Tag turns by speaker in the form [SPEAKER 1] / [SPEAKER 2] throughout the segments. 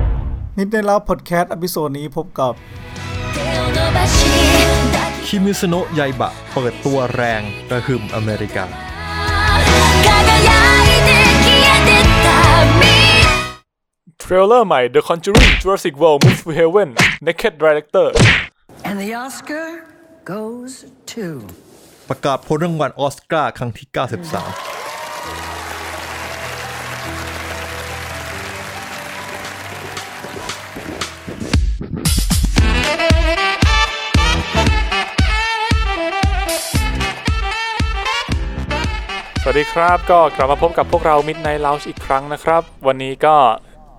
[SPEAKER 1] ตในรับพอดแคสต์อพิโซดนี้พบกับ
[SPEAKER 2] คิมิสโนะไยบะ เปิดตัวแรงระหึ่มอเมริกา
[SPEAKER 3] เทรลเลอร์ใหม่ The Conjuring Jurassic World Move to Heaven Naked Director
[SPEAKER 4] And the Oscar goes to.
[SPEAKER 2] ประกาศผลรางวัลออสการ์ครั้งที่
[SPEAKER 3] สวัสดีครับก็กลับมาพบกับพวกเรา Midnight Lounge อีกครั้งนะครับ วันนี้ก็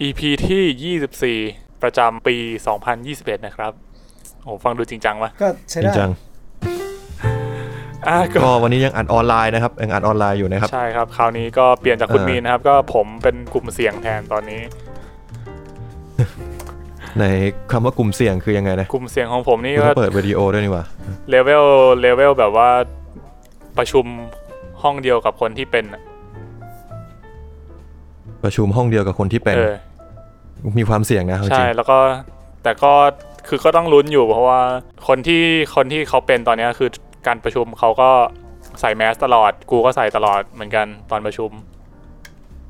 [SPEAKER 3] EP ที่ 24 ประจำปี 2021 นะครับโอ้ฟังดูจริงจังวะ
[SPEAKER 1] ก็ใช้
[SPEAKER 2] 93จริ
[SPEAKER 1] ได้
[SPEAKER 2] งจัง
[SPEAKER 3] อ่ะก็
[SPEAKER 2] ก็วันนี้ยังอัดออนไลน์นะครับ ยังอัดออนไลน์อยู่นะครับ
[SPEAKER 3] ใช่ครับ คราวนี้ก็เปลี่ยนจากคุณ
[SPEAKER 2] เออ
[SPEAKER 3] มีนนะครับ ก็ผมเป็นกลุ่มเสี่ยงแทนตอนนี้
[SPEAKER 2] ในคำว่ากลุ่มเสี่ยงคือยังไงนะ
[SPEAKER 3] กลุ่มเสี่ยงของผมนี่
[SPEAKER 2] คุณ
[SPEAKER 3] ก็
[SPEAKER 2] ต้องเปิดวิดีโอด้วยนี่หว่า
[SPEAKER 3] เลเวลเลเวลแบบว่าประชุมห้องเดียวกับคนที่เป็นอะ
[SPEAKER 2] ประชุมห้องเดียวกับคนที่เป็น
[SPEAKER 3] เออ
[SPEAKER 2] มีความเสี่ยงนะเอาจ
[SPEAKER 3] ใช่
[SPEAKER 2] ริง
[SPEAKER 3] แล้วก็แต่ก็คือก็ต้องลุ้นอยู่เพราะว่าคนที่คนที่เขาเป็นตอนเนี้ยคือการประชุมเขาก็ใส่แมสตลอด กูก็ใส่ตลอดเหมือนกันตอนประชุม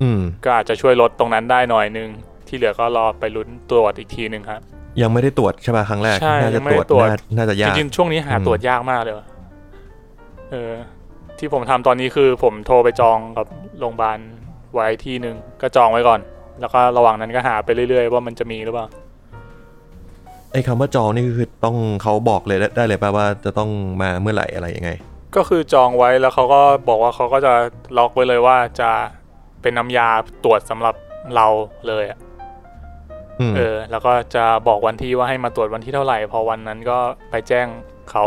[SPEAKER 2] อืม
[SPEAKER 3] ก็อาจจะช่วยลดตรงนั้นได้หน่อยนึง ที่เหลือก็รอไปลุ้นตรวจอีกทีนึงครับ
[SPEAKER 2] ยังไม่ได้ตรวจใช่ป่ะครั้งแรก
[SPEAKER 3] ใช่
[SPEAKER 2] น่า
[SPEAKER 3] ยั
[SPEAKER 2] จะ
[SPEAKER 3] งไม่
[SPEAKER 2] ตร
[SPEAKER 3] ได้
[SPEAKER 2] วจ
[SPEAKER 3] ตรวจ
[SPEAKER 2] น่าน่าจะ
[SPEAKER 3] จ
[SPEAKER 2] ยาก
[SPEAKER 3] ริงๆช่วงนี้หา
[SPEAKER 2] อืม
[SPEAKER 3] ตรวจยากมากเลยว่ะเออที่ผมทำตอนนี้คือผมโทรไปจองกับโรงพยาบาลไว้ที่หนึ่งก็จองไว้ก่อน แล้วก็ระหว่างนั้นก็หาไปเรื่อยๆ ว่ามันจะมีหรือเปล่า
[SPEAKER 2] ไอ้คำว่าจองนี่คือต้องเขาบอกเลยได้ได้เลยป่ะว่าจะต้องมาเมื่อไหร่อะไรยังไง
[SPEAKER 3] ก็คือจองไว้แล้วเขาก็บอกว่าเขาก็จะล็อกไว้เลยว่าจะเป็นน้ำยาตรวจสำหรับเราเลยอะ
[SPEAKER 2] อืม
[SPEAKER 3] เออ แล้วก็จะบอกวันที่ว่าให้มาตรวจวันที่เท่าไหร่ พอวันนั้นก็ไปแจ้งเขา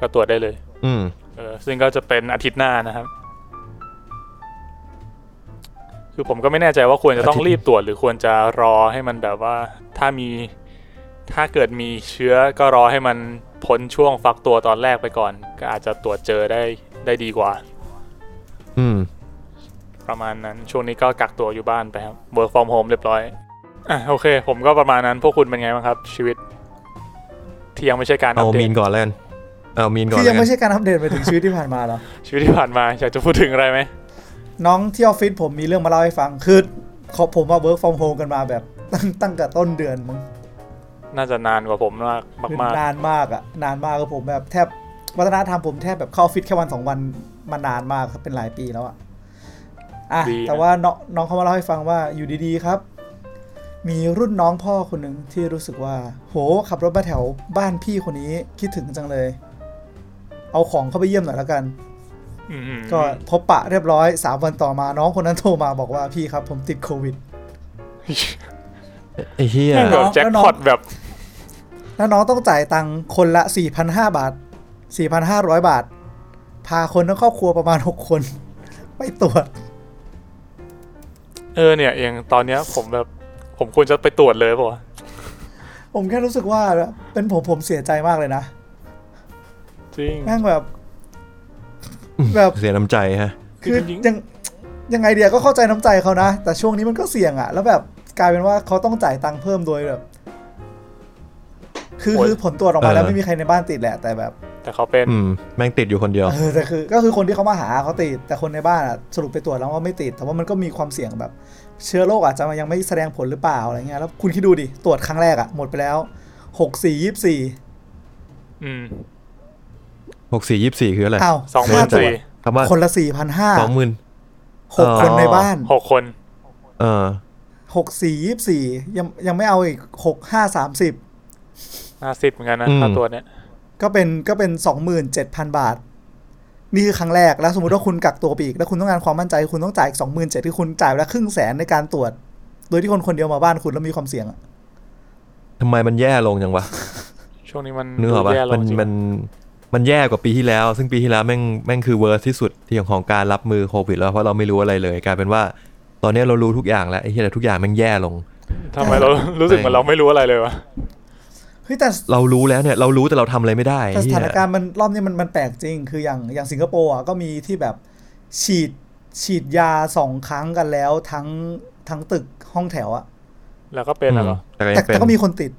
[SPEAKER 3] ก็ตรวจได้เลย
[SPEAKER 2] อืม
[SPEAKER 3] เออ ซึ่งก็จะเป็นอาทิตย์หน้านะครับ คือผมก็ไม่แน่ใจว่าควรจะต้อง
[SPEAKER 2] อาทิตย์
[SPEAKER 3] รีบตรวจหรือควรจะรอให้มันแบบว่าถ้ามีถ้าเกิดมีเชื้อก็รอให้มันพ้นช่วงฟักตัวตอนแรกไปก่อน ก็อาจจะตรวจเจอได้ได้ดีกว่า
[SPEAKER 2] อืม
[SPEAKER 3] ประมาณนั้นช่วงนี้ก็กักตัวอยู่บ้านไปครับ work from home เรียบร้อยอ่ะโอเค ผมก็ประมาณนั้นพวกคุณเป็นไงบ้างครับ ชีวิต ที่ยังไม่ใช่การอั
[SPEAKER 2] เอา
[SPEAKER 3] ปเด
[SPEAKER 2] มี
[SPEAKER 3] ต
[SPEAKER 2] นก่อนแล้วกัน เอามีนก่อน
[SPEAKER 1] ที่
[SPEAKER 2] แล้
[SPEAKER 1] ยัง
[SPEAKER 2] วกัน
[SPEAKER 1] ไม่ใช่การอัปเดตไปถึงชีวิตที่ผ่านมาเหรอ
[SPEAKER 3] ชีวิตที่ผ่านมาอยากจะพูดถึงอะไรไหม
[SPEAKER 1] น้องที่ออฟฟิศผมมีเรื่องมาเล่าให้ฟัง คือเขาผมว่า work from home กันมาแบบ ตั้งตั้งแต่ต้นเดือนมั้ง
[SPEAKER 3] น่าจะนานกว่าผมมาก
[SPEAKER 1] คือ
[SPEAKER 3] มาก
[SPEAKER 1] นานมากอะนานมากกับผมแบบแทบวัฒนธรรมผมแทบแบบเข้าออฟฟิศแค่วันสองวันมานานมากครับเป็นหลายปีแล้วอะอ่ะแต่ว่าน้องน้องเขามาเล่าให้ฟังว่าอยู่ดีๆครับ มีรุ่นน้องพ่อคนหนึ่งที่รู้สึกว่า โหขับรถมาแถวบ้านพี่คนนี้คิดถึงจังเลย เอาของเข้าไปเยี่ยมหน่อยแล้วกัน
[SPEAKER 3] ๆอืม
[SPEAKER 1] ก็พบปะเรียบร้อย 3 วันต่อมาน้องคนนั้นโทรมาบอกว่าพี่ครับผมติดโควิด
[SPEAKER 2] ไอ้เหี้ย
[SPEAKER 1] แม่งเหรอ
[SPEAKER 3] แจ็คพอตแบบ
[SPEAKER 1] แล้วน้องต้องจ่ายตังค์คนละ 4,500 บาท 4,500 บาท พาคนทั้งครอบครัวประมาณ 6 คน ไปตรวจ
[SPEAKER 3] เออเนี่ยเองตอนเนี้ยผมแบบผมควรจะไปตรวจเลยป่ะวะ
[SPEAKER 1] ผมแค่รู้สึกว่าเป็นผมผมเสียใจมากเลยนะ
[SPEAKER 3] จริง
[SPEAKER 1] แม่งแบบ แบบ
[SPEAKER 2] เสียน้ำใจฮะ
[SPEAKER 1] คือ
[SPEAKER 3] จริงๆ
[SPEAKER 1] ยังยังไงเดียก็เข้าใจน้ำใจเขานะ แต่ช่วงนี้มันก็เสี่ยงอะแล้วแบบกลายเป็นว่าเขาต้องจ่ายตังค์เพิ่มโดยแบบ คือ
[SPEAKER 3] โอ้ย
[SPEAKER 1] คือผลตรวจออกมาแล้ว
[SPEAKER 2] เออ
[SPEAKER 1] ไม่มีใครในบ้านติดแหละแต่แบบ
[SPEAKER 3] แต่เขาเป็น
[SPEAKER 2] อืม แม่งติดอยู่คนเดียว
[SPEAKER 1] เออ แต่คือก็คือคนที่เขามาหาเขาติด แต่คนในบ้านอะสรุปไปตรวจแล้วว่าไม่ติด แต่ว่ามันก็มีความเสี่ยงแบบ เชื้อโรคอาจจะยังไม่แสดงผลหรือเปล่าอะไรเงี้ยแล้วคุณคิดดูดิ ตรวจครั้งแรกอะหมดไปแล้วหกสี่ยี่สี่
[SPEAKER 3] อืม
[SPEAKER 2] หกสี่ยี่สี่คืออะไร
[SPEAKER 1] อ้าว
[SPEAKER 3] สองห
[SPEAKER 1] ค่า
[SPEAKER 3] มื่น
[SPEAKER 1] ตรว
[SPEAKER 3] สี่
[SPEAKER 1] จ
[SPEAKER 2] คำว่า
[SPEAKER 1] คนละสี่พันห้า
[SPEAKER 2] สองหมื่น
[SPEAKER 1] หก
[SPEAKER 2] อ๋อ
[SPEAKER 1] คนในบ้าน
[SPEAKER 3] หกคน
[SPEAKER 2] เออ
[SPEAKER 1] หกสี่ยี่สี่ยังยังไม่เอาอีกหกห้าสามสิบ
[SPEAKER 3] ห้าสิบเหมือนกันนะ
[SPEAKER 2] อืม
[SPEAKER 3] ค่าตรวจเนี่ย
[SPEAKER 1] ก็เป็นก็เป็นสองหมื่นเจ็ดพันบาท นี่คือครั้งแรกแล้วสมมติว่าคุณกักตัวไปอีกแล้วคุณต้องการความมั่นใจคุณต้องจ่ายอีกสองหมื่นเจ็ดที่คุณจ่ายไปแล้วครึ่งแสนในการตรวจ โดยที่คนคนเดียวมาบ้านคุณแล้วมีความเสี่ยงอะ
[SPEAKER 2] ทำไมมันแย่ลงจังวะ
[SPEAKER 3] ช่วงนี้มัน
[SPEAKER 2] นึกออกปะ
[SPEAKER 3] แย่ล
[SPEAKER 2] มั
[SPEAKER 3] ง
[SPEAKER 2] น
[SPEAKER 3] จริง
[SPEAKER 2] มันมันแย่กว่าปีที่แล้ว ซึ่งปีที่แล้วแม่งแม่งคือเวอร์ที่สุดที่ของของการรับมือโควิดแล้วเพราะเราไม่รู้อะไรเลยกลายเป็นว่า ตอนเนี้ยเรารู้ทุกอย่างแล้วไอ้เหี้ยแต่ทุกอย่างแม่งแย่ลง
[SPEAKER 3] ทำไมเรารู้สึกเหมือนเราไม่รู้อะไรเลยวะ
[SPEAKER 1] เฮ้ยแต่ส
[SPEAKER 2] เรารู้แล้วเนี่ยเรารู้แต่เราทำอะไรไม่ได้
[SPEAKER 1] แต่
[SPEAKER 2] ไอ้
[SPEAKER 1] ส
[SPEAKER 2] เหี้ย
[SPEAKER 1] ถานการณ์มันรอบนี้มันมันแปลกจริง คืออย่างอย่างสิงคโปร์อ่ะก็มีที่แบบฉีดฉีดยาสองครั้งกันแล้วทั้งทั้งตึกห้องแถวอ่ะ
[SPEAKER 3] แล้วก็เป็นอะเหรอ
[SPEAKER 2] แต่ก็ยั
[SPEAKER 1] แต่
[SPEAKER 2] งเป็น
[SPEAKER 1] แต่ก็มีคนติด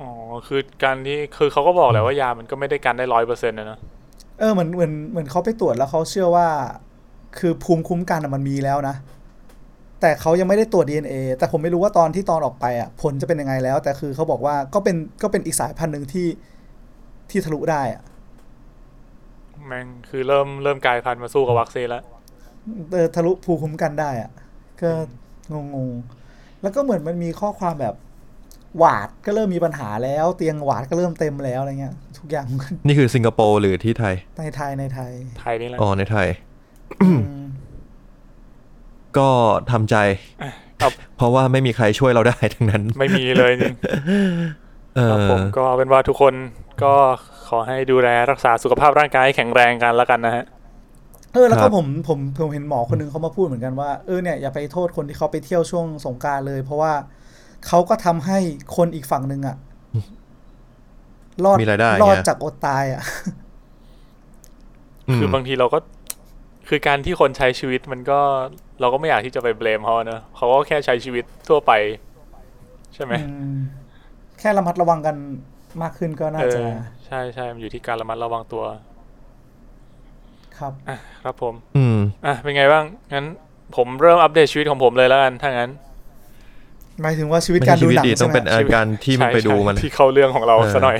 [SPEAKER 3] อ๋อคือการที่คือเขาก็บอกแหละว่ายามันก็ไม่ได้กันได้ร้อยเปอร์เซ็นต์นะเนอะ
[SPEAKER 1] เออเหมือนเหมือนเหมือนเขาไปตรวจแล้วเขาเชื่อว่า คือภูมิคุ้มกันอะมันมีแล้วนะ แต่เขายังไม่ได้ตรวจ DNA แต่ผมไม่รู้ว่าตอนที่ตอนออกไปอ่ะผลจะเป็นยังไงแล้ว แต่คือเขาบอกว่าก็เป็นก็เป็นอีกสายพันธุ์หนึ่งที่ที่ทะลุได้อ่ะ
[SPEAKER 3] แม่งคือเริ่มเริ่มกลายพันธุ์มาสู้กับวัคซีนแล้ว
[SPEAKER 1] เออทะลุภูมิคุ้มกันได้อ่ะก็งงๆแล้วก็เหมือนมันมีข้อความแบบหวาดก็เริ่มมีปัญหาแล้ว เตียงหวาดก็เริ่มเต็มแล้วอะไรเงี้ยทุกอย่างมันก็
[SPEAKER 2] นี่คือสิงคโปร์หรือที่ไทย
[SPEAKER 1] ในไทยในไทย
[SPEAKER 3] ไทยนี่แหละ
[SPEAKER 2] อ๋อในไทย
[SPEAKER 1] อืม
[SPEAKER 2] ก็ทำใจ
[SPEAKER 3] เอา
[SPEAKER 2] เพราะว่าไม่มีใครช่วยเราได้ทั้งนั้น
[SPEAKER 3] ไม่มีเลยจริง
[SPEAKER 2] เอ
[SPEAKER 3] ครับ
[SPEAKER 2] อ
[SPEAKER 3] ผมก็เอาเป็นว่าทุกคนก็ขอให้ดูแลรักษาสุขภาพร่างกายให้แข็งแรงกันแล้วกันนะฮะ
[SPEAKER 1] เออแล้วก็ผมผมผมเห็นหมอคนหนึงเขามาพูดเหมือนกันว่าเออเนี่ยอย่าไปโทษคนที่เขาไปเที่ยวช่วงสงกรารเลย เพราะว่าเขาก็ทำให้คนอีกฝั่งหนึ่งอ่ะรอด
[SPEAKER 2] มีรายได้
[SPEAKER 1] รอด
[SPEAKER 2] เนี่ย
[SPEAKER 1] จากอดตายอ่ะ
[SPEAKER 2] ม
[SPEAKER 3] คือบางทีเราก็คือการที่คนใช้ชีวิตมันก็เราก็ไม่อยากที่จะไปเบลมเขาเนอะเขาก็แค่ใช้ชีวิตทั่วไป ใช่ไหม
[SPEAKER 1] อืมแค่ระมัดระวังกันมากขึ้นก็น่า
[SPEAKER 3] เอ
[SPEAKER 1] จะ
[SPEAKER 3] อใช่ใช่มันอยู่ที่การระมัดระวังตัว
[SPEAKER 1] ครับ
[SPEAKER 3] อ่ะครับผม
[SPEAKER 2] อืม
[SPEAKER 3] อ่ะเป็นไงบ้างงั้น ผมเริ่มอัปเดตชีวิตของผมเลยแล้วกันถ้างั้น
[SPEAKER 1] หมายถึงว่าชีวิต
[SPEAKER 2] ไม่
[SPEAKER 1] การ
[SPEAKER 2] ใช่ชี
[SPEAKER 1] ดู
[SPEAKER 2] วิ
[SPEAKER 1] ห
[SPEAKER 2] ต
[SPEAKER 1] นัง
[SPEAKER 2] ดีต้
[SPEAKER 1] ใช่
[SPEAKER 2] อง
[SPEAKER 1] ไหม
[SPEAKER 2] เป็นอาการที่มัน
[SPEAKER 3] ใช่
[SPEAKER 2] ไปดู
[SPEAKER 3] ใช่
[SPEAKER 2] มัน
[SPEAKER 3] ที่เข้าเรื่องของเรา
[SPEAKER 2] เออ
[SPEAKER 3] ซะหน่อย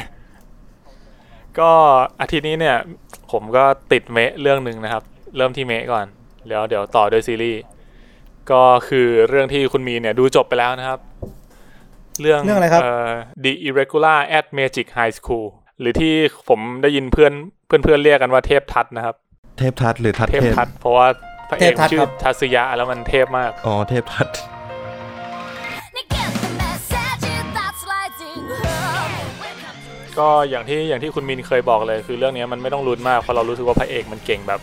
[SPEAKER 3] ก็อาทิตย์นี้เนี่ย ผมก็ติดเมะเรื่องหนึ่งนะครับ เริ่มที่เมะก่อนแล้วเดี๋ยวต่อด้วยซีรีส์ก็คือเรื่องที่คุณมีเนี่ยดูจบไปแล้วนะครับ เรื่อง
[SPEAKER 1] เรื่องอะไรครับ
[SPEAKER 3] เ The Irregular at Magic High School หรือที่ผมได้ยินเพื่อนเพื่อนเพื่อนๆเรียกกันว่าเทพทัศน์นะครับ
[SPEAKER 2] เทพทัศน์หรือทัศน์
[SPEAKER 3] เท
[SPEAKER 2] เท
[SPEAKER 3] พ
[SPEAKER 2] พ
[SPEAKER 3] ทัศน์เพราะว่าพระเอก
[SPEAKER 1] เทพทัศน์
[SPEAKER 3] ชื่
[SPEAKER 1] ค
[SPEAKER 3] อ
[SPEAKER 1] รับ
[SPEAKER 3] ทัศยะแล้วมันเทพมาก
[SPEAKER 2] อ๋อเทพทัศน์
[SPEAKER 3] ก็อย่างที่อย่างที่คุณมินเคยบอกเลยคือเรื่องเนี้ยมันไม่ต้องลุ้นมากเพราะเรารู้สึกว่าพระเอกมันเก่งแบบ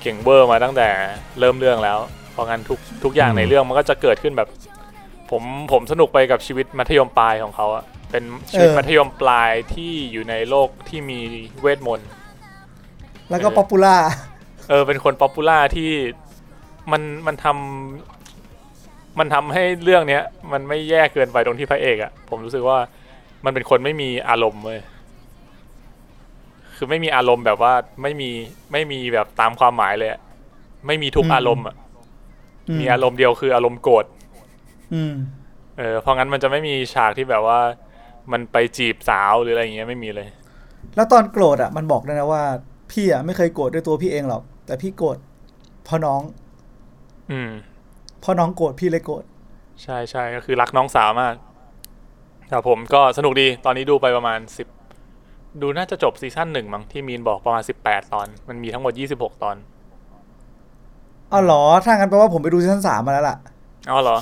[SPEAKER 3] เก่งเวอร์มาตั้งแต่เริ่มเรื่องแล้ว เพราะงั้นทุกทุกอย่าง
[SPEAKER 2] อืม
[SPEAKER 3] ในเรื่องมันก็จะเกิดขึ้นแบบ ผมผมสนุกไปกับชีวิตมัธยมปลายของเขาอะเป็นชีวิต
[SPEAKER 1] เออ
[SPEAKER 3] มัธยมปลายที่อยู่ในโลกที่มีเวทมนต์
[SPEAKER 1] แล้วก็
[SPEAKER 3] เออ
[SPEAKER 1] ป๊อปปูล่า
[SPEAKER 3] เออเป็นคนป๊อปปูล่าที่มันมันทำมันทำให้เรื่องเนี้ยมันไม่แย่เกินไปตรงที่พระเอกอะผมรู้สึกว่ามันเป็นคนไม่มีอารมณ์เลยคือไม่มีอารมณ์แบบว่าไม่มีไม่มีแบบตามความหมายเลยอะไม่มีทุก
[SPEAKER 1] อืม
[SPEAKER 3] อารมณ์อะ
[SPEAKER 1] อื
[SPEAKER 3] มีอารมณ์เดียวคืออารมณ์โกรธ
[SPEAKER 1] อืม
[SPEAKER 3] เออเพราะงั้นมันจะไม่มีฉากที่แบบว่า มันไปจีบสาวหรืออะไรอย่างเงี้ยไม่มีเลย
[SPEAKER 1] แล้วตอนโกรธอ่ะมันบอกด้วยนะว่า พี่อ่ะไม่เคยโกรธด้วยตัวพี่เองหรอก แต่พี่โกรธเพราะน้อง
[SPEAKER 3] อืม
[SPEAKER 1] เพราะน้องโกรธพี่เลยโกรธ
[SPEAKER 3] ใช่ใช่ก็คือรักน้องสาวมากครับผมก็สนุกดีตอนนี้ดูไปประมาณสิบดูน่าจะจบซีซั่นหนึ่งมั้งที่มีนบอกประมาณสิบแปดตอน มันมีทั้งหมดยี่สิบหกตอน
[SPEAKER 1] อ๋อเหรอถ้างั้นแปลว่าผมไปดูซีซั่นสามมาแล้วล่ะ
[SPEAKER 3] อ๋อเหรอ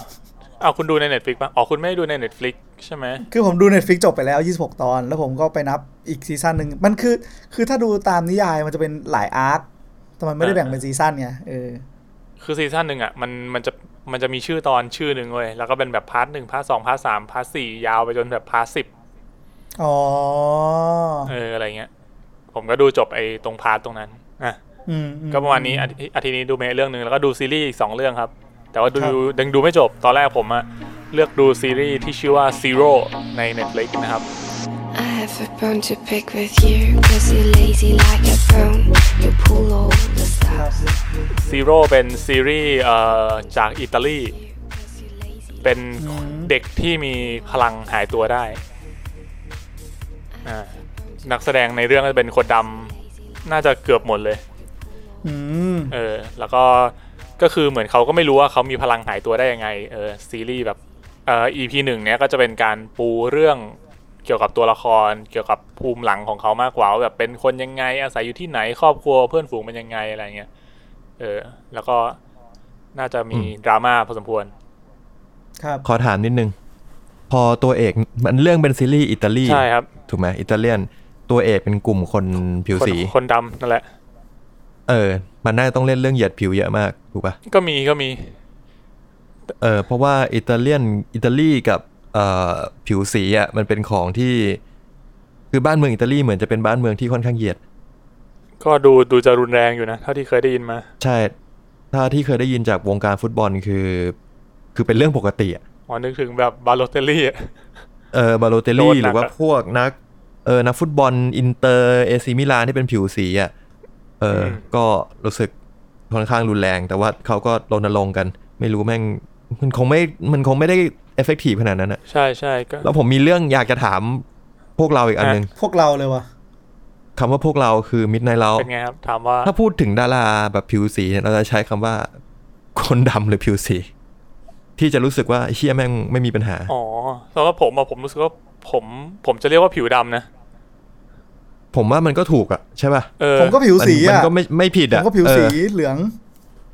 [SPEAKER 3] อ้าวคุณดูในเน็ตฟลิกป่ะอ๋อคุณไม่ได้ดูในเน็ตฟลิกใช่ไหม
[SPEAKER 1] คือผมดู Netflix จบไปแล้ว 26 ตอน แล้วผมก็ไปนับอีกซีซั่นหนึ่งมันคือ คือถ้าดูตามนิยายมันจะเป็นหลายอาร์คแต่มันไม่ได้แบ่งเป็นซีซั่นไงเออ
[SPEAKER 3] คือซีซั่นหนึ่งอ่ะมันมันจะมันจะมีชื่อตอนชื่อหนึ่งเว้ยแล้วก็เป็นแบบพาร์ทหนึ่งพาร์ทสองพาร์ทสามพาร์ทสี่ยาวไปจนแบบพาร์ทสิบ
[SPEAKER 1] อ๋อ
[SPEAKER 3] เอออะไรเงี้ย ผมก็ดูจบไอ้ตรงพาร์ทตรงนั้นอ่ะ
[SPEAKER 1] อืมอื
[SPEAKER 3] ก็ประมาณนี้อาทิตย์อาทิตย์นี้ดูเมย์เรื่องหนึ่งแล้วก็ดูซีรีส์อีกสองเรื่องครับ แต่ว่าดู
[SPEAKER 1] ครับ
[SPEAKER 3] ยังดูไม่จบตอนแรกผมอะเลือกดูซีรีส์ที่ชื่อว่า Zero ใน Netflix นะครับ
[SPEAKER 5] I have a bone to pick with you, cause you're lazy like a bone. You pull all the
[SPEAKER 1] ครับ
[SPEAKER 5] stops.
[SPEAKER 3] Zero เป็นซีรีส์เอ่อจากอิตาลี
[SPEAKER 5] You, 'cause you're lazy.
[SPEAKER 3] เป็น
[SPEAKER 1] อืม
[SPEAKER 3] เด็กที่มีพลังหายตัวได้อ่านักแสดงในเรื่องก็จะเป็นคนดำน่าจะเกือบหมดเลย
[SPEAKER 1] อืม
[SPEAKER 3] เออ แล้วก็ก็คือเหมือนเขาก็ไม่รู้ว่าเขามีพลังหายตัวได้ยังไง เออซีรีส์แบบเอ่อ EP หนึ่งเนี้ยก็จะเป็นการปูเรื่องเกี่ยวกับตัวละคร เกี่ยวกับภูมิหลังของเขามากกว่าว่าแบบเป็นคนยังไงอาศัยอยู่ที่ไหนครอบครัวเพื่อนฝูงเป็นยังไงอะไรเงี้ยเออ แล้วก็น่าจะมีดราม่าพอสมควร
[SPEAKER 1] ครับ
[SPEAKER 2] ขอถามนิดนึง พอตัวเอกมันเรื่องเป็นซีรีส์อิตาลี
[SPEAKER 3] ใช่ครับ
[SPEAKER 2] ถูกไหมอิตาเลียน ตัวเอกเป็นกลุ่มคนผิว
[SPEAKER 3] คน
[SPEAKER 2] สี
[SPEAKER 3] คนดำนั่นแหละ
[SPEAKER 2] เออ มันน่าจะต้องเล่นเรื่องเหยียดผิวเยอะมากถูกปะ
[SPEAKER 3] ก็มีก็มี
[SPEAKER 2] เออเพราะว่าอิตาเลียนอิตาลีกับเอ่อผิวสีอ่ะมันเป็นของที่ คือบ้านเมืองอิตาลีเหมือนจะเป็นบ้านเมืองที่ค่อนข้างเหยียด
[SPEAKER 3] ก็ดูดูจะรุนแรงอยู่นะ เท่าที่เคยได้ยินมา
[SPEAKER 2] ใช่ ถ้าที่เคยได้ยินจากวงการฟุตบอลคือ คือเป็นเรื่องปกติอะ
[SPEAKER 3] อ๋อนึกถึงแบบบาโลเตลลี่อะ
[SPEAKER 2] เออบาโลเตล
[SPEAKER 3] โดน
[SPEAKER 2] ลี่
[SPEAKER 3] ห
[SPEAKER 2] ห
[SPEAKER 3] นัก
[SPEAKER 2] รือว่า
[SPEAKER 3] อะ
[SPEAKER 2] พวกนักเออนักฟุตบอลอินเตอร์เอซิมิลานที่เป็นผิวสีอ่ะเอออก็รู้สึกค่อนข้างรุนแรง แต่ว่าเขาก็รณรงค์กัน ไม่รู้แม่งมันคงไม่มันคงไม่ได้เอฟเฟกตีขนาดนั้นอะ
[SPEAKER 3] ใช่ใช่ก็
[SPEAKER 2] แล้วผมมีเรื่องอยากจะถามพวกเราอีกอันหนึ่ง
[SPEAKER 1] พวกเราเลยว่ะ
[SPEAKER 2] คำว่าพวกเราคือมิดไนเรา
[SPEAKER 3] เป็นไงครับ ถามว่า
[SPEAKER 2] ถ้าพูดถึงดาราแบบผิวสีเนี่ยเราจะใช้คำว่าคนดำหรือผิวสี ที่จะรู้สึกว่าเฮียแม่งไม่มีปัญหา
[SPEAKER 3] อ๋อสำหรับผมอะผมรู้สึกว่าผมผมจะเรียกว่าผิวดำนะ
[SPEAKER 2] ผมว่ามันก็ถูกอะใช่ป่ะ
[SPEAKER 3] เออ
[SPEAKER 1] ผมก็ผิวสี
[SPEAKER 2] มัน
[SPEAKER 1] อ่ะ
[SPEAKER 2] ก็ไม่ไม่ผิด
[SPEAKER 1] ผ
[SPEAKER 2] อะ
[SPEAKER 1] มก็ผิวสี
[SPEAKER 2] เออ
[SPEAKER 1] เหลือง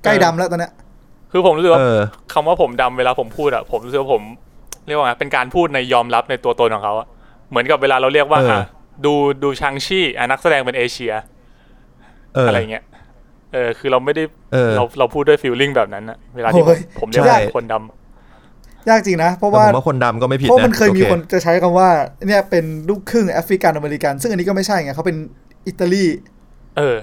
[SPEAKER 1] ใกล้ดำแล้วตอนเนี้ย
[SPEAKER 3] คือผมรู้สึกว่า
[SPEAKER 2] เออ
[SPEAKER 3] คำว่าผมดำเวลาผมพูดอะผมรู้สึกว่าผมเรียกว่าไงเป็นการพูดในยอมรับในตัวตนของเขาอะเหมือนกับเวลาเราเรียกว่า
[SPEAKER 2] เอออ่
[SPEAKER 3] ะดูดูชังชี่อะนักแสดงเป็นเอเชีย
[SPEAKER 2] เอออ
[SPEAKER 3] อะไรเงี้ยเออคือเราไม่ได้
[SPEAKER 2] เออ
[SPEAKER 3] เราเราพูดด้วยฟีลลิ่งแบบนั้นอะเวลาที่ผมผมเรียกว่าคนดำ
[SPEAKER 1] ยากจริงนะ เพราะ
[SPEAKER 2] แต่
[SPEAKER 1] ว่า
[SPEAKER 2] ผมว่าคนดำก็ไม่ผิด
[SPEAKER 1] เพราะมันเคยมี
[SPEAKER 2] โอ
[SPEAKER 1] คนจะใช้คำว่าเนี่ยเป็นลูกครึ่งแอฟริกันอเมริกัน ซึ่งอันนี้ก็ไม่ใช่ไงเขาเป็นอิตาลี
[SPEAKER 3] เออ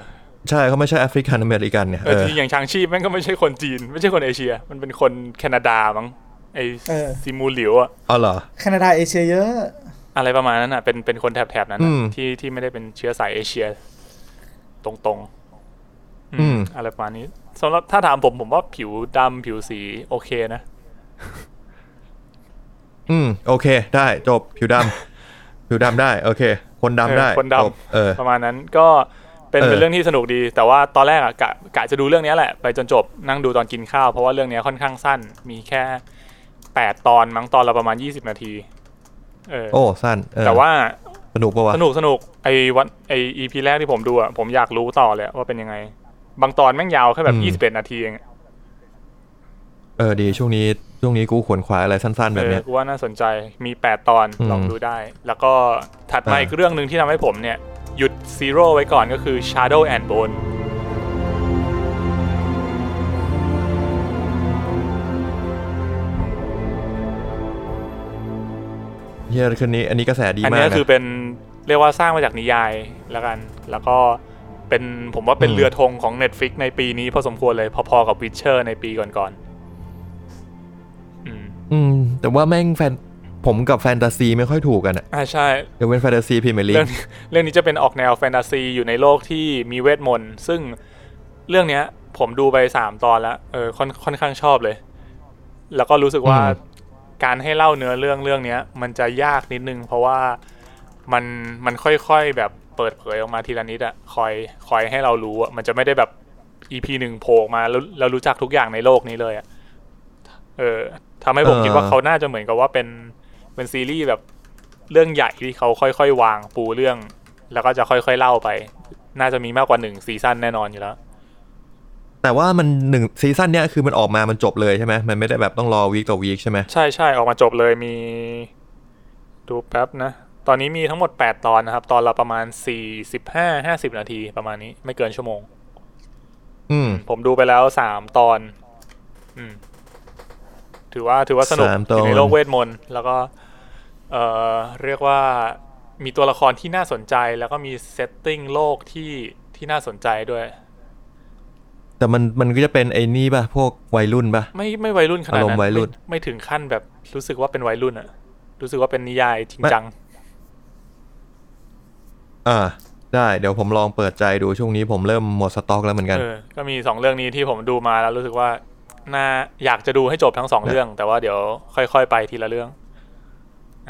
[SPEAKER 2] ใช่เขาไม่ใช่แอฟริกันอเมริกันเนี่ย
[SPEAKER 3] เออ
[SPEAKER 2] เออ
[SPEAKER 3] จริงๆอย่างชางชีพแม่งก็ไม่ใช่คนจีน ไม่ใช่คนเอเชีย มันเป็นคนแคนาดามั้งไอ
[SPEAKER 1] เออ
[SPEAKER 3] ซิมูหลิวอะ
[SPEAKER 2] เอาเหรอ
[SPEAKER 1] แคนาดาเอเชียเยอะ
[SPEAKER 3] อะไรประมาณนั้นอะเป็นเป็นคนแถบๆนั้น
[SPEAKER 2] อื
[SPEAKER 3] อะ
[SPEAKER 2] ม
[SPEAKER 3] ที่ที่ไม่ได้เป็นเชื้อสายเอเชีย ตรงๆ
[SPEAKER 2] อื
[SPEAKER 3] อืม
[SPEAKER 2] ม
[SPEAKER 3] อะไรประมาณนี้สำหรับถ้าถามผมผมว่าผิวดำผิวสีโอเคนะ
[SPEAKER 2] อืมโอเค ได้จบผิวดำ ผิวดำได้ โอเค คนดำ
[SPEAKER 3] เออ
[SPEAKER 2] ได้
[SPEAKER 3] คนด
[SPEAKER 2] จบเออ
[SPEAKER 3] ำประมาณนั้นก็เป็น
[SPEAKER 2] เออ
[SPEAKER 3] เป็นเรื่องที่สนุกดี แต่ว่าตอนแรกอะกะกะจะดูเรื่องเนี้ยแหละ ไปจนจบนั่งดูตอนกินข้าว เพราะว่าเรื่องเนี้ยค่อนข้างสั้น มีแค่แปดตอนมั้งตอนละประมาณยี่สิบนาที เออ
[SPEAKER 2] โอ้สั้นเออ
[SPEAKER 3] แต่ว่า
[SPEAKER 2] สนุกปะวะ
[SPEAKER 3] สนุกสนุกไอ้วันไอ้ EP แรกที่ผมดูอะผมอยากรู้ต่อเลยว่าเป็นยังไง บางตอนแม่งยาวแค่แบบยี่สิบเอ็ดนาทีเอง
[SPEAKER 2] เออดีช่วงนี้ช่วงนี้กูขวนขวายอะไรสั้น ๆ แบ
[SPEAKER 3] เอบ อ
[SPEAKER 2] เนี้ย
[SPEAKER 3] กูว่าน่าสนใจมีแปดตอน
[SPEAKER 2] อืม
[SPEAKER 3] ลองดูได้ แล้วก็ถัดมา
[SPEAKER 2] อ่า
[SPEAKER 3] อีกเรื่องหนึ่งที่ทำให้ผมเนี่ยหยุดซีโร่ไว้ก่อนก็คือ Shadow and Bone
[SPEAKER 2] เฮียคืนนี้อันนี้กระแสดี
[SPEAKER 3] อัน
[SPEAKER 2] มาก
[SPEAKER 3] เนี้ย
[SPEAKER 2] นะ
[SPEAKER 3] คือเป็นเรียกว่าสร้างมาจากนิยายแล้วกัน แล้วก็เป็นผมว่าเป็น
[SPEAKER 2] อืม
[SPEAKER 3] เรือธงของ Netflix ในปีนี้พอสมควรเลย พอๆกับ Witcher ในปีก่อนๆอืม
[SPEAKER 2] อืมแต่ว่าแม่งแฟนผมกับแฟนตาซีไม่ค่อยถูกกันอะ
[SPEAKER 3] อ่าใช่
[SPEAKER 2] เดี๋ยวเป็นแฟนตาซีพรีเมียร์ลี
[SPEAKER 3] เรื่อก งนี้เรื่องนี้จะเป็นออกแนวแฟนตาซีอยู่ในโลกที่มีเวทมนต์ ซึ่งเรื่องเนี้ย ผมดูไปสามตอนแล้วเออค่อนค่อนข้างชอบเลย แล้วก็รู้สึกว่า
[SPEAKER 2] อืม
[SPEAKER 3] การให้เล่าเนื้อเรื่องเรื่องเนี้ย มันจะยากนิดนึง เพราะว่ามันมันค่อยๆแบบเปิดเผยออกมาทีละนิดอะคอยคอยให้เรารู้อะมันจะไม่ได้แบบอีพีหนึ่งโผล่ออกมาแล้วเรารู้จักทุกอย่างในโลกนี้เลยอะเออทำให้ผมคิดว่าเขาน่าจะเหมือนกับว่าเป็นเป็นซีรีส์แบบ เรื่องใหญ่ที่เขาค่อยๆ วางปูเรื่อง แล้วก็จะค่อยๆ เล่าไป น่าจะมีมากกว่าหนึ่งซีซั่นแน่นอนอยู่แล้ว
[SPEAKER 2] แต่ว่ามันหนึ่งซีซั่นเนี้ยคือมันออกมามันจบเลยใช่ไหมมันไม่ได้แบบต้องรอวีคต่อวีคใช่ไหม
[SPEAKER 3] ใช่ใช่ออกมาจบเลยมี ดูแป๊บนะ ตอนนี้มีทั้งหมด 8 ตอนนะครับ ตอนละประมาณ 45 50 นาทีประมาณนี้ไม่เกินชั่วโมง
[SPEAKER 2] อืม
[SPEAKER 3] ผมดูไปแล้ว 3 ตอน อืม ถือว่าถือว่าสนุก
[SPEAKER 2] สาม
[SPEAKER 3] อ
[SPEAKER 2] ตอน
[SPEAKER 3] ยู่ในโลกเวทมนต์แล้วก็ เอ่อเรียกว่ามีตัวละครที่น่าสนใจ แล้วก็มีเซตติ้งโลกที่ที่น่าสนใจด้วย
[SPEAKER 2] แต่มันมันก็จะเป็นไอ้นี่ป่ะพวกวัยรุ่นป่ะ
[SPEAKER 3] ไม่ไม่วัยรุ่นขนาด
[SPEAKER 2] อารม
[SPEAKER 3] นั้
[SPEAKER 2] ณ์
[SPEAKER 3] น
[SPEAKER 2] วัยรุ่น
[SPEAKER 3] ไม่ไม่ถึงขั้นแบบรู้สึกว่าเป็นวัยรุ่นอะรู้สึกว่าเป็นนิยายจริงจัง
[SPEAKER 2] อ่าได้เดี๋ยวผมลองเปิดใจดูช่วงนี้ผมเริ่มหมดสต็อกแล้วเหมือนกัน
[SPEAKER 3] เออ ก็มีสองเรื่องนี้ที่ผมดูมาแล้วรู้สึกว่าน่าอยากจะดูให้จบทั้งสองเรื่อง แต่ว่าเดี๋ยวค่อย ๆ ไปทีละเรื่อง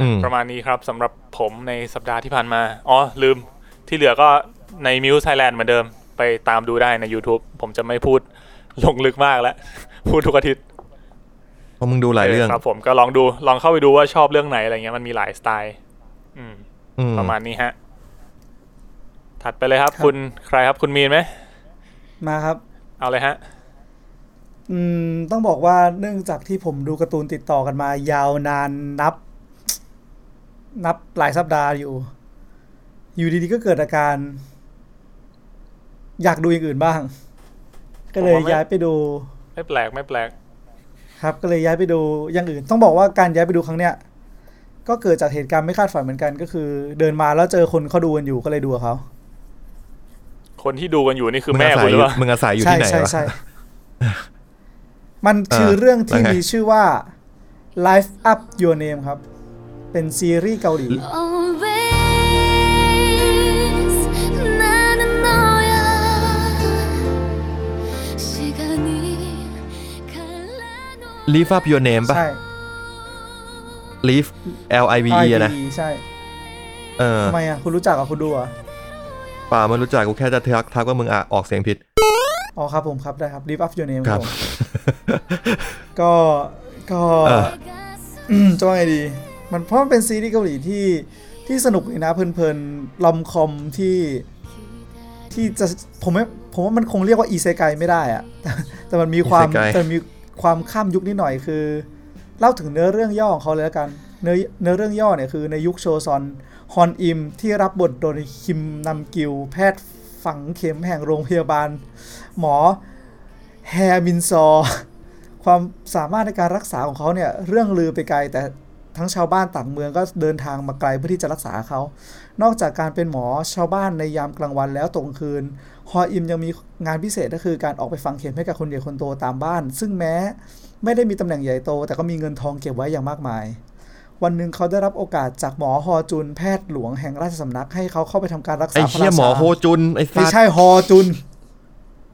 [SPEAKER 2] อืม
[SPEAKER 3] ประมาณนี้ครับสำหรับผมในสัปดาห์ที่ผ่านมา อ๋อ ลืมที่เหลือก็ในมิวส์ไทยแลนด์เหมือนเดิม ไปตามดูได้ใน YouTube ผมจะไม่พูดลงลึกมากแล้ว พูดทุกอาทิตย์
[SPEAKER 2] เพราะมึงดูหลายเรื่อง
[SPEAKER 3] ครับผมก็ลองดูลองเข้าไปดูว่าชอบเรื่องไหนอะไรเงี้ยมันมีหลายสไตล์ อืม
[SPEAKER 2] อืม
[SPEAKER 3] ประมาณนี้ฮะ ถัดไปเลยครับ คุณใครครับคุณมีนไหม
[SPEAKER 1] มาครับ
[SPEAKER 3] เอาเลยฮะ
[SPEAKER 1] อืมต้องบอกว่าเนื่องจากที่ผมดูการ์ตูนติดต่อกันมา ยาวนานนับ นับหลายสัปดาห์อยู่ อยู่ดีๆก็เกิดอาการ อยากดูอย่างอื่นบ้าง ก็เลย
[SPEAKER 3] ผมว่าไม่
[SPEAKER 1] ย้ายไปดู
[SPEAKER 3] ไม่แปลกไม่แปลก
[SPEAKER 1] ครับก็เลยย้ายไปดูอย่างอื่น ต้องบอกว่าการย้ายไปดูครั้งเนี้ยก็เกิดจากเหตุการณ์ไม่คาดฝันเหมือนกัน ก็คือ เดินมาแล้วเจอคนเขาดูกันอยู่ก็เลยดูกับเขา
[SPEAKER 3] คนที่ดูกันอยู่นี่คือ
[SPEAKER 2] มึง
[SPEAKER 3] แม่
[SPEAKER 2] อาศั
[SPEAKER 3] คุ
[SPEAKER 2] ย
[SPEAKER 3] ณ
[SPEAKER 2] อ
[SPEAKER 3] หรื
[SPEAKER 2] ยู่
[SPEAKER 3] อเปล่า
[SPEAKER 2] มึงอาศัยอยู่
[SPEAKER 1] ใช่
[SPEAKER 2] ที่ไหน
[SPEAKER 1] ใช่
[SPEAKER 2] วะ
[SPEAKER 1] ใช่ มันคือเรื่องที่
[SPEAKER 2] แล้วไง
[SPEAKER 1] มีชื่อว่า Life Up Your Name ครับ เป็นซีรีส์เกาหลี
[SPEAKER 6] Always 나는 너야 시간이 갈라놓은
[SPEAKER 2] Leave up your name ป่ะ
[SPEAKER 1] ใช่
[SPEAKER 2] Leave L I V E อะนะ
[SPEAKER 1] IDE ใช่
[SPEAKER 2] เออ
[SPEAKER 1] ทำไมอ่ะ คุณรู้จักอ่ะคุณดูอ่ะ
[SPEAKER 2] ป่าไม่รู้จักกูแค่จะทักทักว่ามึงอ่ะออกเสียงผิด
[SPEAKER 1] อ๋อครับผมครับได้ครับ Live Up Your Name
[SPEAKER 2] ค
[SPEAKER 1] ค
[SPEAKER 2] รั
[SPEAKER 1] รับ บผมก็ก็
[SPEAKER 2] เออ
[SPEAKER 6] 내가 서
[SPEAKER 1] อืมจะว่าไงดี มันเพราะมันเป็นซีรีส์เกาหลีที่ที่สนุกเลยนะเพลินๆลอมคอมที่ที่จะผมไม่ผมว่ามันคงเรียกว่าอีเซไกไม่ได้อะ แต่แต่มันมีความ
[SPEAKER 2] อิเซไก
[SPEAKER 1] แต่มีความข้ามยุคนิดหน่อยคือ เล่าถึงเนื้อเรื่องย่อของเขาเลยแล้วกัน เนื้อเนื้อเรื่องย่อเนี่ยคือในยุคโชซอนฮอนอิม ที่รับบทโดยคิมนำกิล แพทย์ฝังเข็มแห่งโรงพยาบาล หมอแฮมินซอ ความสามารถในการรักษาของเขาเนี่ยเรื่องลือไปไกล แต่ทั้งชาวบ้านต่างเมืองก็เดินทางมาไกลเพื่อที่จะรักษาเขา นอกจากการเป็นหมอชาวบ้านในยามกลางวันแล้วตกกลางคืน ฮออิมยังมีงานพิเศษก็คือการออกไปฝังเข็มให้กับคนใหญ่คนโตตามบ้าน ซึ่งแม้ไม่ได้มีตำแหน่งใหญ่โต แต่ก็มีเงินทองเก็บไว้อย่างมากมาย วันหนึ่งเขาได้รับโอกาสจากหมอฮอจุนแพทย์หลวงแห่งราชสำนักให้เขาเข้าไปทำการรักษา
[SPEAKER 2] ไอ้
[SPEAKER 1] พระ
[SPEAKER 2] เชี่ย
[SPEAKER 1] ราชา
[SPEAKER 2] หมอโฮจุนไอ้สั
[SPEAKER 1] ไม่
[SPEAKER 2] ตว์
[SPEAKER 1] ใช่ฮอจุน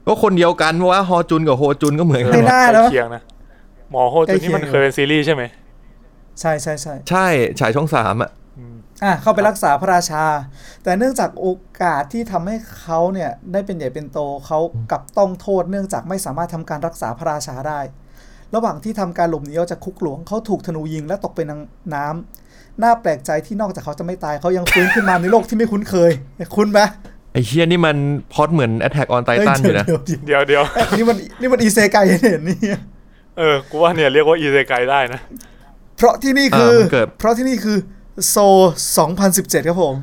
[SPEAKER 2] ก็คนเดียวกันเพราะว่าฮอจุนกับโฮจุนก็เหมือนกั
[SPEAKER 1] ไม่
[SPEAKER 2] น
[SPEAKER 1] ได้
[SPEAKER 3] ใก
[SPEAKER 1] แล้ว
[SPEAKER 3] ล้เคียงนะหมอโฮจุนนี่มัน
[SPEAKER 1] ใกล้เคียง
[SPEAKER 3] เคยเป็นซีรีส์ใช่ไหม
[SPEAKER 1] ใช่ใช่ใช่
[SPEAKER 2] ใช่ฉายช่องสามอ่ะ
[SPEAKER 1] อ่ะเข้าไปรักษาพระราชา แต่เนื่องจากโอกาสที่ทำให้เขาเนี่ยได้เป็นใหญ่เป็นโตเขากลับต้องโทษ เนื่องจากไม่สามารถทำการรักษาพระราชาได้ ระหว่างที่ทำการหลบหนีออกจากคุกหลวงเขาถูกธนูยิงและตกไปในน้ำน่าแปลกใจที่นอกจากเขาจะไม่ตายเขายังฟื้นขึ้นมาในโลกที่ไม่คุ้นเคยคุ้นไหม
[SPEAKER 2] ไอ้เชี่ยนี่มันพล็อดเหมือน Attack on
[SPEAKER 1] เอ้ย
[SPEAKER 2] Titan อ
[SPEAKER 1] เดี๋ยว
[SPEAKER 2] ยู่นะ
[SPEAKER 1] เดี๋ยวเดี๋ยว
[SPEAKER 3] เดี๋ยวเดี๋ยว
[SPEAKER 1] นี่มันนี่มันอีเซไกเห็นนี่ย
[SPEAKER 3] เออ กูว่าเนี่ยเรียกว่าอีเซไกได้นะ
[SPEAKER 1] เพราะที่นี่คือ
[SPEAKER 2] เออมันเกิด
[SPEAKER 1] เพราะที่นี่คือโซ 2017 ครับผม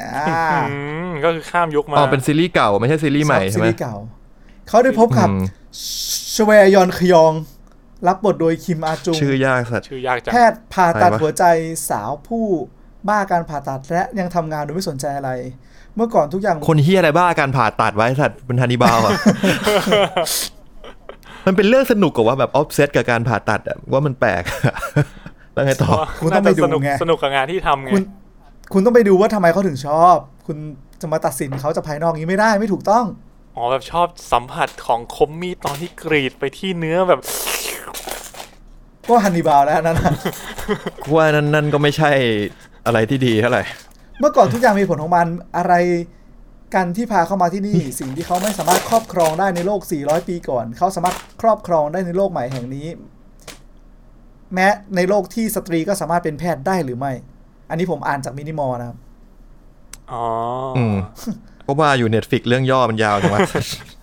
[SPEAKER 1] อ่า
[SPEAKER 3] อืม ก็คือข้ามยุคมา
[SPEAKER 2] อ๋อเป็นซีรีส์เก่าไม่ใช่ซีรีส์ใหม่
[SPEAKER 1] ครับ
[SPEAKER 2] ใช่ไหม
[SPEAKER 1] ซีรีส์เก่า เขาได้พบกับ
[SPEAKER 2] อืม
[SPEAKER 1] ชเวย์ยอนคยอง รับบทโดยคิมอาจุง
[SPEAKER 2] ชื่อยากสัตว์
[SPEAKER 3] ชื่อยากจัง
[SPEAKER 1] แพทย์ผ่าตัด
[SPEAKER 2] ใครวะ
[SPEAKER 1] หัวใจสาวผู้บ้าการผ่าตัดและยังทำงานโดยไม่สนใจอะไร เมื่อก่อนทุกอย่าง
[SPEAKER 2] คนเฮียอะไรบ้าการผ่าตัดไว้สัตว์เป็นฮันนิบา ลอ่ะ มันเป็นเรื่องสนุกกว่าว่าแบบออฟเซตกับการผ่าตัดอะ ว่ามันแปลก แล้วไงต่อ
[SPEAKER 1] คุณต้
[SPEAKER 3] น่า
[SPEAKER 1] องไป
[SPEAKER 3] จะ
[SPEAKER 1] ดู
[SPEAKER 3] สนุก
[SPEAKER 1] ไง
[SPEAKER 3] สนุกกับงานที่ทำไง
[SPEAKER 1] คุณ คุณต้องไปดูว่าทำไมเขาถึงชอบ คุณจะมาตัดสินเขาจากภายนอกนี้ไม่ได้ไม่ถูกต้อง
[SPEAKER 3] อ๋อแบบชอบสัมผัสของคมมีดตอนที่กรีดไปที่เนื้อแบบ
[SPEAKER 1] ก็ฮันนีบาลแล้วอันนั่นน่ะ
[SPEAKER 2] กูว่านั่นนั่นก็ไม่ใช่อะไรที่ดีเท่าไหร่
[SPEAKER 1] เมื่อก่อนทุกอย่างมีผลของมันอะไรกันที่พาเข้ามาที่นี่ สิ่งที่เขาไม่สามารถครอบครองได้ในโลก 400 ปีก่อน เขาสามารถครอบครองได้ในโลกใหม่แห่งนี้ แม้ในโลกที่สตรีก็สามารถเป็นแพทย์ได้หรือไม่ อันนี้ผมอ่านจากมินิมอลนะครับ
[SPEAKER 3] อ๋อ
[SPEAKER 2] อืมก็ว่าอยู่เน็ตฟิกเรื่องย่อมันยาวจัง วะ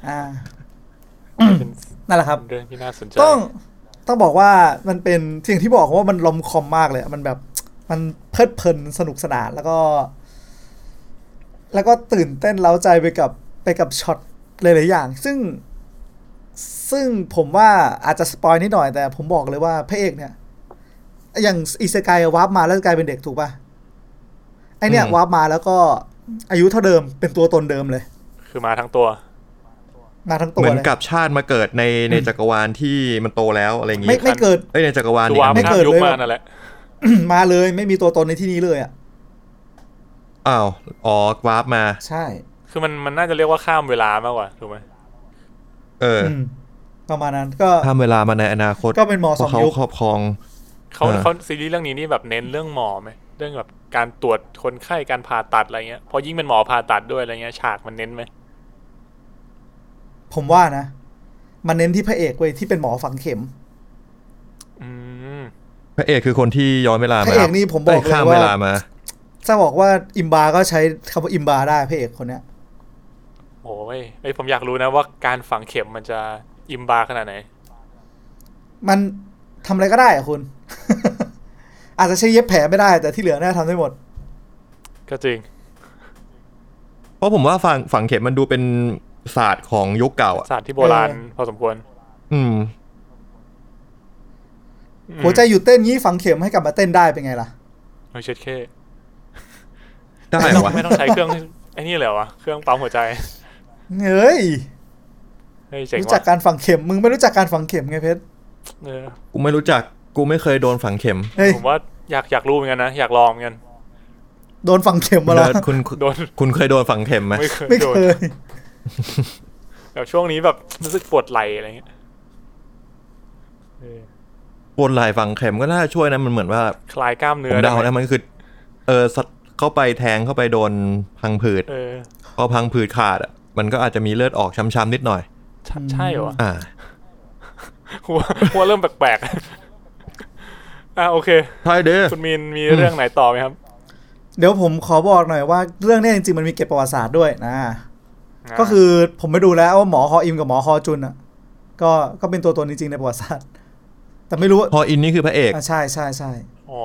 [SPEAKER 1] อ่า
[SPEAKER 3] เป็น
[SPEAKER 1] นั่นแหละครับ
[SPEAKER 3] เรื่องที่น่าสนใจ
[SPEAKER 1] ต้องต้องบอกว่ามันเป็นสิ่งที่บอกว่ามันลอมคอมมากเลยอะมันแบบมันเพลิดเพลินสนุกสนานแล้วก็ แล้วก็ตื่นเต้นเร้าใจไปกับไปกับช็อตหลายๆอย่าง ซึ่งซึ่งผมว่าอาจจะสปอยนิดหน่อยแต่ผมบอกเลยว่าพระเอกเนี่ย อย่างอิเซกายวาร์ปมาแล้วกลายเป็นเด็กถูกปะ่ะไอเนี่ย
[SPEAKER 2] อืม
[SPEAKER 1] วาร์ปมาแล้วก็อายุเท่าเดิมเป็นตัวตนเดิมเลย
[SPEAKER 3] คือมาทั้งตัว
[SPEAKER 1] มาทั้งตัว
[SPEAKER 2] เหมือน
[SPEAKER 1] เลย
[SPEAKER 2] กับชาติมาเกิดในในจักรวาลที่มันโตแล้วอะไรอย่าง
[SPEAKER 1] ไม่
[SPEAKER 2] งี้
[SPEAKER 1] ไม่เกิด
[SPEAKER 2] เอ้ยในจักรวาล
[SPEAKER 3] คือ
[SPEAKER 2] นี่
[SPEAKER 3] วาม
[SPEAKER 1] ไม่
[SPEAKER 3] ข้า
[SPEAKER 1] เกิ
[SPEAKER 3] ม
[SPEAKER 1] ด
[SPEAKER 3] ยุค
[SPEAKER 1] เลย
[SPEAKER 3] มา
[SPEAKER 1] แบบ
[SPEAKER 3] นั่นแหละ
[SPEAKER 1] มาเลยไม่มีตัวตนในที่นี้เลยอ่ะ
[SPEAKER 2] อ้าวอ๋อวาร์ปมา
[SPEAKER 1] ใช่
[SPEAKER 3] คือมันมันน่าจะเรียกว่าข้ามเวลามากกว่าถูกไหม
[SPEAKER 2] เออ
[SPEAKER 1] มประมาณนั้นก็
[SPEAKER 2] ข้ามเวลามาในอนาคต
[SPEAKER 1] ก็เป็นหมอสอง
[SPEAKER 2] เพราะเขา
[SPEAKER 1] ยุค
[SPEAKER 2] ครอบครอง
[SPEAKER 3] เขา
[SPEAKER 2] เออ
[SPEAKER 3] เขาซีรีส์เรื่องนี้นี่แบบเน้นเรื่องหมอไหมเรื่องแบบการตรวจคนไข้การผ่าตัดอะไรเงี้ยเพอยิ่งเป็นหมอผ่าตัดด้วยอะไรเงี้ยฉากมันเน้นไหม
[SPEAKER 1] ผมว่านะ มันเน้นที่พระเอกเว้ยที่เป็นหมอฝังเข็ม
[SPEAKER 3] อืม
[SPEAKER 2] พระเอกคือคนที่ย้อนเวลามา
[SPEAKER 1] พระเอกนี่ผมบอกเลย
[SPEAKER 2] ข้าม
[SPEAKER 1] ว่า
[SPEAKER 2] เวลามา
[SPEAKER 1] ถ้าบอกว่าอิมบาก็ใช้คำว่าอิมบาได้พระเอกคนเนี้ย
[SPEAKER 3] โอ้ยเอ้ยผมอยากรู้นะว่าการฝังเข็มมันจะอิมบาขนาดไหน
[SPEAKER 1] มันทำอะไรก็ได้อะคุณ อาจจะใช้เย็บแผลไม่ได้ แต่ที่เหลือน่าทำได้หมด
[SPEAKER 3] ก็จริง
[SPEAKER 2] เพราะผมว่าฝังฝังเข็มมันดูเป็นศาสตร์ของยุคเก่าอ่ะ
[SPEAKER 3] ศาสตร์ที่โบราณ
[SPEAKER 1] เออ
[SPEAKER 3] พอสมควร
[SPEAKER 2] อืม
[SPEAKER 1] หัวใจหยุดเต้นงี้ฝังเข็มให้กลับมาเต้นได้เป็นไงล่ะ
[SPEAKER 3] ไม่เช็ดแค่
[SPEAKER 2] ได้
[SPEAKER 3] ไม่
[SPEAKER 2] เหร
[SPEAKER 3] ต้อ
[SPEAKER 2] อง วะ
[SPEAKER 3] ไม่ต้องใช้เครื่อง ไอ้นี่เลยวะเครื่องปั๊มหัวใจ
[SPEAKER 1] เฮ้ย
[SPEAKER 3] เฮ้ยเจ๋ง
[SPEAKER 1] รู้จั
[SPEAKER 3] ว่ะ
[SPEAKER 1] กการฝังเข็ม มึงไม่รู้จักการฝังเข็มไงเพชร
[SPEAKER 3] เออ
[SPEAKER 2] กูไม่รู้จัก กูไม่เคยโดนฝังเข็ม
[SPEAKER 1] เฮ้ย
[SPEAKER 3] ผมว่าอยากอยากรู้เหมือนกันนะ อยากลองเหมือนกัน
[SPEAKER 1] โดนฝังเข็มมาแล้ว
[SPEAKER 2] เดินคุณ
[SPEAKER 3] โดน
[SPEAKER 2] คุณเคยโดนฝังเข็มไหม
[SPEAKER 3] ไม่เคย
[SPEAKER 1] ไม่
[SPEAKER 3] โดน
[SPEAKER 1] เคย
[SPEAKER 3] แบบช่วงนี้แบบรู้สึกปวดไหล่อะไรเงี้ยเออ
[SPEAKER 2] ปวดไหล่ฝังเข็มก็น่าช่วยนะมันเหมือนว่า
[SPEAKER 3] คลายกล้าม
[SPEAKER 2] ผ
[SPEAKER 3] เนื้อ
[SPEAKER 2] มเดา
[SPEAKER 3] ได้
[SPEAKER 2] นะ
[SPEAKER 3] ไหม
[SPEAKER 2] มันคือ เออสัตว์เข้าไปแทงเข้าไปโดนพังผืด
[SPEAKER 3] เออ
[SPEAKER 2] พอพังผืดขาดอ่ะมันก็อาจจะมีเลือดออกช้ำๆนิดหน่อย
[SPEAKER 3] ใช่ใช่เหรอว ะ
[SPEAKER 2] อ่า
[SPEAKER 3] หัวหัวเริ่มแปลกๆ อ่ะโอเค
[SPEAKER 2] ใช่เด้อ
[SPEAKER 3] คุณมีนมีเรื่องไหนต่อไหมครับ
[SPEAKER 1] เดี๋ยวผมขอบอกหน่อยว่าเรื่องเนี้ยจริงๆมันมีเก็บประวัติศาสตร์ด้วยนะ ก็คือผมไปดูแล้วว่าหมอฮออิมกับหมอฮอจุนอ่ะก็ก็เป็นตัวตนจริงๆในประวัติศาสตร์ แต่ไม่รู้ว่า
[SPEAKER 2] พออินนี่คือพระเอก
[SPEAKER 1] อ่ะใช่ใช่ใช่
[SPEAKER 3] อ๋อ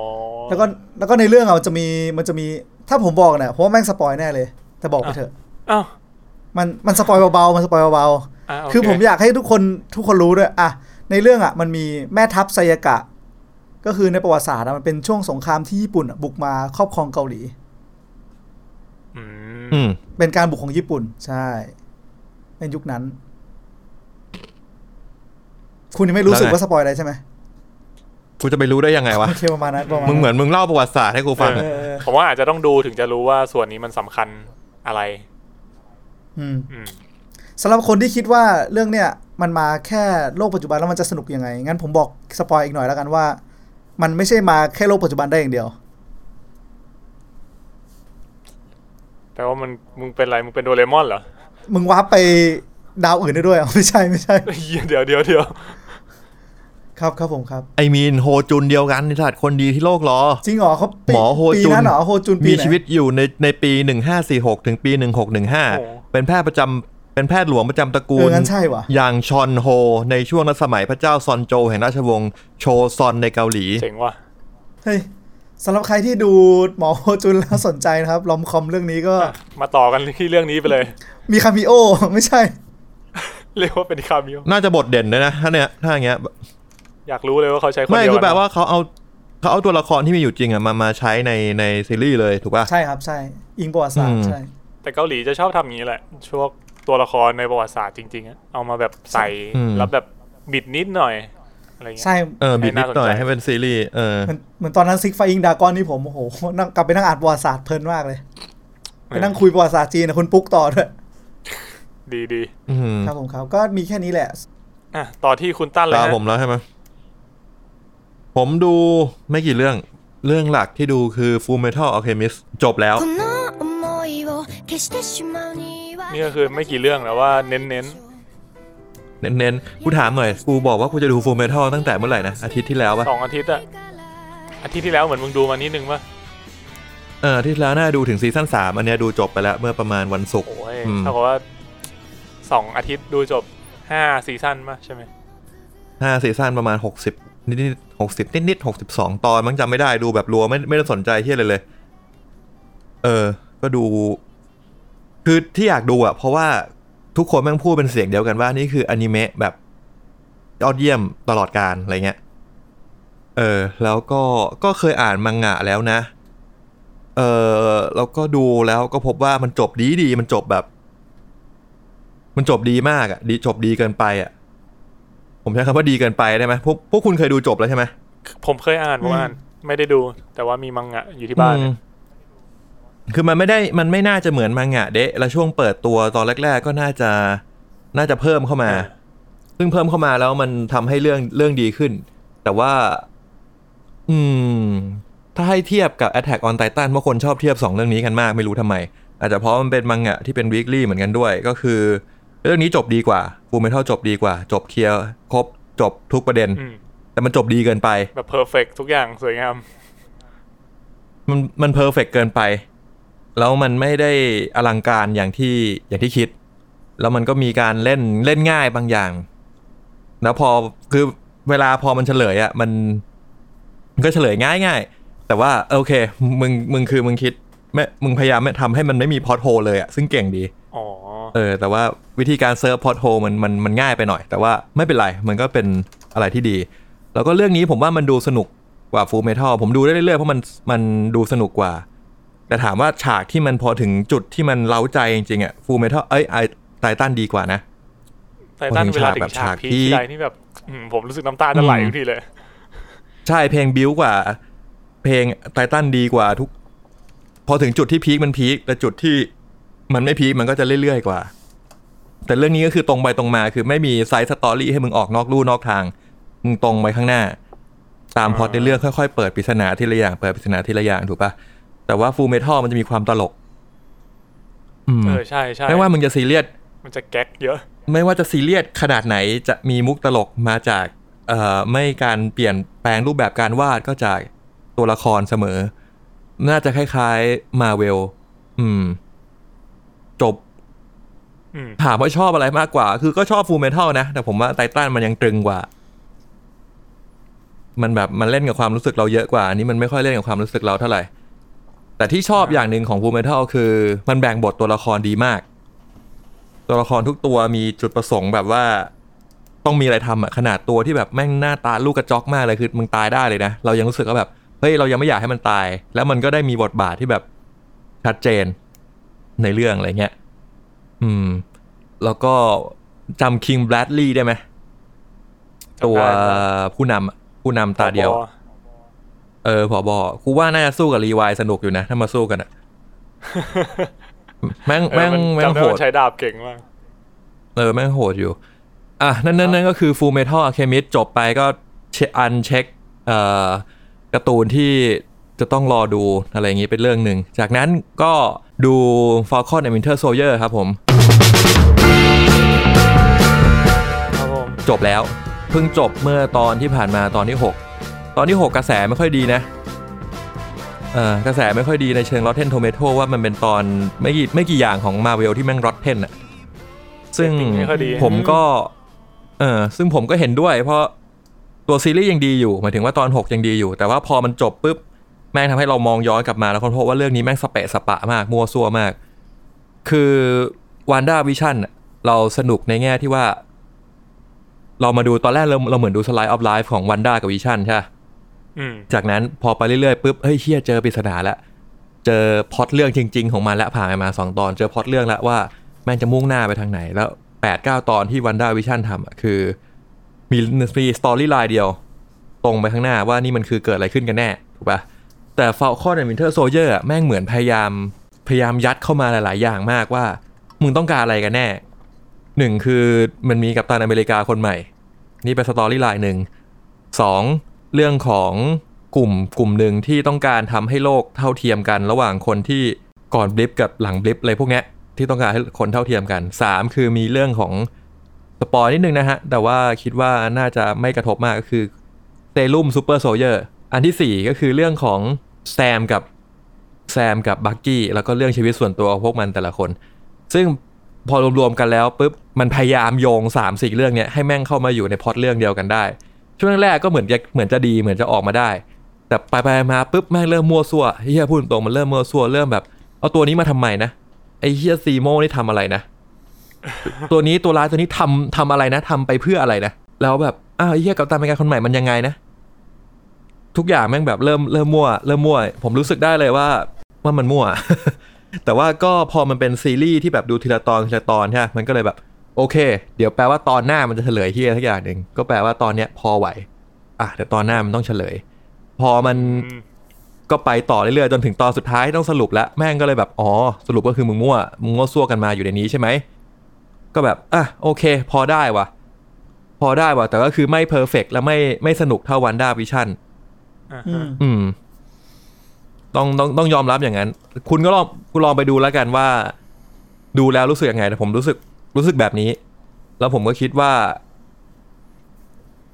[SPEAKER 1] แล้วก็แล้วก็ในเรื่องอ่ะมันจะมีมันจะมีถ้าผมบอกเนี่ยผมว่าแม่งสปอยแน่เลย แต่บอกไปเถอะ
[SPEAKER 3] อ้าว
[SPEAKER 1] มันมันสปอยเบาๆมันสปอยเบาๆ
[SPEAKER 3] ะโเ
[SPEAKER 1] คือผมอยากให้ทุกคนทุกคนรู้ด้วยอะในเรื่องอะมันมีแม่ทัพไซยากะ ก็คือในประวัติศาสตร์อะมันเป็นช่วงสงครามที่ญี่ปุ่นอะบุกมาครอบครองเกาหลี
[SPEAKER 3] อืม
[SPEAKER 2] อืม
[SPEAKER 1] เป็นการบุกของญี่ปุ่น ใช่ ในยุคนั้น คุณยังไม่รู้สึก
[SPEAKER 2] แล้วไง
[SPEAKER 1] ว่าสปอยอะไรใช่ไหม
[SPEAKER 2] กูจะไปรู้ได้ยังไงวะ
[SPEAKER 1] โอเคประมาณนั้นประมาณ
[SPEAKER 2] มึงเหมือนมึงเล่าประวัติศาสตร์ให้กูฟัง
[SPEAKER 1] เอ
[SPEAKER 2] อะ
[SPEAKER 1] อเออ
[SPEAKER 3] ผมว่าอาจจะต้องดูถึงจะรู้ว่าส่วนนี้มันสำคัญอะไร
[SPEAKER 1] อืม
[SPEAKER 3] อืม
[SPEAKER 1] สำหรับคนที่คิดว่าเรื่องเนี้ยมันมาแค่โลกปัจจุบันแล้วมันจะสนุกยังไง งั้นผมบอกสปอยอีกหน่อยแล้วกันว่า มันไม่ใช่มาแค่โลกปัจจุบันได้อย่างเดียว
[SPEAKER 3] แปลว่ามันมึงเป็นอะไรมึงเป็นโดเรมอนเหรอ
[SPEAKER 1] มึงว้าร์ปไปดาวอื่นได้ด้วยเหร อไม่ใช่ไม่ใช่
[SPEAKER 3] เหี้ยเดี๋ยวเดี๋ยวเดี๋ยว
[SPEAKER 1] ครับครับผมครับ
[SPEAKER 2] ไอมีนโฮจุนเดียวกันนี่สัตว์คนดีที่โลกรอ
[SPEAKER 1] จริงเหรอเขาปี
[SPEAKER 2] หมอโฮ
[SPEAKER 1] ปี
[SPEAKER 2] จุน
[SPEAKER 1] นั้นเหรอโฮจุนปี
[SPEAKER 2] มี
[SPEAKER 1] ไหน
[SPEAKER 2] ชีวิตอยู่ในในปี 1546 ถึงปี 1615 เป็นแพทย์ประจำเป็นแพทย์หลวงประจำตระ
[SPEAKER 1] เอ
[SPEAKER 2] กู
[SPEAKER 1] อ
[SPEAKER 2] ล
[SPEAKER 1] งั้นใช่วะ
[SPEAKER 2] อย่างชอนโฮ ในช่วงรัชสมัยพระเจ้าซอนโจวแห่งราชวงศ์โชซอนในเกาหลี
[SPEAKER 3] เจ๋งว่ะ
[SPEAKER 1] เฮ้ยสำหรับใครที่ดูหมอโฮจุนแล้วสนใจนะครับลอมคอมเรื่องนี้ก็
[SPEAKER 3] อ่ะมาต่อกันที่เรื่องนี้ไปเลย
[SPEAKER 1] มีคามิโอ ไม่ใช่
[SPEAKER 3] เรียกว่าเป็นคาเมิโอ
[SPEAKER 2] น่าจะบทเด่นเลยนะถ้าเนี่ยถ้าอย่างเงี้ย
[SPEAKER 3] อยากรู้เลยว่าเขาใช้คนเดียว
[SPEAKER 2] ไม่
[SPEAKER 3] กัน
[SPEAKER 2] คือแปลว่าเขาเอาเขาเอาตัวละครที่มีอยู่จริงอะมามาใช้ในในซีรีส์เลยถูกป่ะ
[SPEAKER 1] ใช่ครับใช่ อิงประวัติศาสตร์
[SPEAKER 2] อืม
[SPEAKER 1] ใช่
[SPEAKER 3] แต่เกาหลีจะชอบทำอย่างนี้แหละช่วงตัวละครในประวัติศาสตร์จริงๆอะเอามาแบบใส่
[SPEAKER 2] อืม
[SPEAKER 3] แล้วแบบบิดนิดหน่อยอะไรเงี้ย
[SPEAKER 1] ใช่
[SPEAKER 2] เออบิดนิดหน่อย
[SPEAKER 3] ให้น่าสนใจ
[SPEAKER 2] ให้เป็นซีรีส์เออ
[SPEAKER 1] เหมือนเหมือนตอนนั้นซิกไฟอิงดากอนนี่ผมโอ้โหนั่งกลับไปนั่งอ่านประวัติศาสตร์เพลินมากเลยไปนั่งคุยประวัติศาสตร์จีนกับคุณปุ๊กต่อด้วย
[SPEAKER 3] ดีดี
[SPEAKER 2] อืม
[SPEAKER 1] ครับผมครับก็มีแค่นี้แหละ
[SPEAKER 3] ๆอ่ะต่อที่คุณตั้นเลย
[SPEAKER 2] ตา
[SPEAKER 3] ฮะ
[SPEAKER 2] ผมแล้วใช่ไหมผมดูไม่กี่เรื่องเรื่องหลักที่ดูคือ Full Metal Alchemist จบแล้ว
[SPEAKER 6] この思いを消してしまうには
[SPEAKER 3] นี่ก็คือไม่กี่เรื่องแต่ว่าเน้น
[SPEAKER 2] เน้นๆ กูถามหน่อย กูบอกว่ากูจะดู Full Metal ตั้งแต่เมื่อไหร่นะ อาทิตย์ที่แล้วปะ
[SPEAKER 3] ๆสองอาทิตย์อะอาทิตย์ที่แล้วเหมือนมึงดูมานิดนึงป่ะ
[SPEAKER 2] เอออาทิตย์ที่แล้วน่าดูถึงซีซั่นสามอันเนี้ยดูจบไปแล้วเมื่อประมาณวันศุกร์
[SPEAKER 3] โอ้ย
[SPEAKER 2] อืม
[SPEAKER 3] เท่ากับว่าสองอาทิตย์ดูจบห้าซีซั่นป่ะใช่ไหม
[SPEAKER 2] ห้าซีซั่นประมาณหกสิบนิดๆหกสิบนิดๆหกสิบสองตอนมั้งจำไม่ได้ดูแบบรัวไม่ไม่ได้สนใจเที่ยอะไรเลย เออ ก็ดู คือที่อยากดูอ่ะ เพราะว่าทุกคนแม่งพูดเป็นเสียงเดียวกันว่านี่คืออนิเมะแบบยอดเยี่ยมตลอดการอะไรเงี้ย เออ แล้วก็ก็เคยอ่านมังงะแล้วนะ เออแล้วก็ดูแล้วก็พบว่ามันจบดีดีมันจบแบบ มันจบดีมากอ่ะ ดีจบดีเกินไปอ่ะ ผมใช้คำว่าดีเกินไปได้ไหมพวกพวกคุณเคยดูจบแล้วใช่ไหม
[SPEAKER 3] ผมเคยอ่านผมอ่านไม่ได้ดู แต่ว่ามีมังงะอยู่ที่บ้าน
[SPEAKER 2] อื
[SPEAKER 3] เนี่
[SPEAKER 2] ม
[SPEAKER 3] ย
[SPEAKER 2] คือมันไม่ได้มันไม่น่าจะเหมือนมังงะเดะแล้วช่วงเปิดตัวตอนแรก ๆ ก็น่าจะน่าจะเพิ่มเข้ามา ซึ่งเพิ่มเข้ามาแล้วมันทำให้เรื่องเรื่องดีขึ้น แต่ว่า อืม ถ้าให้เทียบกับ Attack on Titan ว่าคนชอบเทียบ 2 เรื่องนี้กันมากไม่รู้ทำไม อาจจะเพราะมันเป็นมังงะที่เป็น weekly เหมือนกันด้วย ก็คือ เรื่องนี้จบดีกว่าฟูเมทัลจบดีกว่า จบเคลียร์ครบจบทุกประเด็น
[SPEAKER 3] อืม
[SPEAKER 2] แต่มันจบดีเกินไป
[SPEAKER 3] แบบเพอร์เฟกทุกอย่างสวยงาม
[SPEAKER 2] มันมันเพอร์เฟกเกินไป แล้วมันไม่ได้อลังการอย่างที่อย่างที่คิด แล้วมันก็มีการเล่นเล่นง่ายบางอย่าง แล้วพอคือเวลาพอมันเฉลยอะ่ะมันมันก็เฉลยง่ายง่ายๆแต่ว่าโอเค มึงมึงคือมึงคิดไม่มึงพยายามไม่ทำให้มันไม่มีพอ h โ l เลยอะ่ะซึ่งเก่งดี
[SPEAKER 3] อ๋อ
[SPEAKER 2] เออ แต่ว่าวิธีการเซิร์ฟพอ h โ l มันมันมันง่ายไปหน่อย แต่ว่าไม่เป็นไร มันก็เป็นอะไรที่ดี แล้วก็เรื่องนี้ผมว่ามันดูสนุกกว่าฟูเมทัลผมดูได้เรื่อยๆ เพราะมันมันดูสนุกกว่า แต่ถามว่าฉากที่มันพอถึงจุดที่มันเล้าใจจริงๆอะฟูเมทัลเอ้ยไอไททันดีกว่านะ
[SPEAKER 3] ไททัน
[SPEAKER 2] พอถึ
[SPEAKER 3] เว
[SPEAKER 2] ง
[SPEAKER 3] ลา
[SPEAKER 2] ฉากแบ
[SPEAKER 3] ถึง
[SPEAKER 2] บ
[SPEAKER 3] ฉา
[SPEAKER 2] ฉาก ก
[SPEAKER 3] พี
[SPEAKER 2] ที่
[SPEAKER 3] คทีไรนี่แบบอืมผมรู้สึกน้ำตาจะไหล
[SPEAKER 2] อืม
[SPEAKER 3] ทุกทีเลย
[SPEAKER 2] ใช่เพลงบิวกว่า เพลงไททันดีกว่าทุก พอถึงจุดที่พีคมันพีคแต่จุดที่มันไม่พีคมันก็จะเรื่อยๆกว่า แต่เรื่องนี้ก็คือตรงไปตรงมาคือไม่มีไซส์สตอรี่ให้มึงออกนอกลู่นอกทาง มึงตรงไปข้างหน้า ตามพล็อตในเรื่องค่อยๆเปิดปริศนาทีละอย่างเปิดปริศนาทีละอย่างถูกปะแต่ว่าฟูเมทัลมันจะมีความตลก อืม
[SPEAKER 3] เออใช่ใช่
[SPEAKER 2] ไม่ว่ามึงจะซีเรียส
[SPEAKER 3] มันจะแก๊กเยอะ
[SPEAKER 2] ไม่ว่าจะซีเรียสขนาดไหนจะมีมุกตลกมาจากเอ่อไม่การเปลี่ยนแปลงรูปแบบการวาดก็จากตัวละครเสมอ น่าจะคล้ายๆมาเวลอืม จบ
[SPEAKER 3] อืม
[SPEAKER 2] ถามว่าชอบอะไรมากกว่า คือก็ชอบฟูเมทัลนะ แต่ผมว่าไททันมันยังตรึงกว่า มันแบบมันเล่นกับความรู้สึกเราเยอะกว่าอันนี้มันไม่ค่อยเล่นกับความรู้สึกเราเท่าไหร่ แต่ที่ชอบอย่างหนึ่งของฟูเมทัลคือมันแบ่งบทตัวละครดีมาก ตัวละครทุกตัวมีจุดประสงค์แบบว่า ต้องมีอะไรทำอะขนาดตัวที่แบบแม่งหน้าตาลูกกระจอกมากเลยคือมึงตายได้เลยนะเรายังรู้สึกว่าแบบเฮ้ยเรายังไม่อยากให้มันตาย แล้วมันก็ได้มีบทบาทที่แบบชัดเจนในเรื่องอะไรเงี้ยอืม แล้วก็จำคิงแบลดลีย์ได้ไหมตัว
[SPEAKER 3] จำได้ครับ
[SPEAKER 2] ผู้นำอะผู้นำตาเดียว เออผอบอกูว่าน่าจะสู้กับรีวายสนุกอยู่นะ ถ้ามาสู้ กันอะ แม่ง
[SPEAKER 3] เออ
[SPEAKER 2] แม่ง
[SPEAKER 3] มัน
[SPEAKER 2] แม่ง
[SPEAKER 3] จำได้
[SPEAKER 2] โห
[SPEAKER 3] ว่า
[SPEAKER 2] ด
[SPEAKER 3] มันใช้ดาบเก่งมาก
[SPEAKER 2] เออ แม่งโหดอยู่ อ่ะ นั่นนั่นนั่นก็คือฟู l เมทัลอะเคมิสจบไปก็เชอันเช็คเอ่อการ์ตูนที่จะต้องรอดูอะไรอย่างนี้เป็นเรื่องหนึ่ง จากนั้นก็ดู Falcon and Winter Soldier ครับผม
[SPEAKER 3] ครับผม
[SPEAKER 2] จบแล้ว เพิ่งจบเมื่อตอนที่ผ่านมาตอนที่ 6 ตอนที่ 6 กระแสไม่ค่อยดีนะเออกระแสไม่ค่อยดีในเชิง Rotten Tomato ว่ามันเป็นตอนไม่กี่ไม่กี่อย่างของ Marvel ที่แม่ง Rotten อะซึ่ง
[SPEAKER 3] จริงๆไม่ค่อยดี
[SPEAKER 2] ผมก็ เออซึ่งผมก็เห็นด้วย เพราะตัวซีรีส์ยังดีอยู่หมายถึงว่าตอน 6 ยังดีอยู่ แต่ว่าพอมันจบปุ๊บ แม่งทำให้เรามองย้อนกลับมาแล้วค้นพบว่าเรื่องนี้แม่งสเปะสปะมาก มั่วซั่วมาก คือวันด้าวิชั่นเราสนุกในแง่ที่ว่า เรามาดูตอนแรกเราเราเหมือนดูสไลด์ออฟไลฟ์ของวันด้ากับวิชั่นใช่ปะ
[SPEAKER 3] อืม
[SPEAKER 2] จากนั้นพอไปเรื่อยๆปุ๊บเฮ้ยเฮียเจอปริศนาแล้ว เจอพล็อตเรื่องจริง ๆ ของมันแล้วผ่านไปมาสองตอน เจอพล็อตเรื่องแล้วว่าแม่งจะมุ่งหน้าไปทางไหน แล้วแปดเก้าตอนที่วันด้าวิชั่นทำอะคือ มีมีสตอรี่ไลน์เดียว ตรงไปข้างหน้าว่านี่มันคือเกิดอะไรขึ้นกันแน่ ถูกปะแต่ฟ a ลคอนแอนด์วินเทอร์โซเยอร์แม่งเหมือนพยายาม พยายามยัดเข้ามาหลาย ๆ อย่างมากว่า มึงต้องการอะไรกันแน่หนึ่งคือมันมีกัปตันอเมริกาคนใหม่ นี่เป็นสตอรี่ไลน์หนึ่ง สองเรื่องของกลุ่มกลุ่มหนึ่งที่ต้องการทำให้โลกเท่าเทียมกัน ระหว่างคนที่ก่อนบลิปกับหลังบลิปอะไรพวกเนี้ยที่ต้องการให้คนเท่าเทียมกันสามคือมีเรื่องของสปอยนิดนึงนะฮะ แต่ว่าคิดว่าน่าจะไม่กระทบมากก็คือเซรุ่มซูเปอร์โซเยอร์อันที่สี่ก็คือเรื่องของแซมกับแซมกับบักกี้แล้วก็เรื่องชีวิตส่วนตัวของพวกมันแต่ละคน ซึ่งพอรวมๆกันแล้วปุ๊บมันพยายามโยง3ามสี่เรื่องเนี้ยให้แม่งเข้ามาอยู่ในพล็อตเรื่องเดียวกันได้ ช่วงแรกๆก็เหมือนจะเหมือนจะดีเหมือนจะออกมาได้ แต่ไปไปๆมาปุ๊บแม่งเริ่มมั่วซั่วเฮียพูดตรงๆมันเริ่มมั่วซั่วเริ่มแบบ เอาตัวนี้มาทำไมนะไอเฮียซีโมนี่ทำอะไรนะ ตัวนี้ตัวร้ายตัวนี้ทำทำอะไรนะทำไปเพื่ออะไรนะแล้วแบบอ้าวไอ้เฮียกับตามการคนใหม่มันยังไงนะ ทุกอย่างแม่งแบบเริ่มเริ่มมั่วเริ่มมั่ว ผมรู้สึกได้เลยว่าว่ามันมั่ว แต่ว่าก็พอมันเป็นซีรีส์ที่แบบดูทีละตอนทีละตอนใช่ไหมมันก็เลยแบบ โอเค เดี๋ยวแปลว่าตอนหน้ามันจะเฉลยที่อะไรสักอย่างหนึ่งก็แปลว่าตอนเนี้ยพอไหว อ่ะเดี๋ยวตอนหน้ามันต้องเฉลย พอมัน
[SPEAKER 3] อืม
[SPEAKER 2] ก็ไปต่อเรื่อยๆจนถึงตอนสุดท้ายต้องสรุปแล้วแม่งก็เลยแบบอ๋อสรุปก็คือมึงมั่วมึงมั่วซั่วกันมาอยู่ในนี้ใช่ไหมก็แบบอ่ะโอเค พอได้ว่ะ พอได้ว่ะแต่ก็คือไม่เพอร์เฟกและไม่ไม่สนุกเท่าวันด้าวิชั่น
[SPEAKER 3] อ่า
[SPEAKER 1] อื
[SPEAKER 3] ฮะ
[SPEAKER 1] ม
[SPEAKER 2] อืมต้องต้องต้องยอมรับอย่างนั้น คุณก็ลองคุณลองไปดูแล้วกันว่า ดูแล้วรู้สึกยังไงแต่ผมรู้สึกรู้สึกแบบนี้ แล้วผมก็คิดว่า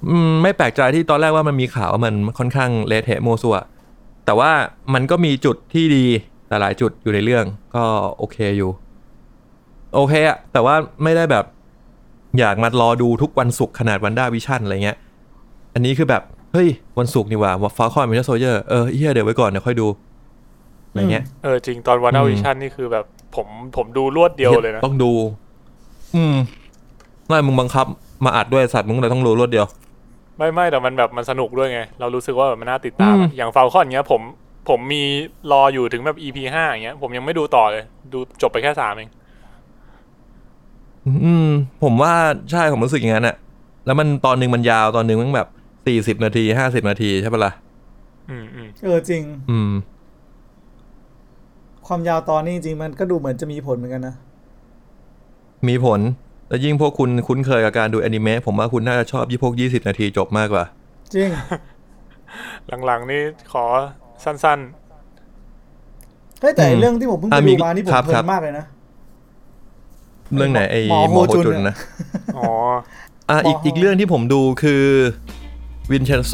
[SPEAKER 2] อืม ไม่แปลกใจที่ตอนแรกว่ามันมีข่าวว่ามันค่อนข้างเละเทะโมวซัวแต่ว่ามันก็มีจุดที่ดีแต่หลายจุดอยู่ในเรื่อง ก็โอเคอยู่ โอเคอะแต่ว่าไม่ได้แบบ อยากมารอดูทุกวันศุกร์ขนาดวันด้าวิชั่นอะไรเงี้ย อันนี้คือแบบ เฮ้ย วันศุกร์นี่หว่าฟาคอนมิเนโซเยอร์เออเฮียเดี๋ยวไว้ก่อนเดี๋ยวค่อยดูอะไรเงี้ย
[SPEAKER 3] เออจริงตอนวัน
[SPEAKER 2] อื
[SPEAKER 3] เอา
[SPEAKER 2] ม
[SPEAKER 3] วิชั่นนี่คือแบบผมผมดูรวดเดียวเลยนะ
[SPEAKER 2] ต้องดู อืมไม่มึงบังคับ มาอัดด้วยสัตว์มึงเลยต้องรู้รวดเดียว
[SPEAKER 3] ไม่ไม่แต่มันแบบมันสนุกด้วยไง เรารู้สึกว่าแบบมันน่าติดตาม
[SPEAKER 2] อื
[SPEAKER 3] อะ
[SPEAKER 2] ม
[SPEAKER 3] อย่างฟ a ลคอนเงี้ย ผมผมมีรออยู่ถึงแบบ EP ห้าอย่างเงี้ยผมยังไม่ดูต่อเลย ดูจบไปแค่สามเอง
[SPEAKER 2] อืม ผมว่าใช่ผมรู้สึกอย่างนั้นอะแล้วมันตอนหนึ่งมันยาวตอนหนึ่งมันแบบ สี่สิบนาทีห้าสิบนาทีใช่ปะล่ะ
[SPEAKER 3] อืมอืม
[SPEAKER 1] เออจริง
[SPEAKER 2] อืม
[SPEAKER 1] ความยาวตอนนี้จริงๆมันก็ดูเหมือนจะมีผลเหมือนกันนะ
[SPEAKER 2] มีผล แล้วยิ่งพวกคุณคุ้นเคยกับการดูอนิเมะผมว่าคุณน่าจะชอบยี่พวกยี่สิบนาทีจบมากกว่า
[SPEAKER 1] จริง
[SPEAKER 3] หลังๆนี่ขอสั้น
[SPEAKER 1] เฮ้ยแต่
[SPEAKER 2] อืม
[SPEAKER 1] เรื่องที่ผมเพิ่ง
[SPEAKER 2] อ่ะ
[SPEAKER 1] ไป
[SPEAKER 2] มี
[SPEAKER 1] ดูมานี่ผม
[SPEAKER 2] ครับ
[SPEAKER 1] เพลิ
[SPEAKER 2] ครับ
[SPEAKER 1] นมากเลยนะ
[SPEAKER 2] เรื่องไหนไอ้
[SPEAKER 1] หมอ
[SPEAKER 2] หมอโฮ
[SPEAKER 1] โฮจุน
[SPEAKER 2] จุน
[SPEAKER 1] เนี่ย
[SPEAKER 2] นะ
[SPEAKER 3] ๆ อ๋อ
[SPEAKER 2] อ่ะอีก
[SPEAKER 1] หมอโฮ
[SPEAKER 2] อีกเรื่องที่ผมดูคือวินเชนโซ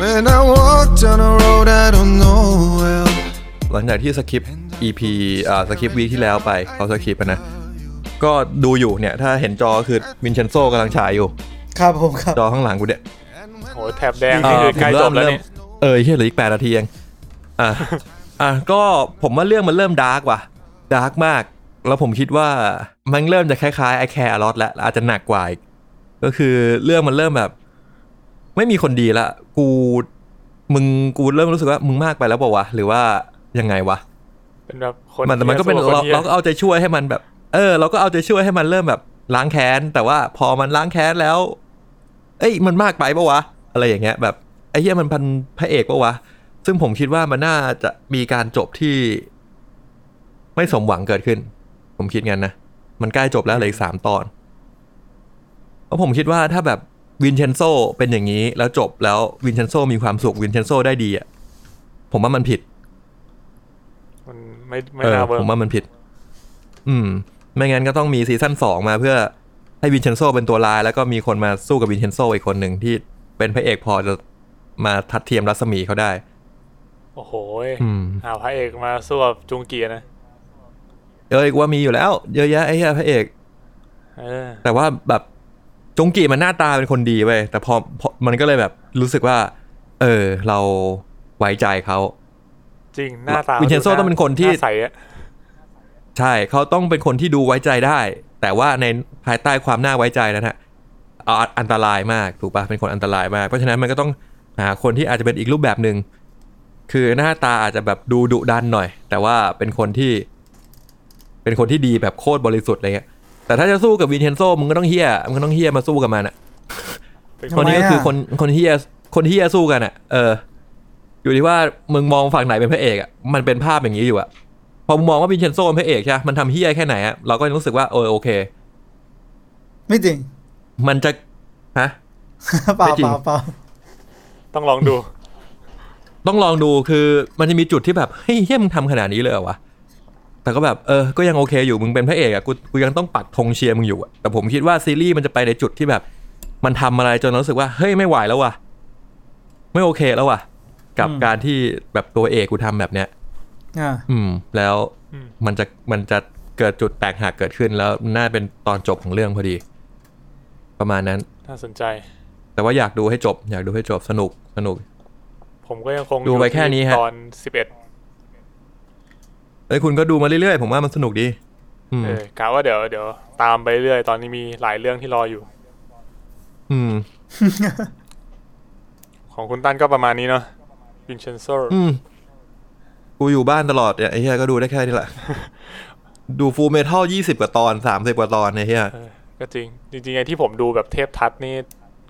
[SPEAKER 7] When I walk down a road I don't know well.
[SPEAKER 2] หลังจากที่สคริปต์ EP อ่าสคริปต์วีคที่แล้วไปเขาสคริปต์อะนะ ก็ดูอยู่เนี่ย ถ้าเห็นจอคือวินเชนโซกำลังฉายอยู่
[SPEAKER 1] ครับผมครับ
[SPEAKER 2] จอข้างหลังกูเนี่ย
[SPEAKER 3] โหแถบแดงนี่คือใกล้จบแล้วนี่
[SPEAKER 2] เออเฮียเหลืออีกแปดนาทีเองอ่ะ อ่ะก็ผมว่าเรื่องมันเริ่มดาร์กว่ะดาร์กมาก แล้วผมคิดว่ามันเริ่มจะคล้ายๆไอแคร์ลอตแล้วอาจจะหนักกว่าอีกก็คือเรื่องมันเริ่มแบบ ไม่มีคนดีละ กูมึงกูเริ่มรู้สึกว่ามึงมากไปแล้วเปล่าวะหรือว่ายังไงวะ
[SPEAKER 3] เป็นแบบคน
[SPEAKER 2] มันแต่มันก็เป็น
[SPEAKER 3] หี้ยสู้
[SPEAKER 2] เรา
[SPEAKER 3] บคหี้ย
[SPEAKER 2] เราก็เอาใจช่วยให้มันแบบ เออ เราก็เอาใจช่วยให้มันเริ่มแบบล้างแค้น แต่ว่าพอมันล้างแค้นแล้ว เอ้ยมันมากไปปะวะ อะไรอย่างเงี้ย แบบไอ้เหี้ยมันพันพระเอกปะวะ ซึ่งผมคิดว่ามันน่าจะมีการจบที่ ไม่สมหวังเกิดขึ้น ผมคิดงั้นนะ มันใกล้จบแล้วเหลืออีกสามตอนเพราะผมคิดว่าถ้าแบบวินเชนโซเป็นอย่างนี้ แล้วจบแล้ววินเชนโซมีความสุขวินเชนโซได้ดีอะผมว่ามันผิด
[SPEAKER 3] มันไม่ไม่
[SPEAKER 2] เออ
[SPEAKER 3] น่าเวิร์
[SPEAKER 2] ผมว่ามันผิด อืม ไม่งั้นก็ต้องมีซีซั่นสองมาเพื่อให้วินเชนโซเป็นตัวร้าย แล้วก็มีคนมาสู้กับวินเชนโซอีกคนหนึ่งที่เป็นพระเอกพอจะมาทัดเทียมรัศมีเขาได้
[SPEAKER 3] โอ้โห
[SPEAKER 2] อืม
[SPEAKER 3] เอาพระเอกมาสู้กับจุงเกียนะ
[SPEAKER 2] เอ้ยกูว่ามีอยู่แล้ว เยอะแยะไอ้เหี้ยพระเอก
[SPEAKER 3] เออ
[SPEAKER 2] แต่ว่าแบบจงกีมันหน้าตาเป็นคนดีเว้ยแต่พอพอมันก็เลยแบบรู้สึกว่า เออ เราไว้ใจเขา
[SPEAKER 3] จริงหน้าตา
[SPEAKER 2] วินเชนโซ่
[SPEAKER 3] ดูา
[SPEAKER 2] ต้องเป็นคนที่
[SPEAKER 3] าใสอะ
[SPEAKER 2] ใช่เขาต้องเป็นคนที่ดูไว้ใจได้ แต่ว่าในภายใต้ความน่าไว้ใจนั้นฮะเอาอันตรายมากถูกปะเป็นคนอันตรายมาก เพราะฉะนั้นมันก็ต้องหาคนที่อาจจะเป็นอีกรูปแบบหนึ่งคือหน้าตาอาจจะแบบดูดุดันหน่อย แต่ว่าเป็นคนที่ เป็นคนที่ดีแบบโคตรบริสุทธิ์อะไรเงี้ยแต่ถ้าจะสู้กับวินเทนโซมึงก็ต้องเฮี้ยมึงก็ต้องเฮี้ยมาสู้กับมันอะ
[SPEAKER 3] เป็น
[SPEAKER 1] ทำ
[SPEAKER 2] ค
[SPEAKER 1] ไมอะ
[SPEAKER 2] นนี้ก็คือคนคนที่จะคนที่จะสู้กันอ่ะ เออ อยู่ที่ว่ามึงมองฝั่งไหนเป็นพระเอกอ่ะมันเป็นภาพอย่างนี้อยู่อ่ะพอมึงมองว่าวินเชนโซเป็นพระเอกใช่ไหมมันทำเฮี้ยแค่ไหนอ่ะเราก็ยังรู้สึกว่าเออโอเค
[SPEAKER 1] ไม่จริง
[SPEAKER 2] มันจะฮะ
[SPEAKER 1] เปล่า
[SPEAKER 2] ไม่จริ
[SPEAKER 1] เป
[SPEAKER 2] ง
[SPEAKER 1] ล่าเปล่า
[SPEAKER 3] ต้องลองดู
[SPEAKER 2] ต้องลองดูคือมันจะมีจุดที่แบบเฮ้ยเฮี้ยมึงทำขนาดนี้เลยเหรอวะแต่ก็แบบเออก็ยังโอเคอยู่มึงเป็นพระเอกอ่ะกูกูยังต้องปักธงเชียร์มึงอยู่อ่ะแต่ผมคิดว่าซีรีส์มันจะไปในจุดที่แบบ มันทำอะไรจนเรารู้สึกว่าเฮ้ยไม่ไหวแล้วว่ะ ไม่โอเคแล้วว่ะ กับการที่แบบตัวเอกกูทำแบบเนี้ย
[SPEAKER 1] อ่า
[SPEAKER 2] อืมแล้ว
[SPEAKER 3] อืม
[SPEAKER 2] มันจะมันจะเกิดจุดแตกหักเกิดขึ้น แล้วน่าเป็นตอนจบของเรื่องพอดี ประมาณนั้น
[SPEAKER 3] น่าสนใจ
[SPEAKER 2] แต่ว่าอยากดูให้จบ อยากดูให้จบสนุกสนุก
[SPEAKER 3] ผมก็ยังคง
[SPEAKER 2] ดูไป
[SPEAKER 3] อยู่ที่
[SPEAKER 2] แค่นี้ฮะ
[SPEAKER 3] ตอนสิบเอ็ด
[SPEAKER 2] เอ้ยคุณก็ดูมาเรื่อยๆ ผมว่ามันสนุกดี อืม
[SPEAKER 3] เออกะว่าเดี๋ยวเดี๋ยวตามไปเรื่อยตอนนี้มีหลายเรื่องที่รออยู่
[SPEAKER 2] อืม
[SPEAKER 3] ของคุณตั้นก็ประมาณนี้เนาะวินเชนโซ
[SPEAKER 2] อืม กูอยู่บ้านตลอดเนี่ยไอ้เหี้ยก็ดูได้แค่ นี้แหละ ดูฟูเมทัลยี่สิบกว่าตอนสามสิบกว่าตอนไอ้เหี้ย
[SPEAKER 3] ก็จริง จริงๆไอ้ที่ผมดูแบบเทปทัศน์นี่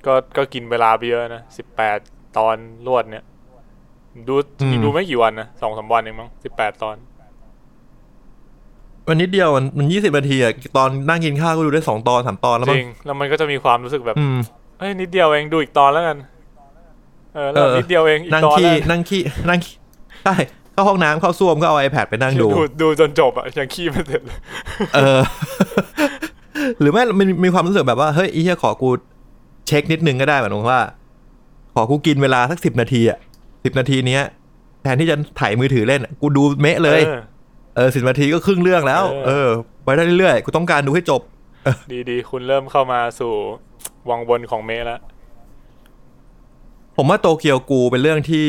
[SPEAKER 3] ก็ก็กินเวลาไปเยอะนะสิบแปดตอนรวดเนี่ย ดูดูไม่กี่วันนะสองสามวันเองมั้งสิบแปดตอน
[SPEAKER 2] มันนิดเดียวมันมันยี่สิบนาทีอะตอนนั่งกินข้าวก็ดูได้สองตอนสามตอนแล้ว
[SPEAKER 3] จ
[SPEAKER 2] มั้ง
[SPEAKER 3] ริง แล้วมันก็จะมีความรู้สึกแบบ
[SPEAKER 2] อืม
[SPEAKER 3] เอ้ยนิดเดียวเองดูอีกตอนแล้วกัน เออ แล้ว
[SPEAKER 2] เออ
[SPEAKER 3] นิดเดียวเองอีก
[SPEAKER 2] นั่ง
[SPEAKER 3] ตอน
[SPEAKER 2] ขี้
[SPEAKER 3] แล้ว
[SPEAKER 2] นั่งขี้นั่งขี้ใช่เข้าห้องน้ำเข้าซ่วมก็เอา iPad ไปนั่ง
[SPEAKER 3] ดู
[SPEAKER 2] ดู
[SPEAKER 3] ดูจนจบอ่ะยังขี้ไม่เสร็จเลย
[SPEAKER 2] เออ หรือไม่มันมีความรู้สึกแบบว่า เฮ้ยไอ้เหี้ยขอกูเช็คนิดนึงก็ได้เหมือนว่า ขอกูกินเวลาสักสิบนาทีอ่ะสิบนาทีเนี้ยแทนที่จะถ่ายมือถือเล่นอะกูดูเมะเลย
[SPEAKER 3] ออ
[SPEAKER 2] เออสิบนาทีก็ครึ่งเรื่องแล้ว
[SPEAKER 3] เออ
[SPEAKER 2] เออ ไปได้เรื่อยๆ กูต้องการดูให้จบ
[SPEAKER 3] ดีดีคุณเริ่มเข้ามาสู่วังวนของเมะแล้ว
[SPEAKER 2] ผมว่าโตเกียวกูเป็นเรื่องที่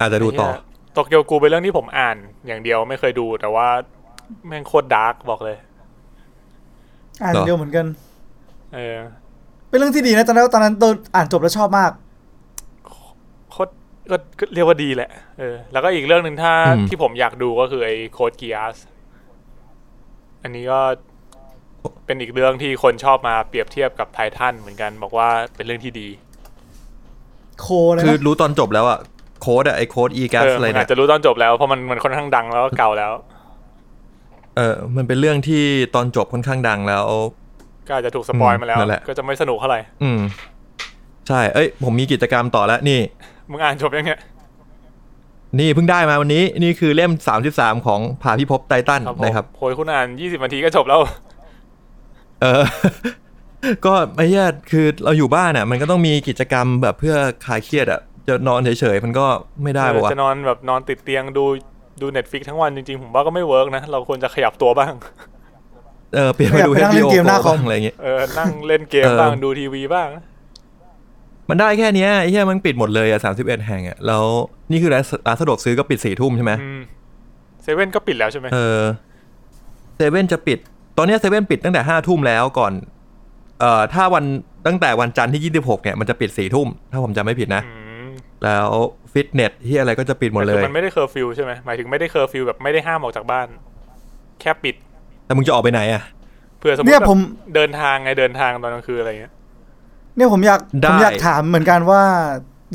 [SPEAKER 2] อาจจะดูต่อ
[SPEAKER 3] โตเกียวกูเป็นเรื่องที่ผมอ่านอย่างเดียวไม่เคยดู แต่ว่าแม่งโคตรดาร์กบอกเลย
[SPEAKER 1] อ่าน
[SPEAKER 2] เหรอ
[SPEAKER 1] เดียวเหมือนกัน
[SPEAKER 3] เออ
[SPEAKER 1] เป็นเรื่องที่ดีนะตอนนั้นตอนนั้นตอนอ่านจบแล้วชอบมาก
[SPEAKER 3] โคตรก็ก็เรียกว่าดีแหละ เออ แล้วก็อีกเรื่องหนึ่งถ้า
[SPEAKER 2] อืม
[SPEAKER 3] ที่ผมอยากดูก็คือไอ้โค้ดเกียสอันนี้ก็เป็นอีกเรื่องที่คนชอบมาเปรียบเทียบกับไททันเหมือนกัน บอกว่าเป็นเรื่องที่ดี
[SPEAKER 1] โคเลย
[SPEAKER 2] คือ
[SPEAKER 1] นะ
[SPEAKER 2] รู้ตอนจบแล้วอะโค้ดอะไอโค้ด e g a
[SPEAKER 3] เอ
[SPEAKER 2] s
[SPEAKER 3] อ
[SPEAKER 2] อะไร
[SPEAKER 3] มัน
[SPEAKER 2] เนี่
[SPEAKER 3] อาจ
[SPEAKER 2] ย
[SPEAKER 3] จะรู้ตอนจบแล้วเพราะมันมันค่อนข้างดังแล้วก็เก่าแล้ว
[SPEAKER 2] เออมันเป็นเรื่องที่ตอนจบค่อนข้างดังแล้ว
[SPEAKER 3] ก็อาจจะถูกสปอยล์มาแล้ว
[SPEAKER 2] นั่นแหละ
[SPEAKER 3] ก็จะไม่สนุกเท่าไหร่
[SPEAKER 2] อืม ใช่ เอ้ย ผมมีกิจกรรมต่อแล้วนี่
[SPEAKER 3] มึงอ่านจบยังเนี่ย
[SPEAKER 2] นี่เพิ่งได้มาวันนี้ นี่คือเล่ม 33 ของผ่าพิภพไททัน
[SPEAKER 3] ครับผม
[SPEAKER 2] นะครับ
[SPEAKER 3] โหยคุณอ่าน 20นาทีก็จบแล้ว
[SPEAKER 2] เออ ก็ไอ้เหี้ยคือเราอยู่บ้านอ่ะ มันก็ต้องมีกิจกรรมแบบเพื่อคลายเครียดอ่ะ จะนอนเฉยๆ มันก็ไม่ได้ปะวะ
[SPEAKER 3] จะนอนแบบนอนติดเตียงดูดูเน็ตฟิกทั้งวันจริงๆ ผมว่าก็ไม่เวิร์กนะ เราควรจะขยับตัวบ้าง
[SPEAKER 2] เออเปลี่ยนมาดู
[SPEAKER 1] ไปนั่งเล่น
[SPEAKER 2] HBO
[SPEAKER 1] เกมหน้าคอม
[SPEAKER 2] บ้งอะไรอย่างเงี้ย
[SPEAKER 3] เออ นั่งเล่นเกม
[SPEAKER 2] เออ
[SPEAKER 3] บ้างดูทีวีบ้าง
[SPEAKER 2] มันได้แค่เนี้ยไอ้เหี้ยมันปิดหมดเลยอ่ะ31 แห่งอ่ะ แล้วนี่คือร้านร้านสะดวกซื้อก็ปิด4ทุ่มใช่ไหม
[SPEAKER 3] อืมเซเว่นก็ปิดแล้วใช่ไหม
[SPEAKER 2] เออเซเว่นจะปิด ตอนเนี้เซเว่นปิดตั้งแต่ห้าทุ่มแล้วก่อน เอ่อถ้าวันตั้งแต่วันจันทร์ที่ยี่สิบหกเนี่ยมันจะปิดสี่ทุ่ม ถ้าผมจำไม่ผิดนะ
[SPEAKER 3] ม
[SPEAKER 2] แล้วฟิตเนสที่อะไรก็จะปิดหมดเล
[SPEAKER 3] แต่
[SPEAKER 2] ย
[SPEAKER 3] คือมันไม่ได้เคอร์ฟิวใช่ไหมหมายถึงไม่ได้เคอร์ฟิวแบบไม่ได้ห้ามออกจากบ้าน แค่ปิด
[SPEAKER 2] แต่มึงจะออกไปไหนอ่ะ
[SPEAKER 3] เพื่อสมมติ
[SPEAKER 1] เนี่ย
[SPEAKER 3] แบบ
[SPEAKER 1] ผม
[SPEAKER 3] เดินทางไงเดินทางตอนกลางคืนอะไรเงี้ย
[SPEAKER 1] เนี่ยผมอยาก
[SPEAKER 2] ได้
[SPEAKER 1] ผมอยากถามเหมือนกันว่า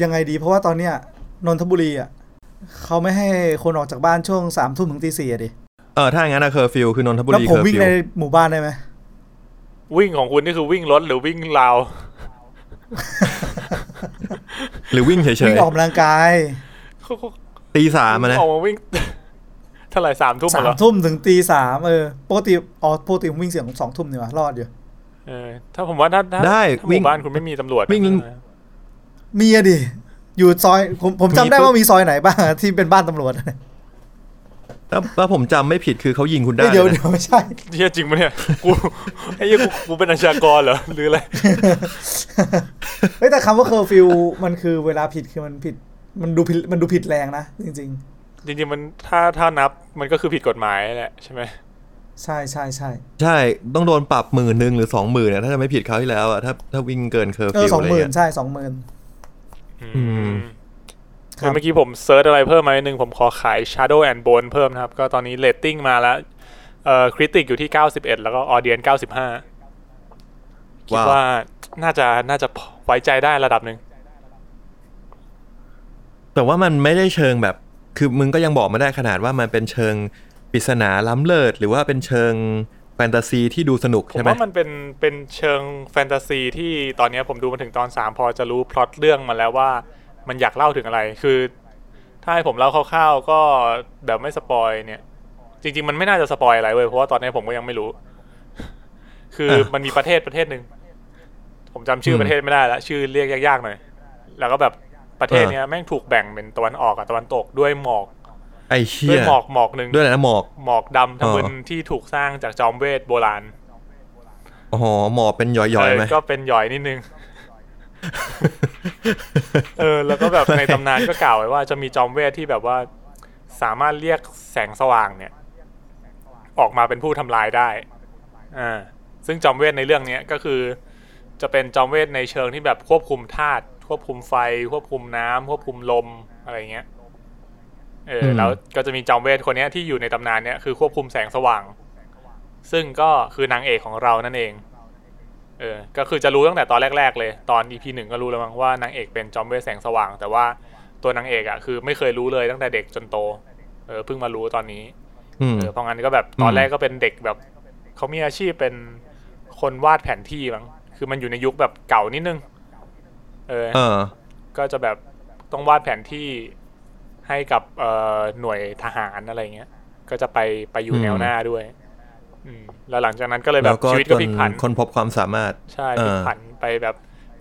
[SPEAKER 1] ยังไงดี เพราะว่าตอนเนี้ยนนทบุรีอ่ะเขาไม่ให้คนออกจากบ้านช่วงสามทุ่มถึงตีสี่อะดิ
[SPEAKER 2] เออถ้าอย่างนั้นอะเคอร์ฟิวคือนนทบุ
[SPEAKER 1] แล้ว
[SPEAKER 2] รี
[SPEAKER 1] ผม
[SPEAKER 2] เคอร์
[SPEAKER 1] วิ่ง
[SPEAKER 2] ฟิว
[SPEAKER 1] ในหมู่บ้านได้ไหม
[SPEAKER 3] วิ่งของคุณนี่คือวิ่งรถหรือวิ่งราว
[SPEAKER 2] หรือวิ่งเฉย
[SPEAKER 1] วิ่งออกกำลังกาย
[SPEAKER 2] ๆตีสามอะนะ
[SPEAKER 3] ออกมาวิ่ง เท่าไหร่สามทุ่ม
[SPEAKER 1] สาม
[SPEAKER 3] เหรอ
[SPEAKER 1] ทุ่มถึงตีสามเออปกติอ๋อปกติผมวิ่งเสียงสองทุ่มนี่หวะรอดอยู่
[SPEAKER 3] เออถ้าผมว่าถ้าถ้า
[SPEAKER 2] ได้
[SPEAKER 3] ถ้าห
[SPEAKER 2] วิ่ง
[SPEAKER 3] มู่บ้านคุณไม่มีตำรวจ
[SPEAKER 2] วิ่ง
[SPEAKER 1] มีอะดิ อยู่ซอยผมผมจำได้ว่ามีซอยไหนบ้างอะ ที่เป็นบ้านตำรวจอะ
[SPEAKER 2] ถ้าถ้าผมจำไม่ผิดคือเขายิงคุณได้
[SPEAKER 1] เอ้ยเดี๋ยว
[SPEAKER 2] นะ
[SPEAKER 1] เดี๋ยวไม่ใช่
[SPEAKER 3] เฮียจริงปะเนี่ยกู ไอ้เฮียกูกูเป็นอาชญากรเหรอหรืออะไร
[SPEAKER 1] เฮ้ยแต่คำว่าเคอร์ฟิวมันคือเวลาผิดคือมันผิด มันดูผิดมันดูผิดแรงนะ จริง
[SPEAKER 3] จริงๆมันถ้าถ้านับมันก็คือผิดกฎหมายแหละใช่ไหม
[SPEAKER 1] ๆ ใช่ใช่ใช่
[SPEAKER 2] ใช่ต้องโดนปรับหมื่นหนึ่งหรือสองหมื่นนะถ้าจะไม่ผิดเขาวที่แล้วอ่ะถ้าถ้าวิ่งเกินเคอร์
[SPEAKER 1] เอ
[SPEAKER 2] ฟิ
[SPEAKER 1] อ
[SPEAKER 2] ว
[SPEAKER 1] สอง
[SPEAKER 2] อะไร
[SPEAKER 1] หมื่น
[SPEAKER 2] เงี้ย
[SPEAKER 1] ใช่สองหมื่น
[SPEAKER 3] อืม
[SPEAKER 1] ครับ
[SPEAKER 3] เมื่อกี้ผมเซิร์ชอะไรเพิ่มมาหนึ่งผมขอขาย Shadow and Bone เพิ่มนะครับ ก็ตอนนี้เรตติ้งมาแล้วเอ่อคริติกอยู่ที่ 91 แล้วก็ออเดียน 95 คิด
[SPEAKER 2] ว้าว
[SPEAKER 3] ว่าน่าจะน่าจะไว้ใจได้ระดับหนึ่ง
[SPEAKER 2] แต่ว่ามันไม่ได้เชิงแบบ คือมึงก็ยังบอกไม่ได้ขนาดว่ามันเป็นเชิงปริศนาล้ำเลิศ หรือว่าเป็นเชิงแฟนตาซีที่ดูสนุก
[SPEAKER 3] ผม
[SPEAKER 2] ใช่ไหม
[SPEAKER 3] ว่ามันเป็นเป็นเชิงแฟนตาซีที่ตอนนี้ผมดูมาถึงตอน 3 พอจะรู้พล็อตเรื่องมาแล้วว่ามันอยากเล่าถึงอะไรคือ ถ้าให้ผมเล่าคร่าวๆก็แบบไม่สปอยเนี่ย จริง ๆ มันไม่น่าจะสปอยอะไรเว้ยเพราะว่าตอนนี้ผมก็ยังไม่รู้ คือมันมีประเทศประเทศหนึ่งผมจำชื่อประเทศไม่ได้ละชื่อเรียกยากๆหน่อยแล้วก็แบบประเทศเนี้ยแม่งถูกแบ่งเป็นตะวันออกกับตะวันตกด้วยหมอก
[SPEAKER 2] ไอ้
[SPEAKER 3] ด้
[SPEAKER 2] เชี่
[SPEAKER 3] วย
[SPEAKER 2] ย
[SPEAKER 3] หมอกหมอกหนึ่ง
[SPEAKER 2] ด้วยอะไรนะหมอก
[SPEAKER 3] หมอกดำทั้งบน
[SPEAKER 2] อ๋อ
[SPEAKER 3] ที่ถูกสร้างจากจอมเวทโบราณ
[SPEAKER 2] อ๋อหมอกเป็นหย่อยๆไหม
[SPEAKER 3] เก็เป็นหย่อยนิดนึ ง เออ แล้วก็แบบในตำนานก็กล่าวไว้ว่าจะมีจอมเวทที่แบบว่าสามารถเรียกแสงสว่างเนี่ย ออกมาเป็นผู้ทำลายได้ อ่า ซึ่งจอมเวทในเรื่องเนี้ยก็คือ จะเป็นจอมเวทในเชิงที่แบบควบคุมธาตุควบคุมไฟ ควบคุมน้ำควบคุมลมอะไรเงี้ย เออ
[SPEAKER 2] อืม
[SPEAKER 3] แล้วก็จะมีจอมเวทคนเนี้ยที่อยู่ในตำนานเนี้ยคือควบคุมแสงสว่าง ซึ่งก็คือนางเอกของเรานั่นเอง เออ ก็คือจะรู้ตั้งแต่ตอนแรก ๆ เลย ตอน EP หนึ่งก็รู้แล้วมั้งว่านางเอกเป็นจอมเวทแสงสว่าง แต่ว่าตัวนางเอกอะ่ะคือไม่เคยรู้เลยตั้งแต่เด็กจนโต เออ เพิ่งมารู้ตอนนี้
[SPEAKER 2] อืม
[SPEAKER 3] เออ เพราะงั้นก็แบบตอนแรกก็เป็นเด็กแบบเขามีอาชีพเป็นคนวาดแผนที่มั้ง คือมันอยู่ในยุคแบบเก่านิดนึง เออ
[SPEAKER 2] เออ
[SPEAKER 3] ก็จะแบบต้องวาดแผนที่ให้กับเอ่อหน่วยทหารอะไรเงี้ย ก็จะไปไปอยู่
[SPEAKER 2] อืม
[SPEAKER 3] แนวหน้าด้วย อืมแล้วหลังจากนั้นก็เลยแบ
[SPEAKER 2] แล้
[SPEAKER 3] บ
[SPEAKER 2] วก็
[SPEAKER 3] ชีวิต
[SPEAKER 2] จ
[SPEAKER 3] ก็
[SPEAKER 2] น
[SPEAKER 3] พลิกผัน
[SPEAKER 2] คนพบความสามารถ
[SPEAKER 3] ใช่
[SPEAKER 2] เอ
[SPEAKER 3] พ
[SPEAKER 2] อ
[SPEAKER 3] ลิกผันไปแบบ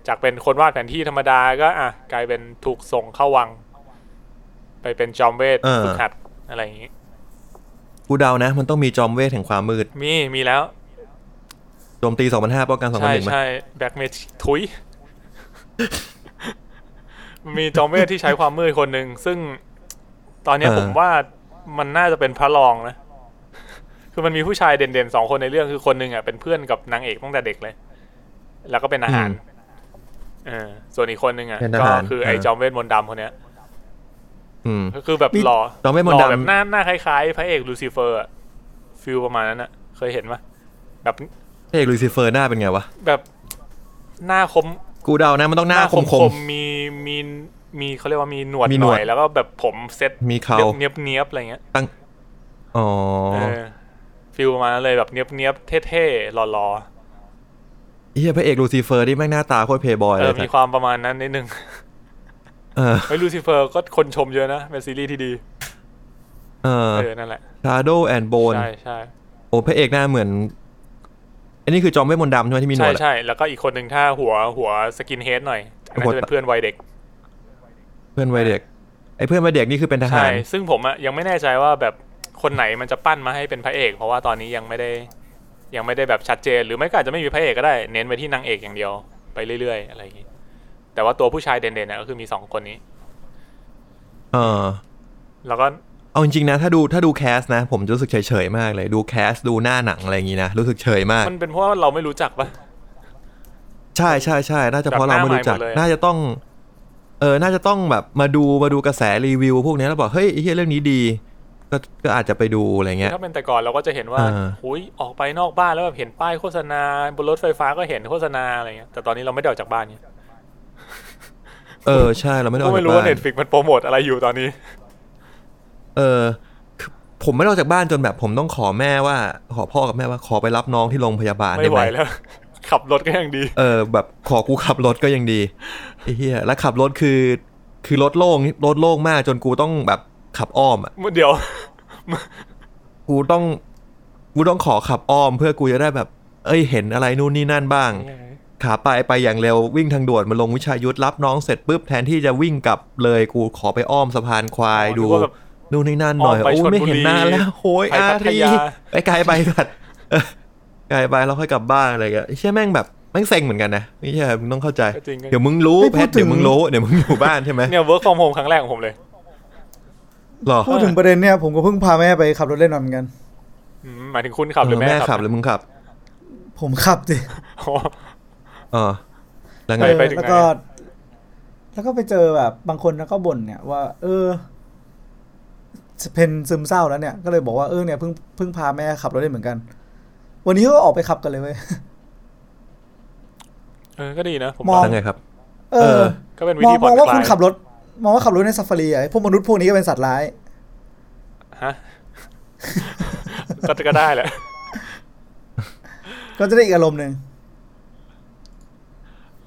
[SPEAKER 3] จากเป็นคนวาดแผนที่ธรรมดาก็อ่ะกลายเป็นถูกส่งเข้าวัง ไปเป็นจอมเวท
[SPEAKER 2] เออ
[SPEAKER 3] ฝึกหัดอะไรอย่างงี้
[SPEAKER 2] กูเดานะ มันต้องมีจอมเวทแห่งความมืด
[SPEAKER 3] มีมีแล้ว
[SPEAKER 2] โจมตี2005ป้องกัน
[SPEAKER 3] ใช่
[SPEAKER 2] 2001มั้ย
[SPEAKER 3] ใช่แบ็กเมททุ ย มีจอมเวทที่ใช้ความมืดคนหนึ่งซึ่งตอนเนี้ยผมว่ามันน่าจะเป็นพระรองนะ คือมันมีผู้ชายเด่นๆสองคนในเรื่องคือคนหนึ่งอ่ะเป็นเพื่อนกับนางเอกตั้งแต่เด็กเลย แล้วก็เป็นอาหารเออส่วนอีกคนหนึ่งอ่ะ
[SPEAKER 2] เป็นท
[SPEAKER 3] ก็
[SPEAKER 2] หาร
[SPEAKER 3] คือไอ้
[SPEAKER 2] เออ
[SPEAKER 3] จอมเวทมนต์ดำคนเนี้ย
[SPEAKER 2] อืม
[SPEAKER 3] ก็คือแบบหล่อ
[SPEAKER 2] จอมเวทมนต์
[SPEAKER 3] หล่
[SPEAKER 2] ดำ
[SPEAKER 3] แบบหน้าหน้าคล้ายๆ พระเอกลูซิเฟอร์อะฟิลประมาณนั้นอะเคยเห็นปะแบบ
[SPEAKER 2] พระเอกลูซิเฟอร์หน้าเป็นไงวะ
[SPEAKER 3] แบบหน้าคม
[SPEAKER 2] กูเดานะมันต้องหน้าคมคม
[SPEAKER 3] มีมีมีเขาเรียกว่ามีหนวด
[SPEAKER 2] มี
[SPEAKER 3] ห
[SPEAKER 2] หน
[SPEAKER 3] น่
[SPEAKER 2] วด
[SPEAKER 3] อยแล้วก็แบบผมเซ็ต
[SPEAKER 2] มีเครา
[SPEAKER 3] เนียบๆเนียบๆอะไรเงี้ย
[SPEAKER 2] ตั้งอ๋อ
[SPEAKER 3] เออฟิลประมาณนั้นเลยแบบเนียบเนียบๆเท่ๆหล่อ
[SPEAKER 2] เฮียพระเอกลูซิเฟอร์นี่แม่งหน้าตาโคตรเพย์บอ
[SPEAKER 3] ๆ
[SPEAKER 2] ย
[SPEAKER 3] เอ
[SPEAKER 2] เล
[SPEAKER 3] อย มี
[SPEAKER 2] นะ
[SPEAKER 3] ความประมาณนั้นนิดนึง
[SPEAKER 2] เออ
[SPEAKER 3] เฮ้ยลูซิเฟอร์ก็คนชมเยอะนะเป็นซีรีส์ที่ดี
[SPEAKER 2] เออ
[SPEAKER 3] เออนั่นแหละ
[SPEAKER 2] ชาโดแอนโบน
[SPEAKER 3] ใช่ใช่
[SPEAKER 2] โอ้พระเอกหน้าเหมือน อันนี้คือจอมเวทมนต์ดำใช่ไหมที่มีหน
[SPEAKER 3] ใช่
[SPEAKER 2] วดอะ
[SPEAKER 3] ใช่แล้วก็อีกคนหนึ่งถ้าหัวหัวสกินเฮดหน่อยอันนั้น
[SPEAKER 2] หัว
[SPEAKER 3] จะเป็นเพื่อนวัยเด็ก
[SPEAKER 2] เพื่อนวัยเด็กไอ้เพื่อนวัยเด็กนี่คือเป็นทหา
[SPEAKER 3] ใช่
[SPEAKER 2] ร
[SPEAKER 3] ซึ่งผมอะยังไม่แน่ใจว่าแบบคนไหนมันจะปั้นมาให้เป็นพระเอก เพราะว่าตอนนี้ยังไม่ได้ยังไม่ได้แบบชัดเจน หรือไม่ก็อาจจะไม่มีพระเอกก็ได้ เน้นไปที่นางเอกอย่างเดียวไปเรื่อยๆ อะไรอย่างงี้ แต่ว่าตัวผู้ชายเด่นๆนะก็คือมีสองคนนี้
[SPEAKER 2] เออ
[SPEAKER 3] แล้วก็
[SPEAKER 2] เอาจริงๆนะ ถ้าดูถ้าดูแคสนะ ผมจะรู้สึกเฉยๆมากเลย ดูแคสดูหน้าหนังอะไรอย่างงี้นะ รู้สึกเฉยมาก
[SPEAKER 3] มันเป็นเพราะว่าเราไม่รู้จักปะ
[SPEAKER 2] ใช่ใช่ใช่น่าจะเพราะ
[SPEAKER 3] แบบห
[SPEAKER 2] เรา
[SPEAKER 3] น้า
[SPEAKER 2] ไม่รู้จัก
[SPEAKER 3] ใหม่หมดเลย
[SPEAKER 2] น่าจะต้อง เออ น่าจะต้องแบบมาดูมาดูกระแสรีวิวพวกเนี้ยแล้วบอกเฮ้ยไอ้เหี้ยเรื่องนี้ดี ก็ก็อาจจะไปดูอะไรเงี้ย
[SPEAKER 3] ถ้าเป็นแต่ก่อนเราก็จะเห็นว่า
[SPEAKER 2] เออ
[SPEAKER 3] หุยออกไปนอกบ้านแล้วแบบเห็นป้ายโฆษณาบนรถไฟฟ้าก็เห็นโฆษณาอะไรเงี้ยแต่ตอนนี้เราไม่ได้ออกจากบ้านเนี่ย
[SPEAKER 2] เออใช่เราไม่ได้อ
[SPEAKER 3] ก็
[SPEAKER 2] อก
[SPEAKER 3] ไม่
[SPEAKER 2] จาก
[SPEAKER 3] รู้ว่า
[SPEAKER 2] บ้าน
[SPEAKER 3] เน็ตฟิกมันโปรโมทอะไรอยู่ตอนนี้
[SPEAKER 2] เออคือผมไม่ได้ออกจากบ้านจนแบบ ผมต้องขอแม่ว่า ขอพ่อกับแม่ว่าขอไปรับน้องที่โรงพยาบาล
[SPEAKER 3] ไม่
[SPEAKER 2] ด้
[SPEAKER 3] ไหวแล้ว ขับรถก็ยังดี
[SPEAKER 2] เออ แบบขอกูขับรถก็ยังดีไอ้เหี้ยแล้วขับรถคือ คือรถโล่งรถโล่งมากจนกูต้องแบบขับอ้อมอะ
[SPEAKER 3] เดี๋ยว
[SPEAKER 2] กูต้องกูต้องขอขับอ้อมเพื่อกูจะได้แบบ เอ้ยเห็นอะไรนู่นนี่นั่นบ้าง ขาไปไปอย่างเร็ววิ่งทางด่วนมาลงวิชายุทธรับน้องเสร็จปุ๊บแทนที่จะวิ่งกลับเลยกูขอไปอ้อมสะพานควาย
[SPEAKER 3] อ๋อ
[SPEAKER 2] ดู
[SPEAKER 3] นึกว่าแบบ
[SPEAKER 2] นู่นนี่นั่นหน่อย
[SPEAKER 3] อ้อมไป
[SPEAKER 2] โอ้ยไม่เห็นหน้าแล้วโอ้ย
[SPEAKER 3] ไป
[SPEAKER 2] อา
[SPEAKER 3] พัท
[SPEAKER 2] ที
[SPEAKER 3] ยา
[SPEAKER 2] ไปไกลไปสัตว์เออไกลไปแล้วค่อยกลับบ้านอะไรกันใช่ยแม่งแบบแม่งเซ็งเหมือนกันนะไม่ใช่มึงต้องเข้าใจ
[SPEAKER 3] ก็จริงก็
[SPEAKER 2] เดี๋ยวมึงรู้
[SPEAKER 1] เฮ้ย
[SPEAKER 2] เพชร
[SPEAKER 1] พูดถึ
[SPEAKER 2] เดี๋
[SPEAKER 1] ง
[SPEAKER 2] ยวมึงรู้เดี๋ยวมึงอยู่บ้านใช่ไหม
[SPEAKER 3] เนี่ย work from home ครั้งแรกของผมเลย
[SPEAKER 2] หรอ
[SPEAKER 1] พูดถึงประเด็นเนี่ยผมก็เพิ่งพาแม่ไปขับรถเล่นมาเหมือนกัน
[SPEAKER 3] อืมหมายถึงคุณขับหรือ
[SPEAKER 2] เออ
[SPEAKER 3] แม่
[SPEAKER 2] แม่ขั
[SPEAKER 3] ขั
[SPEAKER 2] บบ หรือมึงขับ
[SPEAKER 1] ผมขับสิ
[SPEAKER 3] โอ้
[SPEAKER 2] เออแล้ว
[SPEAKER 3] ป
[SPEAKER 2] ไง
[SPEAKER 1] เออ
[SPEAKER 3] ไปถึงไหน
[SPEAKER 1] แล้วก็ แล้วก็ไปเจอแบบบางคนแล้วก็บ่นเนี่ยว่า เออเพนซึมเศร้าแล้วเนี่ย ก็เลยบอกว่าเออเนี่ยเพิ่งเพิ่งพาแม่ขับรถเล่นเหมือนกัน วันนี้เขาก็ออกไปขับกันเลยเว้ย
[SPEAKER 3] เออก็ดีนะผม
[SPEAKER 1] มอง
[SPEAKER 3] ว่า
[SPEAKER 2] แล้วไงครับ
[SPEAKER 1] เอ
[SPEAKER 2] เอ
[SPEAKER 1] อ
[SPEAKER 2] อ
[SPEAKER 3] ก็เป็นวิ
[SPEAKER 1] มอง
[SPEAKER 3] ธี
[SPEAKER 1] ม
[SPEAKER 3] ผ่อ
[SPEAKER 1] อน งว่า
[SPEAKER 3] คลา
[SPEAKER 1] คุณ
[SPEAKER 3] ย
[SPEAKER 1] ขับรถ มองว่าขับรถในซาฟารีอะไอ้พวกมนุษย์พวกนี้ก็เป็นสัตว์ร้าย
[SPEAKER 3] ก็ก็ได้แหละ
[SPEAKER 1] ก็จะได้อีกอารมณ์หนึ่ง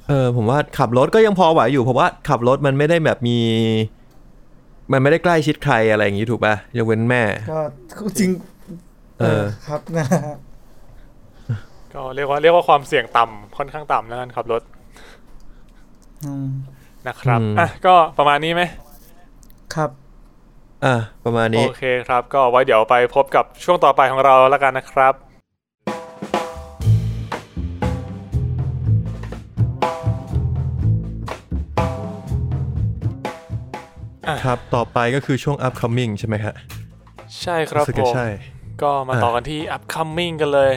[SPEAKER 2] เออผมว่าขับรถก็ยังพอไหวอยู่เพราะว่าขับรถมันไม่ได้แบบมี มันไม่ได้ใกล้ชิดใครอะไรอย่างนี้ถูกป่ะยกเว้นแม่
[SPEAKER 1] ก็จริง
[SPEAKER 2] เออ
[SPEAKER 1] ครับ นะฮะ
[SPEAKER 3] ก็เรียกว่าเรียกว่าความเสี่ยงต่ำค่อนข้างต่ำแล้วกันขับรถ
[SPEAKER 1] อืม
[SPEAKER 3] นะครับ
[SPEAKER 2] อืม
[SPEAKER 3] อ่ะก็ประมาณนี้ไหม
[SPEAKER 1] ครับ
[SPEAKER 2] อ่ะประมาณนี้
[SPEAKER 3] โอเคครับ ก็ไว้เดี๋ยวไปพบกับช่วงต่อไปของเราแล้วกันนะครับ
[SPEAKER 2] ครับ ต่อไปก็คือช่วง upcoming ใช่ไหมครับ
[SPEAKER 3] ใช่ครับ
[SPEAKER 2] สึก
[SPEAKER 3] ผ
[SPEAKER 2] จะ
[SPEAKER 3] ม
[SPEAKER 2] ใช่
[SPEAKER 3] ก็มา
[SPEAKER 2] อ่ะ
[SPEAKER 3] ต่อกันที่ upcoming กันเลย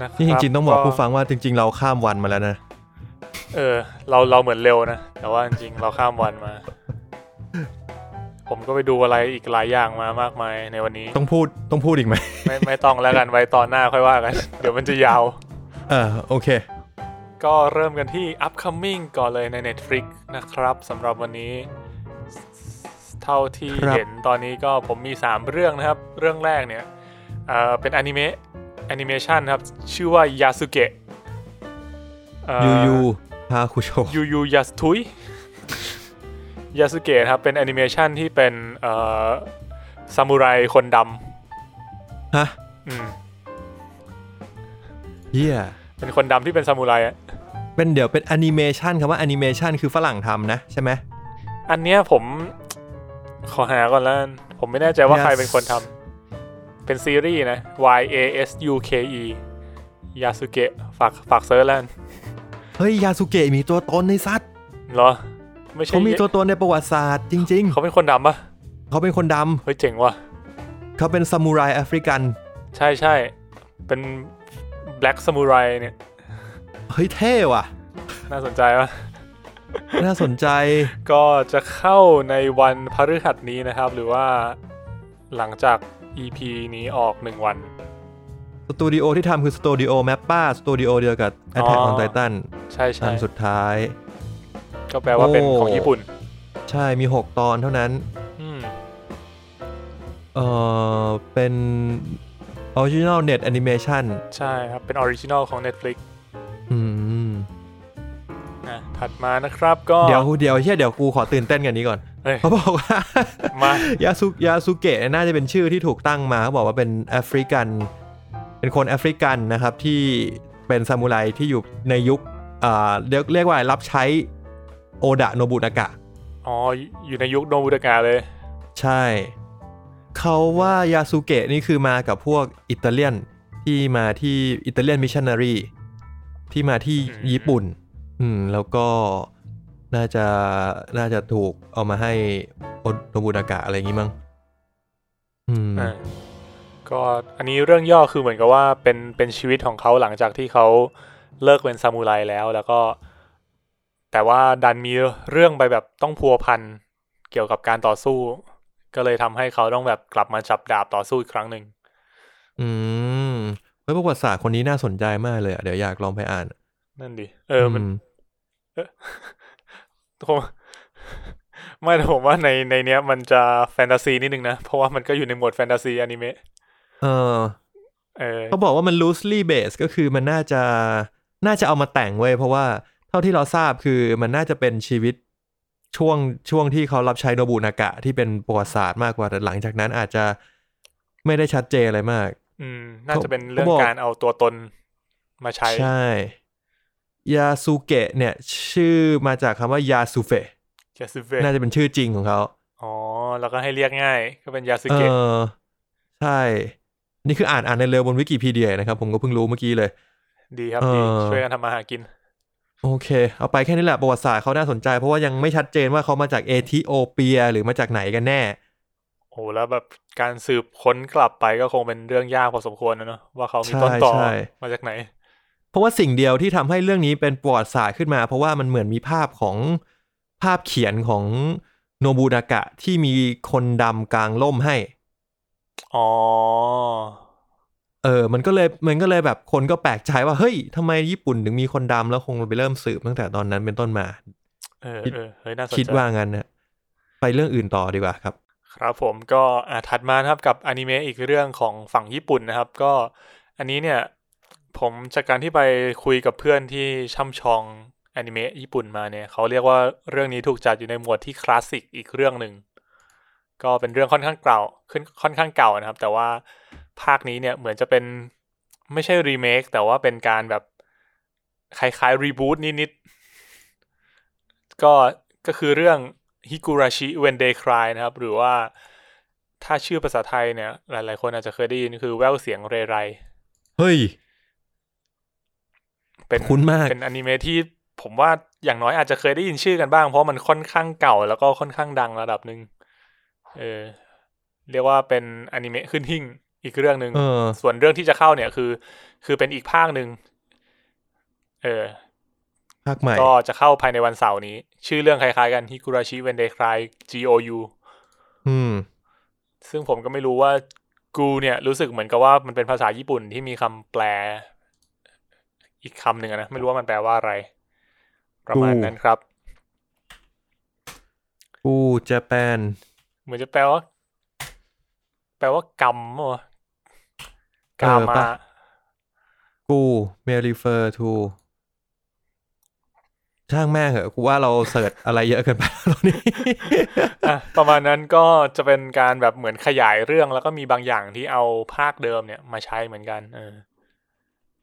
[SPEAKER 3] นะค
[SPEAKER 2] นี่จริงๆต้องบอกผู้ฟั
[SPEAKER 3] ก็
[SPEAKER 2] งว่าจริง ๆ เราข้ามวันมาแล้วนะ
[SPEAKER 3] เออ เราเราเหมือนเร็วนะ แต่ว่าจริงๆเราข้ามวันมา ผมก็ไปดูอะไรอีกหลายอย่างมามากมายในวันนี้
[SPEAKER 2] ต้องพูดต้องพูดอีกไหม
[SPEAKER 3] ไม่ไม่ต้องแล้วกันไว้ตอนหน้าค่อยว่ากัน เดี๋ยวมันจะยาว
[SPEAKER 2] เออโอเค
[SPEAKER 3] ก็เริ่มกันที่ upcoming ก่อนเลยใน Netflix นะครับสำหรับวันนี้ เท่าที่
[SPEAKER 2] ครับ
[SPEAKER 3] เห็นตอนนี้ก็ผมมี 3 เรื่องนะครับ เรื่องแรกเนี่ยเอ่อเป็นอนิเมะแอนิเมชันครับ ชื่อว่ายาสุเกะ
[SPEAKER 2] ยูยูฮาคุโช
[SPEAKER 3] ยูยูยาส ทุยยาสุเกะครับ เป็นแอนิเมชันที่เป็นเอ่อซามูไรคนด
[SPEAKER 2] ฮะ
[SPEAKER 3] ำอืม
[SPEAKER 2] เฮีย
[SPEAKER 3] เป็นคนดำที่เป็นซามูไรอะ
[SPEAKER 2] เป็นเดี๋ยวเป็นแอนิเมชันคำว่าแอนิเมชันคือฝรั่งทำนะใช่ไหม
[SPEAKER 3] อันเนี้ยผม ขอหาก่อนแล้วกันผมไม่แน่ใจว่า
[SPEAKER 2] Yes
[SPEAKER 3] ใครเป็นคนทำเป็นซีรีส์นะ Y A S U K E ยาสุเกะฝากฝากเซิร์ชแล้วกัน
[SPEAKER 2] เฮ้ยยาสุเกะมีตัวตนในซัตว์
[SPEAKER 3] เหรอ ไม่ใช่
[SPEAKER 2] เขามีตัวตนในประวัติศาสตร์จริง
[SPEAKER 3] เขาเป็นคนดำปะ
[SPEAKER 2] ๆ เขาเป็นคนดำ
[SPEAKER 3] เฮ้ยเจ๋งว่ะ
[SPEAKER 2] เขาเป็นซามูไรแอฟริกัน
[SPEAKER 3] ใช่ใช่เป็น Black Samurai เนี่ย
[SPEAKER 2] เฮ้ยเท่ว่ะ
[SPEAKER 3] น่าสนใจปะ
[SPEAKER 2] น่าสนใจ
[SPEAKER 3] ก็จะเข้าในวันพฤหัสนี้นะครับ หรือว่าหลังจาก EP นี้ออกหนึ่งวัน
[SPEAKER 2] สตูดิโอที่ทำคือสตูดิโอแมปป้าสตูดิโอเดียวกับ Attack
[SPEAKER 3] อ๋
[SPEAKER 2] on
[SPEAKER 3] อ
[SPEAKER 2] Titan
[SPEAKER 3] ใช่ใช่
[SPEAKER 2] อันสุดท้าย
[SPEAKER 3] ก็แปลว่าเป็น
[SPEAKER 2] โอ้
[SPEAKER 3] ของญี่ปุ่น
[SPEAKER 2] ใช่มี 6 ตอนเท่านั้น
[SPEAKER 3] อืม
[SPEAKER 2] เออเป็น Original Net Animation
[SPEAKER 3] ใช่ครับ เป็นออริจินอลของ Netflix
[SPEAKER 2] อืม
[SPEAKER 3] นะถัดมานะครับก็
[SPEAKER 2] เดี๋ยวเดี๋ยวเฮียเดี๋ยวกูขอตื่นเต้นกันนี้ก่อน
[SPEAKER 3] เอ้ย
[SPEAKER 2] เขาบอกว่า
[SPEAKER 3] มา
[SPEAKER 2] ยาสุยาสุเกะน่าจะเป็นชื่อที่ถูกตั้งมาเขาบอกว่าเป็นแอฟริกัน เป็นคนแอฟริกันนะครับที่เป็นซามูไรที่อยู่ในยุคอ่าเรียกเรียกว่ารับใช้โอดะโนบุนากะ
[SPEAKER 3] อ๋อ อยู่ในยุคโนบุตากาเลย
[SPEAKER 2] ใช่ เขาว่ายาสุเกะนี่คือมากับพวกอิตาเลียนที่มาที่อิตาเลียนมิชชันนารีที่มาที่
[SPEAKER 3] อืม
[SPEAKER 2] ญี่ปุ่น อืม แล้วก็น่าจะน่าจะถูกเอามาให้โอโนบุนากะอะไรอย่างงี้มั้งอืม
[SPEAKER 3] อ่าก็อันนี้เรื่องย่อคือเหมือนกับว่าเป็นเป็นชีวิตของเขาหลังจากที่เขาเลิกเป็นซามูไรแล้วแล้วก็ แต่ว่าดันมีเรื่องไปแบบต้องพัวพันเกี่ยวกับการต่อสู้ ก็เลยทำให้เขาต้องแบบกลับมาจับดาบต่อสู้อีกครั้งหนึ่ง
[SPEAKER 2] อืมเฮ้ยประวัติศาสตร์คนนี้น่าสนใจมากเลยอะเดี๋ยวอยากลองไปอ่าน
[SPEAKER 3] นั่นดิเออมัน
[SPEAKER 2] ม
[SPEAKER 3] คง ไม่แต่ผมว่าในในเนี้ยมันจะแฟนตาซีนิดนึงนะ เพราะว่ามันก็อยู่ในหมวดแฟนตาซีอนิเมะ
[SPEAKER 2] เออ
[SPEAKER 3] เออ
[SPEAKER 2] เขาบอกว่ามัน loosely based ก็คือมันน่าจะน่าจะเอามาแต่งเว้ยเพราะว่าเท่าที่เราทราบคือมันน่าจะเป็นชีวิตช่วงช่วงที่เขารับใช้โนบุนากะ ที่เป็นประวัติศาสตร์มากกว่าแต่หลังจากนั้นอาจจะไม่ได้ชัดเจนอะไรมาก
[SPEAKER 3] อืม น่าจะเป็นเรื่อง
[SPEAKER 2] เขาบอก
[SPEAKER 3] การเอาตัวตนมาใช้
[SPEAKER 2] ใช่ยาสุเกะเนี่ย ชื่อมาจากคำว่ายาสุเฟะ
[SPEAKER 3] Yasuke
[SPEAKER 2] น่าจะเป็นชื่อจริงของเขา
[SPEAKER 3] อ๋อ แล้วก็ให้เรียกง่ายก็เป็นยาสึ
[SPEAKER 2] เอ
[SPEAKER 3] เกะ
[SPEAKER 2] อใช่ นี่คืออ่านอ่านในเร็วบนวิกิพีเดียนะครับ ผมก็เพิ่งรู้เมื่อกี้เลย
[SPEAKER 3] ดีครับ
[SPEAKER 2] เออ
[SPEAKER 3] ดีช่วยกันทำมาหากิน
[SPEAKER 2] โอเค เอาไปแค่นี้แหละประวัติศาสตร์เขาน่าสนใจ เพราะว่ายังไม่ชัดเจนว่าเขามาจากเอธิโอเปีย หรือมาจากไหนกันแน่
[SPEAKER 3] โอ้แล้วแบบการสืบค้นกลับไปก็คงเป็นเรื่องยากพอสมควรนะเนอะว่าเขามี
[SPEAKER 2] ใช่
[SPEAKER 3] ต้นต่อ
[SPEAKER 2] ใช่
[SPEAKER 3] มาจากไหน
[SPEAKER 2] เพราะว่าสิ่งเดียวที่ทำให้เรื่องนี้เป็นประวัติศาสตร์ขึ้นมา เพราะว่ามันเหมือนมีภาพของภาพเขียนของโนบุนากะที่มีคนดำกลางล่มให้
[SPEAKER 3] อ๋อ
[SPEAKER 2] เออ มันก็เลยมันก็เลยแบบคนก็แปลกใจว่าเฮ้ยทำไมญี่ปุ่นถึงมีคนดำแล้วคงไปเริ่มสืบตั้งแต่ตอนนั้นเป็นต้นมา
[SPEAKER 3] เออเออเฮ้ยน่าสนใจ
[SPEAKER 2] คิดว่างั้นนะไปเรื่องอื่นต่อดีกว่าครับ
[SPEAKER 3] ครับผมก็อ่ะถัดมานะครับกับอนิเมะอีกเรื่องของฝั่งญี่ปุ่นนะครับ ก็อันนี้เนี่ย ผมจากการที่ไปคุยกับเพื่อนที่ช่ำชองอนิเมะญี่ปุ่นมาเนี่ยเขาเรียกว่าเรื่องนี้ถูกจัดอยู่ในหมวดที่คลาสสิกอีกเรื่องหนึ่ง ก็เป็นเรื่องค่อนข้างเก่าขึ้นค่อนข้างเก่านะครับ แต่ว่าภาคนี้เนี่ยเหมือนจะเป็นไม่ใช่รีเมคแต่ว่าเป็นการแบบคล้ายๆรีบูตนิดๆก็ก็คือเรื่อง Higurashi When They Cry นะครับ หรือว่าถ้าชื่อภาษาไทยเนี่ย หลายๆ คนอาจจะเคยได้ยินคือแววเสียงเรไร
[SPEAKER 2] เฮ้ย
[SPEAKER 3] เป็น
[SPEAKER 2] คุ้นมาก
[SPEAKER 3] เป็นอนิเมะที่ผมว่าอย่างน้อยอาจจะเคยได้ยินชื่อกันบ้าง เพราะมันค่อนข้างเก่าแล้วก็ค่อนข้างดังระดับหนึ่งเออเรียกว่าเป็นอนิเมะขึ้นหิ่งอีกเรื่องหนึ่ง
[SPEAKER 2] เออ
[SPEAKER 3] ส่วนเรื่องที่จะเข้าเนี่ยคือ คือเป็นอีกภาคหนึ่งเออ
[SPEAKER 2] ภาคใหม่
[SPEAKER 3] ก็จะเข้าภายในวันเสาร์นี้ ชื่อเรื่องคล้ายๆกันฮิกุราชิเวนเดค r าย G O U
[SPEAKER 2] อืม
[SPEAKER 3] ซึ่งผมก็ไม่รู้ว่ากูเนี่ยรู้สึกเหมือนกับว่ามันเป็นภาษาญี่ปุ่นที่มีคำแปล อีกคำหนึ่งอะนะ ไม่รู้ว่ามันแปลว่าอะไร ประมาณ
[SPEAKER 2] กู
[SPEAKER 3] นั้นครับ
[SPEAKER 2] อู้เจแปน
[SPEAKER 3] เหมือนจะแปลว่า แปลว่ากรรมเหรอ
[SPEAKER 2] เอก
[SPEAKER 3] า
[SPEAKER 2] อ
[SPEAKER 3] มา
[SPEAKER 2] ปะ กูเมลิเฟอร์ทูช่างแม่งเหอะกูว่าเราเสิร์ชอะไรเยอะเกินไป แล้วนี่
[SPEAKER 3] อ่ะประมาณนั้นก็จะเป็นการแบบเหมือนขยายเรื่องแล้วก็มีบางอย่างที่เอาภาคเดิมเนี่ยมาใช้เหมือนกัน เออ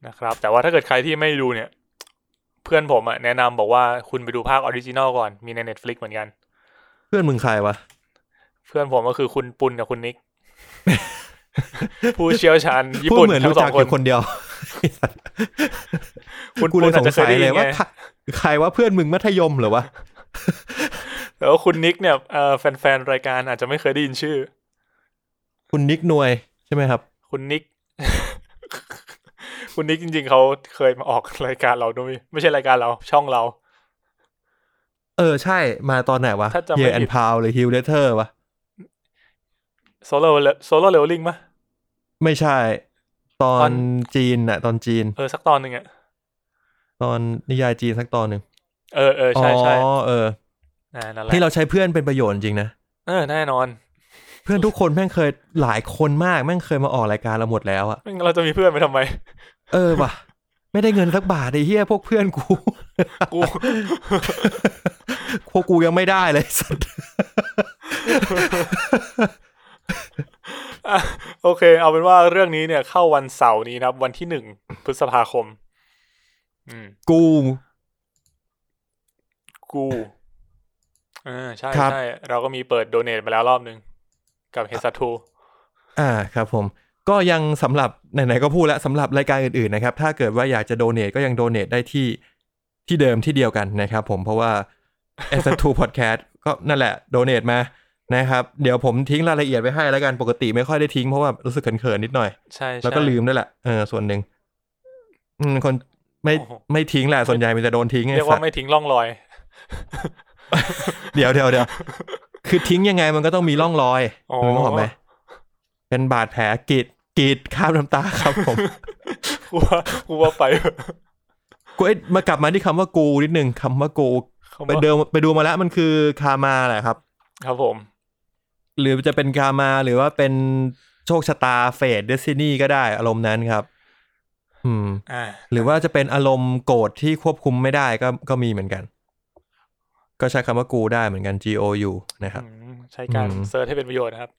[SPEAKER 3] นะครับ แต่ว่าถ้าเกิดใครที่ไม่ดูเนี่ย เพื่อนผมอะแนะนำบอกว่าคุณไปดูภาคออริจินอลก่อนมีใน Netflix เหมือนกัน
[SPEAKER 2] เพื่อนมึงใครวะ
[SPEAKER 3] เพื่อนผมก็คือคุณปุณกับคุณนิ ก ผู้เชี่ยวชาญญี่
[SPEAKER 2] พูด
[SPEAKER 3] ปุ่น
[SPEAKER 2] เหมือน
[SPEAKER 3] ทั้
[SPEAKER 2] รู้
[SPEAKER 3] งสอ
[SPEAKER 2] จัก
[SPEAKER 3] ง
[SPEAKER 2] อ
[SPEAKER 3] คน
[SPEAKER 2] ยู่คนเดียว
[SPEAKER 3] คุณ
[SPEAKER 2] กู
[SPEAKER 3] ปุ
[SPEAKER 2] เล
[SPEAKER 3] ณ
[SPEAKER 2] ย
[SPEAKER 3] อา
[SPEAKER 2] ส
[SPEAKER 3] จ
[SPEAKER 2] ง
[SPEAKER 3] จะเค
[SPEAKER 2] สั
[SPEAKER 3] ย
[SPEAKER 2] ย
[SPEAKER 3] ได้
[SPEAKER 2] เล
[SPEAKER 3] ยิ
[SPEAKER 2] ย
[SPEAKER 3] น
[SPEAKER 2] ว่า
[SPEAKER 3] ไง
[SPEAKER 2] ใครใครว่าเพื่อนมึงมัธยมเหรอวะ
[SPEAKER 3] แต่ว่าคุณนิกเนี่ยเอ่อแฟนๆรายการอาจจะไม่เคยได้ยินชื่อ
[SPEAKER 2] คุณนิกหน่วยใช่ไหมครับ
[SPEAKER 3] คุณนิก คุณนิกจริงๆเขาเคยมาออกรายการเราด้วย ไม่ใช่รายการเรา ช่องเรา
[SPEAKER 2] เออใช่มาตอนไหนวะ
[SPEAKER 3] ถ้าจำ
[SPEAKER 2] เย
[SPEAKER 3] ไม่ผิด
[SPEAKER 2] แอนพาวหรือฮิวเลเตอร์วะ
[SPEAKER 3] โซโล่โซโล่เลลิงมะ
[SPEAKER 2] ไม่ใช่ ตอ
[SPEAKER 3] ตอน น
[SPEAKER 2] จีนอะตอนจีน
[SPEAKER 3] เออสักตอนหนึ่งอะ
[SPEAKER 2] ตอนนิยายจีนสักตอนหนึ่ง
[SPEAKER 3] เออเออ
[SPEAKER 2] อ๋อ
[SPEAKER 3] ใช่ใช่
[SPEAKER 2] เออ
[SPEAKER 3] อ่านั่นแหละ
[SPEAKER 2] ที่เราใช้เพื่อนเป็นประโยชน์จริงนะ
[SPEAKER 3] เออแน่นอน
[SPEAKER 2] เพื่อนทุกคนแม่งเคยหลายคนมากแม่งเคยมาออกรายการเราหมดแล้วอะ
[SPEAKER 3] ไม่งั้นเราจะมีเพื่อนไปทำไม
[SPEAKER 2] เออว่ะ ไม่ได้เงินสักบาทไอ้เหี้ยพวกเพื่อนกู
[SPEAKER 3] กู
[SPEAKER 2] พวกกูยังไม่ได้เลยสัตว์
[SPEAKER 3] อ่ะ โอเค เอาเป็นว่าเรื่องนี้เนี่ยเข้าวันเสาร์นี้นะครับ วันที่หนึ่งพฤษภาคม อืม
[SPEAKER 2] กู
[SPEAKER 3] กูเออใช่
[SPEAKER 2] ครับ
[SPEAKER 3] ใช่เราก็มีเปิดโดเนทไปแล้วรอบหนึ่งกับเฮสัทู
[SPEAKER 2] อ่าครับผม ก็ยังสำหรับไหนๆก็พูดแล้วสำหรับรายการอื่นๆนะครับ ถ้าเกิดว่าอยากจะโดเน a ก็ยังโดเน a ได้ที่ที่เดิมที่เดียวกันนะครับผมเพราะว่า s 2 Podcast ก็นั่นแหละโดเน a มานะครับเดี๋ยวผมทิ้งรายละเอียดไว้ให้แล้วกันปกติไม่ค่อยได้ทิ้งเพราะว่ารู้สึกเขินๆนิดหน่อย
[SPEAKER 3] ใช่ใช่
[SPEAKER 2] แล้วก็ลืมด้วยแหละเออส่วนหนึ่งอืมคนไม่
[SPEAKER 3] โอ้โห
[SPEAKER 2] ไม่ทิ้งแหละส่วนใหญ่มันจะโดนทิ้งไอ้
[SPEAKER 3] เรียก
[SPEAKER 2] สัต
[SPEAKER 3] ว่า
[SPEAKER 2] ว์
[SPEAKER 3] ไม่ทิ้งร่องรอย
[SPEAKER 2] เดี๋ยวเดี๋ยวเดี๋ยวคือทิ้งยังไงมันก็ต้องมีร่องรอย
[SPEAKER 3] อ๋อ
[SPEAKER 2] มึงบอกไหมเป็นบาดแผลกรีดกรีดคราบน้ำตาครับผม
[SPEAKER 3] กูว่ากูว่าไป
[SPEAKER 2] กูเอ้ยมากลับมาที่คำว่ากูนิดนึงคำว่ากู
[SPEAKER 3] คำ
[SPEAKER 2] ไป
[SPEAKER 3] ว่า
[SPEAKER 2] เดิมไปดูมาแล้วมันคือคามาแหละครับ
[SPEAKER 3] ครับผม
[SPEAKER 2] หรือจะเป็นคามาหรือว่าเป็นโชคชะตาเฟดเดซินี่ก็ได้อารมณ์นั้นครับ อืม
[SPEAKER 3] อ่า
[SPEAKER 2] หรือว่าจะเป็นอารมณ์โกรธที่ควบคุมไม่ได้ก็ก็มีเหมือนกัน ก็ใช้คำว่ากูได้เหมือนกัน G O U นะครับ
[SPEAKER 3] อืมใช้การ
[SPEAKER 2] อืม
[SPEAKER 3] เซิร์ชให้เป็นประโยชน์นะครับ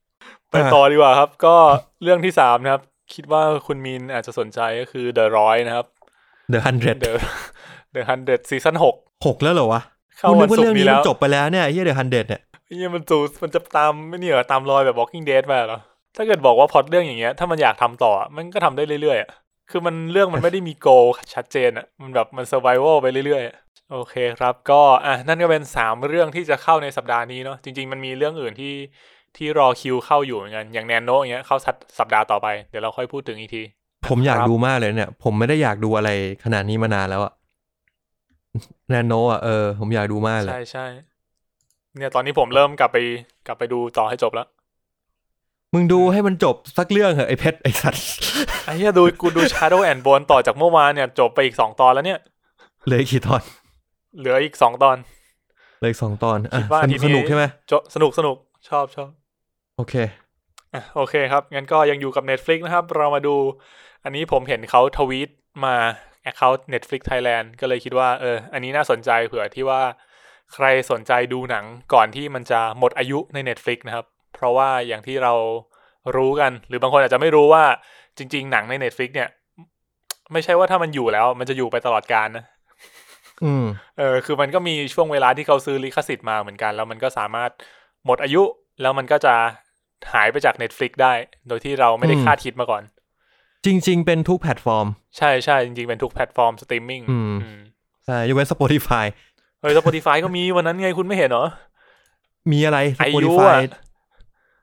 [SPEAKER 3] ไป
[SPEAKER 2] อ่า
[SPEAKER 3] ต่อดีกว่าครับ ก็เรื่องที่สามนะครับ คิดว่าคุณมีนอาจจะสนใจก็คือ The ร้อยนะครับ
[SPEAKER 2] The Hundred
[SPEAKER 3] The The Hundred ซีซั่นหก
[SPEAKER 2] หกแล้วเหรอวะ
[SPEAKER 3] เข้า
[SPEAKER 2] คุณ
[SPEAKER 3] วั
[SPEAKER 2] นึกว่าเรื่
[SPEAKER 3] นศุก
[SPEAKER 2] อง
[SPEAKER 3] ร์
[SPEAKER 2] นี้
[SPEAKER 3] นี้
[SPEAKER 2] มัน
[SPEAKER 3] แล้ว
[SPEAKER 2] จบไปแล้วเนี่ยไอ้เฮีย The Hundred เนี่ย
[SPEAKER 3] เนี่ยมันจูมันจะตามไม่เนี่ยเหรอตามรอยแบบ Walking Dead มาเหรอ ถ้าเกิดบอกว่าพล็อตเรื่องอย่างเงี้ย ถ้ามันอยากทำต่ออะมันก็ทำได้เรื่อยๆอะคือมันเรื่องมันไม่ได้มีโกชัดเจนอ่ะมันแบบมันเซอร์ไ a วไปเรื่อยๆอะโอเคครับ ก็อ่ะนั่นก็เป็นสามเรื่องที่จะเข้าในสัปดาห์นี้เนาะจริง ๆ มันมีเรื่องอื่นที่ ที่รอคิวเข้าอยู่เหมือนกัน อย่างแนนโนอย่างเงี้ยเข้าสัปสัปดาห์ต่อไป เดี๋ยวเราค่อยพูดถึงอีกที
[SPEAKER 2] ผมอยาก
[SPEAKER 3] ครับ
[SPEAKER 2] ดูมากเลยเนี่ย ผมไม่ได้อยากดูอะไรขนาดนี้มานานแล้วอะ แนนโนอะเออผมอยากดูมากเลย
[SPEAKER 3] ใช่ใช่เนี่ยตอนนี้ผมเริ่มกลับไปกลับไปดูต่อให้จบแล้ว
[SPEAKER 2] มึงดูให้มันจบสักเรื่องเหอะไอ้เพชรไอ้ สัตว์
[SPEAKER 3] ไอ้เหี้ยดูกูดู Shadow and Bone ต่อจากเมื่อวานเนี่ย จบไปอีกสองตอนแล้วเนี่ย
[SPEAKER 2] เหลยกี่ตอน
[SPEAKER 3] เหลืออีกสองตอน
[SPEAKER 2] เหลยสองตอนอ่ะ
[SPEAKER 3] คิดว่า
[SPEAKER 2] สนุก
[SPEAKER 3] ทีนี้
[SPEAKER 2] สนุกใช่ไหม
[SPEAKER 3] จบสนุกสนุกชอบชอบ
[SPEAKER 2] โอเค
[SPEAKER 3] อ่ะโอเคครับ งั้นก็ยังอยู่กับ Netflix นะครับ เรามาดู อันนี้ผมเห็นเขาทวีตมา Account Netflix Thailand ก็เลยคิดว่าเออ อันนี้น่าสนใจเผื่อที่ว่าใครสนใจดูหนังก่อนที่มันจะหมดอายุใน Netflix นะครับ เพราะว่าอย่างที่เรารู้กัน หรือบางคนอาจจะไม่รู้ว่าจริง ๆ หนังใน Netflix เนี่ย ไม่ใช่ว่าถ้ามันอยู่แล้วมันจะอยู่ไปตลอดกาลนะ
[SPEAKER 2] อืม
[SPEAKER 3] เออคือมันก็มีช่วงเวลาที่เขาซื้อลิขสิทธิ์มาเหมือนกัน แล้วมันก็สามารถหมดอายุ แล้วมันก็จะหายไปจาก Netflix ได้ โดยที่เราไม่ได้
[SPEAKER 2] อืม
[SPEAKER 3] คาดคิดมาก่อน
[SPEAKER 2] จริง ๆ เป็นทุกแพลตฟอร์ม
[SPEAKER 3] ใช่ใช่จริงๆ เป็นทุกแพลตฟอร์มสตรีมมิ่ง
[SPEAKER 2] อืม
[SPEAKER 3] อืม
[SPEAKER 2] ใช่ยกเว้น Spotify
[SPEAKER 3] เฮ้ย Spotify ก็มีวันนั้นไงคุณไม่เห็นเหรอ
[SPEAKER 2] มีอะไร
[SPEAKER 3] อายุ
[SPEAKER 2] Spotify
[SPEAKER 3] อะ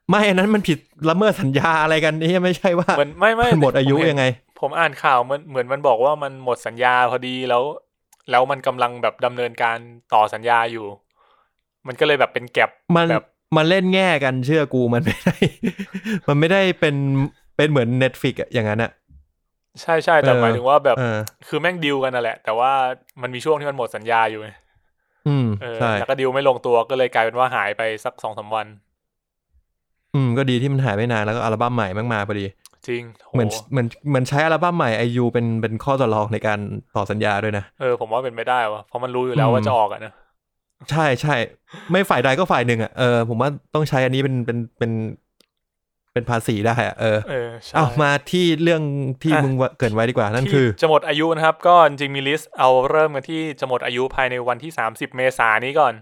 [SPEAKER 2] ไม่อันนั้นมันผิดละเมิดสัญญาอะไรกันนี่ไม่ใช่ว่า
[SPEAKER 3] มันไม่ไม่
[SPEAKER 2] มันหมดอายุ
[SPEAKER 3] ผเน
[SPEAKER 2] ยังไง
[SPEAKER 3] ผมอ่านข่าวมันเหมือนมันบอกว่ามันหมดสัญญาพอดีแล้ว แล้วมันกำลังแบบดำเนินการต่อสัญญาอยู่ มันก็เลยแบบเป็นแก็บ
[SPEAKER 2] มัน
[SPEAKER 3] แบบ
[SPEAKER 2] มันเล่นแง่กันเชื่อกูมันไม่ได้ มันไม่ได้เป็นเป็นเหมือน Netflix อะอย่างนั้นอะ
[SPEAKER 3] ใช่ใช่แต่
[SPEAKER 2] เออ
[SPEAKER 3] หมายถึงว่าแบบ
[SPEAKER 2] เออ
[SPEAKER 3] คือแม่งดีลกันนั่นแหละ แต่ว่ามันมีช่วงที่มันหมดสัญญาอยู่ไง
[SPEAKER 2] อืม
[SPEAKER 3] เออ
[SPEAKER 2] ใช่
[SPEAKER 3] แล้วก็ดิวไม่ลงตัวก็เลยกลายเป็นว่าหายไปสักสองสามวัน
[SPEAKER 2] อืมก็ดีที่มันหายไปนานแล้วก็อัลบั้มใหม่มากมาพอดี
[SPEAKER 3] จริงโห
[SPEAKER 2] เหมือนเหมือนเหมือนใช้อัลบั้มใหม่อายุเป็นเป็นข้อต่อรองในการต่อสัญญาด้วยนะ
[SPEAKER 3] เออผมว่าเป็นไม่ได้วะเพราะมันรู้อยู่แล้ว
[SPEAKER 2] อืม
[SPEAKER 3] ว่าจะออกอะนะ
[SPEAKER 2] ใช่ใช่ไม่ฝ่ายใดก็ฝ่ายหนึ่งอ่ะเออผมว่าต้องใช้อันนี้เป็นเป็นเป็นเป็นภาษีได้อ่ะเออ
[SPEAKER 3] เออใช่
[SPEAKER 2] เอามาที่เรื่องที่
[SPEAKER 3] อ่ะ
[SPEAKER 2] มึงว่าเกรินไว้ดีกว่า นั่นคือ
[SPEAKER 3] ที่จะหมดอายุนะครับ ก็จริงๆมีลิสต์เอาเริ่มกันที่จะหมดอายุภายในวันที่ 30 เมษายนนี้ก่อน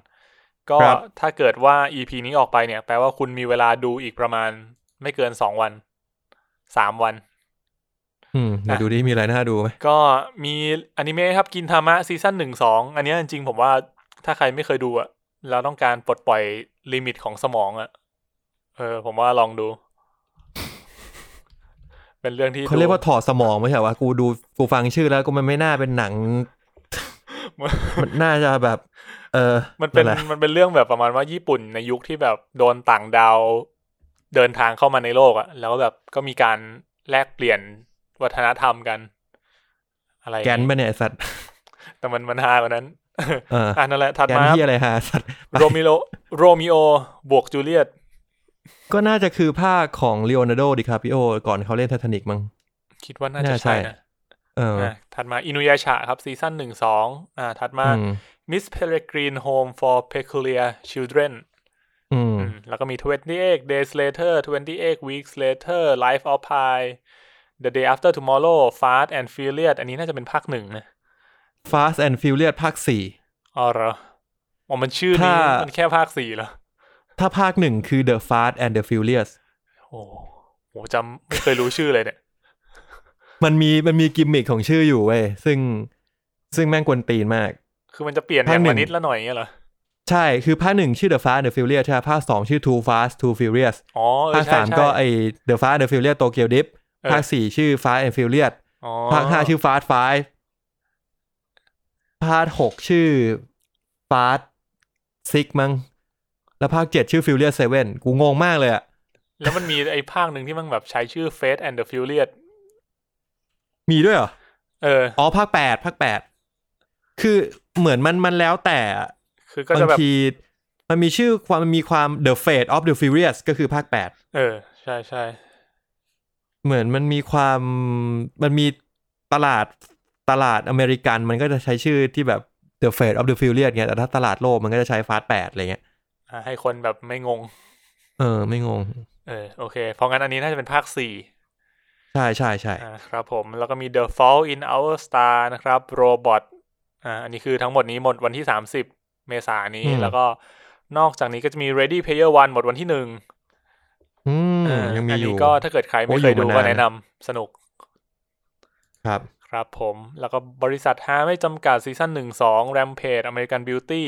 [SPEAKER 3] ก็
[SPEAKER 2] ครับ
[SPEAKER 3] ถ้าเกิดว่า EP นี้ออกไปเนี่ย แปลว่าคุณมีเวลาดูอีกประมาณไม่เกิน 2 วันสามวัน
[SPEAKER 2] อืมเดี๋ยวดูดิมีอะไรน่าดูไหม
[SPEAKER 3] ก็มีอนิเมะครับกินทามะซีซั่นหนึ่งสองอันเนี้ยจริงๆผมว่าถ้าใครไม่เคยดูอะเราต้องการปลดปล่อยลิมิตของสมองอะเออ ผมว่าลองดู เป็นเรื่องที่
[SPEAKER 2] เขาเรียกว่า
[SPEAKER 3] ดู
[SPEAKER 2] ถอดสมองไม่ใช่เหรอวะกูดูกูฟังชื่อแล้วกูมันไม่น่าเป็นหนั ง
[SPEAKER 3] มัน
[SPEAKER 2] มันน่าจะแบบ เออ
[SPEAKER 3] มันเป็น
[SPEAKER 2] แหละ
[SPEAKER 3] มันเป็นเรื่องแบบประมาณว่าญี่ปุ่นในยุคที่แบบโดนต่างดาวเดินทางเข้ามาในโลกอะแล้วก็แบบก็มีการแลกเปลี่ยน วัฒนธรรมกัน อะไร
[SPEAKER 2] แกนปะเนี่ยไอ้สัตว์
[SPEAKER 3] แต่มันมันฮากว่านั้น
[SPEAKER 2] เออ
[SPEAKER 3] อ่ะนั่นแหละถัด
[SPEAKER 2] แกน
[SPEAKER 3] มา
[SPEAKER 2] ที่อะไรฮะสัตว์ไป
[SPEAKER 3] โรมิโอโรมิโอบวกจูเลียต
[SPEAKER 2] ก็น่าจะคือภาคของเล o n นา d โดดิคาปิโอก่อนเขาเล่นไททานิกมั้ง
[SPEAKER 3] คิดว่าน่าจะ
[SPEAKER 2] น่าใช่
[SPEAKER 3] ใช่นะ
[SPEAKER 2] เออ
[SPEAKER 3] นะถัดมาอินุยาชะครับซีซั่นหนึ่งสองอ่าถัดมา
[SPEAKER 2] อืม
[SPEAKER 3] Miss Peregrine Home for Peculiar Children
[SPEAKER 2] อืม
[SPEAKER 3] อืมแล้วก็มี 28 Days Later 28 Weeks Later Life of Pi The Day After Tomorrow Fast and Furious อันนี้น่าจะเป็นภาคหนึ่งนะ
[SPEAKER 2] Fast and Furious ภาคสี่
[SPEAKER 3] อ๋อเหรออ๋อมันชื่อนี้
[SPEAKER 2] ถ้ามั
[SPEAKER 3] มันแค่ภาคสี่เหรอ
[SPEAKER 2] ถ้าภาคหนึ่งคือ The Fast and the Furious
[SPEAKER 3] โอ้โหโหจำไม่เคยรู้ชื่อเลยเนี่ย
[SPEAKER 2] มันมีมันมีกิมมิคของชื่ออยู่เว้ยซึ่งซึ่งแม่งกวนตีนมาก
[SPEAKER 3] คือมันจะเปลี่ยนอ
[SPEAKER 2] ภาค
[SPEAKER 3] ย่าง
[SPEAKER 2] หนึ่
[SPEAKER 3] ละ
[SPEAKER 2] ง
[SPEAKER 3] นิดละหน่อยอย่างเงี้ยเหรอ
[SPEAKER 2] ใช่ คือภาคหนึ่งชื่อ The Fast and the Furious ใช่ปะภาคสองชื่อ Too Fast Too Furious
[SPEAKER 3] อ๋อเอ
[SPEAKER 2] ภา
[SPEAKER 3] อ
[SPEAKER 2] ค
[SPEAKER 3] ใช่
[SPEAKER 2] สาม
[SPEAKER 3] ใช่
[SPEAKER 2] ก็ไอ The Fast and the Furious Tokyo Drift
[SPEAKER 3] เออ
[SPEAKER 2] ภาคสี่ชื่อ Fast and Furious
[SPEAKER 3] อ๋อ
[SPEAKER 2] ภาคห้าชื่อ Fast Five ภาคหกชื่อ Fast Six มั้งแล้วภาคเจ็ดชื่อ Furious Seven กูงงมากเลยอะ
[SPEAKER 3] แล้วมันมีไอ้ภาคหนึ่งที่มันแบบใช้ชื่อ Fate and the Furious
[SPEAKER 2] มีด้วยเหรอ
[SPEAKER 3] เออ
[SPEAKER 2] อ๋อภาคแปดภาคแปดคือเหมือนมันมันแล้วแต่อะ
[SPEAKER 3] คือก็
[SPEAKER 2] บา
[SPEAKER 3] จะ
[SPEAKER 2] ง
[SPEAKER 3] แบบ
[SPEAKER 2] ทีมันมีชื่อความมันมีความ The Fate of the Furious ก็คือภาคแปด
[SPEAKER 3] เออ ใช่ใช่
[SPEAKER 2] เหมือนมันมีความมันมีตลาดตลาดอเมริกันมันก็จะใช้ชื่อที่แบบ The Fate of the Furious เงี้ยแต่ถ้าตลาดโลกมันก็จะใช้ฟาสแปดอะไรเงี้ย
[SPEAKER 3] อ่าให้คนแบบไม่งง
[SPEAKER 2] เออไม่งง
[SPEAKER 3] เออโอเค เพราะงั้นอันนี้น่าจะเป็นภาคสี่
[SPEAKER 2] ใช่ใช่ใช่
[SPEAKER 3] อ่าครับผม แล้วก็มี The Fall in Our Star นะครับ Robot อ่าอันนี้คือทั้งหมดนี้หมดวันที่ 30 เมษายนนี้ แล้วก็นอกจากนี้ก็จะมี Ready Player One หมดวันที่หนึ่ง
[SPEAKER 2] อืม
[SPEAKER 3] เออ
[SPEAKER 2] ยังมี
[SPEAKER 3] อัน
[SPEAKER 2] อ
[SPEAKER 3] นี้
[SPEAKER 2] ยู่
[SPEAKER 3] ก็ถ้าเกิดใคร
[SPEAKER 2] โอ้
[SPEAKER 3] ไม่
[SPEAKER 2] ย
[SPEAKER 3] เคย
[SPEAKER 2] อยู่
[SPEAKER 3] ดู
[SPEAKER 2] มา
[SPEAKER 3] ก็
[SPEAKER 2] นาน
[SPEAKER 3] แนะนำสนุก
[SPEAKER 2] ครับ
[SPEAKER 3] ครับผม แล้วก็บริษัทฮาไม่จำกัดซีซั่นหนึ่งสองแรมเพจอเมริกันบิวตี้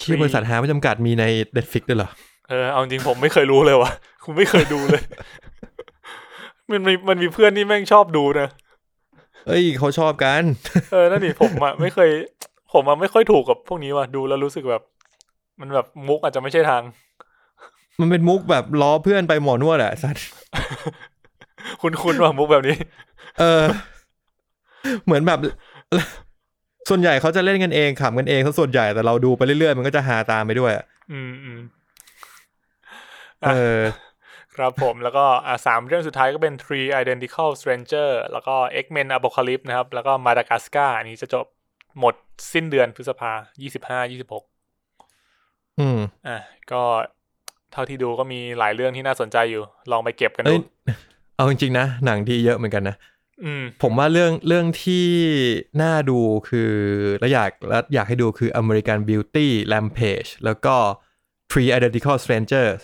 [SPEAKER 2] ที่อบริษัทหาไม่จำกัดมีใน Netflix ด้วยเหรอ
[SPEAKER 3] เออเอาจริงผมไม่เคยรู้เลยวะ คุณไม่เคยดูเลย มันมีมันมีเพื่อนที่แม่งชอบดูนะ
[SPEAKER 2] เอ้ยเขาชอบกัน
[SPEAKER 3] เออนั่นนี่ผมอะไม่เคย ผมอะไม่ค่อยถูกกับพวกนี้ว่ะดูแล้วรู้สึกแบบ มันแบบมุกอาจจะไม่ใช่ทาง
[SPEAKER 2] มันเป็นมุกแบบล้อเพื่อนไปหมอนวดอะ สัตว์
[SPEAKER 3] คุณคุณว่ามุกแบบนี้
[SPEAKER 2] เออ เหมือนแบบ ส่วนใหญ่เขาจะเล่นกันเองขำกันเองซะส่วนใหญ่แต่เราดูไปเรื่อยๆ มันก็จะหาตามไปด้วยอะ
[SPEAKER 3] อืมอืม
[SPEAKER 2] เออ
[SPEAKER 3] ครับผมแล้วก็อ่ะสามเรื่องสุดท้ายก็เป็น Three Identical Stranger แล้วก็ X-Men Apocalypse นะครับ แล้วก็ Madagascar อันนี้จะจบหมดสิ้นเดือนพฤษภา 25 26
[SPEAKER 2] อืม
[SPEAKER 3] อ่ะก็เท่าที่ดูก็มีหลายเรื่องที่น่าสนใจอยู่ ลองไปเก็บกัน
[SPEAKER 2] เอ้
[SPEAKER 3] ดู
[SPEAKER 2] ยเอาจริงๆนะ หนังที่เยอะเหมือนกันนะ
[SPEAKER 3] อืม
[SPEAKER 2] ผมว่าเรื่องเรื่องที่น่าดูคือและอยากและอยากให้ดูคือ American Beauty Rampage แล้วก็ Three Identical Strangers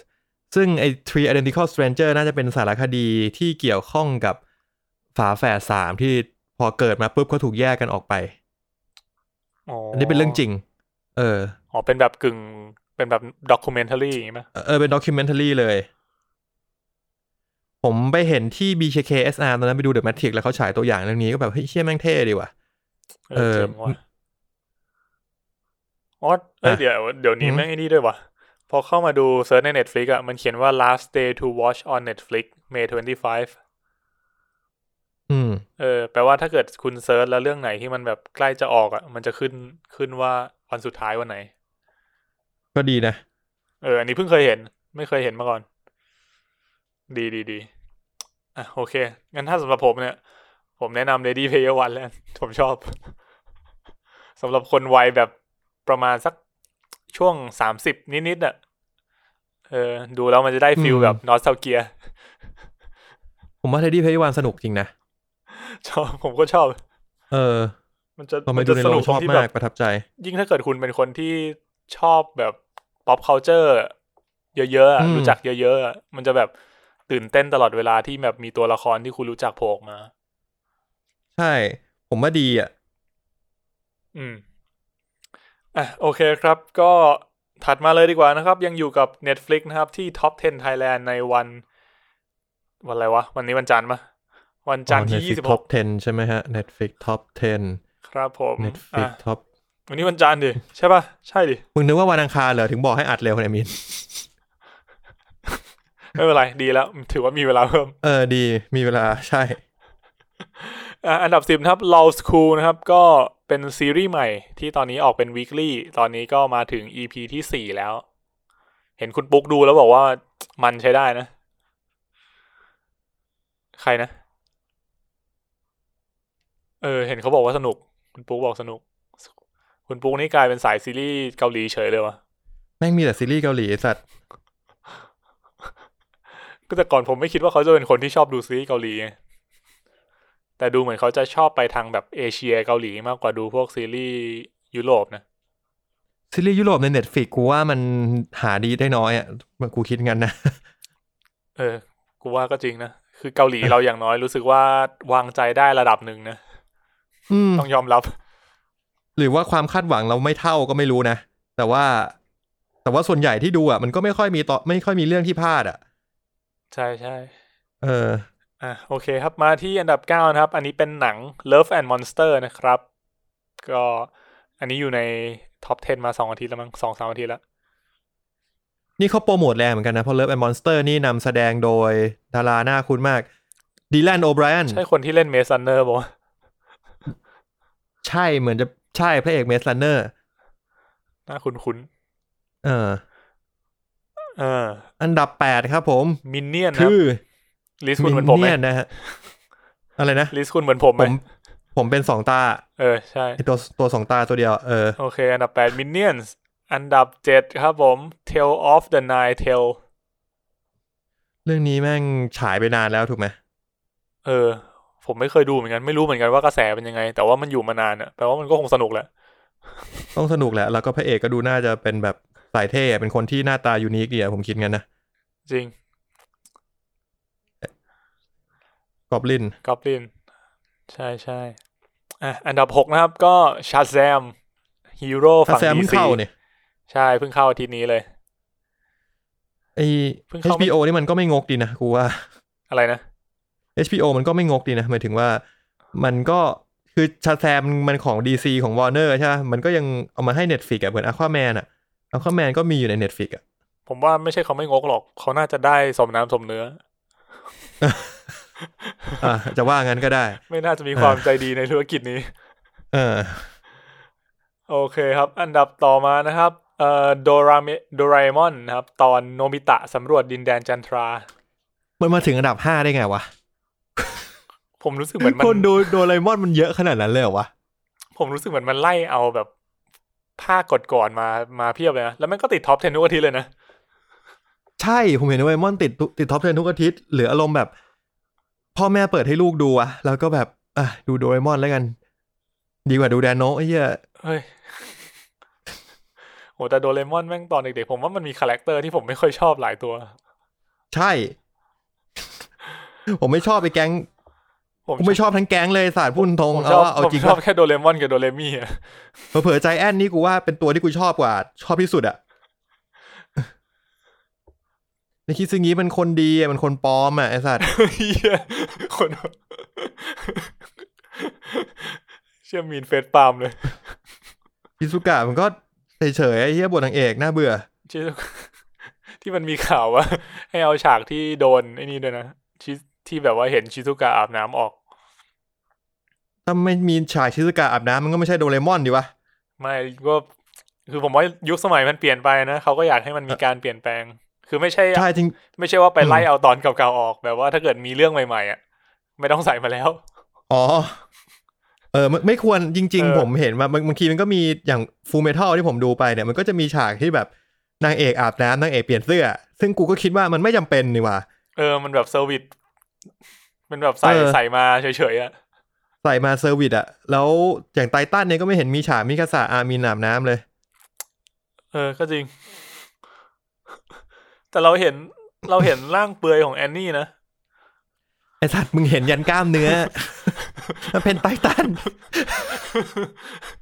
[SPEAKER 2] ซึ่งไอ้ Three Identical Strangers น่าจะเป็นสารคดีที่เกี่ยวข้องกับฝาแฝดสามที่พอเกิดมาปุ๊บก็ถูกแยกกันออกไป
[SPEAKER 3] อ๋อ
[SPEAKER 2] อั
[SPEAKER 3] อั
[SPEAKER 2] นนี้เป็นเรื่องจริง เออ
[SPEAKER 3] อ๋อ เป็นแบบกึ่ง เป็นแบบด็อก m เมนท r y อย่างงี้ไหม
[SPEAKER 2] เออเออเป็นด็อกิเมน a รีเลย ผมไปเห็นที่ BKKSR ตอนนั้นไปดู The Matrix แล้วเขาฉายตัวอย่างเรื่องนี้ก็แบบ เฮ้ยเชี่ยแม่งเท่ดีว่ะ
[SPEAKER 3] เออ
[SPEAKER 2] เออ
[SPEAKER 3] เจ๋งว่ะอ๋อเอ้ย
[SPEAKER 2] อ่ะ
[SPEAKER 3] เดี๋ยวเดี๋ยวนี้
[SPEAKER 2] อืม
[SPEAKER 3] แม่งไอ้นี่ด้วยว่ะ พอเข้ามาดูเซิร์ชใน Netflix อ่ะมันเขียนว่า last day to watch on Netflix May 25
[SPEAKER 2] อืม
[SPEAKER 3] เออแปลว่าถ้าเกิดคุณเซิร์ชแล้วเรื่องไหนที่มันแบบใกล้จะออกอะ่ะ มันจะขึ้นขึ้นว่าวันสุดท้ายวันไหน
[SPEAKER 2] ก็ดีนะ
[SPEAKER 3] เอออันนี้เพิ่งเคยเห็น ไม่เคยเห็นมาก่อน ดีดีดีอ่ะโอเค งั้นถ้าสำหรับผมเนี่ย ผมแนะนำ Lady Player One แล้ว ผมชอบ สำหรับคนวัยแบบประมาณสักช่วงสามสิบนิดๆอ่ะเออ ดูแล้วมันจะได้ฟิล
[SPEAKER 2] อืม
[SPEAKER 3] แบบนอสเซลเกีย
[SPEAKER 2] ผมว่า Teddy p a y วันสนุกจริงนะ
[SPEAKER 3] ชอบ ผมก็ชอบ
[SPEAKER 2] เออ
[SPEAKER 3] มันจะ
[SPEAKER 2] ตอนไป
[SPEAKER 3] มัน
[SPEAKER 2] ดู
[SPEAKER 3] จะ
[SPEAKER 2] ใน
[SPEAKER 3] ส
[SPEAKER 2] โร
[SPEAKER 3] นุก
[SPEAKER 2] ง
[SPEAKER 3] ตร
[SPEAKER 2] ช
[SPEAKER 3] ง
[SPEAKER 2] อบ
[SPEAKER 3] ที่แบ
[SPEAKER 2] มา
[SPEAKER 3] บ
[SPEAKER 2] กประทับใจ
[SPEAKER 3] ยิ่งถ้าเกิดคุณเป็นคนที่ชอบแบบ pop culture เยอะๆอะ
[SPEAKER 2] อืม
[SPEAKER 3] รู้จักเยอะๆอะมันจะแบบตื่นเต้นตลอดเวลาที่แบบมีตัวละครที่คุณรู้จักโผล่ออกมา
[SPEAKER 2] ใช่ ผมว่าดีอ่ะ
[SPEAKER 3] อืม อ่ะโอเคครับ ก็ถัดมาเลยดีกว่านะครับ ยังอยู่กับ Netflix นะครับ ที่ Top 10 Thailand ในวัน วันอะไรวะ วันนี้วันจันทร์ปะวันจันทร์ที่
[SPEAKER 2] Netflix
[SPEAKER 3] ยี่สิบห
[SPEAKER 2] Top
[SPEAKER 3] ก
[SPEAKER 2] 10 ใช่ไหมฮะ Netflix Top 10
[SPEAKER 3] ครับผม
[SPEAKER 2] Netflix
[SPEAKER 3] อ่ะ
[SPEAKER 2] Top
[SPEAKER 3] วันนี้วันจันทร์ดิ ใช่ปะใช่ดิ
[SPEAKER 2] มึงนึกว่าวันอังคารเหรอ ถึงบอกให้อัดเร็วเนี่ย มิน
[SPEAKER 3] ไม่เป็นไร ดีแล้ว ถือว่ามีเวลาเพิ่ม
[SPEAKER 2] เออดีมีเวลาใช่
[SPEAKER 3] อ่ะอันดับสิบนะครับ Law School นะครับ ก็เป็นซีรีส์ใหม่ที่ตอนนี้ออกเป็น weekly ตอนนี้ก็มาถึง EP ที่สี่แล้ว เห็นคุณปุ๊กดูแล้วบอกว่ามันใช้ได้นะ ใครนะ เออ เห็นเขาบอกว่าสนุก คุณปุ๊กบอกสนุก คุณปุ๊กนี่กลายเป็นสายซีรีส์เกาหลีเฉยเลยวะ
[SPEAKER 2] แม่งมีแต่ซีรีส์เกาหลีไอ้สัตว์
[SPEAKER 3] ก็แต่ก่อนผมไม่คิดว่าเขาจะเป็นคนที่ชอบดูซีรีส์เกาหลีไงแต่ดูเหมือนเขาจะชอบไปทางแบบเอเชียเกาหลีมากกว่าดูพวกซีรีส์ยุโรปนะ
[SPEAKER 2] ซีรีส์ยุโรปในเน็ตฟิกกูว่ามันหาดีได้น้อยอ่ะกูคิดงั้นนะ
[SPEAKER 3] เออ กูว่าก็จริงนะ คือเกาหลีเราอย่างน้อยรู้สึกว่าวางใจได้ระดับหนึ่งนะ
[SPEAKER 2] อืม
[SPEAKER 3] ต้องยอมรับ
[SPEAKER 2] หรือว่าความคาดหวังเราไม่เท่าก็ไม่รู้นะ แต่ว่า แต่ว่าส่วนใหญ่ที่ดูอ่ะมันก็ไม่ค่อยมีต่อไม่ค่อยมีเรื่องที่พลาดอ่ะ
[SPEAKER 3] ใช่ใช่
[SPEAKER 2] เออ
[SPEAKER 3] อ่ะโอเคครับมาที่อันดับ 9 นะครับ อันนี้เป็นหนัง Love and Monster นะครับ ก็อันนี้อยู่ในท็อป 10 มา 2 อาทิตย์แล้วมั้งสองสามอาทิตย์แล้ว
[SPEAKER 2] นี่เขาโปรโมทแรงเหมือนกันนะ เพราะเลิฟแอนด์มอนสเตอร์นี่นำแสดงโดยดาราหน้าคุ้นมากดีแลนโอไบรอัน
[SPEAKER 3] ใช่คนที่เล่นเมสันเนอร์บอกว่าวะ
[SPEAKER 2] ใช่เหมือนจะใช่พระเอกเมสซันเนอร์
[SPEAKER 3] น่าคุ้นคุ้น
[SPEAKER 2] เออ
[SPEAKER 3] ๆเออ
[SPEAKER 2] อันดับแปดครับผม
[SPEAKER 3] มินเนี่ยนครั
[SPEAKER 2] คื
[SPEAKER 3] บ
[SPEAKER 2] อ
[SPEAKER 3] ลิสคุณเหมือนผมไหม
[SPEAKER 2] เนี่ยนะฮะอะไรนะ
[SPEAKER 3] ลิสคุณเหมือนผมไห
[SPEAKER 2] ผม ม ผมเป็นสองตา
[SPEAKER 3] เออใช่
[SPEAKER 2] ไอตัวตัวสองตาตัวเดียว เออ
[SPEAKER 3] โอเค อันดับ 8 Minions อันดับ 7 ครับผม Tale of the Nine Tail
[SPEAKER 2] เรื่องนี้แม่งฉายไปนานแล้วถูกไหม
[SPEAKER 3] เออ ผมไม่เคยดูเหมือนกัน ไม่รู้เหมือนกันว่ากระแสเป็นยังไง แต่ว่ามันอยู่มานานอะแปลว่ามันก็คงสนุกแหละ
[SPEAKER 2] ต้องสนุกแหละ แล้วก็พระเอกก็ดูน่าจะเป็นแบบสายเท่เป็นคนที่หน้าตายูนิคดีอะผมคิดงั้นนะ
[SPEAKER 3] จริง
[SPEAKER 2] กอบลิน
[SPEAKER 3] ก o บลิน ใช่ใช่อ่ะอันดับ 6 นะครับก็ชาแซมฮีโร่
[SPEAKER 2] ถ้า
[SPEAKER 3] ฝั่ง
[SPEAKER 2] แซม
[SPEAKER 3] ดี
[SPEAKER 2] เพิ่ง
[SPEAKER 3] ซี
[SPEAKER 2] เข้าเนี่ย
[SPEAKER 3] ใช่ เพิ่งเข้าอาทิตย์นี้เลย
[SPEAKER 2] ไอ
[SPEAKER 3] เพิ่งเข้าไม่
[SPEAKER 2] HBO นี่มันก็ไม่งกดีนะกูว่า
[SPEAKER 3] อะไรนะ
[SPEAKER 2] HBO มันก็ไม่งกดีนะหมายถึงว่า มันก็คือชาแซมมันของ DC ของ Warner ใช่ไหมมันก็ยังเอามาให้ Netflix อะเหมือน Aquaman อะ Aquaman ก็มีอยู่ใน Netflix อะ
[SPEAKER 3] ผมว่าไม่ใช่เขาไม่งกหรอก เขาน่าจะได้สมน้ำสมเนื้อ
[SPEAKER 2] อ่ะจะว่างั้นก็ได้
[SPEAKER 3] ไม่น่าจะมีความใจดีในธุรกิจนี้
[SPEAKER 2] เออ
[SPEAKER 3] โอเคครับ อันดับต่อมานะครับเอ่อโดราเมโดราเอมอนนะครับ ตอนโนมิตะสำรวจดินแดนจันทรา
[SPEAKER 2] มันมาถึงอันดับ 5 ได้ไงวะ
[SPEAKER 3] ผมรู้สึกเหมือนมัน
[SPEAKER 2] คนดูโดไลมอนมันเยอะขนาดนั้นเลยเหรอวะ
[SPEAKER 3] ผมรู้สึกเหมือนมันไล่เอาแบบภาคก่อนๆมามาเพียบเลยนะ แล้วมันก็ติดท็อป 10 ทุกอาทิตย์เลยนะ
[SPEAKER 2] ใช่ ผมเห็นโดไลมอนติดทุติดท็อปเทนทุกอาทิตย์ หรืออารมณ์แบบ พ่อแม่เปิดให้ลูกดูอะแล้วก็แบบอ่ะดูโดไลมอนแล้วกัน ดีกว่าดูแดนโนะไอ้เหี้ย
[SPEAKER 3] เฮ้ย โหแต่โดเรมอนแม่งตอนเด็กๆผมว่ามันมีคาแรคเตอร์ที่ผมไม่ค่อยชอบหลายตัว
[SPEAKER 2] ใช่ ผมไม่ชอบไปแก๊ง
[SPEAKER 3] ผม
[SPEAKER 2] กูไม่ชอบทั้งแก๊งเลยสารพุ่นทง
[SPEAKER 3] ผมช
[SPEAKER 2] เอา
[SPEAKER 3] อบ
[SPEAKER 2] ว่าเอา
[SPEAKER 3] ผม
[SPEAKER 2] จริง
[SPEAKER 3] ชอบ
[SPEAKER 2] ว่า
[SPEAKER 3] แค่โดเรมอนกับโดเรมี่อะ
[SPEAKER 2] เผลอๆใจแอนนี่กูว่าเป็นตัวที่กูชอบกว่า ชอบที่สุดอะ ในคิดซึงี้มันคนดีอะมันคนปลอมอะไอสัตว์
[SPEAKER 3] เหี้ยคน เชื่อมีนเฟสปาล์มเลย
[SPEAKER 2] พิซุกะมันก็เฉยๆไอ้เหี้ยบทนางเอกน่าเบื่อ
[SPEAKER 3] ชิซุ ที่มันมีข่าว ว่า ให้เอาฉากที่โดนไอ้นี่ด้วยนะชิที่แบบว่าเห็นชิซุกะอาบน้ำออก
[SPEAKER 2] ถ้าไม่มีฉากชิซุกะอาบน้ำมันก็ไม่ใช่โดเรมอนดีวะ
[SPEAKER 3] ไม่ก็คือผมว่ายุคสมัยมันเปลี่ยนไปนะเขาก็อยากให้มันมีการเปลี่ยนแปลง คือไม่ใช่
[SPEAKER 2] ใช่จริง
[SPEAKER 3] ไม่ใช่ว่าไปไล่เอาตอนเก่าๆออกแบบว่าถ้าเกิดมีเรื่องใหม่ๆอ่ะไม่ต้องใส่มาแล้ว
[SPEAKER 2] อ๋อ เออไม่ไม่ควรจริง
[SPEAKER 3] เออ
[SPEAKER 2] ๆ ผมเห็นมาบางบางทีมันก็มีอย่างฟูเมทัลที่ผมดูไปเนี่ยมันก็จะมีฉากที่แบบนางเอกอาบน้ำนางเอกเปลี่ยนเสื้อ ซึ่งกูก็คิดว่ามันไม่จำเป็นนี่หว่า
[SPEAKER 3] เออมันแบบเซอร์วิสมันแบบใส่
[SPEAKER 2] เออ
[SPEAKER 3] ใส่มาเฉยๆอ่ะ
[SPEAKER 2] ใส่มาเซอร์วิสอะแล้วอย่างไททันเนี่ยก็ไม่เห็นมีฉากมิคาสะอามีนอาบน้ำเลย
[SPEAKER 3] เออก็จริง แต่เราเห็นเราเห็นร่างเปลือยของแอนนี่นะ
[SPEAKER 2] ไอสัตว์มึงเห็นยันกล้ามเนื้อ มันเป็นไททั น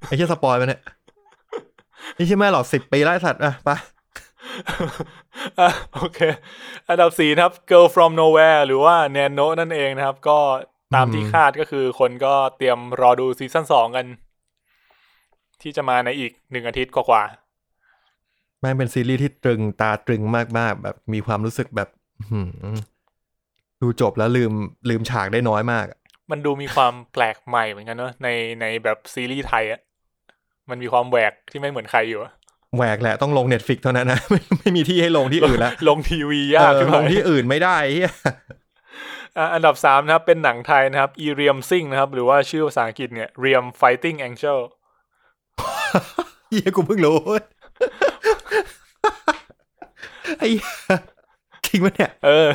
[SPEAKER 2] ไอเชี่ยสปอยล์มันเนี่ยไอเชี่ยแม่หรอกสิบปีไล่สัตว์อะไปะ
[SPEAKER 3] อ่ะโอเค อันดับสี่นะครับ Girl from Nowhere หรือว่าแนนโนนั่นเองนะครับ ก็ตามที่คาดก็คือคนก็เตรียมรอดูซีซั่นสองกัน ที่จะมาในอีกหนึ่งอาทิตย์กว่า
[SPEAKER 2] แม่งเป็นซีรีส์ที่ตรึงตาตรึงมากๆ แบบมีความรู้สึกแบบ อื้อหือดูจบแล้วลืมลืมฉากได้น้อยมากอะ
[SPEAKER 3] ๆ มันดูมีความแปลกใหม่เหมือนกันเนอะในในแบบซีรีส์ไทยอะมันมีความแหวกที่ไม่เหมือนใครอยู่อะ
[SPEAKER 2] แหวกแหละต้องลงเน็ตฟิกเท่านั้นนะ ไม่ไม่มีที่ให้ลงที่อื่นละ
[SPEAKER 3] ลงทีวียาก
[SPEAKER 2] เออ
[SPEAKER 3] ขึ้น
[SPEAKER 2] ล
[SPEAKER 3] มาง
[SPEAKER 2] ที่อื่นไม่ได้เหี้ย
[SPEAKER 3] อ่ะอันดับสามนะครับ เป็นหนังไทยนะครับ อีเรียมซิงนะครับ หรือว่าชื่อภาษาอังกฤษเนี่ยเรียม fighting angel
[SPEAKER 2] เหี้ยกูเพิ่งรู้ เว้ยไอ้เหี้ ยจริงปะเนี่ย
[SPEAKER 3] เออ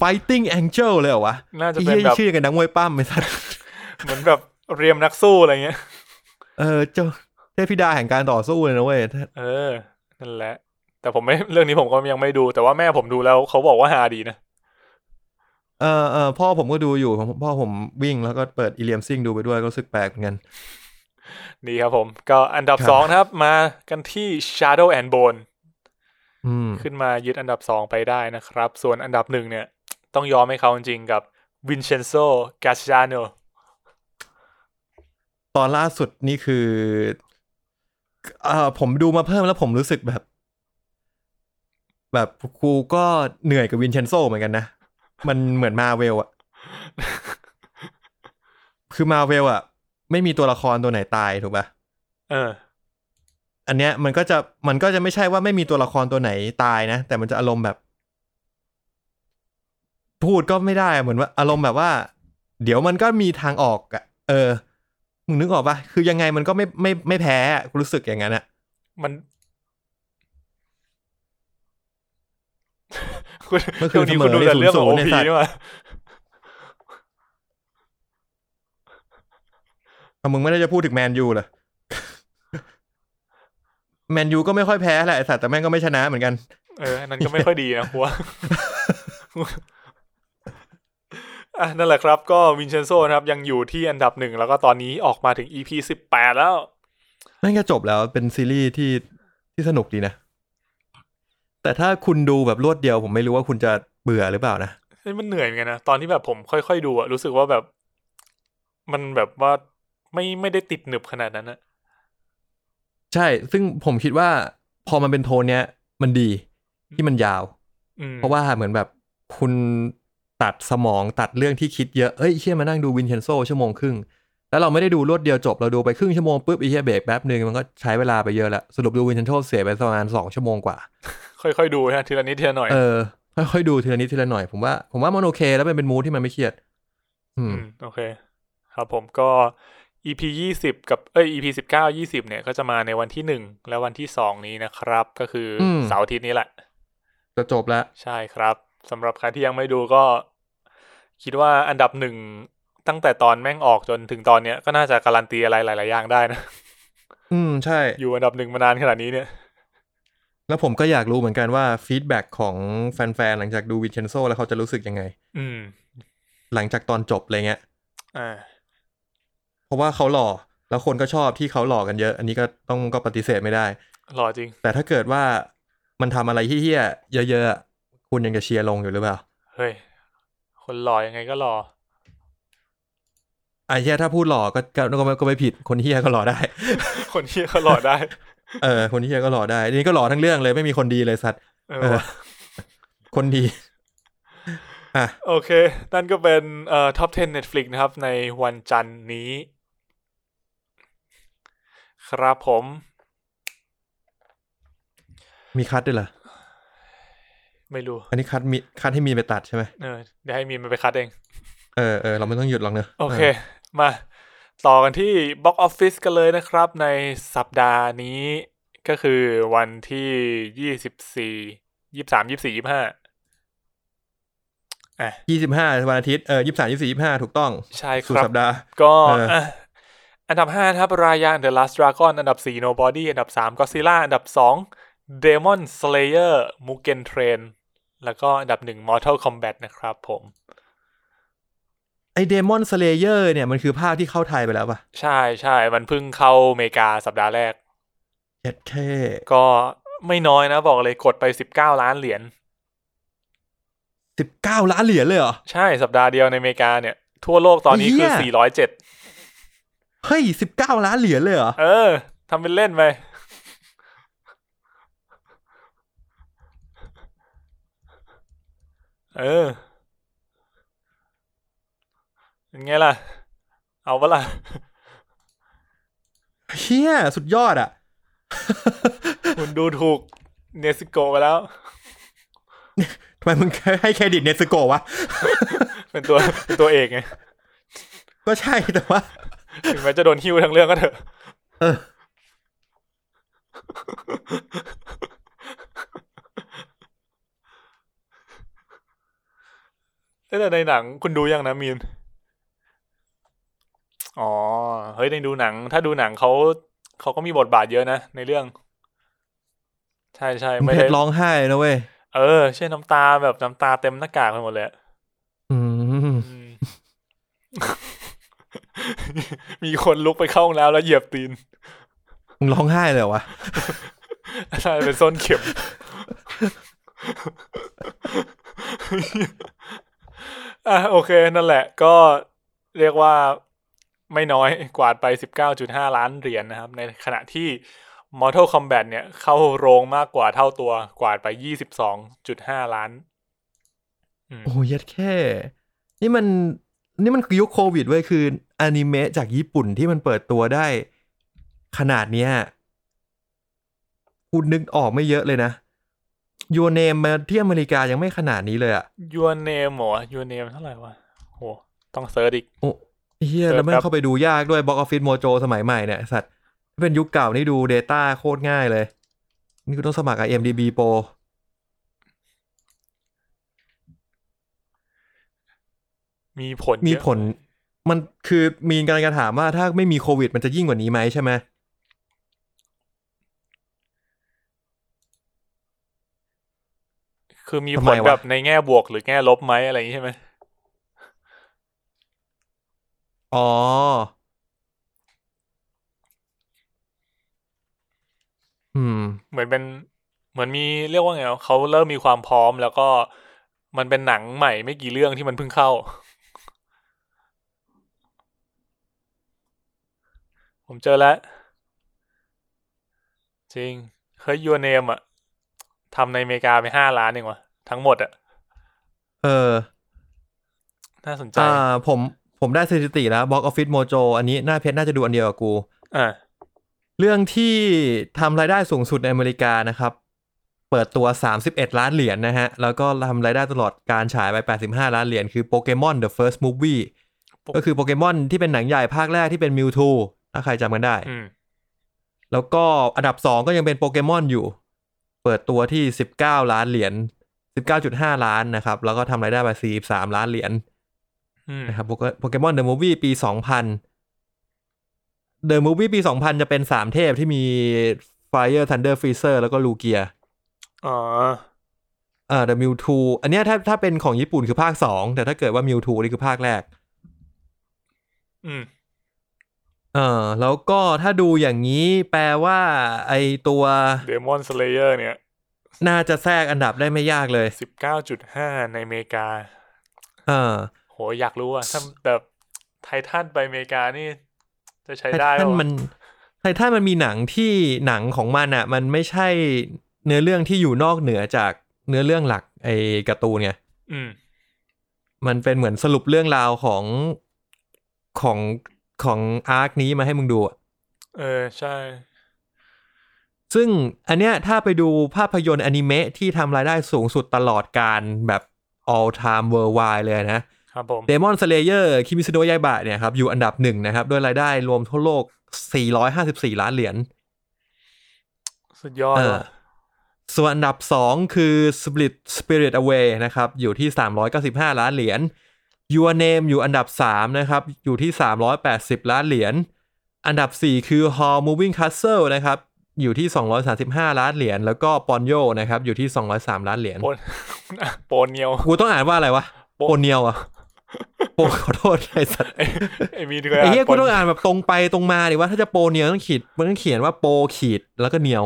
[SPEAKER 2] fighting angel เลยเหรอวะ
[SPEAKER 3] น่าจะ
[SPEAKER 2] ไอ้เหี้
[SPEAKER 3] เป็น
[SPEAKER 2] ย
[SPEAKER 3] แบบ
[SPEAKER 2] ชื่อกันนักมวยปั้มไอ้สัส
[SPEAKER 3] เหมือนแบบเรียมนักสู้อะไรเงี้ย
[SPEAKER 2] เออเจ้าเทพธิดาแห่งการต่อสู้เลยนะเว้ย
[SPEAKER 3] เออ นั่นแหละ แต่ผมไม่เรื่องนี้ผมก็ยังไม่ดู แต่ว่าแม่ผมดูแล้วเขาบอกว่าฮาดีนะ
[SPEAKER 2] เออเออพ่อผมก็ดูอยู่ผมพ่อผมวิ่งแล้วก็เปิดอีเลียมซิงดูไปด้วยก็รู้สึกแปลกเหมือนกัน
[SPEAKER 3] ดีครับผม ก็อันดับ
[SPEAKER 2] ครับ
[SPEAKER 3] สองนะครับ มากันที่ Shadow and Bone
[SPEAKER 2] อืม
[SPEAKER 3] ขึ้นมายึดอันดับสองไปได้นะครับ ส่วนอันดับหนึ่งเนี่ย ต้องยอมให้เขาจริงๆกับ Vincenzo Gasciano
[SPEAKER 2] ตอนล่าสุดนี่คือเอ่อผมดูมาเพิ่มแล้วผมรู้สึกแบบ แบบกูก็เหนื่อยกับวินเชนโซเหมือนกันนะ มันเหมือนมาเวลอะ คือมาเวลอะไม่มีตัวละครตัวไหนตายถูกปะ
[SPEAKER 3] เออ
[SPEAKER 2] อันเนี้ยมันก็จะมันก็จะไม่ใช่ว่าไม่มีตัวละครตัวไหนตายนะ แต่มันจะอารมณ์แบบ พูดก็ไม่ได้อะเหมือนว่า อารมณ์แบบว่า เดี๋ยวมันก็มีทางออกอะเออมึงนึกออกปะคือยังไงมันก็ไม่ไม่ไม่แพ้อะกูรู้สึกอย่างนั้นอะ
[SPEAKER 3] มัน คุณ
[SPEAKER 2] เมื่อคื
[SPEAKER 3] เดี๋ย
[SPEAKER 2] น
[SPEAKER 3] วนี้คุณดู
[SPEAKER 2] เสมอ
[SPEAKER 3] แต่เรื่องของโอ
[SPEAKER 2] ใน
[SPEAKER 3] พี
[SPEAKER 2] สัตว์
[SPEAKER 3] นี่มา
[SPEAKER 2] เอามึงไม่ได้จะพูดถึงแมนยูเหรอ แมนยูก็ไม่ค่อยแพ้แหละไอ้สัตว์แต่แม่งก็ไม่ชนะเหมือนกัน
[SPEAKER 3] เอออันนั้นก็ไม่ค่อยดีนะหัวาอ่ะนั่นแหละครับ ก็วินเชนโซนะครับ ยังอยู่ที่อันดับหนึ่งแล้วก็ตอนนี้ออกมาถึง EP สิบแปดแล้ว
[SPEAKER 2] นั่นก็จบแล้วเป็นซีรีส์ที่ที่สนุกดีนะ แต่ถ้าคุณดูแบบรวดเดียว ผมไม่รู้ว่าคุณจะเบื่อหรือเปล่านะ
[SPEAKER 3] เฮ้ยมันเหนื่อยเหมือนกันนะ ตอนที่แบบผมค่อยๆดูอะรู้สึกว่าแบบ มันแบบว่าไม่ไม่ได้ติดหนึบขนาดนั้นอะ
[SPEAKER 2] ใช่ ซึ่งผมคิดว่าพอมันเป็นโทนเนี้ย มันดีที่มันยาว
[SPEAKER 3] อืม
[SPEAKER 2] เพราะว่าเหมือนแบบคุณตัดสมองตัดเรื่องที่คิดเยอะ เอ้ยเชี่ยมานั่งดูวินเชนโซชั่วโมงครึ่ง แล้วเราไม่ได้ดูรวดเดียวจบ เราดูไปครึ่งชั่วโมงปุ๊บไอ้เชี่ยเบรกแป๊บหนึ่งมันก็ใช้เวลาไปเยอะละสรุปดูวินเชนโซเสียไปประมาณสองชั่วโมงกว่า
[SPEAKER 3] ค่อยๆดูนะทีละนิดทีละหน่อย
[SPEAKER 2] เออ ค่อยๆดูทีละนิดทีละหน่อย ผมว่า ผมว่ามันโอเค แล้วมันเป็นมูทที่มันไม่เครียด อืม
[SPEAKER 3] มโอเค ครับผมก็ EP ยี่สิบกับเอ้ย EP สิบเก้ายี่สิบเนี่ยก็จะมาในวันที่หนึ่งและวันที่สองนี้นะครับ ก็คืออ
[SPEAKER 2] ม
[SPEAKER 3] เสาร์อาทิตย์นี้แหละ
[SPEAKER 2] จะจบละ
[SPEAKER 3] ใช่ครับสำหรับใครที่ยังไม่ดูก็ คิดว่าอันดับหนึ่งตั้งแต่ตอนแม่งออกจนถึงตอนเนี้ยก็น่าจะการันตีอะไรหลายๆอย่างได้นะ
[SPEAKER 2] อืม ใช่
[SPEAKER 3] อยู่อันดับหนึ่งมานานขนาดนี้เนี่ย
[SPEAKER 2] แล้วผมก็อยากรู้เหมือนกันว่าฟีดแบ็กของแฟนๆ หลังจากดูวินเชนโซแล้วเขาจะรู้สึกยังไง
[SPEAKER 3] อืม
[SPEAKER 2] หลังจากตอนจบอะไรเงี้ย
[SPEAKER 3] อ่า
[SPEAKER 2] เพราะว่าเขาหล่อ แล้วคนก็ชอบที่เขาหล่อกันเยอะ อันนี้ก็ต้องก็ปฏิเสธไม่ได้
[SPEAKER 3] หล่อจริง
[SPEAKER 2] แต่ถ้าเกิดว่ามันทำอะไรที่เฮี้ยๆเยอะๆอะคุณยังจะเชียร์ลงอยู่หรือเปล่า
[SPEAKER 3] เฮ้ย คนหล่อยังไงก็หล่อ
[SPEAKER 2] ไอ้เฮี้ยถ้าพูดหล่อก็ก็ก็ไม่ก็ไม่ผิดคนเฮี้ยก็หล่อได้
[SPEAKER 3] คนที่ก็หล่อได้
[SPEAKER 2] เออคนเฮี้ยก็หล่อได้นี่ก็หล่อทั้งเรื่องเลยไม่มีคนดีเลยสัตว์
[SPEAKER 3] เออ
[SPEAKER 2] เออ คนดี อ่ะ
[SPEAKER 3] โอเค นั่นก็เป็นเอ่อท็อป 10 Netflix นะครับ ในวันจันทร์นี้ ครับผม
[SPEAKER 2] มีคัดด้วยเหรอ
[SPEAKER 3] ไม่รู้
[SPEAKER 2] อันนี้คัดมีคัดให้มีนไปตัดใช่ไหม
[SPEAKER 3] เออ เดี๋ยวให้มีนมันไปคัดเอง
[SPEAKER 2] เออเออเราไม่ต้องหยุดหรอกเนอะ
[SPEAKER 3] โอเค มาต่อกันที่ Box Office กันเลยนะครับ ในสัปดาห์นี้ ก็คือวันที่ยี่สิบสี่ยี่สามยี่สี่ยี่ห้า
[SPEAKER 2] ยี่สิบห้าวันอาทิตย์เออยี่สิบสามยี่สี่ยี่ห้าถูกต้อง
[SPEAKER 3] ใช่ค
[SPEAKER 2] สู่
[SPEAKER 3] รับ
[SPEAKER 2] สัปดาห์
[SPEAKER 3] ก็
[SPEAKER 2] เอออ่
[SPEAKER 3] ะอันดับ 5 นะครับ รายาง The Last Dragon อันดับ 4 Nobody อันดับ 3 Godzilla อันดับ 2 Demon Slayer Mugen Train แล้วก็อันดับ 1 Mortal Kombat นะครับผม
[SPEAKER 2] ไอเดมอนสเลเยอร์เนี่ยมันคือภาคที่เข้าไทยไปแล้วป่ะ
[SPEAKER 3] ใช่ใช่มันเพิ่งเข้าอเมริกาสัปดาห์แรก
[SPEAKER 2] เจ็ดเท่
[SPEAKER 3] ก็ไม่น้อยนะบอกเลยกดไป 19 ล้านเหรียญ
[SPEAKER 2] สิบเก้าล้านเหรียญเลยเหรอ
[SPEAKER 3] ใช่สัปดาห์เดียวในอเมริกาเนี่ย ทั่วโลกตอนนี้คือ
[SPEAKER 2] เหี้
[SPEAKER 3] 407
[SPEAKER 2] เฮ้ยสิบเก้าล้านเหรียญเลยเหรอ
[SPEAKER 3] เออทำเป็นเล่นไปเออ ไงล่ะ เอาปะล่ ะ
[SPEAKER 2] เฮียสุดยอดอ่ะ
[SPEAKER 3] คุณดูถูกเนสโกไปแล้ว
[SPEAKER 2] ทำไมมึงให้เครดิตเนสโกะวะ
[SPEAKER 3] เป็นตัวเป็นตัวเอกไง
[SPEAKER 2] ก็ใช่แต่ว่า
[SPEAKER 3] ถึงแม้จะโดนหิ้วทั้งเรื่องก็เถอะ
[SPEAKER 2] เออ
[SPEAKER 3] แต่ในหนังคุณดูยังนะมีน อ๋อ เฮ้ยในดูหนัง ถ้าดูหนังเขาเขาก็มีบทบาทเยอะนะ ในเรื่อง ใช่ใช่
[SPEAKER 2] มึง
[SPEAKER 3] ไม่
[SPEAKER 2] เพ
[SPEAKER 3] ได้
[SPEAKER 2] ชรร้องไห้นะเว้ย
[SPEAKER 3] เออใช่น้ำตาแบบน้ำตาเต็มหน้ากากไปหมดเลยอะ
[SPEAKER 2] อืม
[SPEAKER 3] อืม มีคนลุกไปเข้าห้องน้ำแล้วเหยียบตีน
[SPEAKER 2] มึงร้องไห้เลยเหรอวะ
[SPEAKER 3] ใช่เป็นส้นเข็ม อ่ะโอเค นั่นแหละ ก็เรียกว่าไม่น้อยกวาดไป 19.5 ล้านเหรียญนะครับ ในขณะที่ Mortal Kombat เนี่ย เข้าโรงมากกว่าเท่าตัวกวาดไป 22.5 ล้าน
[SPEAKER 2] โอ้ยยัดแค่ นี่มันนี่มันคือยุคโควิดเว้ยคืออนิเมะจากญี่ปุ่นที่มันเปิดตัวได้ ขนาดเนี้ยคุณนึกออกไม่เยอะเลยนะยูเนมมาที่อเมริกายังไม่ขนาดนี้เลยอะ
[SPEAKER 3] Your Name เหรอ Your Name เท่าไหร่วะโหต้องเซิร์ชอีก
[SPEAKER 2] โอ้เฮีย
[SPEAKER 3] เจอ
[SPEAKER 2] แล้วมัน
[SPEAKER 3] ครับ
[SPEAKER 2] เข้าไปดูยากด้วยบ็อกออฟฟิศโมโจสมัยใหม่เนี่ยไอ้สัตว์ถ้าเป็นยุคเก่านี่ดู Data โคตรง่ายเลย นี่คุณต้องสมัครกับ MDB Pro
[SPEAKER 3] มีผล
[SPEAKER 2] มี
[SPEAKER 3] เยอะ
[SPEAKER 2] ผลมันคือมีนกำลังจะถามว่าถ้าไม่มีโควิด มันจะยิ่งกว่านี้ไหมใช่ไหม
[SPEAKER 3] คือมีผลแบบในแง่บวกหรือแง่ลบไหมอะไรอย่างนี้ใช่ไหม
[SPEAKER 2] อ๋อ อืม
[SPEAKER 3] เหมือนเป็นเหมือนมีเรียกว่าไงวะเขาเริ่มมีความพร้อมแล้วก็มันเป็นหนังใหม่ไม่กี่เรื่องที่มันเพิ่งเข้า ผมเจอแล้ว จริง เฮ้ยยูเนมอะทำในอเมริกาไปห้าล้านเองวะทั้งหมดอะ
[SPEAKER 2] เออ
[SPEAKER 3] น่าสนใจ
[SPEAKER 2] อ่า ผม ผมได้สถิติแล้วบ็อกออฟฟิศโมโจอันนี้หน้าเพจน่าจะดูอันเดียวกับกู
[SPEAKER 3] อ่า
[SPEAKER 2] เรื่องที่ทำรายได้สูงสุดในอเมริกานะครับ เปิดตัว 31 ล้านเหรียญนะฮะ แล้วก็ทำรายได้ตลอดการฉายไป 85 ล้านเหรียญคือโปเกมอน The First Movie ก็คือโปเกมอนที่เป็นหนังใหญ่ภาคแรกที่เป็นมิวทูถ้าใครจำกันได้
[SPEAKER 3] อืม
[SPEAKER 2] แล้วก็อันดับ 2 ก็ยังเป็นโปเกมอนอยู่ เปิดตัวที่ 19 ล้านเหรียญ 19.5 ล้านนะครับ แล้วก็ทำรายได้ไป 43 ล้านเหรียญ
[SPEAKER 3] อืม
[SPEAKER 2] นะครับโปเกมอนเดอะมูฟวี่ปี 2000 The Movie ปี 2000 จะเป็น 3 เทพที่มี Fire Thunder Freezer แล้วก็ลูเกีย
[SPEAKER 3] อ๋อ
[SPEAKER 2] อ่า The Mewtwo อันเนี้ยถ้าถ้าเป็นของญี่ปุ่นคือภาค 2 แต่ถ้าเกิดว่า Mewtwo นี่คือภาคแรก
[SPEAKER 3] อืม
[SPEAKER 2] เออแล้วก็ถ้าดูอย่างนี้แปลว่า ไอตัว
[SPEAKER 3] เดมอนสเลเยอร์เนี่ย
[SPEAKER 2] น่าจะแทรกอันดับได้ไม่ยากเลย
[SPEAKER 3] สิบเก้าจุดห้าในอเมริกา
[SPEAKER 2] เออ
[SPEAKER 3] โห อยากรู้ว่าถ้าแบบไททันไปอเมริกานี่ จะใช้
[SPEAKER 2] ไท
[SPEAKER 3] ได้
[SPEAKER 2] ทัน
[SPEAKER 3] ปะวะ
[SPEAKER 2] มันไททันมันมีหนังที่หนังของมันอ่ะ มันไม่ใช่เนื้อเรื่องที่อยู่นอกเหนือจากเนื้อเรื่องหลักไอการ์ตูนไง
[SPEAKER 3] อืม
[SPEAKER 2] มันเป็นเหมือนสรุปเรื่องราวของของของอาร์คนี้มาให้มึงดูอะ
[SPEAKER 3] เออ ใช่
[SPEAKER 2] ซึ่งอันเนี้ยถ้าไปดูภาพยนตร์อนิเมะที่ทำรายได้สูงสุดตลอดการแบบ all time worldwide เลยนะ
[SPEAKER 3] ครับผม
[SPEAKER 2] Demon Slayer คิมิซโดยายบะเนี่ยครับ อยู่อันดับหนึ่งนะครับ ด้วยรายได้รวมทั่วโลก 454 ล้านเหรียญ
[SPEAKER 3] สุดยอด
[SPEAKER 2] เออ
[SPEAKER 3] ว่ะ
[SPEAKER 2] ส่วนอันดับ 2 คือ Split Spirit Away นะครับ อยู่ที่ 395 ล้านเหรียญ Your Name อยู่อันดับ 3 นะครับ อยู่ที่ 380 ล้านเหรียญ อันดับ 4 คือ Hall Moving Castle นะครับ อยู่ที่ 235 ล้านเหรียญ แล้วก็ Ponyo นะครับ อยู่ที่ 203 ล้านเหรียญ
[SPEAKER 3] โปน โปนเนียว
[SPEAKER 2] กูต้องอ่านว่าอะไรวะ
[SPEAKER 3] โป
[SPEAKER 2] โปเนียวอะโปขอโทษไอ้สัตว์
[SPEAKER 3] ไอ้มีน
[SPEAKER 2] ไอ้เหี้ย
[SPEAKER 3] ป
[SPEAKER 2] กูต้องอ่านแบบตรงไปตรงมาดิว่าถ้าจะโปเนียวต้องขีดมันต้องเขียนว่าโปขีดแล้วก็เนียว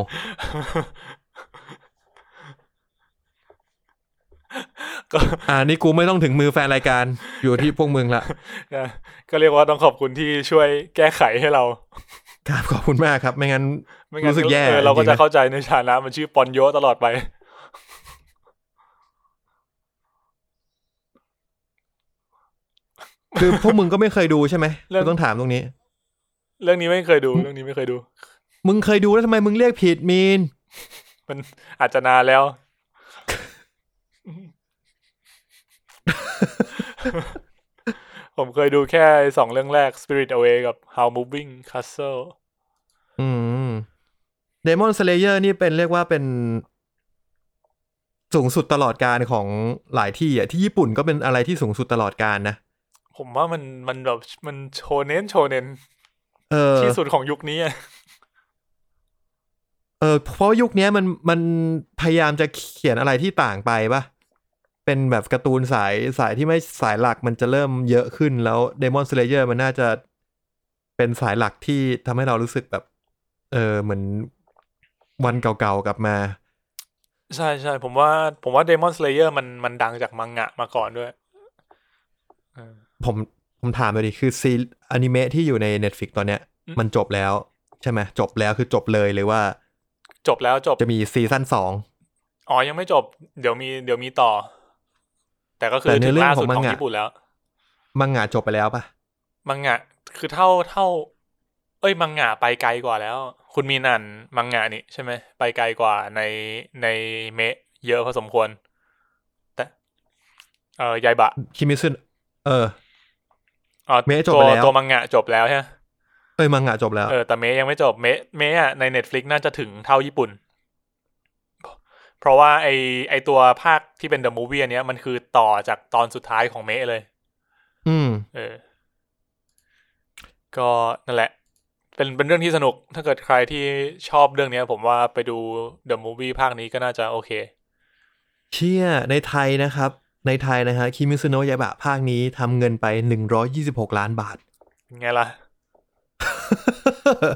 [SPEAKER 3] ก็
[SPEAKER 2] อ่านี่กูไม่ต้องถึงมือแฟนรายการอยู่ที่พวกมึงละ
[SPEAKER 3] นะก็เรียกว่าต้องขอบคุณที่ช่วยแก้ไขให้เรา
[SPEAKER 2] ครับขอบคุณมากครับ ไม่งั้น
[SPEAKER 3] ไม่งั้น
[SPEAKER 2] รู้สึกแย่
[SPEAKER 3] เออเราก็
[SPEAKER 2] จริ
[SPEAKER 3] จะ
[SPEAKER 2] งๆนะ
[SPEAKER 3] เข้าใจในฐานะมันชื่อปอนโยตลอดไป
[SPEAKER 2] คือพวกมึงก็ไม่เคยดูใช่ไหม
[SPEAKER 3] เรื่อง
[SPEAKER 2] กูต้องถามตรงนี้
[SPEAKER 3] เรื่องนี้ไม่เคยดูเรื่องนี้ไม่เคยดู
[SPEAKER 2] มึงเคยดูแล้วทำไมมึงเรียกผิดมีน
[SPEAKER 3] มัน อาจจะนานแล้ว ผมเคยดูแค่สองเรื่องแรก Spirit Away กับ How Moving Castle
[SPEAKER 2] อืมเดมอนสเลเยอร์นี่เป็นเรียกว่าเป็น สูงสุดตลอดการของหลายที่อ่ะที่ญี่ปุ่นก็เป็นอะไรที่สูงสุดตลอดการนะ
[SPEAKER 3] ผมว่ามันมันแบบมันโชเน้นโชเน้น
[SPEAKER 2] เออ
[SPEAKER 3] ที่สุดของยุคนี้อะ
[SPEAKER 2] เออเพราะยุคเนี้ยมันมันพยายามจะเขียนอะไรที่ต่างไปปะเป็นแบบการ์ตูนสายสายที่ไม่สายหลักมันจะเริ่มเยอะขึ้นแล้วเดมอนสเลเยอร์มันน่าจะเป็นสายหลักที่ทำให้เรารู้สึกแบบ เออเหมือนวันเก่าๆกลับมา
[SPEAKER 3] ใช่ใช่ผมว่าผมว่า Demon Slayer มันมันดังจากมังงะมาก่อนด้วย
[SPEAKER 2] ผมผมถามไปดิคือซีอนิเมะที่อยู่ใน Netflix ตอนเนี้ย
[SPEAKER 3] อืม
[SPEAKER 2] มันจบแล้ว ใช่ไหมจบแล้วคือจบเลยหรือว่า
[SPEAKER 3] จบแล้วจบ
[SPEAKER 2] จะมีซีซั่นสอง
[SPEAKER 3] อ๋อ ยังไม่จบ เดี๋ยวมีเดี๋ยวมีต่อ แต่ก็คื
[SPEAKER 2] แต่
[SPEAKER 3] อ
[SPEAKER 2] เนื้อ
[SPEAKER 3] ถึ
[SPEAKER 2] ง เรื่อง
[SPEAKER 3] ล่าสุด
[SPEAKER 2] ของมัง
[SPEAKER 3] ของ
[SPEAKER 2] งะ
[SPEAKER 3] ญี่ปุ่นแล้ว
[SPEAKER 2] มังงะจบไปแล้วปะ
[SPEAKER 3] มังงะ คือเท่าเท่า เอ้ย มังงะไปไกลกว่าแล้ว คุณมีนันมังงะนี่ใช่ไหมไปไกลกว่าในในเมะเยอะพอสมควร แต่ เออยายบะ
[SPEAKER 2] คิมิซึนเออ
[SPEAKER 3] อ๋อ
[SPEAKER 2] เมะจบ
[SPEAKER 3] ตัว
[SPEAKER 2] ไปแล้ว
[SPEAKER 3] ตัวมังงะจบแล้วใช่ไหม
[SPEAKER 2] เอ้ยมังงะจบแล้ว
[SPEAKER 3] เออแต่เมะยังไม่จบเมะเมะอะในเน็ตฟลิกน่าจะถึงเท่าญี่ปุ่น เพราะว่าไอไอตัวภาคที่เป็นเดอะมูวี่อันเนี้ยมันคือต่อจากตอนสุดท้ายของเมะเลย
[SPEAKER 2] อืม
[SPEAKER 3] เออ ก็นั่นแหละ เป็นเป็นเรื่องที่สนุก ถ้าเกิดใครที่ชอบเรื่องเนี้ย ผมว่าไปดู The Movie ภาคนี้ก็น่าจะโอเค
[SPEAKER 2] เชี่ยในไทยนะครับ ในไทยนะฮะคิมิซึโนะยาบะภาคนี้ทำเงินไป 126 ล้านบาท
[SPEAKER 3] ไงล่ ะ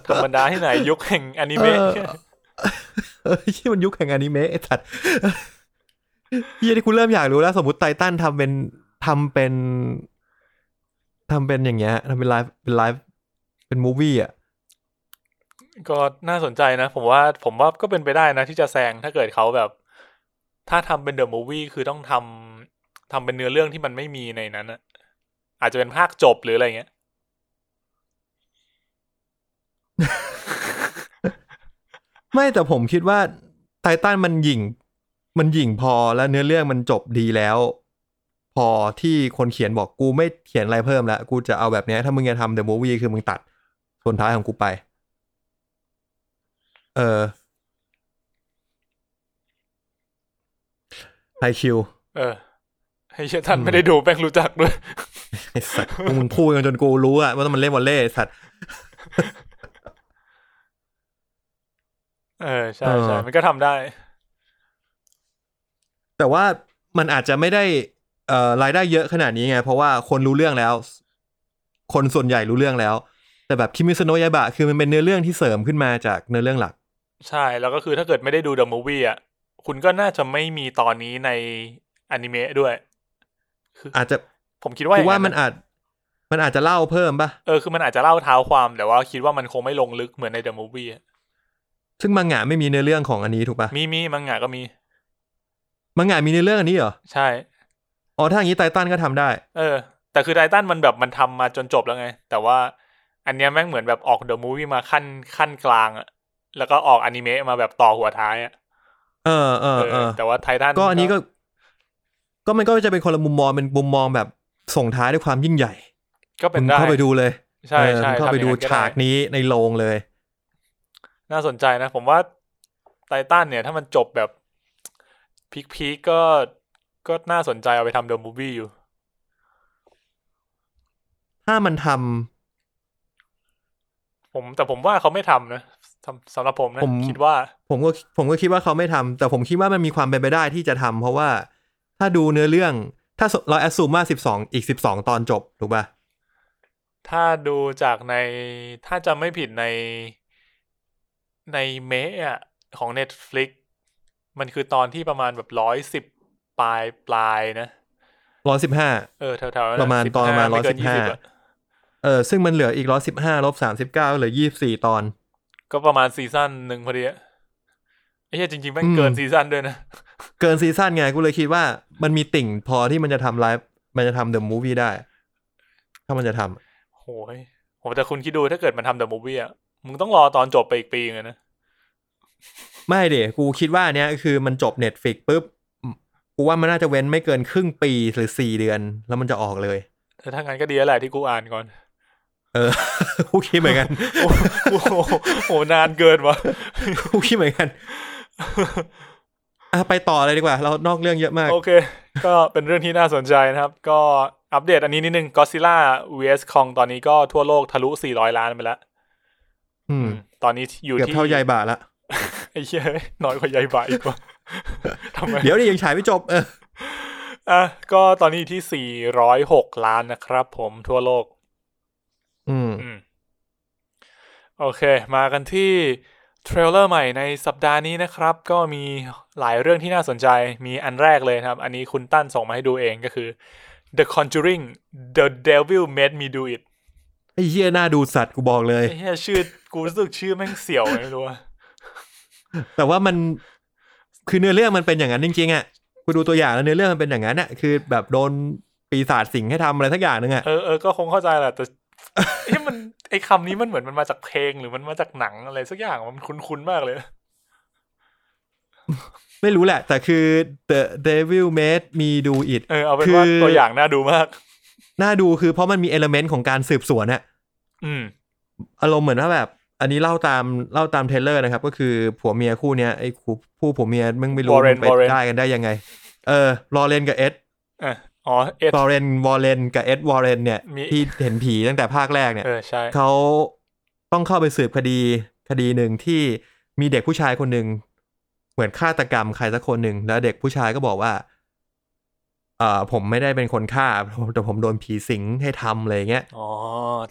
[SPEAKER 3] ธรรมดาที่ไหนยุคแห่งอนิเมะ
[SPEAKER 2] เออ เออที่มันยุคแห่งอนิเมะไอ้สัตว์เฮียที่คุณเริ่มอยากรู้แล้ว สมมติไททันทำเป็นทำเป็นทำเป็นอย่างเงี้ยทำเป็นไลฟ์เป็นไลฟ์เป็นมูวี่อ่ะ
[SPEAKER 3] ก็น่าสนใจนะ ผมว่าผมว่าก็เป็นไปได้นะที่จะแซงถ้าเกิดเขาแบบ ถ้าทำเป็น The Movie คือต้องทำทำเป็นเนื้อเรื่องที่มันไม่มีในนั้นอะอาจจะเป็นภาคจบหรืออะไรเงี้ย
[SPEAKER 2] ไม่แต่ผมคิดว่าไททันมันหยิ่ง มันหยิ่งพอแล้วเนื้อเรื่องมันจบดีแล้ว พอที่คนเขียนบอกกูไม่เขียนอะไรเพิ่มแล้วกูจะเอาแบบเนี้ยถ้ามึงจะทำเดอะมูวี่คือมึงตัด ส่วนท้ายของกูไป เออไฮคิว
[SPEAKER 3] เออ ให้เชื่อท่านไม่ได้ดูแป้งรู้จักด้วย
[SPEAKER 2] ไอสัตว์พวกมึงพูดกันจนกูรู้อะว่ามันเล่นวอลเล่ไอ้สัตว์
[SPEAKER 3] เออ ใช่ใช่
[SPEAKER 2] เออ
[SPEAKER 3] มันก็ทำได้
[SPEAKER 2] แต่ว่ามันอาจจะไม่ได้เอ่อรายได้เยอะขนาดนี้ไง เพราะว่าคนรู้เรื่องแล้ว คนส่วนใหญ่รู้เรื่องแล้ว แต่แบบคิมิสโนะยาบะคือมันเป็นเนื้อเรื่องที่เสริมขึ้นมาจากเนื้อเรื่องหลัก
[SPEAKER 3] ใช่แล้วก็คือถ้าเกิดไม่ได้ดู The Movie อ่ะ คุณก็น่าจะไม่มีตอนนี้ในอนิเมะด้วย
[SPEAKER 2] อาจจะ
[SPEAKER 3] ผมคิดว่า
[SPEAKER 2] กู
[SPEAKER 3] อย่ง
[SPEAKER 2] ว่ามัน
[SPEAKER 3] อะ
[SPEAKER 2] อาจ มันอาจจะเล่าเพิ่มปะ
[SPEAKER 3] เออคือมันอาจจะเล่าเท้าความแต่ว่าคิดว่ามันคงไม่ลงลึกเหมือนใน The Movie อะ
[SPEAKER 2] ซึ่งมังงะไม่มีเนื้อเรื่องของอันนี้ถูกปะ
[SPEAKER 3] มีมีมังงะก็มี
[SPEAKER 2] มังงะมีเนื้อเรื่องอันนี้เหรอ
[SPEAKER 3] ใช่
[SPEAKER 2] อ๋อถ้าอย่างนี้ไททันก็ทำได้
[SPEAKER 3] เออ แต่คือไททันมันแบบมันทำมาจนจบแล้วไง แต่ว่าอันเนี้ยแม่งเหมือนแบบออก The Movie มาขั้นขั้นกลางอ่ะแล้วก็ออกอนิเมะมาแบบต่อหัวท้ายอ่ะ
[SPEAKER 2] เออเอ
[SPEAKER 3] เอ
[SPEAKER 2] อ
[SPEAKER 3] อ
[SPEAKER 2] เออ
[SPEAKER 3] แต่ว่าไททัน
[SPEAKER 2] ก็อันนี้ก็ ก็มันก็จะเป็นคนละมุมมองเป็นมุมมองแบบส่งท้ายด้วยความยิ่งใหญ่
[SPEAKER 3] ก็เป็
[SPEAKER 2] มึ
[SPEAKER 3] น
[SPEAKER 2] ง
[SPEAKER 3] ได้
[SPEAKER 2] เข้าไปดูเลย
[SPEAKER 3] ใช่
[SPEAKER 2] เออ
[SPEAKER 3] ใช่
[SPEAKER 2] มึงเข้าไป
[SPEAKER 3] ทำอย่
[SPEAKER 2] ดู
[SPEAKER 3] งนั้น
[SPEAKER 2] ฉาก
[SPEAKER 3] ได้
[SPEAKER 2] นี้ในโรงเลย
[SPEAKER 3] น่าสนใจนะ ผมว่าไททันเนี่ยถ้ามันจบแบบพีคพีคก็ก็น่าสนใจเอาไปทำเดอะมูฟวี่อยู่
[SPEAKER 2] ถ้ามันทำ
[SPEAKER 3] ผมแต่ผมว่าเขาไม่ทำนะสำสำหรับผมนะ
[SPEAKER 2] ผม
[SPEAKER 3] คิดว่า
[SPEAKER 2] ผมก็ผมก็คิดว่าเขาไม่ทำแต่ผมคิดว่ามันมีความเป็นไปได้ที่จะทำเพราะว่าถ้าดูเนื้อเรื่อง ถ้าสเราแอสซูมว่าสิบสองอีกสิบสองตอนจบถูกป่ะ
[SPEAKER 3] ถ้าดูจากในถ้าจำไม่ผิดในในเมะอะของ Netflix มันคือตอนที่ประมาณแบบร้อยสิบปลายปลายนะ
[SPEAKER 2] ร้อยสิบห้า
[SPEAKER 3] เออแถวๆนั้น
[SPEAKER 2] ประมาณตอนประมาณ
[SPEAKER 3] 15ไเกิน
[SPEAKER 2] 115
[SPEAKER 3] 20อะ
[SPEAKER 2] เออซึ่งมันเหลืออีกร้อยสิบห้าลบสามสิบเก้าเหลือยี่สิบสี่ตอน
[SPEAKER 3] ก็ประมาณซีซั่นหนึ่งพอดีอะไอ้เหี้ยจริงๆแม่งเกิน
[SPEAKER 2] อืม
[SPEAKER 3] ซีซั่นด้วยนะ
[SPEAKER 2] เกินซีซั่นไงกูเลยคิดว่ามันมีติ่งพอที่มันจะทำไลฟ์มันจะทำเดอะมูฟวี่ได้ ถ้ามันจะทำ
[SPEAKER 3] โหยโหแต่คุณคิดดูถ้าเกิดมันทำ The Movie อะมึงต้องรอตอนจบไปอีกปีนึงอะนะ
[SPEAKER 2] ไม่เดี๋ยกูคิดว่าเนี้ยคือมันจบ Netflix ปุ๊บกูว่ามันน่าจะเว้นไม่เกินครึ่งปีหรือสี่เดือน แล้วมันจะออกเลย
[SPEAKER 3] แต่ถ้างั้นก็ดีแล้วแหละที่กูอ่านก่อน
[SPEAKER 2] เออ กูคิดเหมือนกัน
[SPEAKER 3] โอ้โหโอ้โหโอ้โหนานเกิน วะ
[SPEAKER 2] กูคิดเหมือนกันอ่ะไปต่อเลยดีกว่า เรานอกเรื่องเยอะมาก
[SPEAKER 3] โอเค ก็เป็นเรื่องที่น่าสนใจนะครับ ก็อัปเดตอันนี้นิดนึง Godzilla vs Kong ตอนนี้ก็ทั่วโลกทะลุ 400 ล้านไปแล้ว
[SPEAKER 2] อืม
[SPEAKER 3] ตอนนี้อยู่
[SPEAKER 2] เกือบ
[SPEAKER 3] ที่
[SPEAKER 2] เท่ายายบาละ
[SPEAKER 3] ไอ้เหี้ยน้อยกว่ายายบาอีกว่า ทำไม
[SPEAKER 2] เดี๋ยวดิยังฉายไม่จบ เออ
[SPEAKER 3] อ่ะก็ตอนนี้อยู่ที่ 406 ล้านนะครับผมทั่วโลก
[SPEAKER 2] อืม
[SPEAKER 3] อืม โอเค มากันที่เทรลเลอร์ใหม่ในสัปดาห์นี้นะครับ ก็มีหลายเรื่องที่น่าสนใจ มีอันแรกเลยนะครับ อันนี้คุณตั้นส่งมาให้ดูเองก็คือ The Conjuring The Devil Made Me Do It
[SPEAKER 2] ไอ้เหี้ยน่าดูสัตว์กูบอกเลย
[SPEAKER 3] ไอ้เหี้ยชื่อ กูรู้สึกชื่อแม่งเสี่ยวไม่รู้อะ
[SPEAKER 2] แต่ว่ามันคือเนื้อเรื่องมันเป็นอย่างนั้นจริงๆอ่ะกูดูตัวอย่างแล้วเนื้อเรื่องมันเป็นอย่างนั้นอ่ะคือแบบโดนปีศาจสิงให้ทำอะไรสักอย่างหนึงอ่ะ
[SPEAKER 3] เออเออก็คงเข้าใจแหละแต่เอ้ยมันไอ้คำนี้มันเหมือนมันมาจากเพลงหรือมันมาจากหนังอะไรสักอย่างมันคุ้นๆมากเลย
[SPEAKER 2] ไม่รู้แหละ แต่คือ the devil made me do it
[SPEAKER 3] เออเอาเป็นว่า
[SPEAKER 2] คือ
[SPEAKER 3] ตัวอย่างน่าดูมาก
[SPEAKER 2] น่าดูคือเพราะมันมีเอลเมนต์ของการสืบสวนอ่ะ
[SPEAKER 3] อืม
[SPEAKER 2] อารมณ์เหมือนว่าแบบ อันนี้เล่าตามเล่าตามเทรลเลอร์นะครับ ก็คือผัวเมียคู่เนี้ยไอ้คู่ผู้ผัวเมียมึงไม่รู้
[SPEAKER 3] Warren
[SPEAKER 2] ไป
[SPEAKER 3] Warren
[SPEAKER 2] ได้กันได้ยังไง เออลอเรนกับเอ็ด
[SPEAKER 3] อ่ะอ๋อเอ็ด
[SPEAKER 2] ลอเรนวอลเลนกับเอ็ดวอลเลนเนี่ย
[SPEAKER 3] มี
[SPEAKER 2] ที่เห็นผีตั้งแต่ภาคแรกเนี่ย
[SPEAKER 3] เออใช่
[SPEAKER 2] เขาต้องเข้าไปสืบคดีคดีหนึ่งที่มีเด็กผู้ชายคนหนึ่งเหมือนฆาตกรรมใครสักคนหนึ่งแล้วเด็กผู้ชายก็บอกว่าเอ่อผมไม่ได้เป็นคนฆ่า แต่ผมโดนผีสิงให้ทำอะไรเงี้ย
[SPEAKER 3] อ๋อ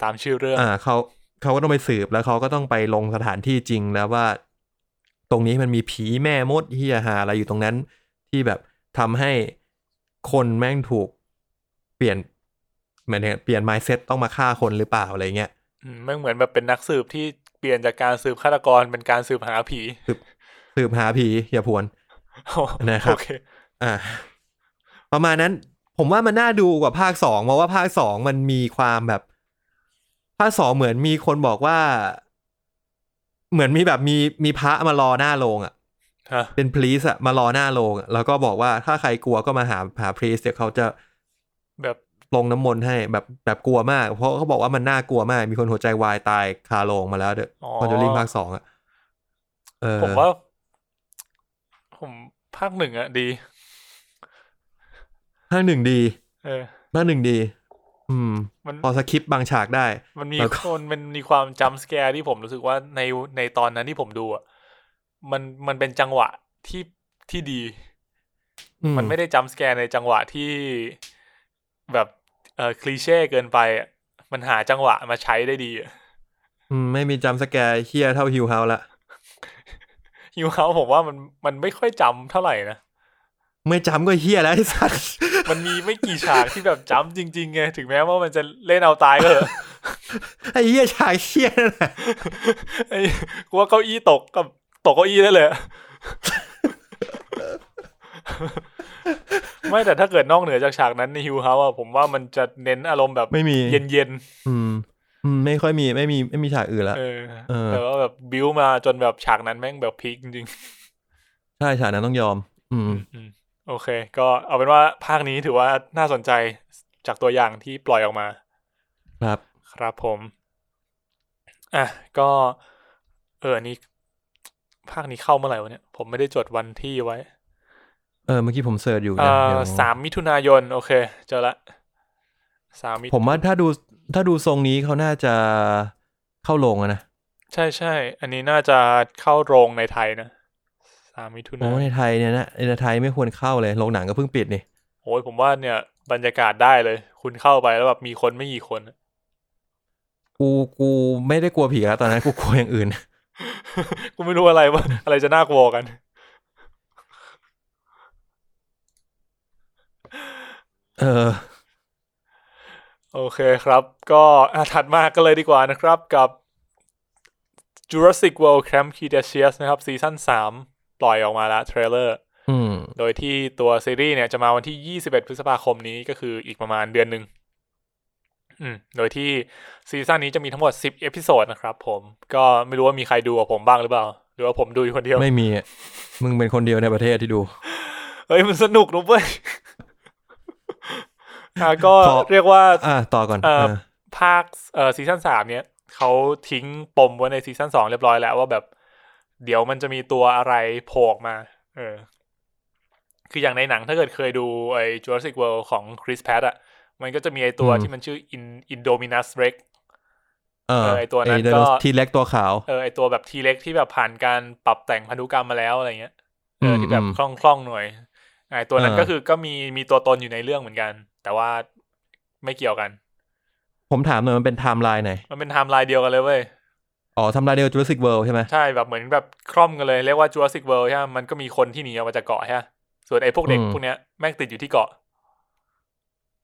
[SPEAKER 3] ตามชื่อเรื่อง
[SPEAKER 2] อ่าเขาเขาก็ต้องไปสืบแล้วเขาก็ต้องไปลงสถานที่จริงแล้วว่า ตรงนี้มันมีผีแม่มดเฮียหาอะไรอยู่ตรงนั้น ที่แบบทำให้คนแม่งถูกเปลี่ยนเหมือนเปลี่ยน mindset ต้องมาฆ่าคนหรือเปล่าอะไรเงี้ย
[SPEAKER 3] อืมไม่เหมือนแบบเป็นนักสืบที่เปลี่ยนจากการสืบฆาตกรเป็นการสืบหาผี
[SPEAKER 2] สืบหาผีอย่าพวน นะครับ
[SPEAKER 3] โอเค
[SPEAKER 2] อ่า ประมาณนั้น ผมว่ามันน่าดูกว่าภาคสองเพราะว่าภาคสองมันมีความแบบ ภาคสองเหมือนมีคนบอกว่า เหมือนมีแบบมีมีพระมารอหน้าโรงอะ่ะ
[SPEAKER 3] ฮะ
[SPEAKER 2] เป็นพรีสอะมารอหน้าโรงอะแล้วก็บอกว่าถ้าใครกลัวก็มาหาหาพรีสเดี๋ยวเขาจะ
[SPEAKER 3] แบบ
[SPEAKER 2] ลงน้ำมนต์ให้แบบแบบกลัวมาก เพราะเขาบอกว่ามันน่ากลัวมาก มีคนหัวใจวายตายคาโรงมาแล้วเด้อ
[SPEAKER 3] อ๋อ
[SPEAKER 2] คอนจูริงภาคสองอะเออ
[SPEAKER 3] ผมว่า ผมภาคหนึ่งอะดี
[SPEAKER 2] ภาคหนึ่งดี
[SPEAKER 3] เออ
[SPEAKER 2] ภาคหนึ่งดี อืม
[SPEAKER 3] มัน
[SPEAKER 2] พอสคริปต์บางฉากได้
[SPEAKER 3] มันมี
[SPEAKER 2] แล้วก็
[SPEAKER 3] คนมันมีความจัมสแกร์ที่ผมรู้สึกว่าในในตอนนั้นที่ผมดูอะมันมันเป็นจังหวะที่ที่ดี
[SPEAKER 2] อื
[SPEAKER 3] มันไม่ได้จัมสแกร์ในจังหวะที่แบบเออคลีเช่เกินไปอะมันหาจังหวะมาใช้ได้ดีอะ
[SPEAKER 2] อืมไม่มีจำสแกร์เฮียเท่าฮิวเฮาละ
[SPEAKER 3] ฮิวเฮาผมว่ามันมันไม่ค่อยจำเท่าไหร่นะ
[SPEAKER 2] ไม่จำก็เฮียแล้วไอ้สัส
[SPEAKER 3] มันมีไม่กี่ฉาก ที่แบบจำจริงๆไงถึงแม้ว่ามันจะเล่นเอาตายก็เถอะ
[SPEAKER 2] ไอ้เฮียฉากเฮียนั่นแหละ
[SPEAKER 3] ไอ้กูว่าเก้าอี้ตกกับตกเก้าอี้ได้เลยอะ ไม่แต่ถ้าเกิดนอกเหนือจากฉากนั้นในฮิวเฮาอะผมว่ามันจะเน้นอารมณ์แบบ
[SPEAKER 2] ไม่มี
[SPEAKER 3] เย็น
[SPEAKER 2] อืมอืม ไม่ค่อยมีไม่มีไม่มีฉากอื่นละ
[SPEAKER 3] ๆเออ
[SPEAKER 2] เออ
[SPEAKER 3] แต่ว่าแบบบิวมาจนแบบฉากนั้นแม่งแบบพีคจริง
[SPEAKER 2] ใช่ฉากนั้นต้องยอม อืม
[SPEAKER 3] ๆอืมโอเค ก็เอาเป็นว่าภาคนี้ถือว่าน่าสนใจจากตัวอย่างที่ปล่อยออกมา
[SPEAKER 2] ครับ
[SPEAKER 3] ครับผม อ่ะ ก็ เอออันนี้ ภาคนี้เข้าเมื่อไหร่วะเนี่ย ผมไม่ได้จดวันที่ไว้
[SPEAKER 2] เออเมื่อกี้ผมเสิร์ชอยู่
[SPEAKER 3] เอ่
[SPEAKER 2] นะ
[SPEAKER 3] อ
[SPEAKER 2] เดี๋ยว
[SPEAKER 3] สามมิถุนายน โอเค เจอละสามมิ
[SPEAKER 2] ผมว่าถ้าดูถ้าดูทรงนี้เขาน่าจะเข้าลงอะนะ
[SPEAKER 3] ใช่ใช่ อันนี้น่าจะเข้าโรงในไทยนะสามมิถุ
[SPEAKER 2] โอ้
[SPEAKER 3] นายน
[SPEAKER 2] ในไทยเนี่ยนะในไทยไม่ควรเข้าเลยโรงหนังก็เพิ่งปิดนี่
[SPEAKER 3] โอ้ยผมว่าเนี่ย บรรยากาศได้เลย คุณเข้าไปแล้วแบบมีคนไม่กี่คนอะ
[SPEAKER 2] กูกูไม่ได้กลัวผีแล้วตอนนั้นกูกลัวอย่างอื่น
[SPEAKER 3] กูไม่รู้อะไรว่า อะไรจะน่ากลัวกัน
[SPEAKER 2] เออ
[SPEAKER 3] โอเคครับ ก็อ่ะถัดมากันเลยดีกว่านะครับกับ Jurassic World Camp c r e t a c e u s นะครับซีซั่น3 ปล่อยออกมาแล้วเทรลเลอร์
[SPEAKER 2] อืม
[SPEAKER 3] โดยที่ตัวซีรีส์เนี่ยจะมาวันที่ 21 พฤษภาคมนี้ก็คืออีกประมาณเดือนหนึ่ง อืมโดยที่ซีซั่นนี้จะมีทั้งหมด 10 เอพิโซดนะครับผมก็ไม่รู้ว่ามีใครดูกับผมบ้างหรือเปล่า หรือว่าผมดูอยู่คนเดียว
[SPEAKER 2] ไม่มีอะมึงเป็นคนเดียวในประเทศที่ดู
[SPEAKER 3] เฮ้ย มันสนุกนุ๊กเว้ย อ่ะก็
[SPEAKER 2] ขอ
[SPEAKER 3] เรียกว่า
[SPEAKER 2] อ่ะต่อก่อน
[SPEAKER 3] เอ่อ
[SPEAKER 2] เออ
[SPEAKER 3] ภาคเอ่อซีซั่นสามเนี่ยเขาทิ้งปมไว้ในซีซั่นสองเรียบร้อยแล้วว่าแบบ เดี๋ยวมันจะมีตัวอะไรโผล่ออกมา เออ คืออย่างในหนังถ้าเกิดเคยดูไอ้ Jurassic World ของ Chris Pratt อะมันก็จะมีไอ้ตัวที่มันชื่อ In Indominus Rex
[SPEAKER 2] เออ
[SPEAKER 3] เออไอ้ตัวนั้น
[SPEAKER 2] ไอ้ไดโน
[SPEAKER 3] ก็
[SPEAKER 2] ที่เล็กตัวขาว
[SPEAKER 3] เออไอตัวแบบทีเล็กที่แบบผ่านการปรับแต่งพันธุกรรมมาแล้วอะไรเงี้ยเอออ
[SPEAKER 2] ม
[SPEAKER 3] ที่แบบ
[SPEAKER 2] อืม
[SPEAKER 3] คล่องคล่องๆหน่อยไอตัวนั้น
[SPEAKER 2] อ่า
[SPEAKER 3] ก็คือก็มีมีตัวตนอยู่ในเรื่องเหมือนกัน แต่ว่าไม่เกี่ยวกัน
[SPEAKER 2] ผมถามหน่อยมันเป็นไทม์ไลน์ไหน
[SPEAKER 3] มันเป็นไทม์ไลน์เดียวกันเลยเว้ย
[SPEAKER 2] อ๋อไทม์ไลน์เดียว Jurassic World ใช่ไหม
[SPEAKER 3] ใช่แบบเหมือนแบบคร่อมกันเลย เรียกว่า Jurassic World ใช่ไหมมันก็มีคนที่หนีออกมาจากเกาะใช่ไหมส่วนไอ้พวกเด็ก
[SPEAKER 2] อืม
[SPEAKER 3] พวกเนี้ยแม่งติดอยู่ที่เกาะ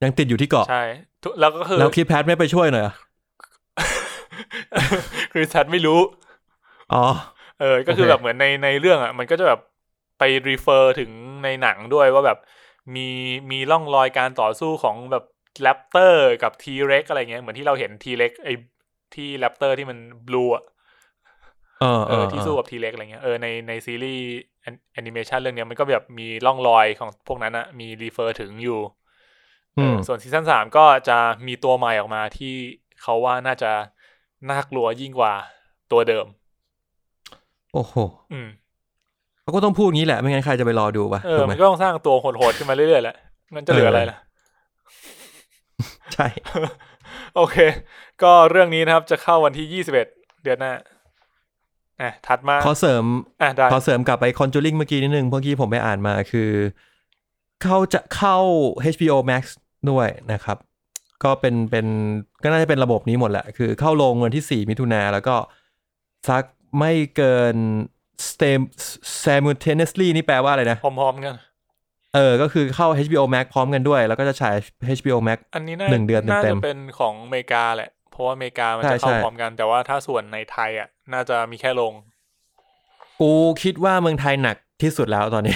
[SPEAKER 2] ยังติดอยู่ที่เกาะ
[SPEAKER 3] ใช่ทุแล้วก็คือ
[SPEAKER 2] แล้วคิดแพทไม่ไปช่วยหน่อยเหรอ
[SPEAKER 3] คือชัดไม่รู้
[SPEAKER 2] อ๋อ
[SPEAKER 3] เออ ก็คือ
[SPEAKER 2] โอเค
[SPEAKER 3] แบบเหมือนในในเรื่องอ่ะ มันก็จะแบบไปรีเฟอร์ถึงในหนังด้วยว่าแบบมีมีร่องรอยการต่อสู้ของแบบแรปเตอร์กับทีเร็กอะไรเงี้ย เหมือนที่เราเห็นทีเร็กไอ้ที่แรปเตอร์ที่มันบลูอ่ะ
[SPEAKER 2] เออ
[SPEAKER 3] เอ
[SPEAKER 2] เอ
[SPEAKER 3] อ
[SPEAKER 2] อ
[SPEAKER 3] ที่สู้กับทีเล็กอะไรเงี้ยเออในในซีรีส์แอนิเมชันเรื่องเนี้ยมันก็แบบมีร่องรอยของพวกนั้นอะมีรีเฟอร์ถึงอยู่เอ
[SPEAKER 2] อื
[SPEAKER 3] อ
[SPEAKER 2] ม
[SPEAKER 3] ส่วนซีซั่นสามก็จะมีตัวใหม่ออกมาที่เขาว่าน่าจะน่ากลัวยิ่งกว่าตัวเดิม
[SPEAKER 2] โอ้โห
[SPEAKER 3] อืม
[SPEAKER 2] เขาก็ต้องพูดงี้แหละไม่งั้นใครจะไปรอดูวะ
[SPEAKER 3] เออ
[SPEAKER 2] ถูกไหม
[SPEAKER 3] มันก็ต้องสร้างตัวโหดๆขึ้นมาเรื่อยๆแหละมันจะเหลืออะไรล่ะ
[SPEAKER 2] ใช่
[SPEAKER 3] โอเค ก็เรื่องนี้นะครับจะเข้าวันที่ยี่สิบเอ็ดเดือนหน้าอ่ะถัดมา
[SPEAKER 2] ขอเสริม
[SPEAKER 3] อ่ะได้
[SPEAKER 2] ขอเสริมกลับไปคอนจูริงเมื่อกี้นิดนึงเมื่อกี้ผมไปอ่านมาคือ เขาจะเข้า HBO Max ด้วยนะครับ ก็เป็นเป็นก็น่าจะเป็นระบบนี้หมดแหละ คือเข้าลงวันที่ 4 มิถุนาแล้วก็ซักไม่เกิน stem- simultaneously นี่แปลว่าอะไรนะ
[SPEAKER 3] พร้อมๆกัน
[SPEAKER 2] เออ ก็คือเข้า HBO Max พร้อมกันด้วย แล้วก็จะฉาย HBO Max
[SPEAKER 3] อันนี้น่า
[SPEAKER 2] หนึ่งเดือน
[SPEAKER 3] น่า
[SPEAKER 2] เต็
[SPEAKER 3] จะ
[SPEAKER 2] มๆ
[SPEAKER 3] เป็นของอเมริกาแหละ เพราะว่าอเมริกามัน
[SPEAKER 2] ใช่
[SPEAKER 3] จะเข้า
[SPEAKER 2] ใช่
[SPEAKER 3] พร้อมกัน แต่ว่าถ้าส่วนในไทยอ่ะ น่าจะมีแค่ลง
[SPEAKER 2] กูคิดว่าเมืองไทยหนักที่สุดแล้วตอนนี้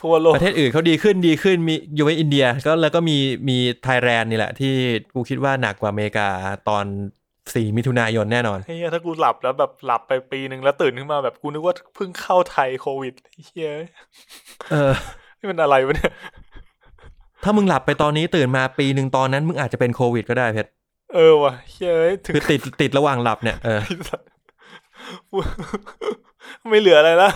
[SPEAKER 3] ทั่วโลก
[SPEAKER 2] ประเทศอื่นเขาดีขึ้นดีขึ้นมีอยู่ในอินเดียก็แล้วก็มีมีไทยแลนด์นี่แหละที่กูคิดว่าหนักกว่าอเมริกาตอน 4 มิถุนายนแน่นอน
[SPEAKER 3] เฮียถ้ากูหลับแล้วแบบหลับไปปีหนึ่งแล้วตื่นขึ้นมาแบบกูนึกว่าเพิ่งเข้าไทยโควิดเฮีย
[SPEAKER 2] เออ
[SPEAKER 3] นี่มันอะไรวะเนี่ย
[SPEAKER 2] ถ้ามึงหลับไปตอนนี้ตื่นมาปีหนึ่งตอนนั้นมึงอาจจะเป็นโควิดก็ได้เพชร
[SPEAKER 3] เออว่ะเฮียเอ้ยถึ ง
[SPEAKER 2] คือติดติดระหว่างหลับเนี่ยเออ
[SPEAKER 3] ไอ้สัส ไม่เหลืออะไรแล้ว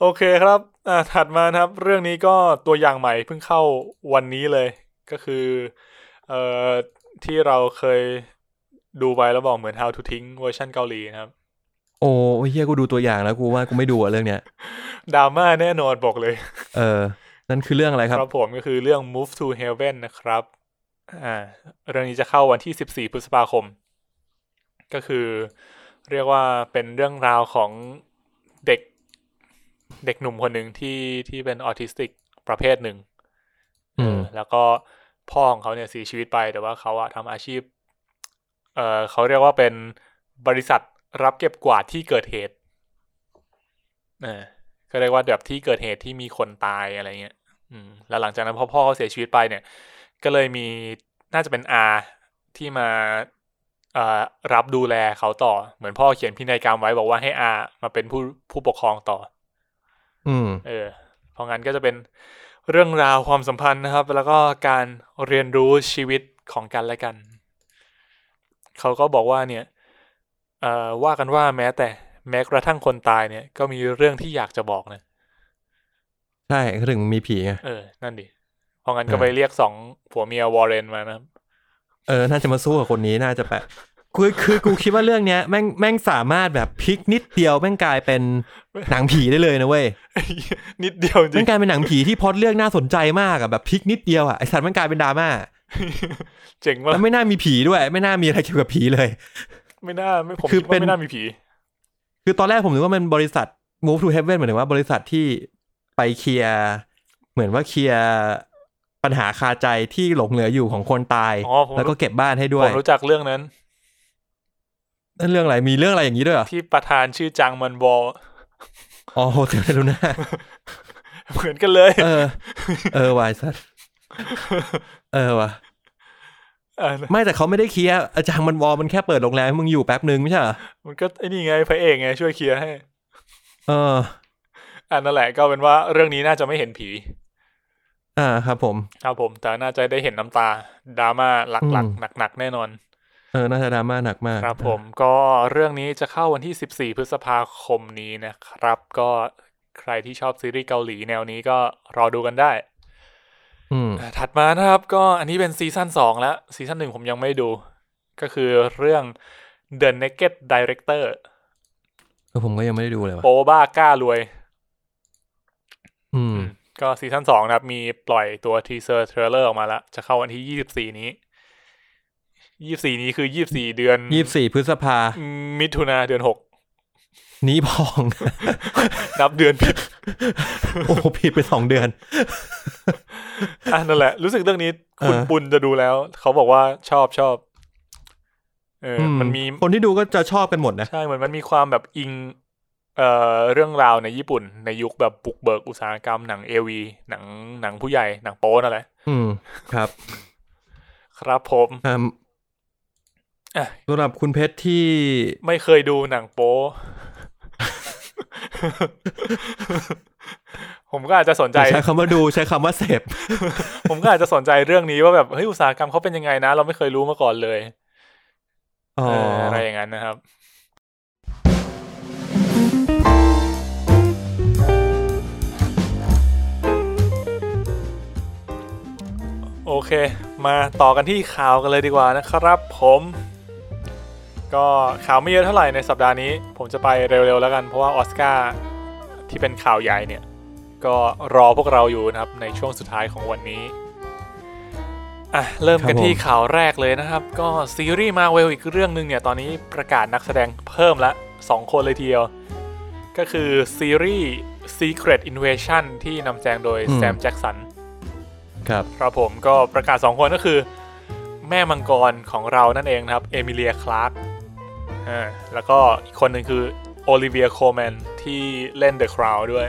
[SPEAKER 3] โอเคครับอ่าถัดมานะครับ เรื่องนี้ก็ตัวอย่างใหม่เพิ่งเข้าวันนี้เลย ก็คือเอ่อที่เราเคยดูไปแล้วบอกเหมือน How to ทิ้งเวอร์ชันเกาหลีนะครับ
[SPEAKER 2] โอ้ยเฮียกูดูตัวอย่างแล้วกูว่ากูไม่ดูอะเรื่องเนี้ย
[SPEAKER 3] ดราม่าแน่นอนบอกเลย
[SPEAKER 2] เออ นั่นคือเรื่องอะไรค
[SPEAKER 3] ครับ รับผมก็คือเรื่อง Move to Heaven นะครับ อ่า เรื่องนี้จะเข้าวันที่ 14 พฤษภาคม ก็คือเรียกว่าเป็นเรื่องราวของเด็กเด็กหนุ่มคนหนึ่งที่ที่เป็นออทิสติกประเภทหนึ่ง
[SPEAKER 2] อื
[SPEAKER 3] เอ
[SPEAKER 2] ม
[SPEAKER 3] อแล้วก็พ่อของเขาเนี่ยเสียชีวิตไป แต่ว่าเขาอะทำอาชีพ เออเขาเรียกว่าเป็นบริษัทรับเก็บกวาดที่เกิดเหตุเออก็เรียกว่าแบบที่เกิดเหตุที่มีคนตายอะไรเงี้ย อืมแล้วหลังจากนั้นพอพ่อเขาเสียชีวิตไปเนี่ย ก็เลยมีน่าจะเป็นอาที่มาเอ่อรับดูแลเขาต่อ เหมือนพ่อเขียนพินัยกรรมไว้บอกว่าให้อามาเป็นผู้ผู้ปกครองต่อ
[SPEAKER 2] อืม
[SPEAKER 3] เออ เพราะงั้นก็จะเป็นเรื่องราวความสัมพันธ์นะครับ แล้วก็การเรียนรู้ชีวิตของกันและกัน เขาก็บอกว่าเนี่ยเอ่อว่ากันว่าแม้แต่แม้กระทั่งคนตายเนี่ย ก็มีเรื่องที่อยากจะบอกนะ
[SPEAKER 2] ใช่ถึงมีผีไง
[SPEAKER 3] เออ นั่นดิ เพราะงั้นก็
[SPEAKER 2] อ่า
[SPEAKER 3] ไปเรียกสองผัวเมียวอร์เรนมานะครับ
[SPEAKER 2] เออ น่าจะมาสู้กับคนนี้น่าจะแปะคือคือกูคิดว่าเรื่องเนี้ยแม่งแม่งสามารถแบบพลิกนิดเดียวแม่งกลายเป็นหนังผีได้เลยนะเว้ย
[SPEAKER 3] นิดเดียวจริ
[SPEAKER 2] มัน
[SPEAKER 3] ง
[SPEAKER 2] กลายเป็นหนังผีที่พล็อดเรื่องน่าสนใจมากอะแบบพลิกนิดเดียวอะไอสัตว์มันกลายเป็นดราม่า
[SPEAKER 3] เจ๋งมา
[SPEAKER 2] แล้
[SPEAKER 3] ก
[SPEAKER 2] วไม่น่ามีผีด้วย ไม่น่ามีอะไรเกี่ยวกับผีเลย
[SPEAKER 3] ไม่น่าไม่ผม
[SPEAKER 2] คื
[SPEAKER 3] คิ
[SPEAKER 2] อ
[SPEAKER 3] ด
[SPEAKER 2] เป็
[SPEAKER 3] ว่าน ไม่น่ามีผี
[SPEAKER 2] คือตอนแรกผมนึกว่ามันบริษัท move to heaven เหมือนถึงว่าบริษัทที่ไปเคลียร์เหมือนว่าเคลียร์ปัญหาคาใจที่หลงเหลืออยู่ของคนตาย
[SPEAKER 3] อ๋อผม
[SPEAKER 2] แล้วก็เก็บบ้านให้ด้
[SPEAKER 3] ผ
[SPEAKER 2] วย
[SPEAKER 3] มรู้จักเรื่องนั้น
[SPEAKER 2] นั่นเรื่องอะไรมีเรื่องอะไรอย่างนี้ด้วยเหรอ
[SPEAKER 3] ที่ประธานชื่อจังมันบอล
[SPEAKER 2] อ๋อโฮเทลลูน่า
[SPEAKER 3] เหมือนกันเลย
[SPEAKER 2] เออ เออวายสัตว์ เออว่ะ
[SPEAKER 3] เออ
[SPEAKER 2] ไม่แต่เขาไม่ได้เคลียร์อาจารย์มันวอลมันแค่เปิดโรงแรมให้มึงอยู่แป๊บนึงไม่ใช่เหรอ
[SPEAKER 3] มันก็ไอ้นี่ไงพระเอกไงช่วยเคลียร์ให้
[SPEAKER 2] เออ
[SPEAKER 3] อันนั่นแหละก็เป็นว่าเรื่องนี้น่าจะไม่เห็นผี
[SPEAKER 2] อ่าครับ ผม
[SPEAKER 3] ครับผม แต่น่าจะได้เห็นน้ำตาดราม่าหลัก
[SPEAKER 2] อืม
[SPEAKER 3] ๆ หนักๆ แน่นอน
[SPEAKER 2] เออน่าจะดราม่าหนักมาก
[SPEAKER 3] ครับผมก็เรื่องนี้จะเข้าวันที่ 14 พฤษภาคมนี้นะครับ ก็ใครที่ชอบซีรีส์เกาหลีแนวนี้ก็รอดูกันได้
[SPEAKER 2] อืม
[SPEAKER 3] อ่าถัดมานะครับ ก็อันนี้เป็นซีซั่น2แล้วซีซั่น1ผมยังไม่ดู ก็คือเรื่อง The Naked Director
[SPEAKER 2] เออผมก็ยังไม่ได้ดูเลยว่ะ
[SPEAKER 3] โปบ้ากล้ารวย
[SPEAKER 2] อืม
[SPEAKER 3] ก็ซีซั่นสองนะครับ มีปล่อยตัวทีเซอร์เทรลเลอร์ออกมาแล้ว จะเข้าวันที่ยี่สิบสี่นี้ยี่สิบสี่นี้คือยี่สิบสี่เดือน
[SPEAKER 2] ยี่สี่พฤษภา
[SPEAKER 3] มิถุนาเดือนหก
[SPEAKER 2] นี้พอง
[SPEAKER 3] นับเดือนผิด
[SPEAKER 2] โอ้โหผิดไปสองเดือน
[SPEAKER 3] อ่ะนั่นแหละ รู้สึกเรื่องนี้ คุณ
[SPEAKER 2] เออ
[SPEAKER 3] ปุณจะดูแล้ว เขาบอกว่าชอบชอบเอออ
[SPEAKER 2] อื
[SPEAKER 3] มันมี
[SPEAKER 2] คนที่ดูก็จะชอบกันหมดนะ
[SPEAKER 3] ใช่เหมือนมันมีความแบบอิงเอ่อเรื่องราวในญี่ปุ่น ในยุคแบบบุกเบิกอุตสาหกรรมหนังเอวีหนังหนังผู้ใหญ่หนังโป๊นั่นแหละ
[SPEAKER 2] อืม ครับ
[SPEAKER 3] ครับผม
[SPEAKER 2] อ่า
[SPEAKER 3] อ่ะ
[SPEAKER 2] สำหรับคุณเพชรที่
[SPEAKER 3] ไม่เคยดูหนังโป๊ ผมก็อาจจะสนใจ
[SPEAKER 2] ใช้คำว่าดูใช้คำว่าเสพ
[SPEAKER 3] ผมก็อาจจะสนใจเรื่องนี้ว่าแบบ เฮ้ย อุตสาหกรรมเขาเป็นยังไงนะ เราไม่เคยรู้มาก่อนเลย
[SPEAKER 2] อ๋อ
[SPEAKER 3] เอออะไรอย่างนั้นนะครับ โอเค มาต่อกันที่ข่าวกันเลยดีกว่านะครับผม ก็ข่าวไม่เยอะเท่าไหร่ในสัปดาห์นี้ ผมจะไปเร็วๆแล้วกัน เพราะว่าออสการ์ที่เป็นข่าวใหญ่เนี่ย ก็รอพวกเราอยู่นะครับในช่วงสุดท้ายของวันนี้ อ่ะ เริ่มกันที่ข่าวแรกเลยนะครับ ก็ซีรีส์มาเวลอีกเรื่องหนึ่งเนี่ย ตอนนี้ประกาศนักแสดงเพิ่มละสองคนเลยทีเดียว ก็คือซีรีส์ Secret Invasion ที่นำแสดงโดย
[SPEAKER 2] อืม
[SPEAKER 3] แซมแจ็กสัน
[SPEAKER 2] ครับ
[SPEAKER 3] ครับผมก็ประกาศ 2 คนก็คือ แม่มังกรของเรานั่นเองนะครับ เอมิเลียคลาร์กอ่าแล้วก็อีกคนหนึ่งคือโอลิเวียโคแมนที่เล่น The Crown ด้วย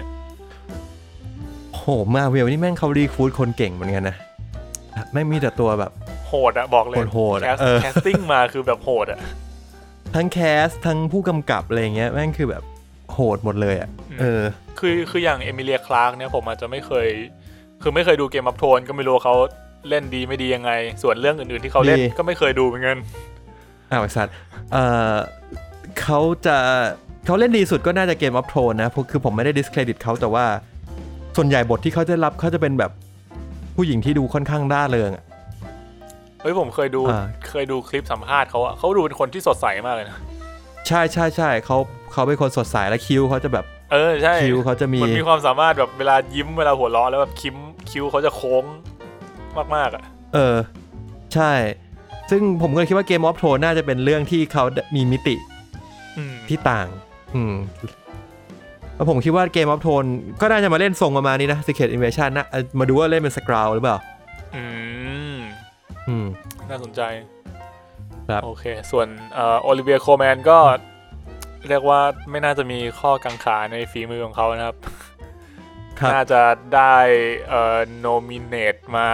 [SPEAKER 2] โหมาเวลนี่แม่งเขารีครูดคนเก่งเหมือนกันนะแม่งมีแต่ตัวแบบ
[SPEAKER 3] โหดอะบอกเลย
[SPEAKER 2] โหดๆอะ
[SPEAKER 3] แคส
[SPEAKER 2] เออ
[SPEAKER 3] แคสติ้งมาคือแบบโหดอะ
[SPEAKER 2] ทั้งแคสทั้งผู้กำกับอะไรเงี้ยแม่งคือแบบโหดหมดเลยอ่ะเออ
[SPEAKER 3] คือคืออย่างเอมิเลียคลาร์กเนี่ยผมอาจจะไม่เคย คือไม่เคยดูเกมอัพโทนก็ไม่รู้ว่าเขาเล่นดีไม่ดียังไง ส่วนเรื่องอื่นๆที่เขาเล่น
[SPEAKER 2] ดี
[SPEAKER 3] ก็ไม่เคยดูเหมือนกัน
[SPEAKER 2] อ้าวไอ้สัตว์เออเขาจะเขาเล่นดีสุดก็น่าจะเกมออฟโทนนะเพราะคือผมไม่ได้ discredit เขาแต่ว่า ส่วนใหญ่บทที่เขาจะรับเขาจะเป็นแบบผู้หญิงที่ดูค่อนข้างร่าเริงอะ
[SPEAKER 3] เฮ้ยผมเคยดู
[SPEAKER 2] อ่า
[SPEAKER 3] เคยดูคลิปสัมภาษณ์เขาอะเขาดูเป็นคนที่สดใสมากเลยนะ
[SPEAKER 2] ใช่ใช่ใช่เขาเขาเป็นคนสดใสและคิ้วเขาจะแบบ
[SPEAKER 3] เออใช่
[SPEAKER 2] คิ้วเขาจะมี
[SPEAKER 3] มันมีความสามารถแบบเวลายิ้มเวลาหัวเราะแล้วแบบคิ้มคิ้วเขาจะโค้งมากๆอ่ะ
[SPEAKER 2] เออ ใช่ ซึ่งผมก็เลยคิดว่าเกมออฟโทนน่าจะเป็นเรื่องที่เขามีมิติ
[SPEAKER 3] อืม
[SPEAKER 2] ที่ต่าง อืมแล้วผมคิดว่าเกมออฟโทนก็น่าจะมาเล่นทรงประมาณนี้นะ Secret Invasion นะเอ่อมาดูว่าเล่นเป็นสกราวหรือเปล่า
[SPEAKER 3] อืม
[SPEAKER 2] อืม
[SPEAKER 3] น่าสนใจ
[SPEAKER 2] ครับ
[SPEAKER 3] โอเค ส่วนเอ่อโอลิเวียโคแมนก็ เรียกว่าไม่น่าจะมีข้อกังขาในฝีมือของเขานะครับ
[SPEAKER 2] ครับ
[SPEAKER 3] น่าจะได้เอ่อโนมิเนตมา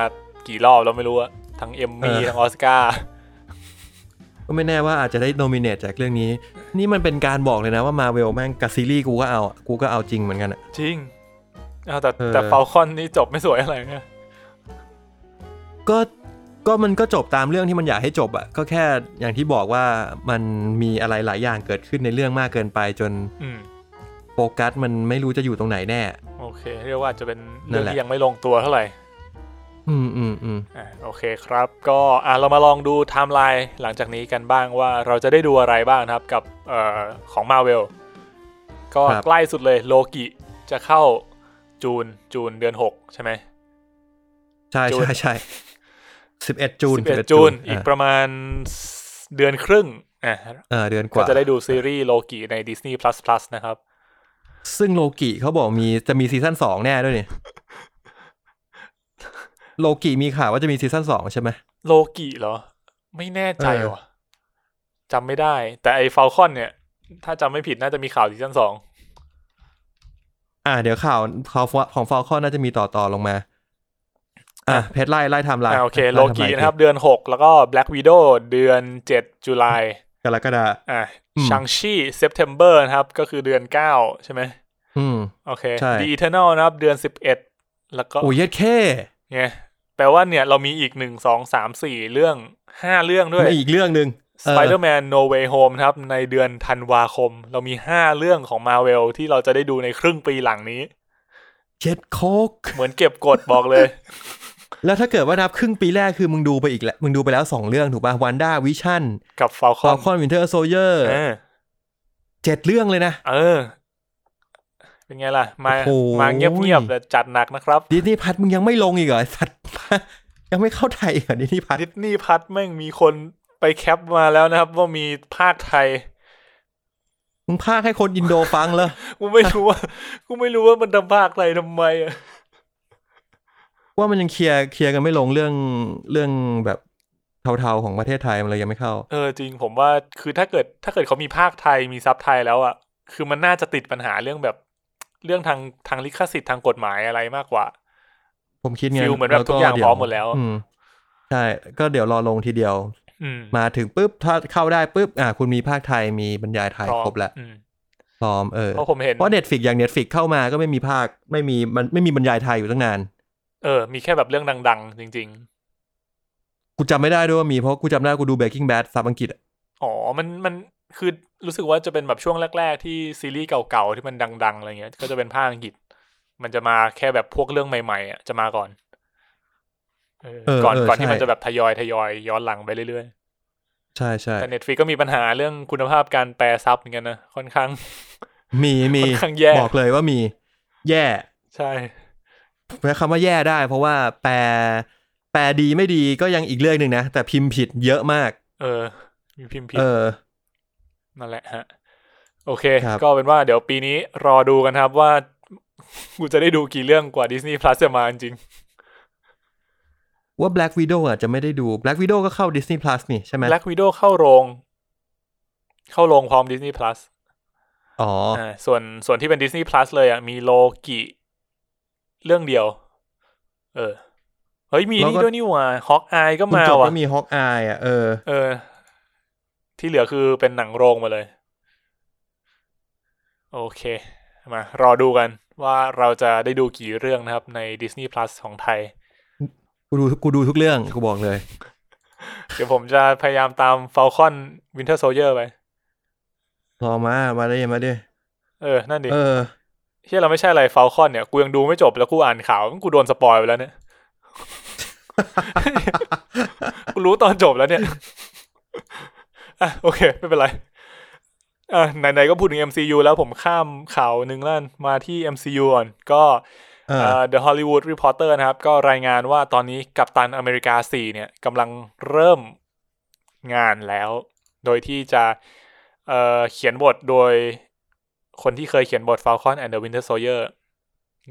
[SPEAKER 3] กี่รอบแล้วไม่รู้อะทั้งเอมมี่
[SPEAKER 2] เออ
[SPEAKER 3] ทั้งออสการ์
[SPEAKER 2] ก็ไม่แน่ว่าอาจจะได้โนมิเนตจากเรื่องนี้ นี่มันเป็นการบอกเลยนะว่ามาเวลแม่งกับซีรีส์กูก็เอาอะกูก็เอาจริงเหมือนกันอะ
[SPEAKER 3] จริงเอาแต่แต่
[SPEAKER 2] เออ
[SPEAKER 3] ฟาคอนนี่จบไม่สวยอะไรนะ
[SPEAKER 2] ก็ก็มันก็จบตามเรื่องที่มันอยากให้จบอะก็แค่อย่างที่บอกว่ามันมีอะไรหลายอย่างเกิดขึ้นในเรื่องมากเกินไปจน
[SPEAKER 3] อืม
[SPEAKER 2] โฟกัสมันไม่รู้จะอยู่ตรงไหนแน่
[SPEAKER 3] โอเค เรียกว่าจะเป็น
[SPEAKER 2] นั่
[SPEAKER 3] เรื่อน ง
[SPEAKER 2] แหละ
[SPEAKER 3] ที่ยังไม่ลงตัวเท่าไหร่
[SPEAKER 2] อืมอืมอืม
[SPEAKER 3] อ่ะโอเคครับก็อ่ะเรามาลองดูไทม์ไลน์หลังจากนี้กันบ้างว่าเราจะได้ดูอะไรบ้างนะครับกับเอ่อของ Marvel ก็ใกล้สุดเลยโลกิจะเข้าจูนจูนเดือน 6 ใช่ไหม
[SPEAKER 2] ใช่
[SPEAKER 3] จูน
[SPEAKER 2] ใช่ใช่สิบเอ็ดจูน
[SPEAKER 3] 11 จูน
[SPEAKER 2] ะ
[SPEAKER 3] อีกประมาณเดือนครึ่งอ่ะ
[SPEAKER 2] เออเดือนก
[SPEAKER 3] ก็
[SPEAKER 2] ว่า
[SPEAKER 3] จะได้ดูซีรีส์โลกิใน Disney Plus Plus นะครับ
[SPEAKER 2] ซึ่งโลกิเขาบอกมีจะมีซีซั่นสองแน่ด้วย นี่ โลกิมีข่าวว่าจะมีซีซั่นสองใช่ไหม
[SPEAKER 3] โลกิเหรอ ไม่แน่ใจ
[SPEAKER 2] เออ
[SPEAKER 3] ว่ะจำไม่ได้ แต่ไอ้ฟ a ลคอนเนี่ย ถ้าจำไม่ผิดน่าจะมีข่าวซีซั่นสอง
[SPEAKER 2] อ่า เดี๋ยวข่าวข่าวของฟอลคอนน่าจะมีต่อต่อลงมา อ่ะเพชรไล่ไล่ไทม์ไลน์
[SPEAKER 3] อ่าโอเค
[SPEAKER 2] ไทม์ไ
[SPEAKER 3] โลกีนะครับ เดือน 6 แล้วก็ Black Widow เดือน 7 จุลาย
[SPEAKER 2] กรกฎา
[SPEAKER 3] อ่า
[SPEAKER 2] อืม
[SPEAKER 3] ชังชีเซปเทมเบอร์นะครับ ก็คือเดือน 9 ใช่ไหม
[SPEAKER 2] อืม
[SPEAKER 3] โอเค
[SPEAKER 2] ใช่
[SPEAKER 3] The Eternal นะครับ เดือน 11 แล้วก็
[SPEAKER 2] โอ้ยเย็ดแค่
[SPEAKER 3] เนี่ยแปลว่าเนี่ยเรามีอีก 1 2 3 4 เรื่อง 5 เรื่องด้วย
[SPEAKER 2] มีอีกเรื่องหนึ่งเออ
[SPEAKER 3] Spider-Man No Way Home นะครับ ในเดือนธันวาคม เรามี 5 เรื่องของ Marvel ที่เราจะได้ดูในครึ่งปีหลังนี้
[SPEAKER 2] เย็ดโคก
[SPEAKER 3] เหมือนเก็บกดบอกเลย
[SPEAKER 2] แล้วถ้าเกิดว่านับครึ่งปีแรกคือมึงดูไปอีกแล้วมึงดูไปแล้ว 2 เรื่องถูกป่ะวันด้าวิชั่น
[SPEAKER 3] กับ
[SPEAKER 2] ฟอ
[SPEAKER 3] Falcon
[SPEAKER 2] ลคอนวินเทอร์โซเยอร์
[SPEAKER 3] เออ
[SPEAKER 2] เจ็ดเรื่องเลยนะ
[SPEAKER 3] เออ เป็นไงล่ะ มา
[SPEAKER 2] โอ้โห
[SPEAKER 3] มาเงียบๆแต่จัดหนักนะครับ
[SPEAKER 2] ดิสนีย์พัทมึงยังไม่ลงอีกเหรอไอ้สั ตว์ ยังไม่เข้าไทยอีกเหรอดิสนีย์พัท
[SPEAKER 3] ดิสนีย์พัทแม่งมีคนไปแคปมาแล้วนะครับ ว่ามีภาคไทย
[SPEAKER 2] มึงพากให้คนอินโดฟังเลย
[SPEAKER 3] กูไม่รู้ว่า กูไม่รู้ว่ามันทำภาคไทยทำไมอะ
[SPEAKER 2] ว่ามันยังเคลียร์เคลียร์กันไม่ลงเรื่องเรื่องแบบเทาๆของประเทศไทยมันเลยยังไม่เข้า
[SPEAKER 3] เออจริงผมว่าคือถ้าเกิดถ้าเกิดเขามีภาคไทยมีซับไทยแล้วอ่ะ คือมันน่าจะติดปัญหาเรื่องแบบเรื่องทางทางลิขสิทธิ์ทางกฎหมายอะไรมากกว่า
[SPEAKER 2] ผมคิดไง
[SPEAKER 3] ฟิลเหมือนแบบทุกอย่างพร้อมหมดแล้ว
[SPEAKER 2] อืมใช่ก็เดี๋ยวรอลงทีเดียว
[SPEAKER 3] อืม
[SPEAKER 2] มาถึงปุ๊บถ้าเข้าได้ปุ๊บอ่ะคุณมีภาคไทยมีบรรยายไทยครบแล้ว
[SPEAKER 3] อืม
[SPEAKER 2] พร้อมเออ
[SPEAKER 3] เพราะผมเห็น
[SPEAKER 2] เพราะเน็ตฟิกอย่างเน็ตฟิกเข้ามาก็ไม่มีภาคไม่มีมันไม่มีบรรยายไทยอยู่ตั้งนาน
[SPEAKER 3] เออ มีแค่แบบเรื่องดัง ๆ จริง
[SPEAKER 2] กูจำไม่ได้ด้วยว่ามีเพราะกูจำได้กูดู Breaking Bad ซับอังกฤษอะ
[SPEAKER 3] ๆ อ๋อ มันมันคือรู้สึกว่าจะเป็นแบบช่วงแรก ๆ ที่ซีรีส์เก่าๆที่มันดัง ๆ อะไรเงี้ย ก็จะเป็นภาคอังกฤษ มันจะมาแค่แบบพวกเรื่องใหม่ๆอ่ะจะมาก่อนเออ
[SPEAKER 2] เ
[SPEAKER 3] ก่อน
[SPEAKER 2] เ
[SPEAKER 3] ก่อนที่มัน
[SPEAKER 2] ใช่
[SPEAKER 3] จะแบบทยอยทยอยย้อนหลังไปเรื่อย
[SPEAKER 2] ใช่ใช่
[SPEAKER 3] ๆ แต่เน็ตฟ i ีก็มีปัญหาเรื่องคุณภาพการแปลซับเหมือนกันนะค่อนข้าง
[SPEAKER 2] มีมี
[SPEAKER 3] ค่อนข้างแย่
[SPEAKER 2] บอกเลยว่ามี แย่
[SPEAKER 3] ใช่
[SPEAKER 2] ใช้คำว่าแย่ได้ เพราะว่าแปลแปลดีไม่ดีก็ยังอีกเรื่องหนึ่งนะ แต่พิมพ์ผิดเยอะมาก
[SPEAKER 3] เออ มีพิมพ์ผิด
[SPEAKER 2] เออ
[SPEAKER 3] นั่นแหละฮะ โอเค
[SPEAKER 2] ครับ
[SPEAKER 3] ก็เป็นว่าเดี๋ยวปีนี้รอดูกันครับว่า กูจะได้ดูกี่เรื่องกว่าดิสนีย์พลัสจะมาจริง
[SPEAKER 2] ว่า Black Widow อาจจะไม่ได้ดู Black Widow ก็เข้า Disney Plus นี่ใช่ไหม
[SPEAKER 3] Black Widow เข้าโรง เข้าโรงพร้อม Disney Plus
[SPEAKER 2] อ๋ออ่
[SPEAKER 3] าส่วนส่วนที่เป็น Disney Plus เลยอ่ะ มีโลกิเรื่องเดียว เออ เฮ้ย มีนี่ด้วยนี่หว่าฮอกอายก็
[SPEAKER 2] คุณ
[SPEAKER 3] มา
[SPEAKER 2] จบ
[SPEAKER 3] ว่ะ
[SPEAKER 2] ก็มีฮอกอายอ่ะเออ
[SPEAKER 3] เออ ที่เหลือคือเป็นหนังโรงมาเลย โอเค มา รอดูกันว่าเราจะได้ดูกี่เรื่องนะครับ ใน Disney Plus ของไทย
[SPEAKER 2] กูดูกูดูทุกเรื่องกูบอกเลย
[SPEAKER 3] เดี๋ยวผมจะพยายามตาม Falcon Winter Soldier ไป
[SPEAKER 2] รอมามาได้มาดิ
[SPEAKER 3] เออ นั่นดิ
[SPEAKER 2] เออ
[SPEAKER 3] เฮียเราไม่ใช่อะไรฟ a ลคอนเนี่ย กูยังดูไม่จบแล้วกูอ่านข่าว กูโดนสปอยไปแล้วเนี่ย กูรู้ตอนจบแล้วเนี่ย อ่ะโอเค ไม่เป็นไร อ่ะไหนๆก็พูดถึง MCU แล้วผมข้ามข่าวหนึ่งแล้วกันมาที่ MCU ก่อน ก็
[SPEAKER 2] เออ
[SPEAKER 3] เอ่อ The Hollywood Reporter นะครับ ก็รายงานว่าตอนนี้กัปตันอเมริกา 4 เนี่ยกำลังเริ่มงานแล้ว โดยที่จะเอ่อเขียนบทโดย คนที่เคยเขียนบท Falcon and the Winter Soldier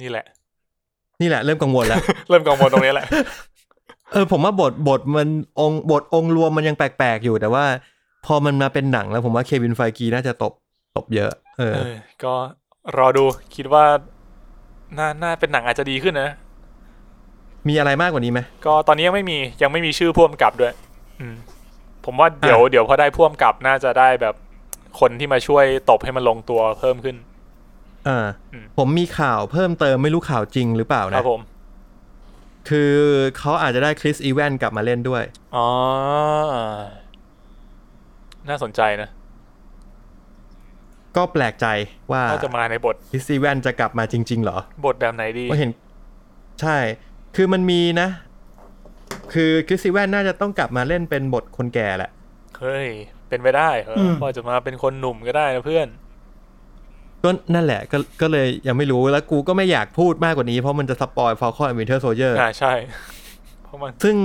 [SPEAKER 3] นี่แหละ
[SPEAKER 2] นี่แหละเริ่มกังวล แล้ว
[SPEAKER 3] เริ่มกังวลตรงนี้แหละ
[SPEAKER 2] เออผมว่าบทบทมันองค์บทองค์รวมมันยังแปลกๆอยู่แต่ว่า พอมันมาเป็นหนังแล้วผมว่าเควินไฟกีน่าจะตบตบเยอะ เออ
[SPEAKER 3] เออ ก็รอดูคิดว่าน่าน่าเป็นหนังอาจจะดีขึ้นนะ
[SPEAKER 2] มีอะไรมากกว่านี้ไหม
[SPEAKER 3] ก็ตอนนี้ยังไม่มียังไม่มีชื่อพ่วมกับด้วย อืม ผมว่าเดี๋ยวเดี๋ยวพอได้พ่วมกับน่าจะได้แบบคนที่มาช่วยตบให้มันลงตัวเพิ่มขึ้น
[SPEAKER 2] อ่า
[SPEAKER 3] อืม
[SPEAKER 2] ผมมีข่าวเพิ่มเติมไม่รู้ข่าวจริงหรือเปล่า
[SPEAKER 3] ครั
[SPEAKER 2] นะ
[SPEAKER 3] บผม
[SPEAKER 2] คือเขาอาจจะได้คริสอีแวนกลับมาเล่นด้วย
[SPEAKER 3] อ๋อ น่าสนใจนะ
[SPEAKER 2] ก็แปลกใจว่า
[SPEAKER 3] น่าจะมาในบท
[SPEAKER 2] คริสอีแวนจะกลับมาจริง ๆ เหรอ
[SPEAKER 3] บทแบบไหนดี
[SPEAKER 2] ก็เห็น ใช่ คือมันมีนะ คือคริสอีแวนน่าจะต้องกลับมาเล่นเป็นบทคนแก่แหละ
[SPEAKER 3] เฮ้ย เป็นไปได้เหรออ
[SPEAKER 1] ม
[SPEAKER 3] พ่อจะมาเป็นคนหนุ่มก็ได้นะเพื่อน
[SPEAKER 2] ก็นั่นแหละก็ก็เลยยังไม่รู้แล้วกูก็ไม่อยากพูดมากกว่านี้เพราะมันจะสปอยฟอลคอนวินเทอร์โซเยอร์
[SPEAKER 3] อ่าใช่ เพราะมัน
[SPEAKER 2] ซึ่ง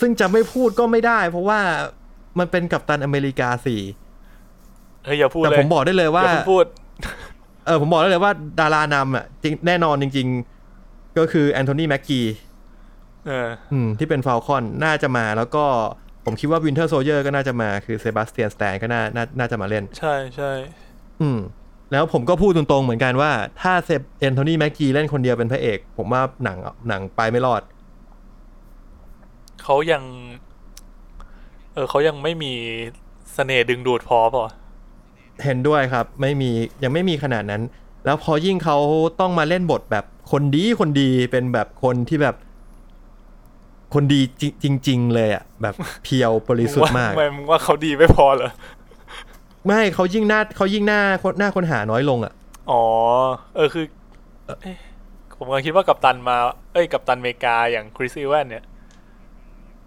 [SPEAKER 2] ซึ่งจะไม่พูดก็ไม่ได้ เพราะว่ามันเป็นกัปตันอเมริกาสี่
[SPEAKER 3] เฮ้ยอย่าพูด
[SPEAKER 2] แต่
[SPEAKER 3] เลย
[SPEAKER 2] ผมบอกได้เลยว่า
[SPEAKER 3] อย่าเพิ่งพูด
[SPEAKER 2] เออผมบอกได้เลยว่าดารานำอ่ะจริงแน่นอนจริง ๆ ก็คือแอนโทนีแม็กกี้
[SPEAKER 3] เออ
[SPEAKER 2] อืมที่เป็นฟอลคอนน่าจะมา แล้วก็ผมคิดว่าวินเทอร์โซเยอร์ก็น่าจะมาคือเซบาสเตียนสแตนก็น่าน่าน่าจะมาเล่น
[SPEAKER 3] ใช่ใช่
[SPEAKER 2] อืมแล้วผมก็พูดตรงๆเหมือนกันว่าถ้าเซบแอนโทนีแม็กกี้เล่นคนเดียวเป็นพระเอก ผมว่าหนังหนังไปไม่รอด
[SPEAKER 3] เขายัง เออเขายังไม่มีเสน่ห์ดึงดูดพอเปล่ะ
[SPEAKER 2] เห็นด้วยครับ ไม่มียังไม่มีขนาดนั้น แล้วพอยิ่งเขาต้องมาเล่นบทแบบคนดีคนดีเป็นแบบคนที่แบบ คนดีจริงจริง ๆ เลยอ่ะแบบเพียวบริสุทธิ์มาก
[SPEAKER 3] ว่มึงว่าเขาดี ไม่พอเหรอ
[SPEAKER 2] ไม่เขายิ่งหน้าเขายิ่งหน้าหน้าคนหาน้อยลงอ่ะ
[SPEAKER 3] อ๋อ เออคือเอ๊ะผมกำลังคิดว่ากัปตันมา เอ้ยกัปตันอเมริกาอย่างคริสอีแวนเนี่ย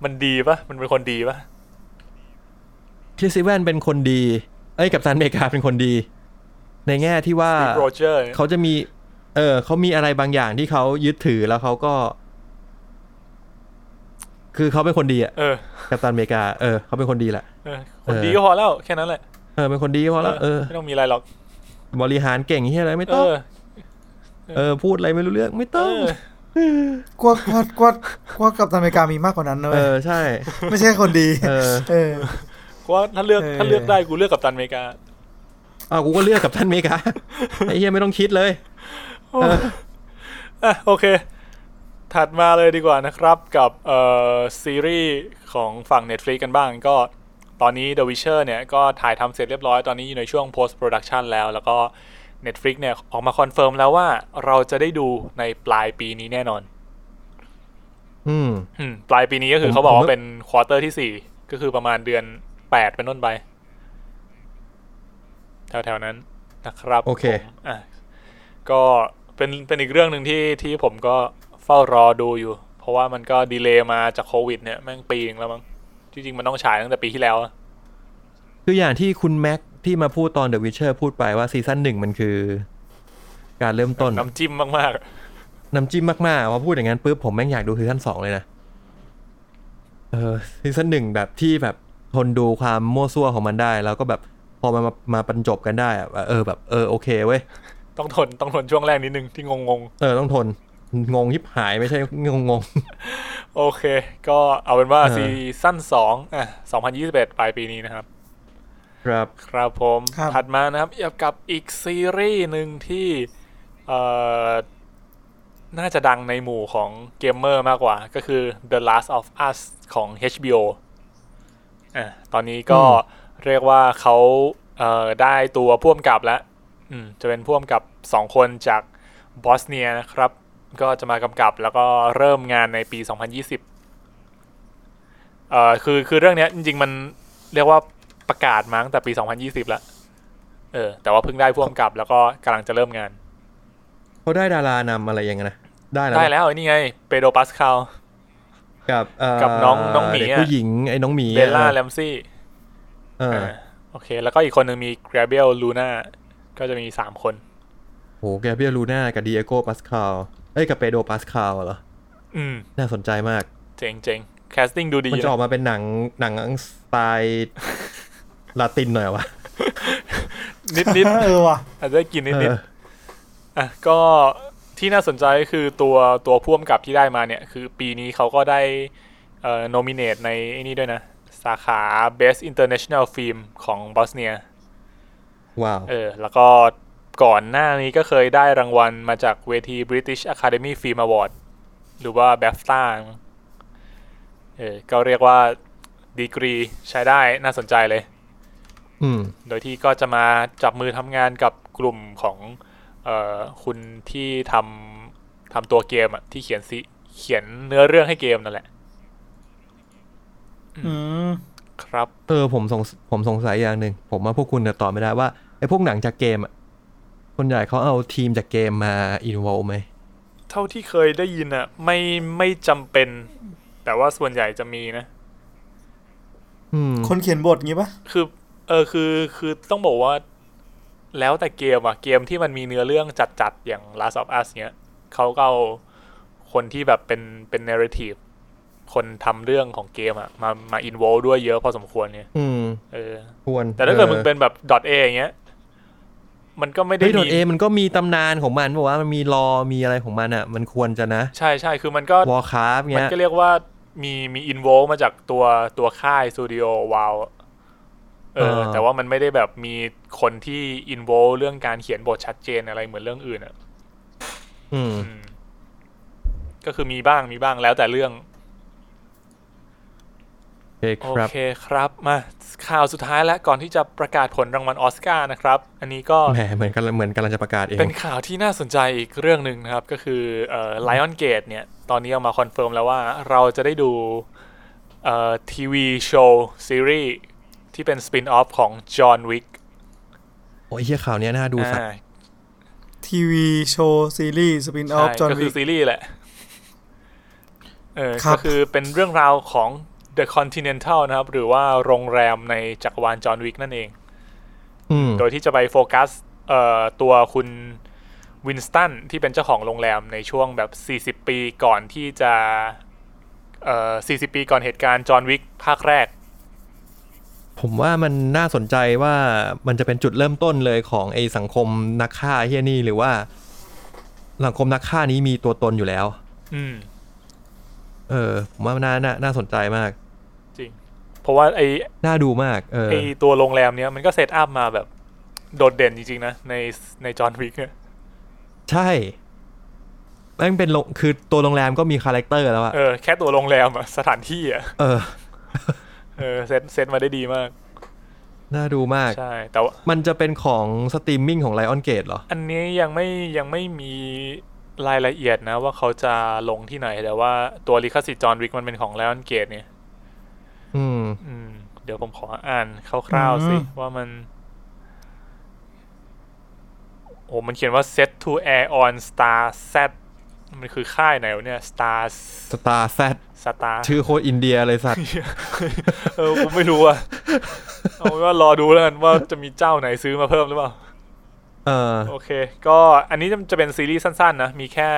[SPEAKER 3] มันดีปะมันเป็นคนดีปะ
[SPEAKER 2] คริสอีแวนเป็นคนดี เอ้ยกับตันอเมริกาเป็นคนดี ในแง่ที่ว่า
[SPEAKER 3] ริโรเจอร์เนี่ย
[SPEAKER 2] เขาจะมี เออ เขามีอะไรบางอย่างที่เขายึดถือแล้วเขาก็ คือเขาเป็นคนดีอะ
[SPEAKER 3] เออ
[SPEAKER 2] กัปตันอเมริกา เออ เขาเป็นคนดีแหละ
[SPEAKER 3] เออ คน
[SPEAKER 2] เออ
[SPEAKER 3] ดีก็พอแล้วแค่นั้นแหละ
[SPEAKER 2] เออ เป็นคนดีเพราะแล้วเออ
[SPEAKER 3] ไม่ต้องมีอะไรหรอก
[SPEAKER 2] บริหารเก่งที่อะไรไม่
[SPEAKER 3] เอ
[SPEAKER 2] ต้อง
[SPEAKER 3] อ
[SPEAKER 2] เออ พูดอะไรไม่รู้เรื่องไม่
[SPEAKER 3] เอ
[SPEAKER 2] ต้อง
[SPEAKER 3] อ
[SPEAKER 1] กว่ากว่ากว่ากว่ากับอเมริกามีมากกว่านั้นนะ
[SPEAKER 2] เอ
[SPEAKER 1] เว้ย
[SPEAKER 2] อ ใช่
[SPEAKER 1] ไม่ใช่คนดี
[SPEAKER 2] เออ
[SPEAKER 1] เออ
[SPEAKER 3] กูว่าถ้าเลือก
[SPEAKER 1] เออ
[SPEAKER 3] ถ้าเลือกได้กูเลือกกัปตันอเมริกา
[SPEAKER 2] อ้าวกูก็เลือกกับท่านอเมริกา ไอ้เหี้ยไม่ต้องคิดเลย
[SPEAKER 3] อ่ะโอเค ถัดมาเลยดีกว่านะครับกับเอ่อซีรีส์ของฝั่ง Netflix กันบ้างก็ตอนนี้ The Witcher เนี่ย ก็ถ่ายทำเสร็จเรียบร้อย ตอนนี้อยู่ในช่วง post production แล้ว แล้วก็ Netflix เนี่ย ออกมาคอนเฟิร์มแล้วว่าเราจะได้ดูในปลายปีนี้แน่นอน
[SPEAKER 2] อืม
[SPEAKER 3] อืมปลายปีนี้ก็คื
[SPEAKER 2] ผ
[SPEAKER 3] อ
[SPEAKER 2] ม
[SPEAKER 3] เขาบอก
[SPEAKER 2] ผม
[SPEAKER 3] ว่า
[SPEAKER 2] ว่า
[SPEAKER 3] เป็นควอเตอร์ที่สี่ก็คือประมาณเดือนแปดเป็นต้นไป แถวๆนั้นนะครับ
[SPEAKER 2] โอเค
[SPEAKER 3] ผมอ่ะก็เป็นเป็นอีกเรื่องหนึ่งที่ที่ผมก็เฝ้ารอดูอยู่ เพราะว่ามันก็ดีเลย์มาจากโควิดเนี่ยแม่งปีนึงแล้วมั้งจริงๆมันต้องฉายตั้งแต่ปีที่แล้วอะ
[SPEAKER 2] คืออย่างที่คุณแม็กที่มาพูดตอน The Witcher พูดไปว่าซีซั่นหนึ่งมันคือ การเริ่มต้น
[SPEAKER 3] น้ำจิ้มมาก
[SPEAKER 2] น้ำจิ้มมากๆพอพูดอย่างนั้นปุ๊บผมแม่งอยากดูซีซั่นสองเลยนะ เออซีซั่นหนึ่งแบบที่แบบทนดูความมั่วซั่วของมันได้ แล้วก็แบบพอมันมามาบรรจบกันได้อะเออแบบเออโอเคเว้ย
[SPEAKER 3] ๆ ต้องทนต้องทนช่วงแรกนิดนึงที่งง
[SPEAKER 2] เออต้องทน งงยิบหายไม่ใช่งงง
[SPEAKER 3] ๆ โอเค ก็เอาเป็นว่า
[SPEAKER 2] เออ
[SPEAKER 3] ซีซั่นสองอ่ะสองพันยี่สิบเอ็ดปลายปีนี้นะครับ
[SPEAKER 2] ครับ
[SPEAKER 3] ครับผม
[SPEAKER 1] ครับ
[SPEAKER 3] ถัดมานะครับเกี่ยวกับอีกซีรีส์หนึ่งที่เอ่อน่าจะดังในหมู่ของเกมเมอร์มากกว่า ก็คือ The Last of Us ของ HBO อ่ะตอนนี้ก็
[SPEAKER 2] อืม
[SPEAKER 3] เรียกว่าเขาเอ่อได้ตัวพ่วมกับแล้วอืมจะเป็นพ่วมกับสองคนจากบอสเนียนะครับ ก็จะมากำกับแล้วก็เริ่มงานในปี 2020 เอ่อคือคือเรื่องเนี้ยจริงๆมันเรียกว่าประกาศมาตั้งแต่ปี 2020 แล้ว เออ แต่ว่าเพิ่งได้พ่วงกับ แล้วก็กำลังจะเริ่มงาน
[SPEAKER 2] เขาได้ดารานำอะไรอยังไงยนะ ได้แล้ว
[SPEAKER 3] ได้แล้วไอ้นี่ไงเปโดรปาสคาล
[SPEAKER 2] กับเ
[SPEAKER 3] กับน้องน้องหมี
[SPEAKER 2] เด็ก
[SPEAKER 3] อะ
[SPEAKER 2] ผู้หญิงไอ้น้องหมี
[SPEAKER 3] เบลล่าแลมซี่
[SPEAKER 2] เออ
[SPEAKER 3] โอเค แล้วก็อีกคนหนึ่งมีแกรเบียลลูน่าก็จะมีสามคน
[SPEAKER 2] โหแกเบียลูน่ากับดีเอโกปาสคาลเอ้ยกับเปโดปาสคาลเหรอ
[SPEAKER 3] อืม
[SPEAKER 2] น่าสนใจมาก
[SPEAKER 3] เจ๋งเจ๋งแคสติ้งดูดี
[SPEAKER 2] มันจะอ
[SPEAKER 3] นะ
[SPEAKER 2] อกมาเป็นหนังหนังสไต ล์ลาตินหน่อยเหรอวะ
[SPEAKER 3] นิดนิด
[SPEAKER 1] เออว่ะ
[SPEAKER 3] อาจจะได้กินนิด
[SPEAKER 2] เอ
[SPEAKER 3] นิด
[SPEAKER 2] อ
[SPEAKER 3] อ่ะก็ที่น่าสนใจก็คือตัวตัวพ่วมกับที่ได้มาเนี่ย คือปีนี้เขาก็ได้เอ่อโนมิเนตในไอ้นี่ด้วยนะ สาขา Best International Film ของบอสเนีย
[SPEAKER 2] ว้าว
[SPEAKER 3] เออ แล้วก็ก่อนหน้านี้ก็เคยได้รางวัลมาจากเวที British Academy Film Award หรือว่า BAFTA มั้งเออ ก็เรียกว่าดีกรีใช้ได้น่าสนใจเลย
[SPEAKER 2] อืม
[SPEAKER 3] โดยที่ก็จะมาจับมือทำงานกับกลุ่มของเอ่อคุณที่ทำทำตัวเกมอะที่เขียนซิเขียนเนื้อเรื่องให้เกมนั่นแหละ
[SPEAKER 1] อืม
[SPEAKER 3] ครับ
[SPEAKER 2] เออผมสงสผมสงสัยอย่างหนึ่งผมว่าพวกคุณจะตอบไม่ได้ว่าไอ้พวกหนังจากเกมอ่ะคนใหญ่เขาเอาทีมจากเกมมาอินวอลไหม
[SPEAKER 3] เท่าที่เคยได้ยินอะไม่ไม่จำเป็น แต่ว่าส่วนใหญ่จะมีนะ
[SPEAKER 2] อืม
[SPEAKER 1] คนเขียนบทงี้ปะ
[SPEAKER 3] คือเออคือคือต้องบอกว่าแล้วแต่เกมอะเกมที่มันมีเนื้อเรื่องจัดๆ อย่าง Last of Us เนี้ยเขาก็เอาคนที่แบบเป็นเป็น narrative คนทำเรื่องของเกมอะมามา involve ด้วยเยอะพอสมควรเนี่ย
[SPEAKER 2] อืม
[SPEAKER 3] เออ
[SPEAKER 2] ควร
[SPEAKER 3] แต่ถ้าเกิดมึงเป็นแบบ .a อย่างเงี้ยมันก็ไม่ได้
[SPEAKER 2] เฮ้ยโด
[SPEAKER 3] มี
[SPEAKER 2] ดเอมันก็มีตำนานของมันบอกว่ามันมีรอมีอะไรของมันอ่ะ มันควรจะนะ
[SPEAKER 3] ใช่ใช่คือมันก็
[SPEAKER 2] วอลคราฟ
[SPEAKER 3] มัน
[SPEAKER 2] เงี้ย
[SPEAKER 3] ก็เรียกว่ามีมี involve มาจากตัวตัวค่ายสตูดิโอวาวเออแต่ว่ามันไม่ได้แบบมีคนที่ involve เรื่องการเขียนบทชัดเจนอะไรเหมือนเรื่องอื่นอะ
[SPEAKER 2] อืม
[SPEAKER 3] ก็คือมีบ้างมีบ้างแล้วแต่เรื่อง
[SPEAKER 2] เค
[SPEAKER 3] โอ
[SPEAKER 2] ครับ
[SPEAKER 3] เคครับมาข่าวสุดท้ายแล้วก่อนที่จะประกาศผลรางวัลออสการ์นะครับ อันนี้ก็
[SPEAKER 2] แหมเหมือนกันเหมือนกำลังจะประกาศเอง
[SPEAKER 3] เป็นข่าวที่น่าสนใจอีกเรื่องหนึ่งนะครับ ก็คือเอ่อ Lion Gate เนี่ย ตอนนี้ออกมาคอนเฟิร์มแล้วว่าเราจะได้ดูเอ่อทีวีโชว์ซีรีส์ที่เป็นสปินออฟของ John Wick
[SPEAKER 2] โอ้ยเฮียข่าวเนี้ยน่าดูสัก
[SPEAKER 3] อ่า
[SPEAKER 1] ทีวีโชว์ซีรีส์สปินออฟ
[SPEAKER 3] ใช่
[SPEAKER 1] จอห์น
[SPEAKER 3] ก็
[SPEAKER 1] วิ
[SPEAKER 3] คือก ซีรีส์แหละเออ
[SPEAKER 1] ครั
[SPEAKER 3] ก็
[SPEAKER 1] บ
[SPEAKER 3] คือเป็นเรื่องราวของ The Continental นะครับ หรือว่าโรงแรมในจักรวาลจอห์นวิกนั่นเอง
[SPEAKER 2] อืม
[SPEAKER 3] โดยที่จะไปโฟกัสเอ่อตัวคุณวินสตันที่เป็นเจ้าของโรงแรมในช่วงแบบ 40 ปีก่อนที่จะเอ่อ40 ปีก่อนเหตุการณ์จอห์นวิกภาคแรก
[SPEAKER 2] ผมว่ามันน่าสนใจว่ามันจะเป็นจุดเริ่มต้นเลยของไอสังคมนักฆ่าเฮียนี่หรือว่าสังคมนักฆ่านี้มีตัวตนอยู่แล้ว
[SPEAKER 3] อืม
[SPEAKER 2] เออผมว่าน่าน่าน่าสนใจมาก
[SPEAKER 3] จริง เพราะว่าไอ
[SPEAKER 2] น่าดูมากเออ
[SPEAKER 3] ไอตัวโรงแรมเนี้ยมันก็เซตอัพมาแบบโดดเด่นจริง ๆ นะ ในในจอห์นวิกเนี่ย
[SPEAKER 2] ใช่แม่งเป็นโรงคือตัวโรงแรมก็มีคาแรคเตอร์แล้วอะ
[SPEAKER 3] เออ แค่ตัวโรงแรมอะสถานที่อะ
[SPEAKER 2] เออ
[SPEAKER 3] เออเซตเซตมาได้ดีมาก
[SPEAKER 2] น่าดูมาก
[SPEAKER 3] ใช่แต่ว่า
[SPEAKER 2] มันจะเป็นของสตรีมมิ่งของ Lion Gate เหรอ
[SPEAKER 3] อันนี้ยังไม่ยังไม่มีรายละเอียดนะ ว่าเขาจะลงที่ไหนแต่ว่าตัวลิขสิทธิ์จอห์นวิกมันเป็นของไลออนเกตเนี่ย
[SPEAKER 2] อืม
[SPEAKER 3] อืม เดี๋ยวผมขออ่านคร่าวๆสิ
[SPEAKER 1] อืม
[SPEAKER 3] ว่ามัน โอ้มันเขียนว่า set to air on star set มันคือค่ายไหนวะเนี่ย star
[SPEAKER 2] Star Z
[SPEAKER 3] star
[SPEAKER 2] ชื่อโคตรอินเดียเลยสัตว์
[SPEAKER 3] เออผมไม่รู้อะเอาเป็นว่ารอดูแล้วกันว่าจะมีเจ้าไหนซื้อมาเพิ่มหรือเปล่า
[SPEAKER 2] เออ
[SPEAKER 3] โอเค ก็อันนี้จะเป็นซีรีส์สั้นๆนะ มีแค่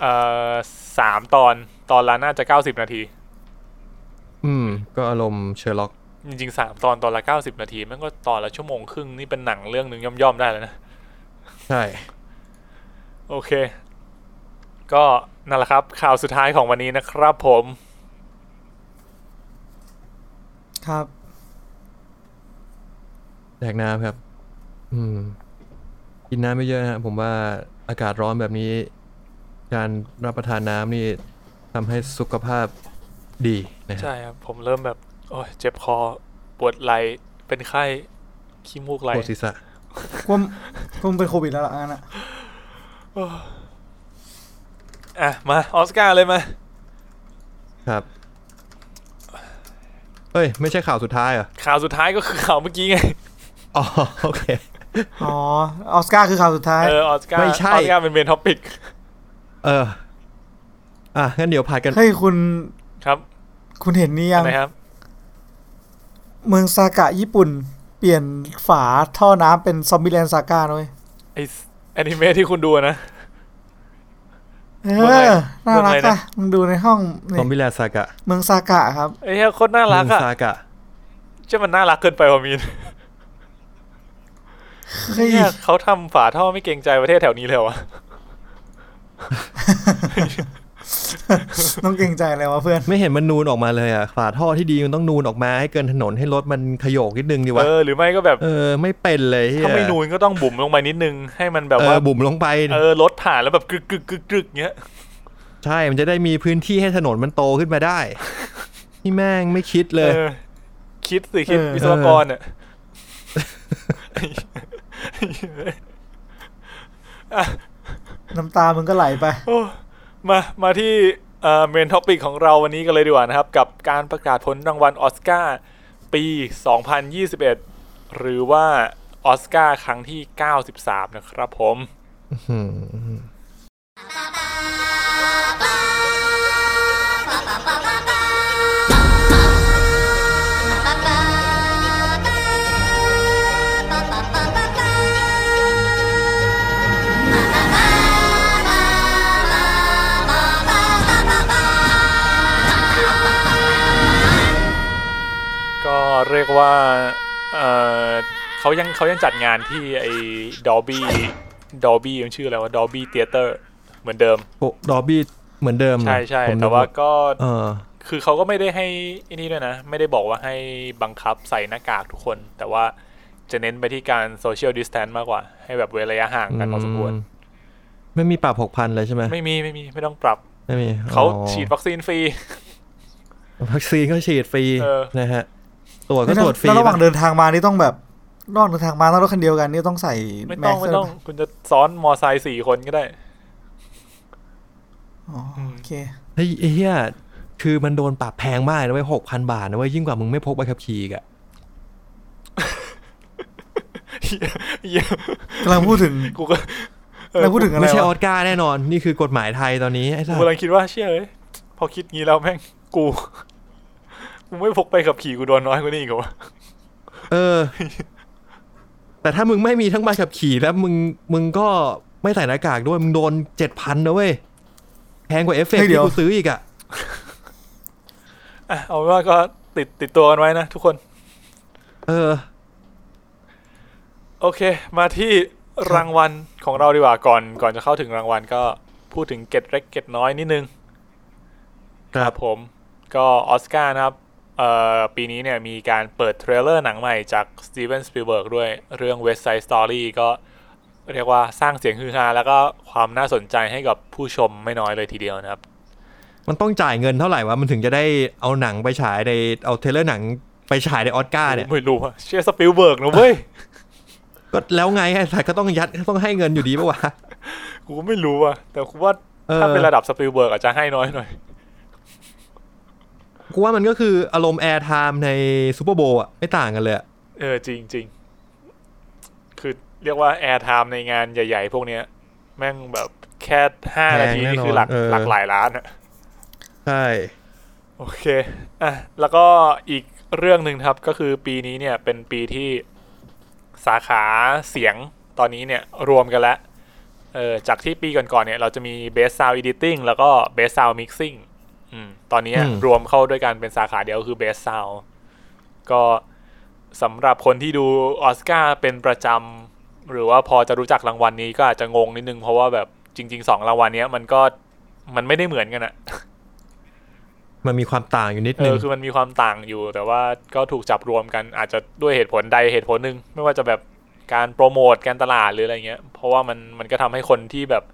[SPEAKER 3] เอ่อสามตอน ตอนละน่าจะ 90 นาที
[SPEAKER 2] อืม ก็อารมณ์เชอร์ล็อก
[SPEAKER 3] จริงๆสามตอนตอนละ 90 นาที มันก็ตอนละชั่วโมงครึ่ง นี่เป็นหนังเรื่องหนึ่งย่อมๆได้แล้วนะ
[SPEAKER 2] ใช่
[SPEAKER 3] โอเค ก็นั่นแหละครับ ข่าวสุดท้ายของวันนี้นะครับผม
[SPEAKER 1] ครับ
[SPEAKER 2] แดกน้ำครับ อืม กินน้ำไม่เยอะนะฮะผมว่าอากาศร้อนแบบนี้ การรับประทานน้ำนี่ทำให้สุขภาพดีนะฮะ
[SPEAKER 3] ใช่ครับ ผมเริ่มแบบ โอ้ยเจ็บคอ ปวดไหล เป็นไข้ ขี้มูกไหล
[SPEAKER 2] ปวดศีรษะ
[SPEAKER 1] ก็ก็เป็นโควิดแล้วล่ะอันนั้นอะ
[SPEAKER 3] อ่ะ มา ออสการ์เลยมา
[SPEAKER 2] ครับ เฮ้ย ไม่ใช่ข่าวสุดท้ายเหรอ
[SPEAKER 3] ข่าวสุดท้ายก็คือข่าวเมื่อกี้ไง
[SPEAKER 2] อ๋อ โอเค
[SPEAKER 1] อ๋อ ออสการ์คือข่าวสุดท้าย
[SPEAKER 3] เออ ออสการ์
[SPEAKER 2] ไม่ใช่
[SPEAKER 3] ออสการ์เป็นเมนท็อปิก
[SPEAKER 2] เออ อ่ะ งั้นเดี๋ยวผ่านกัน
[SPEAKER 1] เฮ้ยคุณ
[SPEAKER 3] ครับ
[SPEAKER 1] คุณเห็นนี่ยัง
[SPEAKER 3] นะครับ
[SPEAKER 1] เมืองซากะญี่ปุ่น เปลี่ยนฝาท่อน้ำเป็นซอมบี้แลนด์ซากะเลย
[SPEAKER 3] ไอสแอนิเมะที่คุณดูนะ
[SPEAKER 1] เอ
[SPEAKER 3] เมืองอะไร
[SPEAKER 1] อ
[SPEAKER 3] นะ
[SPEAKER 1] น่ารัก
[SPEAKER 3] เมืองอะไรนะ
[SPEAKER 1] อะมึงดูในห้องนี่
[SPEAKER 2] ซอมบี้แลนด์ซากะ
[SPEAKER 1] เมืองซากะครับ
[SPEAKER 3] ไอ้เหี้ยโคตรน่ารัก
[SPEAKER 2] เมือง
[SPEAKER 3] อ่ะ
[SPEAKER 2] ซากะ
[SPEAKER 3] จะมันน่ารักเกินไปว่ะมีน
[SPEAKER 1] เฮ้ย
[SPEAKER 3] เนี่ยเขาทำฝาท่อไม่เกรงใจประเทศแถวนี้เลยวะ
[SPEAKER 1] ต้องเกรงใจอะไรวะเพื่อน
[SPEAKER 2] ไม่เห็นมันนูนออกมาเลยอ่ะ ฝาท่อที่ดีมันต้องนูนออกมาให้เกินถนนให้รถมันขยโยกนิดนึงดีวะ
[SPEAKER 3] เออหรือไม่ก็แบบ
[SPEAKER 2] เออ ไม่เป็นเลยเหี้ย
[SPEAKER 3] ถ้าไม่นูนก็ต้องบุ๋มลงไปนิดนึง ให้มันแบบ
[SPEAKER 2] เอ
[SPEAKER 3] ว่า
[SPEAKER 2] อบุ่มลงไป
[SPEAKER 3] เออรถผ่านแล้วแบบกรึกกรึกกรึกกรึกเงี้ย
[SPEAKER 2] ใช่ มันจะได้มีพื้นที่ให้ถนนมันโตขึ้นมา ได้ ที่แม่งไม่คิดเลย
[SPEAKER 3] เออคิดสิคิด
[SPEAKER 1] เออ
[SPEAKER 3] วิศวกรอ่ะ
[SPEAKER 1] น้ำตามึงก็ไหลไป
[SPEAKER 3] โอ้มามาที่เอ่อเมนท็อปิกของเราวันนี้กันเลยดีกว่านะครับ กับการประกาศผลรางวัลออสการ์ปี 2021 หรือว่าออสการ์ครั้งที่ 93 นะครับผม ก็เรียกว่า เออเขายังเขายังจัดงานที่ไอ้ดอบบี้ดอบบี้มันชื่ออะไรว่าดอบบี้เทเตอร์เหมือนเดิม
[SPEAKER 2] โอ้ดอบบี้เหมือนเดิมเหรอ
[SPEAKER 3] ใช่ใช่
[SPEAKER 2] ผมนึ
[SPEAKER 3] แต่ว่าก็
[SPEAKER 2] เออ
[SPEAKER 3] คือเขาก็ไม่ได้ให้ไอันนี้ด้วยนะ ไม่ได้บอกว่าให้บังคับใส่หน้ากากทุกคน แต่ว่าจะเน้นไปที่การโซเชียลดิสแทนมากกว่า ให้แบบเว้นระยะห่างกันพอสมควร
[SPEAKER 2] อืม ไม่มีปรับหกพันเลยใช่ไหม
[SPEAKER 3] ไม่มีไม่มีไม่ต้องปรับ
[SPEAKER 2] ไม่มี
[SPEAKER 3] เขา
[SPEAKER 2] อ๋อ
[SPEAKER 3] ฉีดวัคซีนฟรี
[SPEAKER 2] วัคซีนก็ฉีดฟรี
[SPEAKER 3] เออ
[SPEAKER 2] นะฮะตรวจก็ตรวจฟรี
[SPEAKER 1] แล้วระหว่าง
[SPEAKER 2] นะ
[SPEAKER 1] เดินทางมานี่ต้องแบบระหว่างเดินทางมาต้องรถคันเดียวกันนี่ต้องใส่
[SPEAKER 3] ไม่
[SPEAKER 1] แม
[SPEAKER 3] ต้อ
[SPEAKER 1] ส
[SPEAKER 3] ง
[SPEAKER 1] ก์
[SPEAKER 3] ไม่ต้อง คุณจะซ้อนมอไซค์สี่คนก็ได้
[SPEAKER 1] อ๋อโอเค
[SPEAKER 2] เฮ้ยไอ้เฮียคือมันโดนปรับแพงมากนะเว้ยหกพันบาทนะเว้ยยิ่งกว่ามึงไม่พกใบขับขี่อีกอะ
[SPEAKER 1] กำลังพูดถึง
[SPEAKER 3] กูก็เออ
[SPEAKER 1] ำ
[SPEAKER 3] ก
[SPEAKER 1] ลังพูดถึงอะไร
[SPEAKER 2] ไม่ใช่อ
[SPEAKER 1] วะ
[SPEAKER 2] อสการ์แน่นอน นี่คือกฎหมายไทยตอนนี้ไอ้สั
[SPEAKER 3] กู
[SPEAKER 2] ส
[SPEAKER 3] กำลังคิดว่าเชื่อเลยพอคิดงี้แล้วแม่งกูกูไม่พกไปขับขี่กูโดนน้อยกว่านี้อีกเหรอวะ
[SPEAKER 2] เออ แต่ถ้ามึงไม่มีทั้งใบขับขี่แล้วมึงมึงก็ไม่ใส่หน้ากากด้วยมึงโดนเจ็ดพันนะเว้ยแพงกว่าเอฟเฟก
[SPEAKER 1] เฮ้ย
[SPEAKER 2] ต์
[SPEAKER 1] เดี๋ยว
[SPEAKER 2] ที่กูซื้ออีกอะ
[SPEAKER 3] อ่ะเอาเป็นว่าก็ติดติดตัวกันไว้นะทุกคน
[SPEAKER 2] เออ
[SPEAKER 3] โอเค มาที่รางวัลของเราดีกว่าก่อนก่อนจะเข้าถึงรางวัลก็พูดถึงเกตเล็กเกตน้อยนิดนึง
[SPEAKER 2] ครับ
[SPEAKER 3] ผมก็ออสการ์นะครับเอ่อปีนี้เนี่ยมีการเปิดเทรลเลอร์หนังใหม่จากสตีเวนสป i ลเบิร์กด้วยเรื่อง West Side Story ก็เรียกว่าสร้างเสียงฮือฮาแล้วก็ความน่าสนใจให้กับผู้ชมไม่น้อยเลยทีเดียวนะครับ
[SPEAKER 2] มันต้องจ่ายเงินเท่าไหร่วะมันถึงจะได้เอาหนังไปฉายในเอาเทรลเลอร์หนังไปฉายในออสการ์เนี่ย
[SPEAKER 3] ไม่รู้อะเชียร์สปิลเบิร์กนะเว้ย
[SPEAKER 2] ก็แล้วไงไอ้สัตว์ก็ต้องยัดก็ต้องให้เงินอยู่ดีปะวะ
[SPEAKER 3] กูก็ไม่รู้อะแต่กูว่า
[SPEAKER 2] เอ
[SPEAKER 3] ถ้า
[SPEAKER 2] อ
[SPEAKER 3] เป็นระดับสปิลเบิร์กอาจจะให้น้อยหน่อย
[SPEAKER 2] กูว่ามันก็คืออารมณ์แอร์ไทม์ในซูเปอร์โบว์อะไม่ต่างกันเลยอะ
[SPEAKER 3] เออจริงจริงคือเรียกว่าแอร์ไทม์ในงานใหญ่ ๆ พวกเนี้ย แม่งแบบแค่ห้านาทีนี่คือหลักหลักหลายล้านอะ
[SPEAKER 2] ใช่
[SPEAKER 3] โอเคอ่ะแล้วก็อีกเรื่องหนึ่งครับก็คือปีนี้เนี่ยเป็นปีที่สาขาเสียงตอนนี้เนี่ยรวมกันแล้วเออจากที่ปีก่อนๆเนี่ยเราจะมี Best Sound Editing แล้วก็ Best Sound Mixing อืมตอนนี้รวมเข้าด้วยกันเป็นสาขาเดียวคือ Best Sound ก็สำหรับคนที่ดูออสการ์เป็นประจำหรือว่าพอจะรู้จักรางวัลนี้ก็อาจจะงงนิดนึง เพราะว่าแบบจริงๆสองรางวัลเนี้ยมันก็มันไม่ได้เหมือนกันอะ
[SPEAKER 2] มันมีความต่างอยู่นิด
[SPEAKER 3] เอ
[SPEAKER 2] นึ
[SPEAKER 3] อง คือมันมีความต่างอยู่ แต่ว่าก็ถูกจับรวมกันอาจจะด้วยเหตุผลใดเหตุผลหนึ่งไม่ว่าจะแบบการโปรโมทการตลาดหรืออะไรเงี้ย เพราะว่ามันมันก็ทำให้คนที่แบบ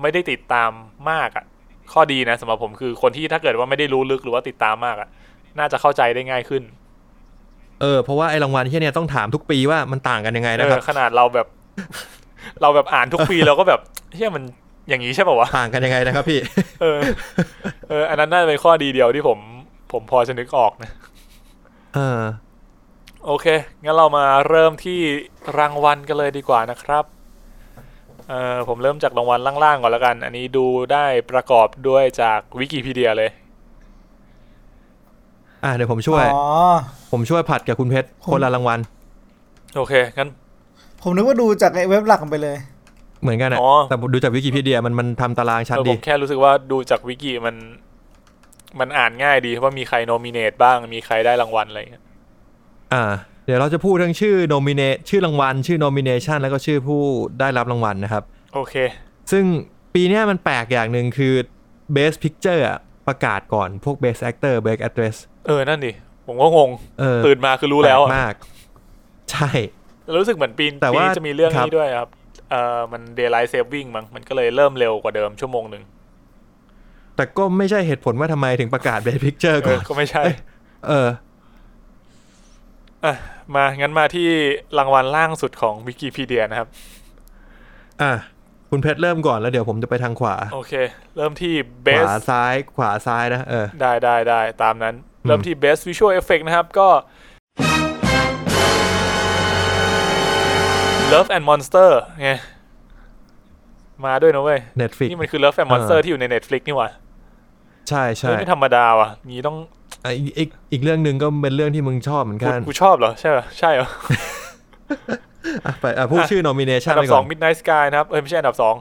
[SPEAKER 3] ไม่ได้ติดตามมากอะข้อดีนะสำหรับผมคือคนที่ถ้าเกิดว่าไม่ได้รู้ลึกหรือว่าติดตามมากอะน่าจะเข้าใจได้ง่ายขึ้น
[SPEAKER 2] เออเพราะว่าไอ้รางวัลที่เนี่ยต้องถามทุกปีว่ามันต่างกันยังไง
[SPEAKER 3] เอ
[SPEAKER 2] นะค
[SPEAKER 3] อ
[SPEAKER 2] รับ
[SPEAKER 3] ขนาดเราแบบ เราแบบอ่านทุกปี เราก็แบบเฮียมันอย่างนี้ใช่ป่าวะ
[SPEAKER 2] ต่างกันยังไงนะครับพี่
[SPEAKER 3] เออเอออันนั้นน่าจะเป็นข้อดีเดียวที่ผม ผมพอจะนึกออกนะ
[SPEAKER 2] เออ
[SPEAKER 3] โอเค งั้นเรามาเริ่มที่รางวัลกันเลยดีกว่านะครับเออผมเริ่มจากรางวัลล่างๆก่อนแล้วกัน อันนี้ดูได้ประกอบด้วยจากวิกิพีเดียเลย
[SPEAKER 2] อ่ะเดี๋ยวผมช่วย
[SPEAKER 1] อ๋อ
[SPEAKER 2] ผมช่วยผัดกับคุณเพชร
[SPEAKER 1] ผม
[SPEAKER 2] คนละรางวัล
[SPEAKER 3] โอเค งั้น
[SPEAKER 1] ผมนึกว่าดูจากไอ้เว็บหลักมันไปเลย
[SPEAKER 2] เหมือนกันอะ
[SPEAKER 3] อ๋อ
[SPEAKER 2] แต่ดูจากวิกิพีเดียมันมันทำตารางชัด
[SPEAKER 3] เออผ
[SPEAKER 2] ดี
[SPEAKER 3] มแค่รู้สึกว่าดูจากวิกิมัน มันอ่านง่ายดีว่ามีใครโนมิเนตบ้าง มีใครได้รางวัลอะไรอย่างเงี้ย
[SPEAKER 2] อ่า เดี๋ยวเราจะพูดทั้งชื่อโนมิเนชื่อรางวัลชื่อโนมิเนชันแล้วก็ชื่อผู้ได้รับรางวัลนะครับ
[SPEAKER 3] โอเค
[SPEAKER 2] ซึ่งปีเนี้ยมันแปลกอย่างหนึ่งคือ Best Picture อะประกาศก่อนพวก Best Actor Best Actress
[SPEAKER 3] เออ นั่นดิ ผมก็งง
[SPEAKER 2] เออ
[SPEAKER 3] ตื่นมาคือรู้แล้ว
[SPEAKER 2] ปก
[SPEAKER 3] อะ
[SPEAKER 2] มาก ใช่
[SPEAKER 3] แล้วรู้สึกเหมือนปีน
[SPEAKER 2] แต่
[SPEAKER 3] ปี
[SPEAKER 2] ว่า
[SPEAKER 3] นี้จะมีเรื่อง
[SPEAKER 2] ครับ
[SPEAKER 3] นี้ด้วยครับ เออมัน daylight saving มั้ง มันก็เลยเริ่มเร็วกว่าเดิมชั่วโมงหนึ่ง
[SPEAKER 2] แต่ก็ไม่ใช่เหตุผลว่าทำไมถึงประกาศ Best Picture
[SPEAKER 3] เอ
[SPEAKER 2] ก่อ
[SPEAKER 3] อ
[SPEAKER 2] น
[SPEAKER 3] ก็ไม่ใช่
[SPEAKER 2] เออ
[SPEAKER 3] อ่ะ มา งั้นมาที่รางวัลล่างสุดของวิกิพีเดียนะครับ
[SPEAKER 2] อ่ะ คุณเพชรเริ่มก่อนแล้วเดี๋ยวผมจะไปทางขวา
[SPEAKER 3] โอเค เริ่มที่
[SPEAKER 2] ขวา
[SPEAKER 3] best
[SPEAKER 2] ซ้ายขวาซ้ายนะ เออ
[SPEAKER 3] ได้ได้ได้ตามนั้น เริ่มที่ best visual effect นะครับ ก็ Love and Monster ไง มาด้วยนะเว้ย
[SPEAKER 2] Netflix
[SPEAKER 3] นี่มันคือ Love and Monster
[SPEAKER 2] เออ
[SPEAKER 3] ที่อยู่ใน Netflix นี่หว่า
[SPEAKER 2] ใช่ใช่
[SPEAKER 3] เฮ้ยไม่ธรรมดาว่ะงี้ต้อง
[SPEAKER 2] อ่ะอีกอีกอีกเรื่องหนึ่งก็เป็นเรื่องที่มึงชอบเหมือน
[SPEAKER 3] กู
[SPEAKER 2] กัน
[SPEAKER 3] กูชอบเหรอ ใช่เหรอใช่เหรอ
[SPEAKER 2] อ่ะไปอ่ะพูดชื่อ nomination
[SPEAKER 3] อัน
[SPEAKER 2] ไป
[SPEAKER 3] ดับ
[SPEAKER 2] ก่
[SPEAKER 3] สอ
[SPEAKER 2] อง น
[SPEAKER 3] Midnight Sky นะครับ เอ้ย ไม่ใช่อันดับสอง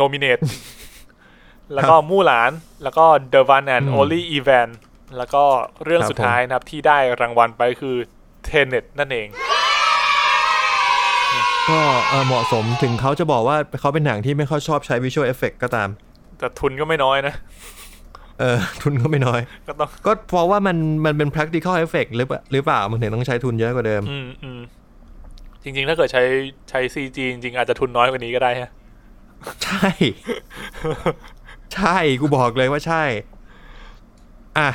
[SPEAKER 3] Nominate แล้วก็มู่หลาน แล้วก็ The One and
[SPEAKER 2] อืม
[SPEAKER 3] Only Evan แล้วก็เรื่อง
[SPEAKER 2] ครับ
[SPEAKER 3] สุดท้ายนะครับ ที่ได้รางวัลไปคือ Tenet นั่นเอง
[SPEAKER 2] ก็เออเหมาะสมถึงเขาจะบอกว่าเขาเป็นหนังที่ไม่ค่อยชอบใช้ visual effect ก็ตาม
[SPEAKER 3] แต่ทุนก็ไม่น้อยนะ
[SPEAKER 2] เออ ทุนก็ไม่น้อย
[SPEAKER 3] ก็ต้อง
[SPEAKER 2] ก็เพราะว่ามันมันเป็น practical effect หรือเปล่าหรือเปล่ามันถึงต้องใช้ทุนเยอะกว่าเดิม
[SPEAKER 3] อืมอืมจริง ๆ ถ้าเกิดใช้ใช้ CG จริงๆ อาจจะทุนน้อยกว่านี้ก็ได้ฮะ
[SPEAKER 2] ใช่ ใช่ กูบอกเลยว่าใช่ อ่ะ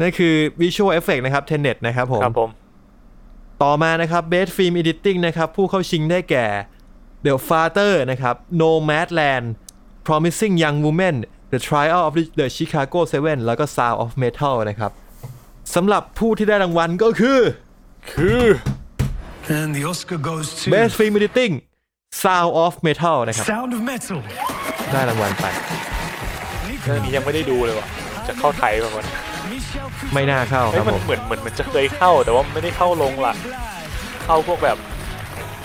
[SPEAKER 2] นั่นคือ Visual Effect นะครับ Tenet นะครับผม
[SPEAKER 3] ครับผม
[SPEAKER 2] ต่อมานะครับ Best Film Editing นะครับ ผู้เข้าชิงได้แก่ The Father นะครับ Nomadland Promising Young Woman The Trial of the Chicago Seven แล้วก็ Sound of Metal นะครับสำหรับผู้ที่ได้รางวัลก็คือ
[SPEAKER 3] คือ
[SPEAKER 8] And the Oscar goes to
[SPEAKER 2] Best Film Editing Sound of Metal นะครับ
[SPEAKER 8] Sound of Metal.
[SPEAKER 2] ได้รางวัลไป
[SPEAKER 3] เรื่องนี้ยังไม่ได้ดูเลยว่ะ จะเข้าไทยป่ะวัน
[SPEAKER 2] ไม่น่าเข้าค
[SPEAKER 3] เฮ้ย
[SPEAKER 2] รับ
[SPEAKER 3] มัน
[SPEAKER 2] ผม
[SPEAKER 3] เหมือนเหมือนมันจะเคยเข้า แต่ว่าไม่ได้เข้าลงหลัก เข้าพวกแบบ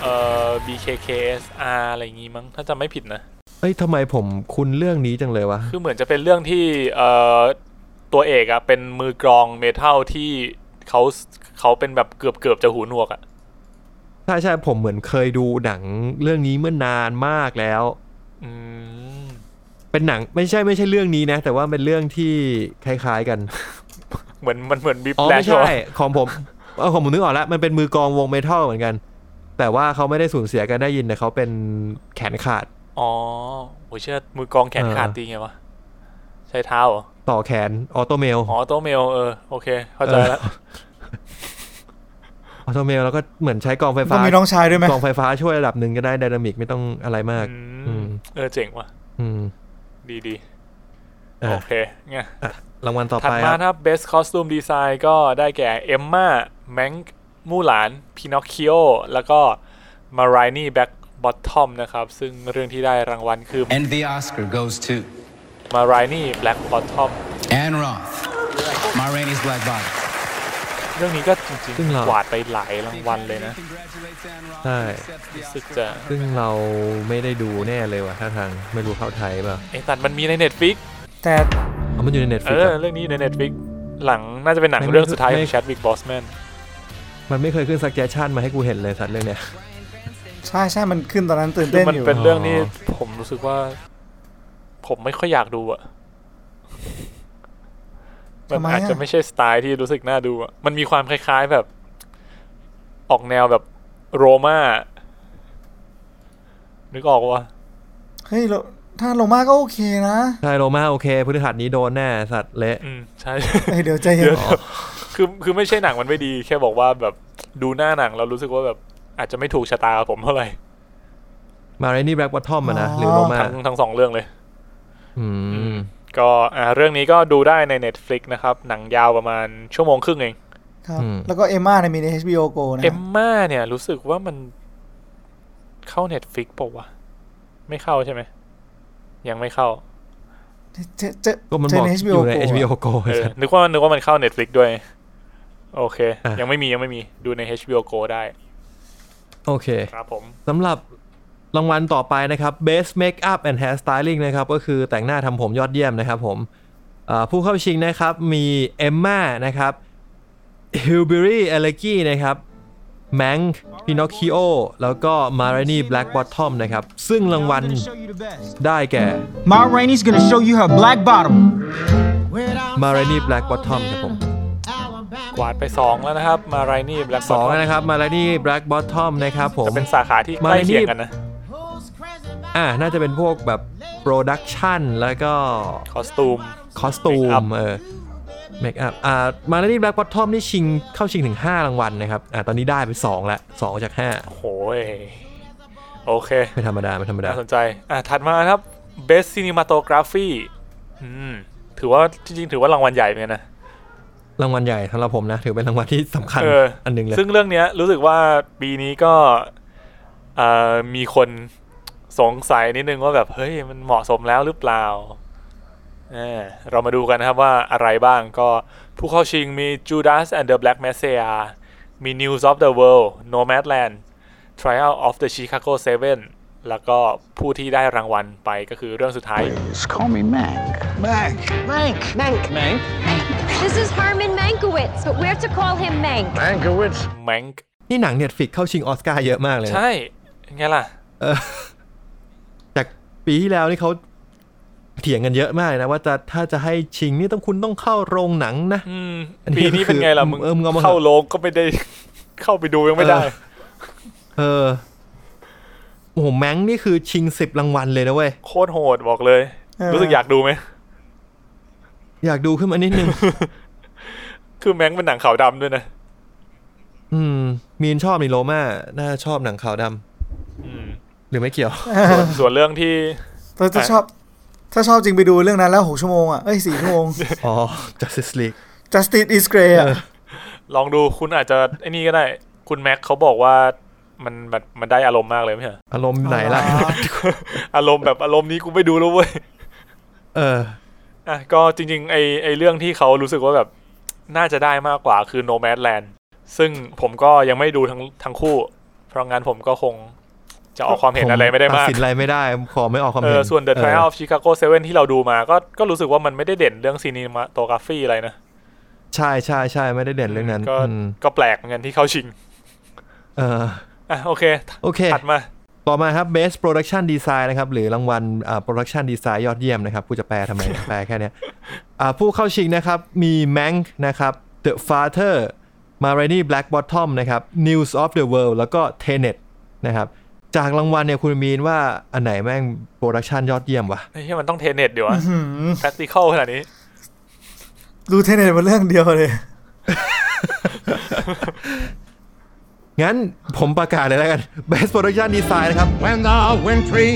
[SPEAKER 3] เอ่อ BKKSR อะไรอย่างงี้มั้ง ถ้าจำไม่ผิดนะ
[SPEAKER 2] เอ้ยทำไมผมคุณเรื่องนี้จังเลยวะ
[SPEAKER 3] คือเหมือนจะเป็นเรื่องที่เอ่อตัวเอกอะเป็นมือกลองเมทัลที่เขาเขาเป็นแบบเกือบเกือบจะหูหนวกอะ
[SPEAKER 2] ใช่ใช่ผมเหมือนเคยดูหนังเรื่องนี้เมื่อนานมากแล้ว
[SPEAKER 3] อืม
[SPEAKER 2] เป็นหนังไม่ใช่ไม่ใช่เรื่องนี้นะ แต่ว่าเป็นเรื่องที่คล้ายๆกัน
[SPEAKER 3] เหมือนมันเหมือนบี
[SPEAKER 2] อ๋อ
[SPEAKER 3] แล
[SPEAKER 2] ไม่
[SPEAKER 3] ชว
[SPEAKER 2] ใช่ ของผมเออของผมนึกออกแล้ว มันเป็นมือกลองวงเมทัลเหมือนกัน แต่ว่าเขาไม่ได้สูญเสียการได้ยินแต่เขาเป็นแขนขาด
[SPEAKER 3] อ๋อโหเชื่อมือกลองแขนขาด
[SPEAKER 2] เออ
[SPEAKER 3] ตีไงวะ ใช้เท้าเหรอ
[SPEAKER 2] ต่อแขนออโตเมล
[SPEAKER 3] อ๋อโตเมลเออ โอเค เข้าใจแล้ว
[SPEAKER 2] ออโตเมลแล้วก็เหมือนใช้กองไฟ
[SPEAKER 1] ต้อ
[SPEAKER 2] ฟ้าง
[SPEAKER 1] มีน้องชายด้วยไหม
[SPEAKER 2] กองไฟฟ้าช่วยระดับหนึ่งก็ได้ไดนามิกไม่ต้องอะไรมาก
[SPEAKER 3] อื
[SPEAKER 2] อื
[SPEAKER 3] ม
[SPEAKER 2] ม
[SPEAKER 3] เออเจ๋งว่ะ
[SPEAKER 2] อืม
[SPEAKER 3] ดีดี
[SPEAKER 2] อ่ะ
[SPEAKER 3] โอเคเงี้ย
[SPEAKER 2] รางวัลต่อ
[SPEAKER 3] ถัด
[SPEAKER 2] ไปค
[SPEAKER 3] มา
[SPEAKER 2] รับ
[SPEAKER 3] ถ้า best costume design ก็ได้แก่เอมมาแมงมู่หลานพินอคคิโอแล้วก็มารานี่แบ็กบอททอมนะครับ ซึ่งเรื่องที่ได้รางวัลคือ
[SPEAKER 8] And the Oscar goes to
[SPEAKER 3] มารานี่แบล็กบอททอม
[SPEAKER 8] Anne Roth. Ma Rainey's Black Bottom.
[SPEAKER 3] เรื่องนี้ก็จริงๆกวาดไปหลายรางวัลเลยนะ
[SPEAKER 8] Congratulates Anne Roth.
[SPEAKER 2] ใช่
[SPEAKER 3] รู้สึกจะ
[SPEAKER 2] ซึ่งเราไม่ได้ดูแน่เลยว่ะท่าทางไม่รู้เข้าไทยเปล่า
[SPEAKER 3] ไอ้ตัดมันมีใน Netflix
[SPEAKER 1] แต่
[SPEAKER 2] อ๋อมันอยู่ในเน็ตฟ
[SPEAKER 3] เอ
[SPEAKER 2] ลิก
[SPEAKER 3] อ เรื่องนี้อยู่ใน Netflix หลังน่าจะเป็นหนัง
[SPEAKER 2] ไม่
[SPEAKER 3] เรื่องสุดท้ายข
[SPEAKER 2] ไม่
[SPEAKER 3] องแชดวิกบอสแมน
[SPEAKER 2] มันไม่เคยขึ้น suggestion มาให้กูเห็นเลยสัตว์เรื่องเนี้ย
[SPEAKER 1] ใช่ใช่มันขึ้นตอนนั้นตื่น
[SPEAKER 3] คือ
[SPEAKER 1] เต้น
[SPEAKER 3] มัน
[SPEAKER 1] อยู่
[SPEAKER 3] เป็นเรื่องที่
[SPEAKER 2] อ๋อ
[SPEAKER 3] ผมรู้สึกว่า ผมไม่ค่อยอยากดูอะ มัน
[SPEAKER 1] ทำไม
[SPEAKER 3] อาจจะ
[SPEAKER 1] อ่ะ
[SPEAKER 3] ไม่ใช่สไตล์ที่รู้สึกน่าดูอะมันมีความคล้ายๆแบบ ออกแนวแบบโรมานึกออกวะ
[SPEAKER 1] เฮ้ยเราถ้าลงมาก็โอเคนะ
[SPEAKER 2] ใช่โรมาโอเคพฤหัสนี้โดนแน่สัตว์เละ
[SPEAKER 3] อืม ใช่
[SPEAKER 1] เฮ้ยเดี๋ยวใจเย็น
[SPEAKER 3] เดี๋ยวคือคือไม่ใช่หนังมันไม่ดี แค่บอกว่าแบบดูหน้าหนังเรารู้สึกว่าแบบอาจจะไม่ถูกชะตากับผมเท่าไหร่
[SPEAKER 2] มาเรนี่แบล็กบอททอมอะนะ หรือโรมา
[SPEAKER 3] ทั้งทั้งสองเรื่องเลย
[SPEAKER 2] อืม
[SPEAKER 3] ก็อ่าเรื่องนี้ก็ดูได้ใน Netflix นะครับ หนังยาวประมาณชั่วโมงครึ่งเอง
[SPEAKER 1] ครับแล้วก็เอมม่าเนี่ยมีใน HBO Go นะ
[SPEAKER 3] เอมม่าเนี่ยรู้สึกว่ามันเข้า Netflix ปะวะ ไม่เข้าใช่ไหม ยังไม่เข้า
[SPEAKER 1] เจ๊เจ๊
[SPEAKER 2] ก็มัน
[SPEAKER 1] เจ๊
[SPEAKER 2] บอก
[SPEAKER 1] ใน
[SPEAKER 2] อ
[SPEAKER 1] HBO
[SPEAKER 2] ยู่ใน
[SPEAKER 1] Go อะ
[SPEAKER 2] HBO Go
[SPEAKER 3] เออ นึกว่านึกว่ามันเข้า Netflix ด้วย โอเค
[SPEAKER 2] อ่ะ
[SPEAKER 3] ยังไม่มียังไม่มีดูใน HBO Go ได้
[SPEAKER 2] โอเค
[SPEAKER 3] ครับผม
[SPEAKER 2] สำหรับรางวัลต่อไปนะครับ Best Makeup and Hair Styling นะครับ ก็คือแต่งหน้าทำผมยอดเยี่ยมนะครับผมอ่าผู้เข้าชิงนะครับมีเอมม่านะครับฮิลบิรี่เอเลกี้นะครับแมงพินอคคิโอแล้วก็มาเรนี่แบล็กบอททอมนะครับ ซึ่งรางวัล
[SPEAKER 9] you the best.
[SPEAKER 2] ได้แก่
[SPEAKER 9] Ma Rainey's gonna show you her black bottom.
[SPEAKER 2] มาเรนี่แบล็กบอททอมครับผม
[SPEAKER 3] กวาดไปสองแล้วนะครับ มาไรนี่แบล็ก
[SPEAKER 2] สองนะครับมาแล้วนี่ Black Bottom นะครับผม
[SPEAKER 3] จะเป็นสาขาที่ใกล้เคียงกันนะ
[SPEAKER 2] อ่าน่าจะเป็นพวกแบบ Production แล้วก็
[SPEAKER 3] คอสตูม
[SPEAKER 2] Costume
[SPEAKER 3] Make-up
[SPEAKER 2] เออ Make up อ่ามาแล้วนี่ Black Bottom นี่ชิงเข้าชิงถึง 5 รางวัลนะครับ อ่าตอนนี้ได้ไป 2 ละ 2 จาก 5
[SPEAKER 3] โหยโอเค
[SPEAKER 2] ไม่ธรรมดา ไม่ธรรมดา
[SPEAKER 3] น่าสนใจ อ่ะ ถัดมาครับ Best Cinematography อืม ถือว่าจริงๆ ถือว่ารางวัลใหญ่เหมือนกันนะ
[SPEAKER 2] รางวัลใหญ่สำหรับผมนะ ถือเป็นรางวัลที่สำคัญ
[SPEAKER 3] เอออั
[SPEAKER 2] อันหนึงเลย
[SPEAKER 3] ซึ่งเรื่องเนี้ยรู้สึกว่าปีนี้ก็เอ่อมีคนสงสัยนิดนึงว่าแบบเฮ้ยมันเหมาะสมแล้วหรือเปล่าเออเรามาดูกันนะครับว่าอะไรบ้างก็ผู้เข้าชิงมี Judas and the Black Messiah มี News of the World Nomadland Trial of the Chicago Seven แล้วก็ผู้ที่ได้รางวัลไปก็คือเรื่องสุดท้าย
[SPEAKER 10] This is Herman Mankiewicz, but we're to call him Mank.
[SPEAKER 3] Mank
[SPEAKER 2] นี่หนังเน็ตฟิกเข้าชิงออสการ์เยอะมากเลยนะ
[SPEAKER 3] ใช่ไงล่ะ
[SPEAKER 2] เออจากปีที่แล้วนี่เขาเถียงกันเยอะมากเลยนะ ว่าจะถ้าจะให้ชิงนี่ต้องคุณต้องเข้าโรงหนังนะ
[SPEAKER 3] อืม
[SPEAKER 2] อันนี้
[SPEAKER 3] ปีนี้เป็นไงล่ะ มึง
[SPEAKER 2] เออมึงเอามา
[SPEAKER 3] เข้าโรงก็ไม่ได้ เข้าไปดูยังไม่ได้
[SPEAKER 2] เออโอ้โหแมงนี่คือชิงสิบรางวัลเลยนะเว้ย
[SPEAKER 3] โคตรโหดบอกเลย
[SPEAKER 1] เออ
[SPEAKER 3] รู้สึกอยากดูไหม
[SPEAKER 2] อยากดูขึ้นมานิดนึง
[SPEAKER 3] คือแมงเป็นหนังขาวดำด้วยนะ
[SPEAKER 2] อืม มีนชอบนิโรมาน่าชอบหนังขาวดำ
[SPEAKER 3] อืม
[SPEAKER 2] หรือไม่เกี่ยว
[SPEAKER 3] ส่วนส่วนเรื่องที่
[SPEAKER 1] ถ้าถ้าชอบ ถ้าชอบจริงไปดูเรื่องนั้นแล้วหกชั่วโมงอ่ะเอ้ยสี่ชั่วโมง
[SPEAKER 2] อ๋อ Justice League
[SPEAKER 1] Justice is Grey อ่ะ
[SPEAKER 3] ลองดูคุณอาจจะไอ้นี่ก็ได้ คุณแม็กเขาบอกว่ามันมันมันได้อารมณ์มากเลยไม่ใช่เหรอ
[SPEAKER 2] อารมณ์ไหนล่ะ
[SPEAKER 3] อารมณ์แบบอารมณ์นี้กูไม่ดูแล้วเว้ย
[SPEAKER 2] เออ
[SPEAKER 3] อ่ะก็จริงๆไอไอเรื่องที่เขารู้สึกว่าแบบน่าจะได้มากกว่าคือ Nomadland ซึ่งผมก็ยังไม่ดูทั้งทั้งคู่ เพราะงั้นผมก็คงจะออกความเห็นอะไรไม่ได้มาก
[SPEAKER 2] ตัสินอะไรไม่ได้ ขอไม่ออกความ
[SPEAKER 3] เอ
[SPEAKER 2] เห็
[SPEAKER 3] อน ส่วน The
[SPEAKER 2] เออ
[SPEAKER 3] Trial of Chicago 7 ที่เราดูมาก็ก็รู้สึกว่ามันไม่ได้เด่นเรื่องซีนีมาโตกราฟีอะไรนะ
[SPEAKER 2] ใช่ใช่ใช่ไม่ได้เด่นเรื่องนั้น
[SPEAKER 3] ก็
[SPEAKER 2] อืม
[SPEAKER 3] ก็แปลกเหมือนกันที่เข้าชิง
[SPEAKER 2] เออ
[SPEAKER 3] อ่ะโอเค
[SPEAKER 2] โอเค
[SPEAKER 3] ถัดมา
[SPEAKER 2] ต่อมาครับ Best Production Design นะครับ หรือรางวัลอ่า Production Design ยอดเยี่ยมนะครับ ผู้จะแปลทำไม แปลแค่เนี้ยอ่าผู้เข้าชิงนะครับ มี Mank นะครับ The Father m a r a n i Black Bottom นะครับ News of the World แล้วก็ Tenet นะครับ จากรางวัลเนี่ยคุณมีนว่าอันไหนแม่งโปรดักชันยอดเยี่ยมวะ
[SPEAKER 3] ไอ้ที่มันต้องเทรนเน็ตเดี๋ยวอะ practical ขนาดนี้
[SPEAKER 1] ดูเทนเน็ตมาเรื่องเดียวเลย
[SPEAKER 2] งั้นผมประกาศเลยแล้วกัน Best Production Design นะครับ
[SPEAKER 7] When the wintry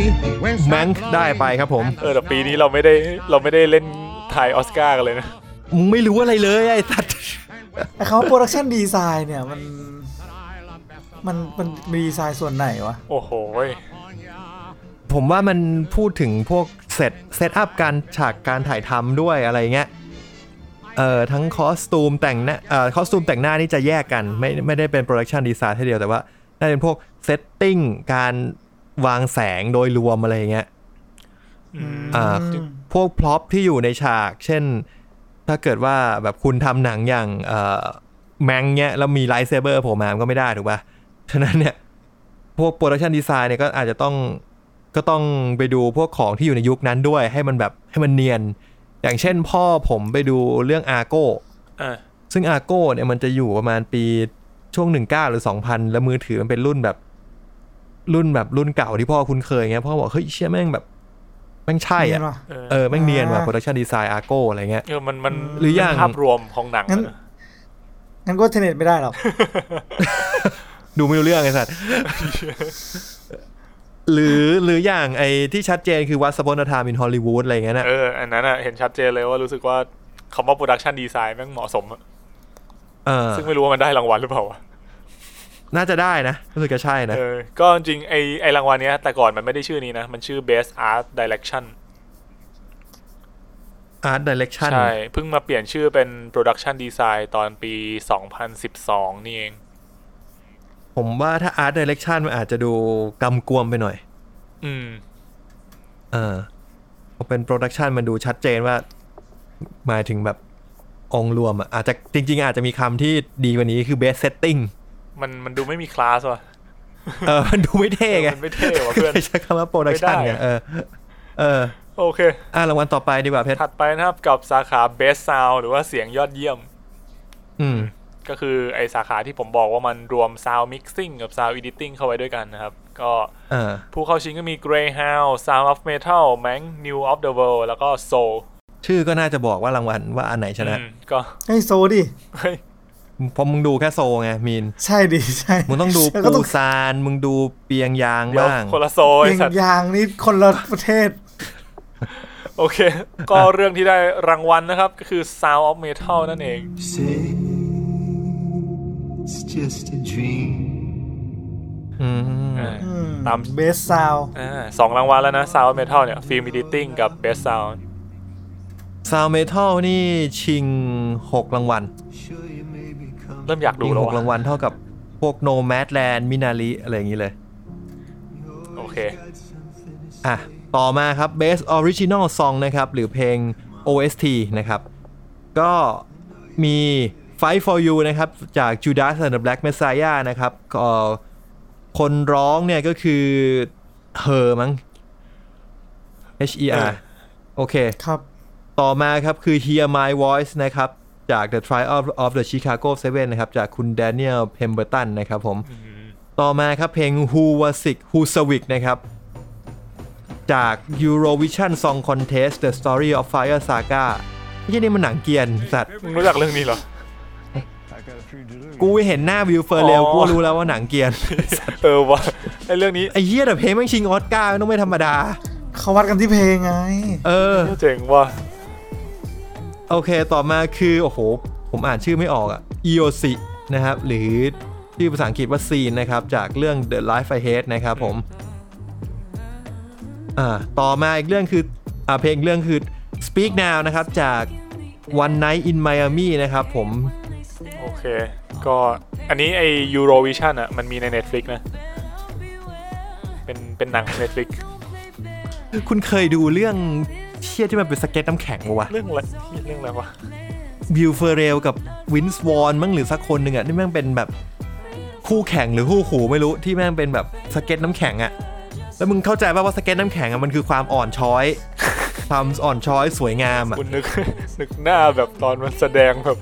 [SPEAKER 7] winds start
[SPEAKER 2] Mank
[SPEAKER 7] blowing
[SPEAKER 2] ได้ไปครับผม
[SPEAKER 3] เออแต่ปีนี้เราไม่ได้เราไม่ได้เล่นทายออสการ์กันเลยนะ
[SPEAKER 2] มึงไม่รู้อะไรเลยไอ้สัตว์
[SPEAKER 1] ไอ้คำว่าโปรดักชันดีไซน์เนี่ยมันมันมันมีดีไซน์ส่วนไหนวะ
[SPEAKER 3] โอ้โหย
[SPEAKER 2] ผมว่ามันพูดถึงพวกเซตเซตอัพการฉากการถ่ายทำด้วยอะไรเงี้ย เอ่อทั้งคอสตูมแต่งหน้าเอ่อคอสตูมแต่งหน้านี่จะแยกกัน ไม่ไม่ได้เป็นโปรดักชันดีไซน์ทีเดียวแต่ว่าน่าจะเป็นพวกเซตติ้งการวางแสงโดยรวมอะไรเงี้ยอ่าพวกพล็อพที่อยู่ในฉาก เช่น ถ้าเกิดว่าแบบคุณทำหนังอย่างเอ่อแมงเนี้ยแล้วมีไลท์เซเบอร์โผล่มามันก็ไม่ได้ถูกป่ะฉะนั้นเนี่ย พวกโปรดักชันดีไซน์เนี่ยก็อาจจะต้อง ก็ต้องไปดูพวกของที่อยู่ในยุคนั้นด้วยให้มันแบบให้มันเนียน อย่างเช่นพ่อผมไปดูเรื่องอาโก้
[SPEAKER 3] อ่ะ
[SPEAKER 2] ซึ่งอาโก้เนี่ยมันจะอยู่ประมาณปีช่วง 19 หรือ 2000 แล้วมือถือมันเป็นรุ่นแบบ รุ่นแบบรุ่นเก่าที่พ่อคุ้นเคยเงี้ยพ่อบอกเฮ้ยเชี่ยแม่งแบบแม่งใช่
[SPEAKER 1] เนีย
[SPEAKER 2] อะ
[SPEAKER 1] นว่ะ
[SPEAKER 2] เออแม่งเนียนว่ะโปรดักชันดีไซน์อาโก้อะไรเงี้ย
[SPEAKER 3] เออมันมัน
[SPEAKER 2] หรืออย่าง
[SPEAKER 3] เป็นภาพรวมของหนัง
[SPEAKER 1] งั้น
[SPEAKER 3] อะ
[SPEAKER 1] งั้นก็เทนเน็ตไม่ได้หรอก
[SPEAKER 2] ดูไม่รู้เรื่องไอ้สัตว์ หรือหรืออย่างไอ้ที่ชัดเจนคือวัสปอนธามินฮอลลีวูดอะไรเงี้ยนะ
[SPEAKER 3] เอออันนั้นอ่ะเห็นชัดเจนเลยว่ารู้สึกว่าคำว่าโปรดักชันดีไซน์แม่งเหมาะสมอะ
[SPEAKER 2] เออ
[SPEAKER 3] ซึ่งไม่รู้ว่ามันได้รางวัลหรือเปล่าวะ
[SPEAKER 2] น่าจะได้นะรู้สึกจะใช่นะ
[SPEAKER 3] เออก็จริงๆไอไอรางวัลเนี้ย แต่ก่อนมันไม่ได้ชื่อนี้นะ มันชื่อ best art direction
[SPEAKER 2] Art Direction
[SPEAKER 3] ใช่เพิ่งมาเปลี่ยนชื่อเป็น production design ตอนปี 2012 นี่เอง
[SPEAKER 2] ผมว่าถ้า Art Direction มันอาจจะดูกำกวมไปหน่อย
[SPEAKER 3] อืม
[SPEAKER 2] เออพอเป็น Production มันดูชัดเจนว่า หมายถึงแบบองค์รวมอะอาจจะจริง ๆ อาจจะมีคำที่ดีกว่านี้คือ Best Setting
[SPEAKER 3] มันมันดูไม่มีคลาสว่ะ
[SPEAKER 2] เออ มันดูไม่เท่ไง
[SPEAKER 3] เออมันไม่เท่ว่ะเพื่อน
[SPEAKER 2] ใช้คำว่า Production
[SPEAKER 3] ไม่ได้
[SPEAKER 2] ไง
[SPEAKER 3] อะ
[SPEAKER 2] เออ เออ
[SPEAKER 3] โอเค
[SPEAKER 2] อ่ะรางวัลต่อไปดีกว่าเพชร
[SPEAKER 3] ถัดไปนะครับกับสาขา best sound หรือว่าเสียงยอดเยี่ยม
[SPEAKER 2] อืม
[SPEAKER 3] ก็คือไอสาขาที่ผมบอกว่ามันรวม sound mixing กับ sound editing เข้าไว้ด้วยกันนะครับ ก็
[SPEAKER 2] เออ
[SPEAKER 3] ผู้เข้าชิงก็มี Greyhound Sound of Metal Mank New of the World แล้วก็ Soul
[SPEAKER 2] ชื่อก็น่าจะบอกว่ารางวัลว่าอันไหนชนะ
[SPEAKER 3] อืมก็
[SPEAKER 1] เฮ้ยโซดิ
[SPEAKER 3] เฮ้ย
[SPEAKER 2] เพราะมึงดูแค่โซไงมีน
[SPEAKER 1] ใช่ดิใช่
[SPEAKER 2] มึงต้องดู
[SPEAKER 1] แล้วก็ต้
[SPEAKER 2] ปู
[SPEAKER 1] อง
[SPEAKER 2] ซานมึงดูเปียงยาง
[SPEAKER 3] เดี๋ยว
[SPEAKER 2] บ้าง
[SPEAKER 3] คนละโซ
[SPEAKER 1] เป
[SPEAKER 3] ไอ
[SPEAKER 1] ลี่ย
[SPEAKER 3] สัต
[SPEAKER 1] น
[SPEAKER 3] ว์
[SPEAKER 1] ยางนี่คนละประเทศ
[SPEAKER 3] โอเค ก็เรื่องที่ได้รางวัลนะครับ ก็คือ Sound of Metal นั่นเอง
[SPEAKER 7] Say it's just a dream.
[SPEAKER 2] อืม
[SPEAKER 3] ตาม
[SPEAKER 1] เบสซาว
[SPEAKER 3] อ่าสองรางวัลแล้วนะ Sound of Metal เนี่ย Film Editing กับ Best Sound
[SPEAKER 2] ซาวเมทัลนี่ชิง 6 รางวัล
[SPEAKER 7] Sure, you may become
[SPEAKER 3] เริ่มอยากดู
[SPEAKER 2] ชิง
[SPEAKER 3] แล้ว
[SPEAKER 2] 6ราง
[SPEAKER 3] วะ
[SPEAKER 2] วัลเท่ากับพวกโนแมดแลนด์มินาริอะไรอย่างนี้เลย
[SPEAKER 3] โอเค
[SPEAKER 2] อ่ะ ต่อมาครับ Best Original Song นะครับ หรือเพลง OST นะครับ ก็มี Fight for You นะครับ จาก Judas and the Black Messiah นะครับก็คนร้องเนี่ยก็คือเธอมั้ง H E
[SPEAKER 3] เอ
[SPEAKER 2] R
[SPEAKER 3] อ
[SPEAKER 2] โอเค
[SPEAKER 1] ครับ
[SPEAKER 2] ต่อมาครับ คือ Hear My Voice นะครับ จาก The Trial of- of the Chicago 7 นะครับ จากคุณ Daniel Pemberton นะครับผม ต่อมาครับเพลง Who Was Sick Who s w i c นะครับ จาก Eurovision Song Contest The Story of Fire Saga ยี่นี่มันหนังเกียนสัตว์
[SPEAKER 3] มึงรู้จักเรื่องนี้เหรอ
[SPEAKER 2] กูเห็นหน้าวิวเฟอร์เรลกูรู้แล้วว่าหนังเกรียน
[SPEAKER 3] เออว่ะไอเรื่องนี้
[SPEAKER 2] ไอ้เหี้ยแต่เพลงแม่งชิงออสการ์ไม่ต้องไม่ธรรมดา
[SPEAKER 1] เขาวัดกันที่เพลงไง
[SPEAKER 2] เออ
[SPEAKER 3] เจ๋งว่ะ
[SPEAKER 2] โอเคต่อมาคือ โอ้โห ผมอ่านชื่อไม่ออกอะ EOSI นะครับ หรือชื่อภาษาอังกฤษว่าซีนนะครับ จากเรื่อง The Life I Hate นะครับผม อ่า ต่อมาอีกเรื่องคือ อ่า เพลงอีกเรื่องคือ Speak Now นะครับ จาก One Night in Miami นะครับผม
[SPEAKER 3] โอเค ก็อันนี้ไอยูโรวิชั่นอ่ะมันมีใน Netflix นะ เป็นเป็นหนังของ Netflix
[SPEAKER 2] คุณเคยดูเรื่องเชี่ยที่มันเป็นสเก็ตน้ำแข็งปะวะ
[SPEAKER 3] เรื่องอะไรเรื่องอะไรวะ
[SPEAKER 2] บิลเฟอร์เรลกับวินส์วอนมั้งหรือสักคนหนึ่งอ่ะนี่แม่งเป็นแบบคู่แข่งหรือคู่หูไม่รู้ที่แม่งเป็นแบบสเก็ตน้ำแข็งอ่ะแล้วมึงเข้าใจป่ะว่าสเก็ตน้ำแข็งอ่ะมันคือความอ่อนช้อย ความอ่อนช้อยสวยงามอ่ะ
[SPEAKER 3] คุณนึก นึกหน้าแบบตอนมันแสดงแบบ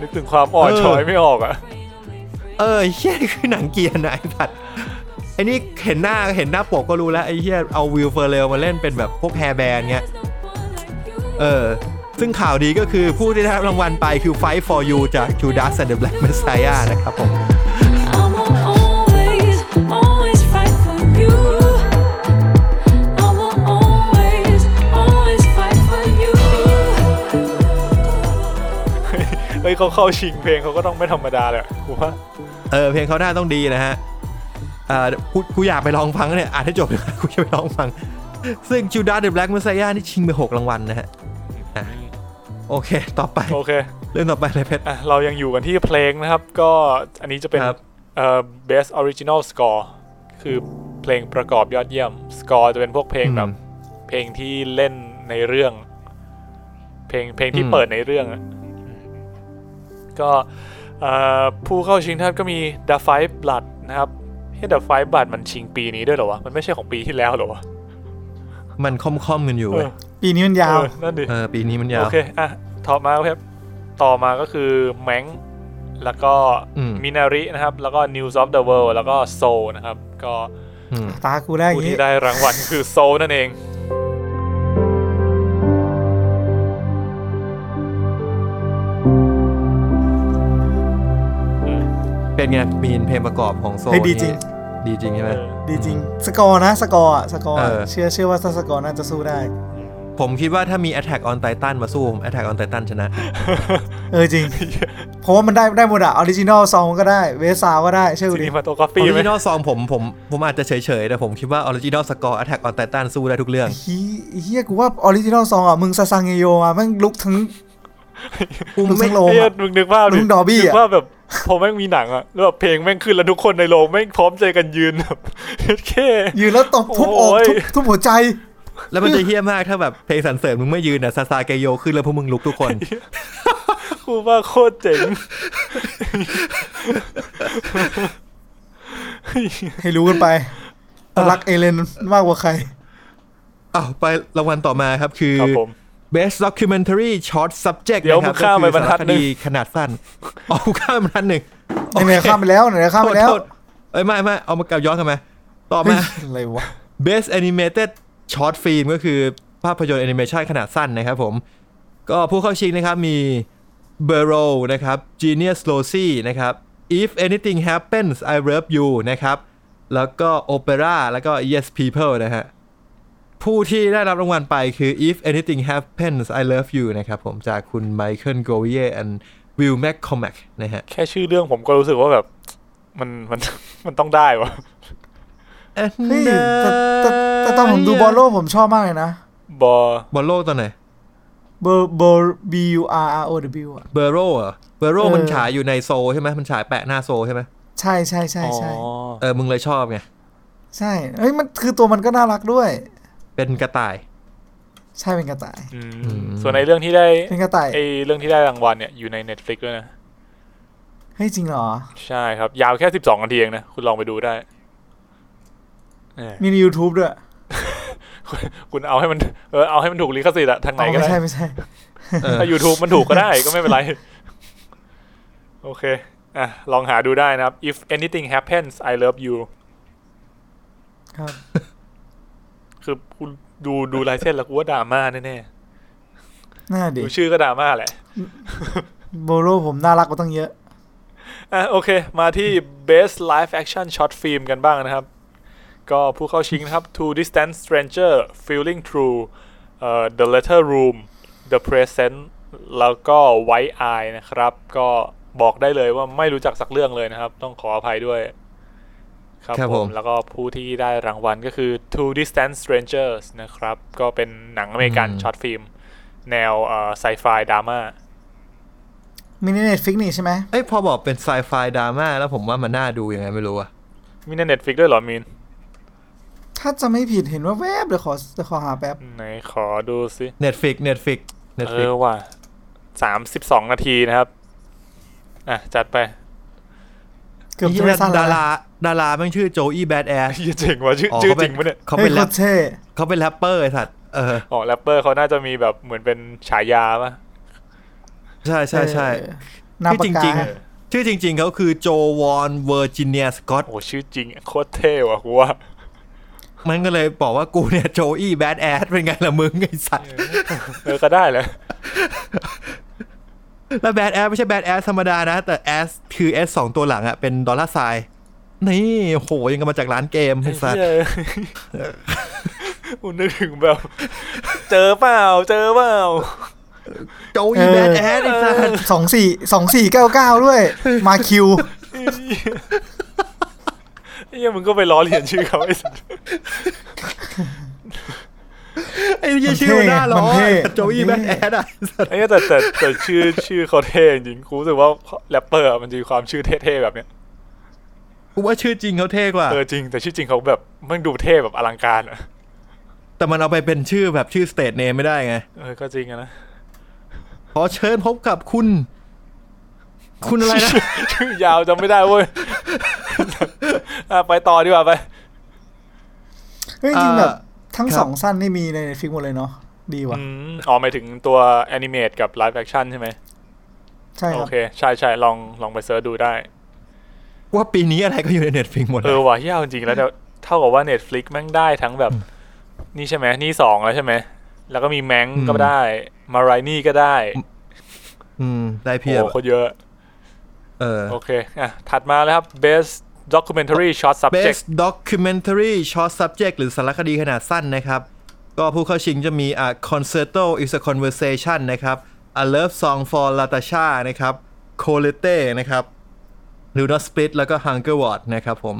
[SPEAKER 3] นึกถึงความอ่อนช้อยไม่ออกอ่ะ
[SPEAKER 2] เออเฮียคือหนังเกียร์นะไอ้สัตว์ไอ้นี่เห็นหน้าเห็นหน้าปกก็รู้แล้วไอ้เฮียเอาวิลเฟอร์เรลมาเล่นเป็นแบบพวกแฮร์แบนเงี้ยเออซึ่งข่าวดีก็คือผู้ที่ได้รับรางวัลไปคือ Fight for You จาก Judas and the Black Messiah นะครับผม
[SPEAKER 3] เฮ้ยเขาเข้าชิงเพลงเขาก็ต้องไม่ธรรมดาแหละกูว่า
[SPEAKER 2] เออเพลงเขาหน้าต้องดีนะฮะเอ่อกูกูอยากไปลองฟังเนี่ยอ่าน ให้จบเลย กูจะไปลองฟัง ซึ่งจูดาเดอะแบล็กเมสไซยานี่ชิงไป 6 รางวัลนะฮะอ่ะโอเค ต่อไป
[SPEAKER 3] โอเค
[SPEAKER 2] เรื่องต่อไปเลยเพชร
[SPEAKER 3] อ่ะเรายังอยู่กันที่เพลงนะครับ ก็อันนี้จะเป็น
[SPEAKER 2] ครับ
[SPEAKER 3] เอ่อ best original score คือเพลงประกอบยอดเยี่ยม score จะเป็นพวกเพลงแบบ เพลงที่เล่นในเรื่อง เพลงเพลงที่
[SPEAKER 2] อืม
[SPEAKER 3] เปิดในเรื่องอะก็เอ่อผู้เข้าชิงท่านก็มี The Five Blood นะครับเฮ้ย The Five Blood มันชิงปีนี้ด้วยเหรอวะ มันไม่ใช่ของปีที่แล้วเหรอวะ
[SPEAKER 2] มันค่อมๆกันอยู่เว้ย
[SPEAKER 1] ปีนี้มันยาว
[SPEAKER 3] เออนั่นดิ
[SPEAKER 2] เออปีนี้มันยา
[SPEAKER 3] โอ
[SPEAKER 2] ว
[SPEAKER 3] เค อ่ะต่อมาครับ ต่อมาก็คือแมงแล้วก็
[SPEAKER 2] อืม
[SPEAKER 3] มินารินะครับ แล้วก็ News of the World แล้วก็โซนะครับ ก็
[SPEAKER 2] อืม
[SPEAKER 1] ตากูได้วอ
[SPEAKER 3] ผู้
[SPEAKER 1] ย่างนี้
[SPEAKER 3] ที่ได้รางวัลคือโซนั่นเอง
[SPEAKER 2] เป็นไงมีนเพลงประกอบของโซ
[SPEAKER 1] เฮ้ยดีจริง
[SPEAKER 2] นี่ดีจริงใช่ไหม
[SPEAKER 1] ดีจริง สกอร์นะ สกอร์อะสกอร์อะ
[SPEAKER 2] เออ
[SPEAKER 1] เชื่อเชื่อว่าถ้าสกอร์น่าจะสู้ได้
[SPEAKER 2] ผมคิดว่าถ้ามี Attack on Titan มาสู้ผม Attack on Titan ชนะ
[SPEAKER 1] เออจริง เพราะว่ามันได้ได้หมดอะออริจินอลซองก็ได้ เวสซาวก็ได้ เชื่อ
[SPEAKER 3] ซิ
[SPEAKER 1] กูดิ
[SPEAKER 3] นิมาโตกรา
[SPEAKER 2] อ
[SPEAKER 3] ฟี
[SPEAKER 2] อริ
[SPEAKER 3] ไหม
[SPEAKER 2] จินอลซองผมผมผมอาจจะเฉยๆ แต่ผมคิดว่า Original Score Attack on Titan สู้ได้ทุกเรื่อง
[SPEAKER 1] ฮีเฮียกูว่าออริจินอลซองอ่ะ มึงซาซังเยโยมาแม่งลุกทั้งลุกทั้งโรง
[SPEAKER 3] เฮีย
[SPEAKER 1] อะ
[SPEAKER 3] มึงนึกว่าพ
[SPEAKER 1] ลุงดอบี้อะ
[SPEAKER 3] นึกว่าแบบพอแม่งมีหนังอะแล้วแบบเพลงแม่งขึ้นแล้วทุกคนในโรงแม่งพร้อมใจกันยืนแบบเค
[SPEAKER 1] ยืนแล้วตบทุบอก
[SPEAKER 3] โอ้ย
[SPEAKER 1] ทุบทุบหัวใจ
[SPEAKER 2] แล้วมันจะเฮี้ยมากถ้าแบบเพลงสรรเสริญมึงไม่ยืนอ่ะซาซาเกโยขึ้นแล้วพวกมึงลุกทุก คน
[SPEAKER 3] กูว่าโคตรเจ๋ง
[SPEAKER 1] ให้รู้กันไป รักเอเลนมากกว่าใคร
[SPEAKER 2] อ้าวไปรางวัลต่อมาครับคือ
[SPEAKER 3] ครับผม
[SPEAKER 2] Best Documentary Short Subject
[SPEAKER 3] เดี๋ยว
[SPEAKER 2] นะครับ
[SPEAKER 3] มึงข้ามไป
[SPEAKER 2] ก็คือบ
[SPEAKER 3] รรทัด
[SPEAKER 2] สารค
[SPEAKER 3] หนึ่
[SPEAKER 2] ดี
[SPEAKER 3] ง
[SPEAKER 2] ขนาดสั้น อ๋อกูข้ามบรรทัดหนึ่ง
[SPEAKER 1] ไหนๆข้ามไปแล้วไหนๆข้ามไปแล้ว
[SPEAKER 2] โทษเอ้ยไม่ไม่เอามากลับย้อนกันมาต่อ
[SPEAKER 1] เฮ้
[SPEAKER 2] มา
[SPEAKER 1] ยอะไรวะ
[SPEAKER 2] Best Animated Short Film ก็คือภาพยนตร์แอนิเมชันขนาดสั้นนะครับผม ก็ผู้เข้าชิงนะครับมี b u r r o w นะครับ Genius l o s y นะครับ If Anything Happens I Love You นะครับ แล้วก็ Opera แล้วก็ Yes People นะฮะ ผู้ที่ได้รับรางวัลไปคือ If Anything Happens I Love You นะครับผมจากคุณ Michael Goye and Will McCormack นะฮะ
[SPEAKER 3] แค่ชื่อเรื่องผมก็รู้สึกว่าแบบมันมันมันต้องได้วะ
[SPEAKER 1] เฮ้ยแต่แต่แต่ตอนผมดูบอลโลกผมชอบมากเลยนะ
[SPEAKER 3] บอ
[SPEAKER 2] บอลโลกตอนไหน
[SPEAKER 1] เบอร์เบอร์ B U R R O W อะ
[SPEAKER 2] เบอร์โร่เหรอเบอร์โร่
[SPEAKER 1] เออ
[SPEAKER 2] มันฉายอยู่ในโซลใช่ไหมมันฉายแปะหน้าโซลใช่ไหม
[SPEAKER 1] ใช่ใช่ใช่ใช่
[SPEAKER 3] อ๋อ
[SPEAKER 2] เออ มึงเลยชอบไง
[SPEAKER 1] ใช่เฮ้ยมันคือตัวมันก็น่ารักด้วย
[SPEAKER 2] เป็นกระต่าย
[SPEAKER 1] ใช่เป็นกระต่าย
[SPEAKER 3] อืมส่วนในเรื่องที่ได้
[SPEAKER 1] เป็นกระต่าย
[SPEAKER 3] ไอเรื่องที่ได้รางวัลเนี่ยอยู่ใน Netflix ด้วยนะ
[SPEAKER 1] เฮ้ยจริงเหรอ
[SPEAKER 3] ใช่ครับ ยาวแค่ 12 นาทีเองนะ คุณลองไปดูได้ เออ
[SPEAKER 1] มีใน YouTube ด้วย
[SPEAKER 3] คุณคุณเอาให้มันเออเอาให้มันถูกลิขสิทธิ์อะทางไหน
[SPEAKER 1] อ๋อ
[SPEAKER 3] ก็
[SPEAKER 1] ไม่
[SPEAKER 3] ได้
[SPEAKER 1] ใช่ไม่ใช่
[SPEAKER 2] เออ
[SPEAKER 3] ถ้า YouTube มันถูกก็ได้ ก็ไม่เป็นไร โอเค อ่ะ ลองหาดูได้นะครับ if anything happens I love you
[SPEAKER 1] ครับ
[SPEAKER 3] คือคุณดูดูลายเส้นแล้วกูว่าดราม่าแน่
[SPEAKER 1] น่า
[SPEAKER 3] ๆ
[SPEAKER 1] ดี
[SPEAKER 3] ดูชื่อก็ดราม่าแหละ
[SPEAKER 1] โบโลผมน่ารักกว่าตั้งเยอะ
[SPEAKER 3] อ่ะโอเค มาที่ best live action short film กันบ้างนะครับ ก็ผู้เข้าชิงนะครับ Two Distant Stranger Feeling True เอ่อ The Letter Room The Present แล้วก็ White Eye นะครับ ก็บอกได้เลยว่าไม่รู้จักสักเรื่องเลยนะครับ ต้องขออภัยด้วย ครับ
[SPEAKER 2] ครับ
[SPEAKER 3] ผ
[SPEAKER 2] ผม ม
[SPEAKER 3] แล้วก็ผู้ที่ได้รางวัลก็คือ Two Distant Strangers นะครับ ก็เป็นหนังอเมริกันช็อตฟิล์มแนวไซไฟดราม่า
[SPEAKER 1] มินิเน็ตฟิกนี่ใช่ไหม
[SPEAKER 2] เอ้ยพอบอกเป็นไซไฟดราม่าแล้วผมว่ามันน่าดูยังไงไม่รู้อะ
[SPEAKER 3] มีในเน็ตฟิกด้วยเหรอมีน
[SPEAKER 1] ถ้าจะไม่ผิดเห็นว่าแวบเดี๋ยวขอเดี๋ยวขอหาแป๊บ
[SPEAKER 3] ไหนขอดูสิ
[SPEAKER 2] เน็ตฟิกเน็ตฟิกเน็ต
[SPEAKER 3] เอ
[SPEAKER 2] ฟิก
[SPEAKER 3] อว่ะสามสิบสองนาทีนะครับ อ่ะ จัดไป
[SPEAKER 1] เกือบจะไม่สั้น
[SPEAKER 2] ดา
[SPEAKER 1] แล้วนะ
[SPEAKER 2] ราดาราแม่งชื่อโจอี้แบดแอส
[SPEAKER 3] เหี้ยเจ๋งว่ะชื่อ
[SPEAKER 2] อ๋อ
[SPEAKER 3] ชื่อ
[SPEAKER 2] เขา
[SPEAKER 3] จ
[SPEAKER 2] เป็
[SPEAKER 3] ริ
[SPEAKER 2] น
[SPEAKER 3] งปะเนี่ย
[SPEAKER 2] เขา
[SPEAKER 1] เฮ้
[SPEAKER 2] เป็
[SPEAKER 1] ย
[SPEAKER 2] น
[SPEAKER 1] โค
[SPEAKER 2] แร
[SPEAKER 1] ต
[SPEAKER 2] ป
[SPEAKER 1] รเท่
[SPEAKER 2] เขาเป็นแรปเปอร์ไอ้สัตว์เออ
[SPEAKER 3] อ๋อ แรปเปอร์เขาน่าจะมีแบบเหมือนเป็นฉายาปะ
[SPEAKER 2] ใช่ใช่ใช่
[SPEAKER 1] เออหน้า
[SPEAKER 2] ชื่อ
[SPEAKER 1] ปาก
[SPEAKER 2] จ
[SPEAKER 1] กา
[SPEAKER 2] ริง ๆ ชื่อจริง ๆเขาคือโจวอนเวอร์จิเนียสกอต
[SPEAKER 3] โอ้ชื่อจริง โคตรเท่ว่ะกูว่า
[SPEAKER 2] มันก็เลยบอกว่ากูเนี่ยโจอี้แบดแอสเป็นไงล่ะมึงไอ้สัตว์
[SPEAKER 3] เออก็ได้แหละ
[SPEAKER 2] แล้วแบดแอสไม่ใช่แบดแอสธรรมดานะ แต่แอสคือแอสสองตัวหลังอะเป็นดอลลาร์ไซน์นี่โหยังกันมาจากร้านเกมไอ้สัตว์
[SPEAKER 3] เหี้ย กูนึกถึงแบบ เจอเปล่า เจอเปล่า
[SPEAKER 2] โจอี้แบดแอสไอ้สัตว์
[SPEAKER 1] สองสี่สองสี่เก้าเก้าด้วย มาคิว
[SPEAKER 3] เฮียมึงก็ไปล้อเลียนชื่อเขาไอ้ สัส
[SPEAKER 2] ไอ้ยี่ชื่อมันน่าล้อ
[SPEAKER 1] มันเท่
[SPEAKER 2] โจอี้
[SPEAKER 1] มั
[SPEAKER 2] แบ
[SPEAKER 1] น
[SPEAKER 2] ด
[SPEAKER 1] เท่
[SPEAKER 2] แอดอะ
[SPEAKER 3] ไอ้เหี้ยแต่แต่แต่ชื่อชื่อเขาเท่จริงกูรู้สึกว่าแรปเปอร์อะมันจะมีความชื่อเท่ๆแบบเนี้ย
[SPEAKER 2] กูว่าชื่อจริงเขาเท่กว่า
[SPEAKER 3] เออจริงแต่ชื่อจริงเขาแบบมันดูเท่แบบอลังการอ่ะ
[SPEAKER 2] แต่มันเอาไปเป็นชื่อแบบชื่อสเตทเนมไม่ได้ไง
[SPEAKER 3] เออก็จริงอะนะ
[SPEAKER 2] ขอเชิญพบกับคุณ คุณอะไร นะ
[SPEAKER 3] ชื่อยาวจำไม่ได้เว้ย อ่ะไปต่อดีกว่าไป
[SPEAKER 1] เฮ้ยจริงๆ
[SPEAKER 2] อ่า
[SPEAKER 1] แบบทั้ง
[SPEAKER 2] ครับ
[SPEAKER 1] สองสั้นนี่มีในฟิกหมดเลยเนาะดีว่ะ
[SPEAKER 3] อืมอ๋อหมายถึงตัวแอนิเมตกับไลฟ์แอคชั่นใช่ไหม
[SPEAKER 1] ใช่ค
[SPEAKER 3] โอ
[SPEAKER 1] รับ
[SPEAKER 3] เค ใช่ใช่ลองลองไปเซิร์ชดูได้
[SPEAKER 2] ว่าปีนี้อะไรก็อยู่ในเน็ตฟิงหมด
[SPEAKER 3] เออว่ะเหี้ยเอาจริงๆแล้วเนี่ยเท่ากับว่า Netflix แม่งได้ทั้งแบบ นี่ใช่ไหมนี่สองแล้วใช่ไหม แล้วก็มีแมงก็ได้ มารายนี่ก็ได้
[SPEAKER 2] อืม ได้
[SPEAKER 3] โอ้
[SPEAKER 2] เพียบ
[SPEAKER 3] โหคนเยอะ
[SPEAKER 2] เออ
[SPEAKER 3] โอเคอ่ะถัดมาแล้วครับ best documentary short subject
[SPEAKER 2] Best Documentary Short Subject หรือสารคดีขนาดสั้นนะครับ ก็ผู้เข้าชิงจะมีอ่ะ Concerto is a Conversation นะครับ A Love Song for Latasha นะครับ Colette นะครับ l u n a Split แล้วก็ Hunger Ward นะครับผม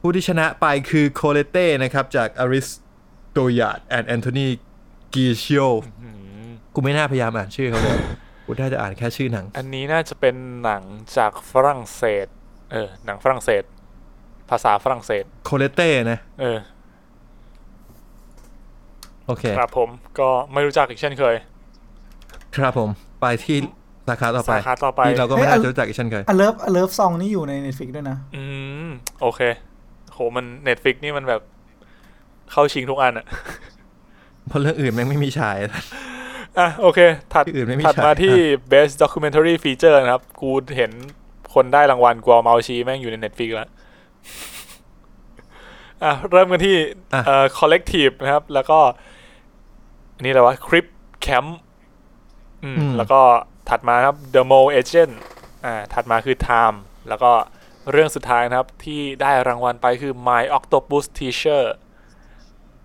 [SPEAKER 2] ผู้ที่ชนะไปคือ Colette นะครับจาก Aris t o y a d and Anthony g i c i o กูไม่น่าพยายามอ่านชื่อเขาเลย กูน่าจะอ่านแค่ชื่อหนัง
[SPEAKER 3] อันนี้น่าจะเป็นหนังจากฝรั่งเศส เออ หนังฝรั่งเศส ภาษาฝรั่งเศส
[SPEAKER 2] Colette นะ
[SPEAKER 3] เออ
[SPEAKER 2] โอเค
[SPEAKER 3] ครับผม ก็ไม่รู้จักอีกเช่นเคย
[SPEAKER 2] ครับผม ไปที่สาขาต่อไป
[SPEAKER 3] สาขาต่อไป
[SPEAKER 2] ที่เราก็ไม่น่าจะรู้จักอีกเช่นเคย
[SPEAKER 1] อเลิฟอเลิฟซองนี่อยู่ในเน็ตฟิกด้วยนะ
[SPEAKER 3] อืม โอเค โห มันเน็ตฟิกนี่มันแบบเข้าชิงทุกอันอะ
[SPEAKER 2] เพราะเรื่องอื่นแม่งไม่มีฉาย
[SPEAKER 3] อ่ะ โอเค ถัด
[SPEAKER 2] ที่อื่นไม่มี
[SPEAKER 3] ถัดมา
[SPEAKER 2] ฉาย
[SPEAKER 3] ที่ best documentary feature นะครับ กูเห็นคนได้รางวัลกวาเมาชีแม่งอยู่ในเน็ตฟิกแล้ว อ่ะ เริ่มกันที่เอ่อ collective นะครับ แล้วก็ อันนี้อะไรวะ crip camp อืมแล้วก็ถัดมาครับ The Mo Agent อ่าถัดมาคือ Time แล้วก็เรื่องสุดท้ายนะครับที่ได้รางวัลไปคือ My Octopus Teacher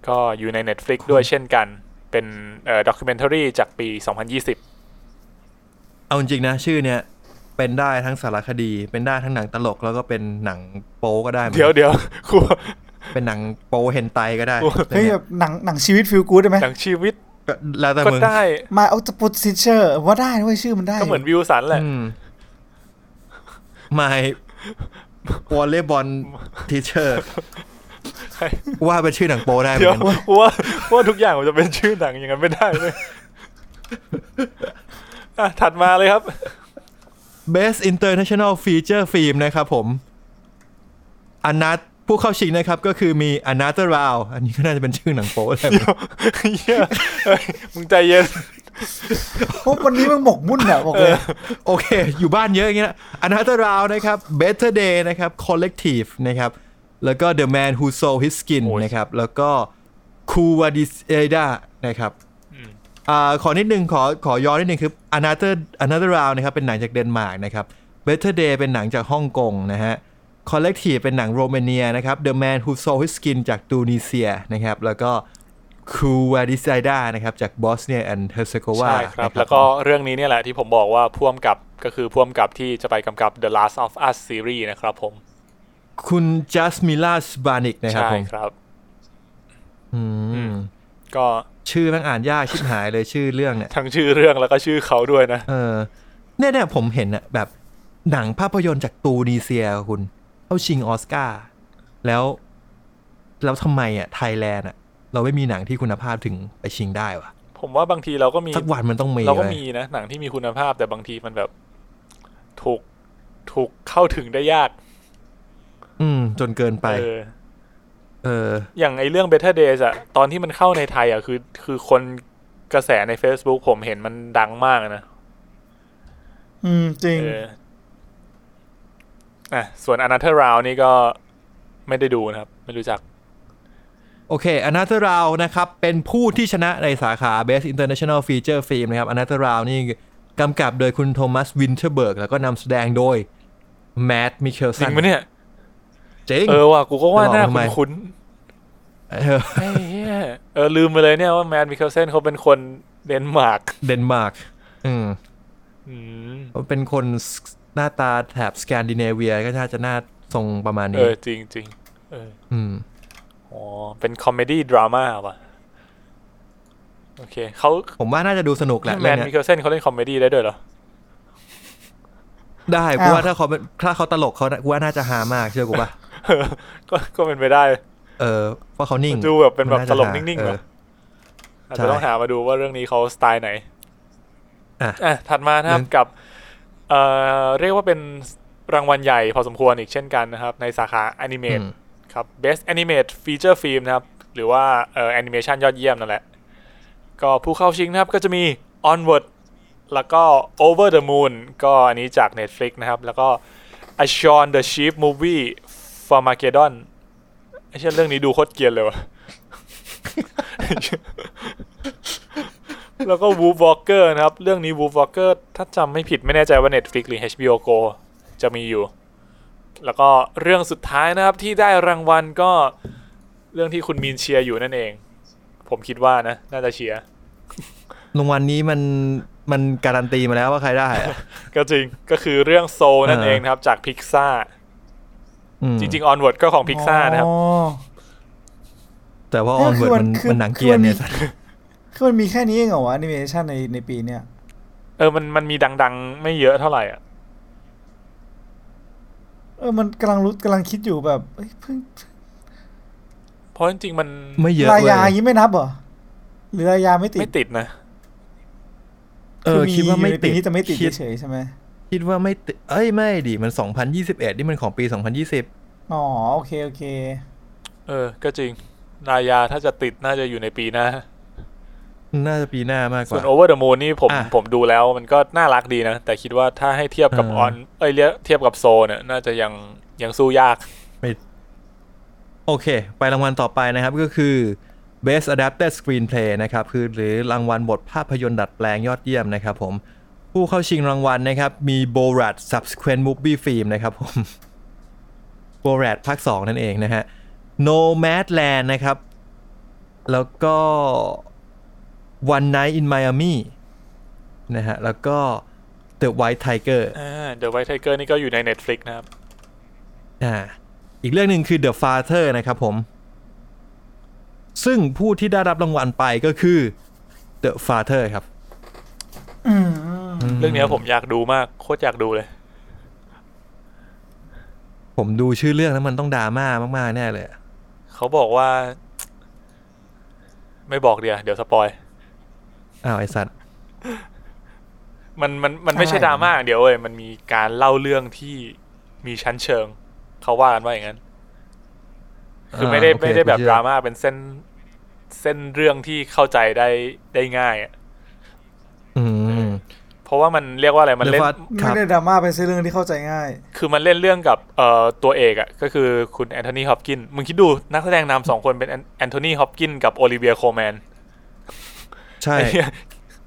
[SPEAKER 3] ก็อยู่ใน Netflix ด้วยเช่นกัน เป็นเอ่อด็อกิเมนทรีจากปี 2020
[SPEAKER 2] เอาจริงๆนะ ชื่อเนี่ยเป็นได้ทั้งสารคดี เป็นได้ทั้งหนังตลกแล้วก็เป็นหนังโป๊ก็ได้หมือน
[SPEAKER 3] เดี๋ยวเดี๋ ยวครู
[SPEAKER 2] เป็นหนังโป๊เฮนไตก็ได้
[SPEAKER 1] เฮ้ยแบบหนังหนังชีวิตฟิลกู๊ดได้ไหม
[SPEAKER 3] หนังชีวิต
[SPEAKER 2] ก็แล้วแต่
[SPEAKER 3] ก็
[SPEAKER 2] มึง
[SPEAKER 3] ได้
[SPEAKER 1] มาเอาจะปุตซิเชอร์ว่าได้ด้วยชื่อมันได้
[SPEAKER 3] ก็เหมือนวิวสันแหละ
[SPEAKER 2] อืม ไม่วอลเลย์บอลทีเชอร์ว่าเป็นชื่อหนังโป๊ได้เหมื
[SPEAKER 3] เดี๋
[SPEAKER 2] อน
[SPEAKER 3] ยว
[SPEAKER 2] กัน
[SPEAKER 3] เพราะว่าเพราะว่าทุกอย่างมันจะเป็นชื่อหนังอย่างนั้นไม่ได้เลยอ่ะถัดมาเลยครับ
[SPEAKER 2] เบสอินเตอร์เนชั่นแนลฟีเจอร์ฟิล์มนะครับผมอันนัทผู้เข้าชิงนะครับ ก็คือมีอนาเตอร์ราวอันนี้ก็น่าจะเป็นชื่อหนังโป๊อะไร
[SPEAKER 3] เหี้ย เฮ้ยมึงใจเย็น
[SPEAKER 1] โอ้วันนี้มึงหมกมุ่นอะบอกเลย
[SPEAKER 2] โอเค อยู่บ้านเยอะอย่างเงี้ยนะอนาตราวนะครับ Better Day นะครับ Collective นะครับ แล้วก็ The Man Who Sold His Skin
[SPEAKER 3] โอ้ย
[SPEAKER 2] นะครับ แล้วก็ c u w a d i s e d a นะครับ อ่าขอนิดนึงขอขอย้อนนิดนึงคือ another another round นะครับเป็นหนังจากเดนมาร์กนะครับ better day เป็นหนังจากฮ่องกงนะฮะ collective เป็นหนังโรมาเนียนะครับ the man who sold his skin จากตูนิเซียนะครับ แล้วก็ คูวาดิไซดานะครับจากบอสเนียแอนด์เฮอร์เซโกวา
[SPEAKER 3] ใช่ครับ แล้วก็เรื่องนี้เนี่ยแหละที่ผมบอกว่าพ่วมกับก็คือพ่วมกับที่จะไปกำกับ The Last of Us series นะครับผม
[SPEAKER 2] คุณจัสมิลาสบานิกนะครับ
[SPEAKER 3] ใช่
[SPEAKER 2] ผม
[SPEAKER 3] ครับอืมก็
[SPEAKER 2] ชื่อแม่งอ่านยากชิบหายเลยชื่อเรื่องเนี่ย
[SPEAKER 3] ทั้งชื่อเรื่องแล้วก็ชื่อเขาด้วยนะ
[SPEAKER 2] เออเนี่ยเนี่ยผมเห็นอะแบบหนังภาพยนตร์จากตูนีเซียคุณเข้าชิงออสการ์แล้วแล้วทำไมอะไทยแลนด์อะเราไม่มีหนังที่คุณภาพถึงไปชิงได้วะ
[SPEAKER 3] ผมว่าบางทีเราก็มี
[SPEAKER 2] สักวันมันต้องมี
[SPEAKER 3] เราก็
[SPEAKER 2] ว้ย
[SPEAKER 3] มีนะ หนังที่มีคุณภาพแต่บางทีมันแบบถูกถูกเข้าถึงได้ยาก
[SPEAKER 2] อืม จนเกินไป
[SPEAKER 3] เออ
[SPEAKER 2] เออ
[SPEAKER 3] อย่างไอเรื่อง Better Days อะตอนที่มันเข้าในไทยอะคือ คือคนกระแสใน Facebook ผมเห็นมันดังมากนะ
[SPEAKER 1] อืมจริง
[SPEAKER 3] เอออ่ะส่วน Another Round นี่ก็ไม่ได้ดูนะครับ ไม่รู้จัก
[SPEAKER 2] โอเคอนาเธอราวนะครับ เป็นผู้ที่ชนะในสาขา Best International Feature Film นะครับอนาเธอราวนี่กำกับโดยคุณโทมัสวินเทอร์เบิร์กแล้วก็นำแสดงโดยแมดมิเชล
[SPEAKER 3] จริ
[SPEAKER 2] สั
[SPEAKER 3] ง
[SPEAKER 2] น
[SPEAKER 3] ไหมเนี่ย
[SPEAKER 2] เจ๋ง
[SPEAKER 3] เออว่ะกูก็ว่าหน้า
[SPEAKER 2] จะบอกทำไม
[SPEAKER 3] คุ้น
[SPEAKER 2] เอ อ
[SPEAKER 3] ๆไอ้เหี้ยเออลืมไปเลยเนี่ยว่าแมนมิเคลเซนเขาเป็นคนเดนมาร์ก
[SPEAKER 2] เดนมาร์ก อืม
[SPEAKER 3] อืม
[SPEAKER 2] เป็นคนสหน้าตาแถบสแกนดิเนเวียก็น่าจะหน้าทรงประมาณ
[SPEAKER 3] เอ
[SPEAKER 2] นี้
[SPEAKER 3] อจริงจริงๆเออ
[SPEAKER 2] อืม
[SPEAKER 3] อ๋อ เป็นคอมเมดี้ดราม่าป่ะ โอเคเขา
[SPEAKER 2] ผมว่าน่าจะดูสนุกแหละ
[SPEAKER 3] แม
[SPEAKER 2] เรื่อน ง
[SPEAKER 3] มิ
[SPEAKER 2] เนี้ย
[SPEAKER 3] เคิลเซนเขาเล่นคอมเมดี้ได้ด้วยเหรอ
[SPEAKER 2] ได้
[SPEAKER 1] อ้าว
[SPEAKER 2] กูว่าถ้าเขาเป็นถ้าเขาตลกเขาน่ะกูว่าน่าจะฮามากเชื่อกูป่ะ
[SPEAKER 3] ก็ก็เป็นไปได้
[SPEAKER 2] เออเพราะเขานิ่ง
[SPEAKER 3] ดูแบบเป็นแบบ
[SPEAKER 2] มัา
[SPEAKER 3] ต
[SPEAKER 2] จะ
[SPEAKER 3] ลก
[SPEAKER 2] ฮา
[SPEAKER 3] นิ่งๆ
[SPEAKER 2] เอ
[SPEAKER 3] เหร
[SPEAKER 2] อ
[SPEAKER 3] ออาจ
[SPEAKER 2] ใช่
[SPEAKER 3] จะต้องหามาดูว่าเรื่องนี้เขาสไตล์ไหน
[SPEAKER 2] อ่ะ
[SPEAKER 3] อ่ะถัดมานะครับ
[SPEAKER 2] เรื่อง
[SPEAKER 3] กับ เอ่อ เรียกว่าเป็นรางวัลใหญ่พอสมควรอีกเช่นกันนะครับ ในสาขาแอนิเมตครับ Best Animate Feature Film นะครับ หรือว่าเอ่อแอนิเมชันยอดเยี่ยมนั่นแหละ ก็ผู้เข้าชิงนะครับก็จะมี Onward แล้วก็ Over the Moon ก็อันนี้จาก Netflix นะครับ แล้วก็ A Shaun the Sheep Movie f a r m a g e d d o n ไอ้เช่นเรื่องนี้ดูโคตรเกรียนเลยวะ แล้วก็ Wolf Walker นะครับ เรื่องนี้ Wolf Walker ถ้าจำไม่ผิดไม่แน่ใจว่า Netflix หรือ HBO Go จะมีอยู่ แล้วก็เรื่องสุดท้ายนะครับที่ได้รางวัลก็เรื่องที่คุณมีนเชียร์อยู่นั่นเอง ผมคิดว่านะ น่าจะเชียร์
[SPEAKER 2] รางวัลนี้มันมันการันตีมาแล้วว่าใครได้อะ
[SPEAKER 3] ก็จริงก็คือเรื่องโซนั่น
[SPEAKER 2] อ่า
[SPEAKER 3] เองนะครับจากพิกซ่า
[SPEAKER 2] อืม
[SPEAKER 3] จริงๆ Onward ก็ของพิกซ่านะครับ
[SPEAKER 1] อ๋อ
[SPEAKER 2] แต่ว่าอ
[SPEAKER 1] เอ
[SPEAKER 2] อ
[SPEAKER 1] อน คื
[SPEAKER 2] เวิร์
[SPEAKER 1] อ
[SPEAKER 2] ด
[SPEAKER 1] มัคือ
[SPEAKER 2] มัน นมันหนัง
[SPEAKER 1] คือ
[SPEAKER 2] เกีย
[SPEAKER 1] มันน
[SPEAKER 2] เนี่ยสัตว์
[SPEAKER 1] คือมันมีแค่นี้เองเหรอวะแอนิเมชันในในปีเนี้ย
[SPEAKER 3] เออมันมันมีดังๆ ไม่เยอะเท่าไหร่อ่ะ
[SPEAKER 1] เออมันกำลังรู้กำลังคิดอยู่แบบเอ้ยเพิ่ง
[SPEAKER 3] เพราะจริงๆมัน
[SPEAKER 2] ไม่เยอะ
[SPEAKER 1] ราย
[SPEAKER 2] เลย
[SPEAKER 1] ยาอย่างงี้ไม่นับเหรอหรือรายยาไม่ติด
[SPEAKER 3] ไม่ติดนะ
[SPEAKER 2] เออคิดว่าไม่
[SPEAKER 1] อยู่ใน
[SPEAKER 2] ติ
[SPEAKER 1] ปี
[SPEAKER 2] ด
[SPEAKER 1] นี้แต่ไม่ติด
[SPEAKER 2] คิด
[SPEAKER 1] เฉยๆใช่ไหม
[SPEAKER 2] คิดว่าไม่ติดเอ้ยไม่ดิมัน 2021นี่มันของปี 2020
[SPEAKER 1] อ๋อโอเคโอเค
[SPEAKER 3] เออ ก็จริงนายาถ้าจะติดน่าจะอยู่ในปีหน้า
[SPEAKER 2] น่าจะปีหน้ามากก
[SPEAKER 3] ส่ว
[SPEAKER 2] ว่า
[SPEAKER 3] น Over the Moon นี่ผม
[SPEAKER 2] อ่ะ
[SPEAKER 3] ผมดูแล้วมันก็น่ารักดีนะ แต่คิดว่าถ้าให้เทียบกับ
[SPEAKER 2] เอ
[SPEAKER 3] อ
[SPEAKER 2] อ
[SPEAKER 3] อนเอ้ยเรียกเทียบกับโซเนี่ยน่าจะยังยังสู้ยาก
[SPEAKER 2] โอเค ไปรางวัลต่อไปนะครับก็คือ Best Adapted Screenplay นะครับ คือหรือรางวัลบทภาพยนตร์ดัดแปลงยอดเยี่ยมนะครับผม ผู้เข้าชิงรางวัลนะครับ มี Borat Subsequent Movie Film นะครับผม Borat ภาค 2 นั่นเองนะฮะ Nomadland นะครับ แล้วก็ One Night in Miami นะฮะ แล้วก็ The White Tiger
[SPEAKER 3] อ่า The White Tiger นี่ก็อยู่ใน Netflix นะครับ
[SPEAKER 2] อ่าอีกเรื่องหนึ่งคือ The Father นะครับผม ซึ่งผู้ที่ได้รับรางวัลไปก็คือ The Father ครับ
[SPEAKER 3] เรื่องเนี้ยผมอยากดูมากโคตรอยากดูเลย
[SPEAKER 2] ผมดูชื่อเรื่องแล้วมันต้องดราม่ามาก ๆ แน่เลยอะ
[SPEAKER 3] เขาบอกว่า ไม่บอกเดียวเดี๋ยวสปอย
[SPEAKER 2] อ้าว ไอสัตว์
[SPEAKER 3] มันมันมันไม่ใช่
[SPEAKER 1] อะไร
[SPEAKER 3] ดราม่าอย่างเดียวเว้ยมันมีการเล่าเรื่องที่มีชั้นเชิง เขาว่ากันว่าอย่างนั้น คือไม่ได้
[SPEAKER 2] อ่าโอเค
[SPEAKER 3] ไม่ได้แบ
[SPEAKER 2] ผ
[SPEAKER 3] บ
[SPEAKER 2] มเชื่อ
[SPEAKER 3] ดราม่าเป็นเส้นเส้นเรื่องที่เข้าใจได้ได้ง่ายอะ
[SPEAKER 2] อืม
[SPEAKER 3] เพราะว่ามันเรียกว่าอะไรมัน
[SPEAKER 2] The
[SPEAKER 3] เล่น
[SPEAKER 2] Father ค
[SPEAKER 1] ไม่
[SPEAKER 2] รับ
[SPEAKER 1] ได้ดราม่าเป็นเรื่องที่เข้าใจง่าย
[SPEAKER 3] คือมันเล่นเรื่องกับเอ่อตัวเอกอะก็คือคุณแอนโทนีฮอปกินมึงคิดดูนักแสดงนำสองคนเป็นแอนโทนีฮอปกินกับโอลิเวียโคลแมน
[SPEAKER 2] ใช่
[SPEAKER 3] ไอ้เหี้ย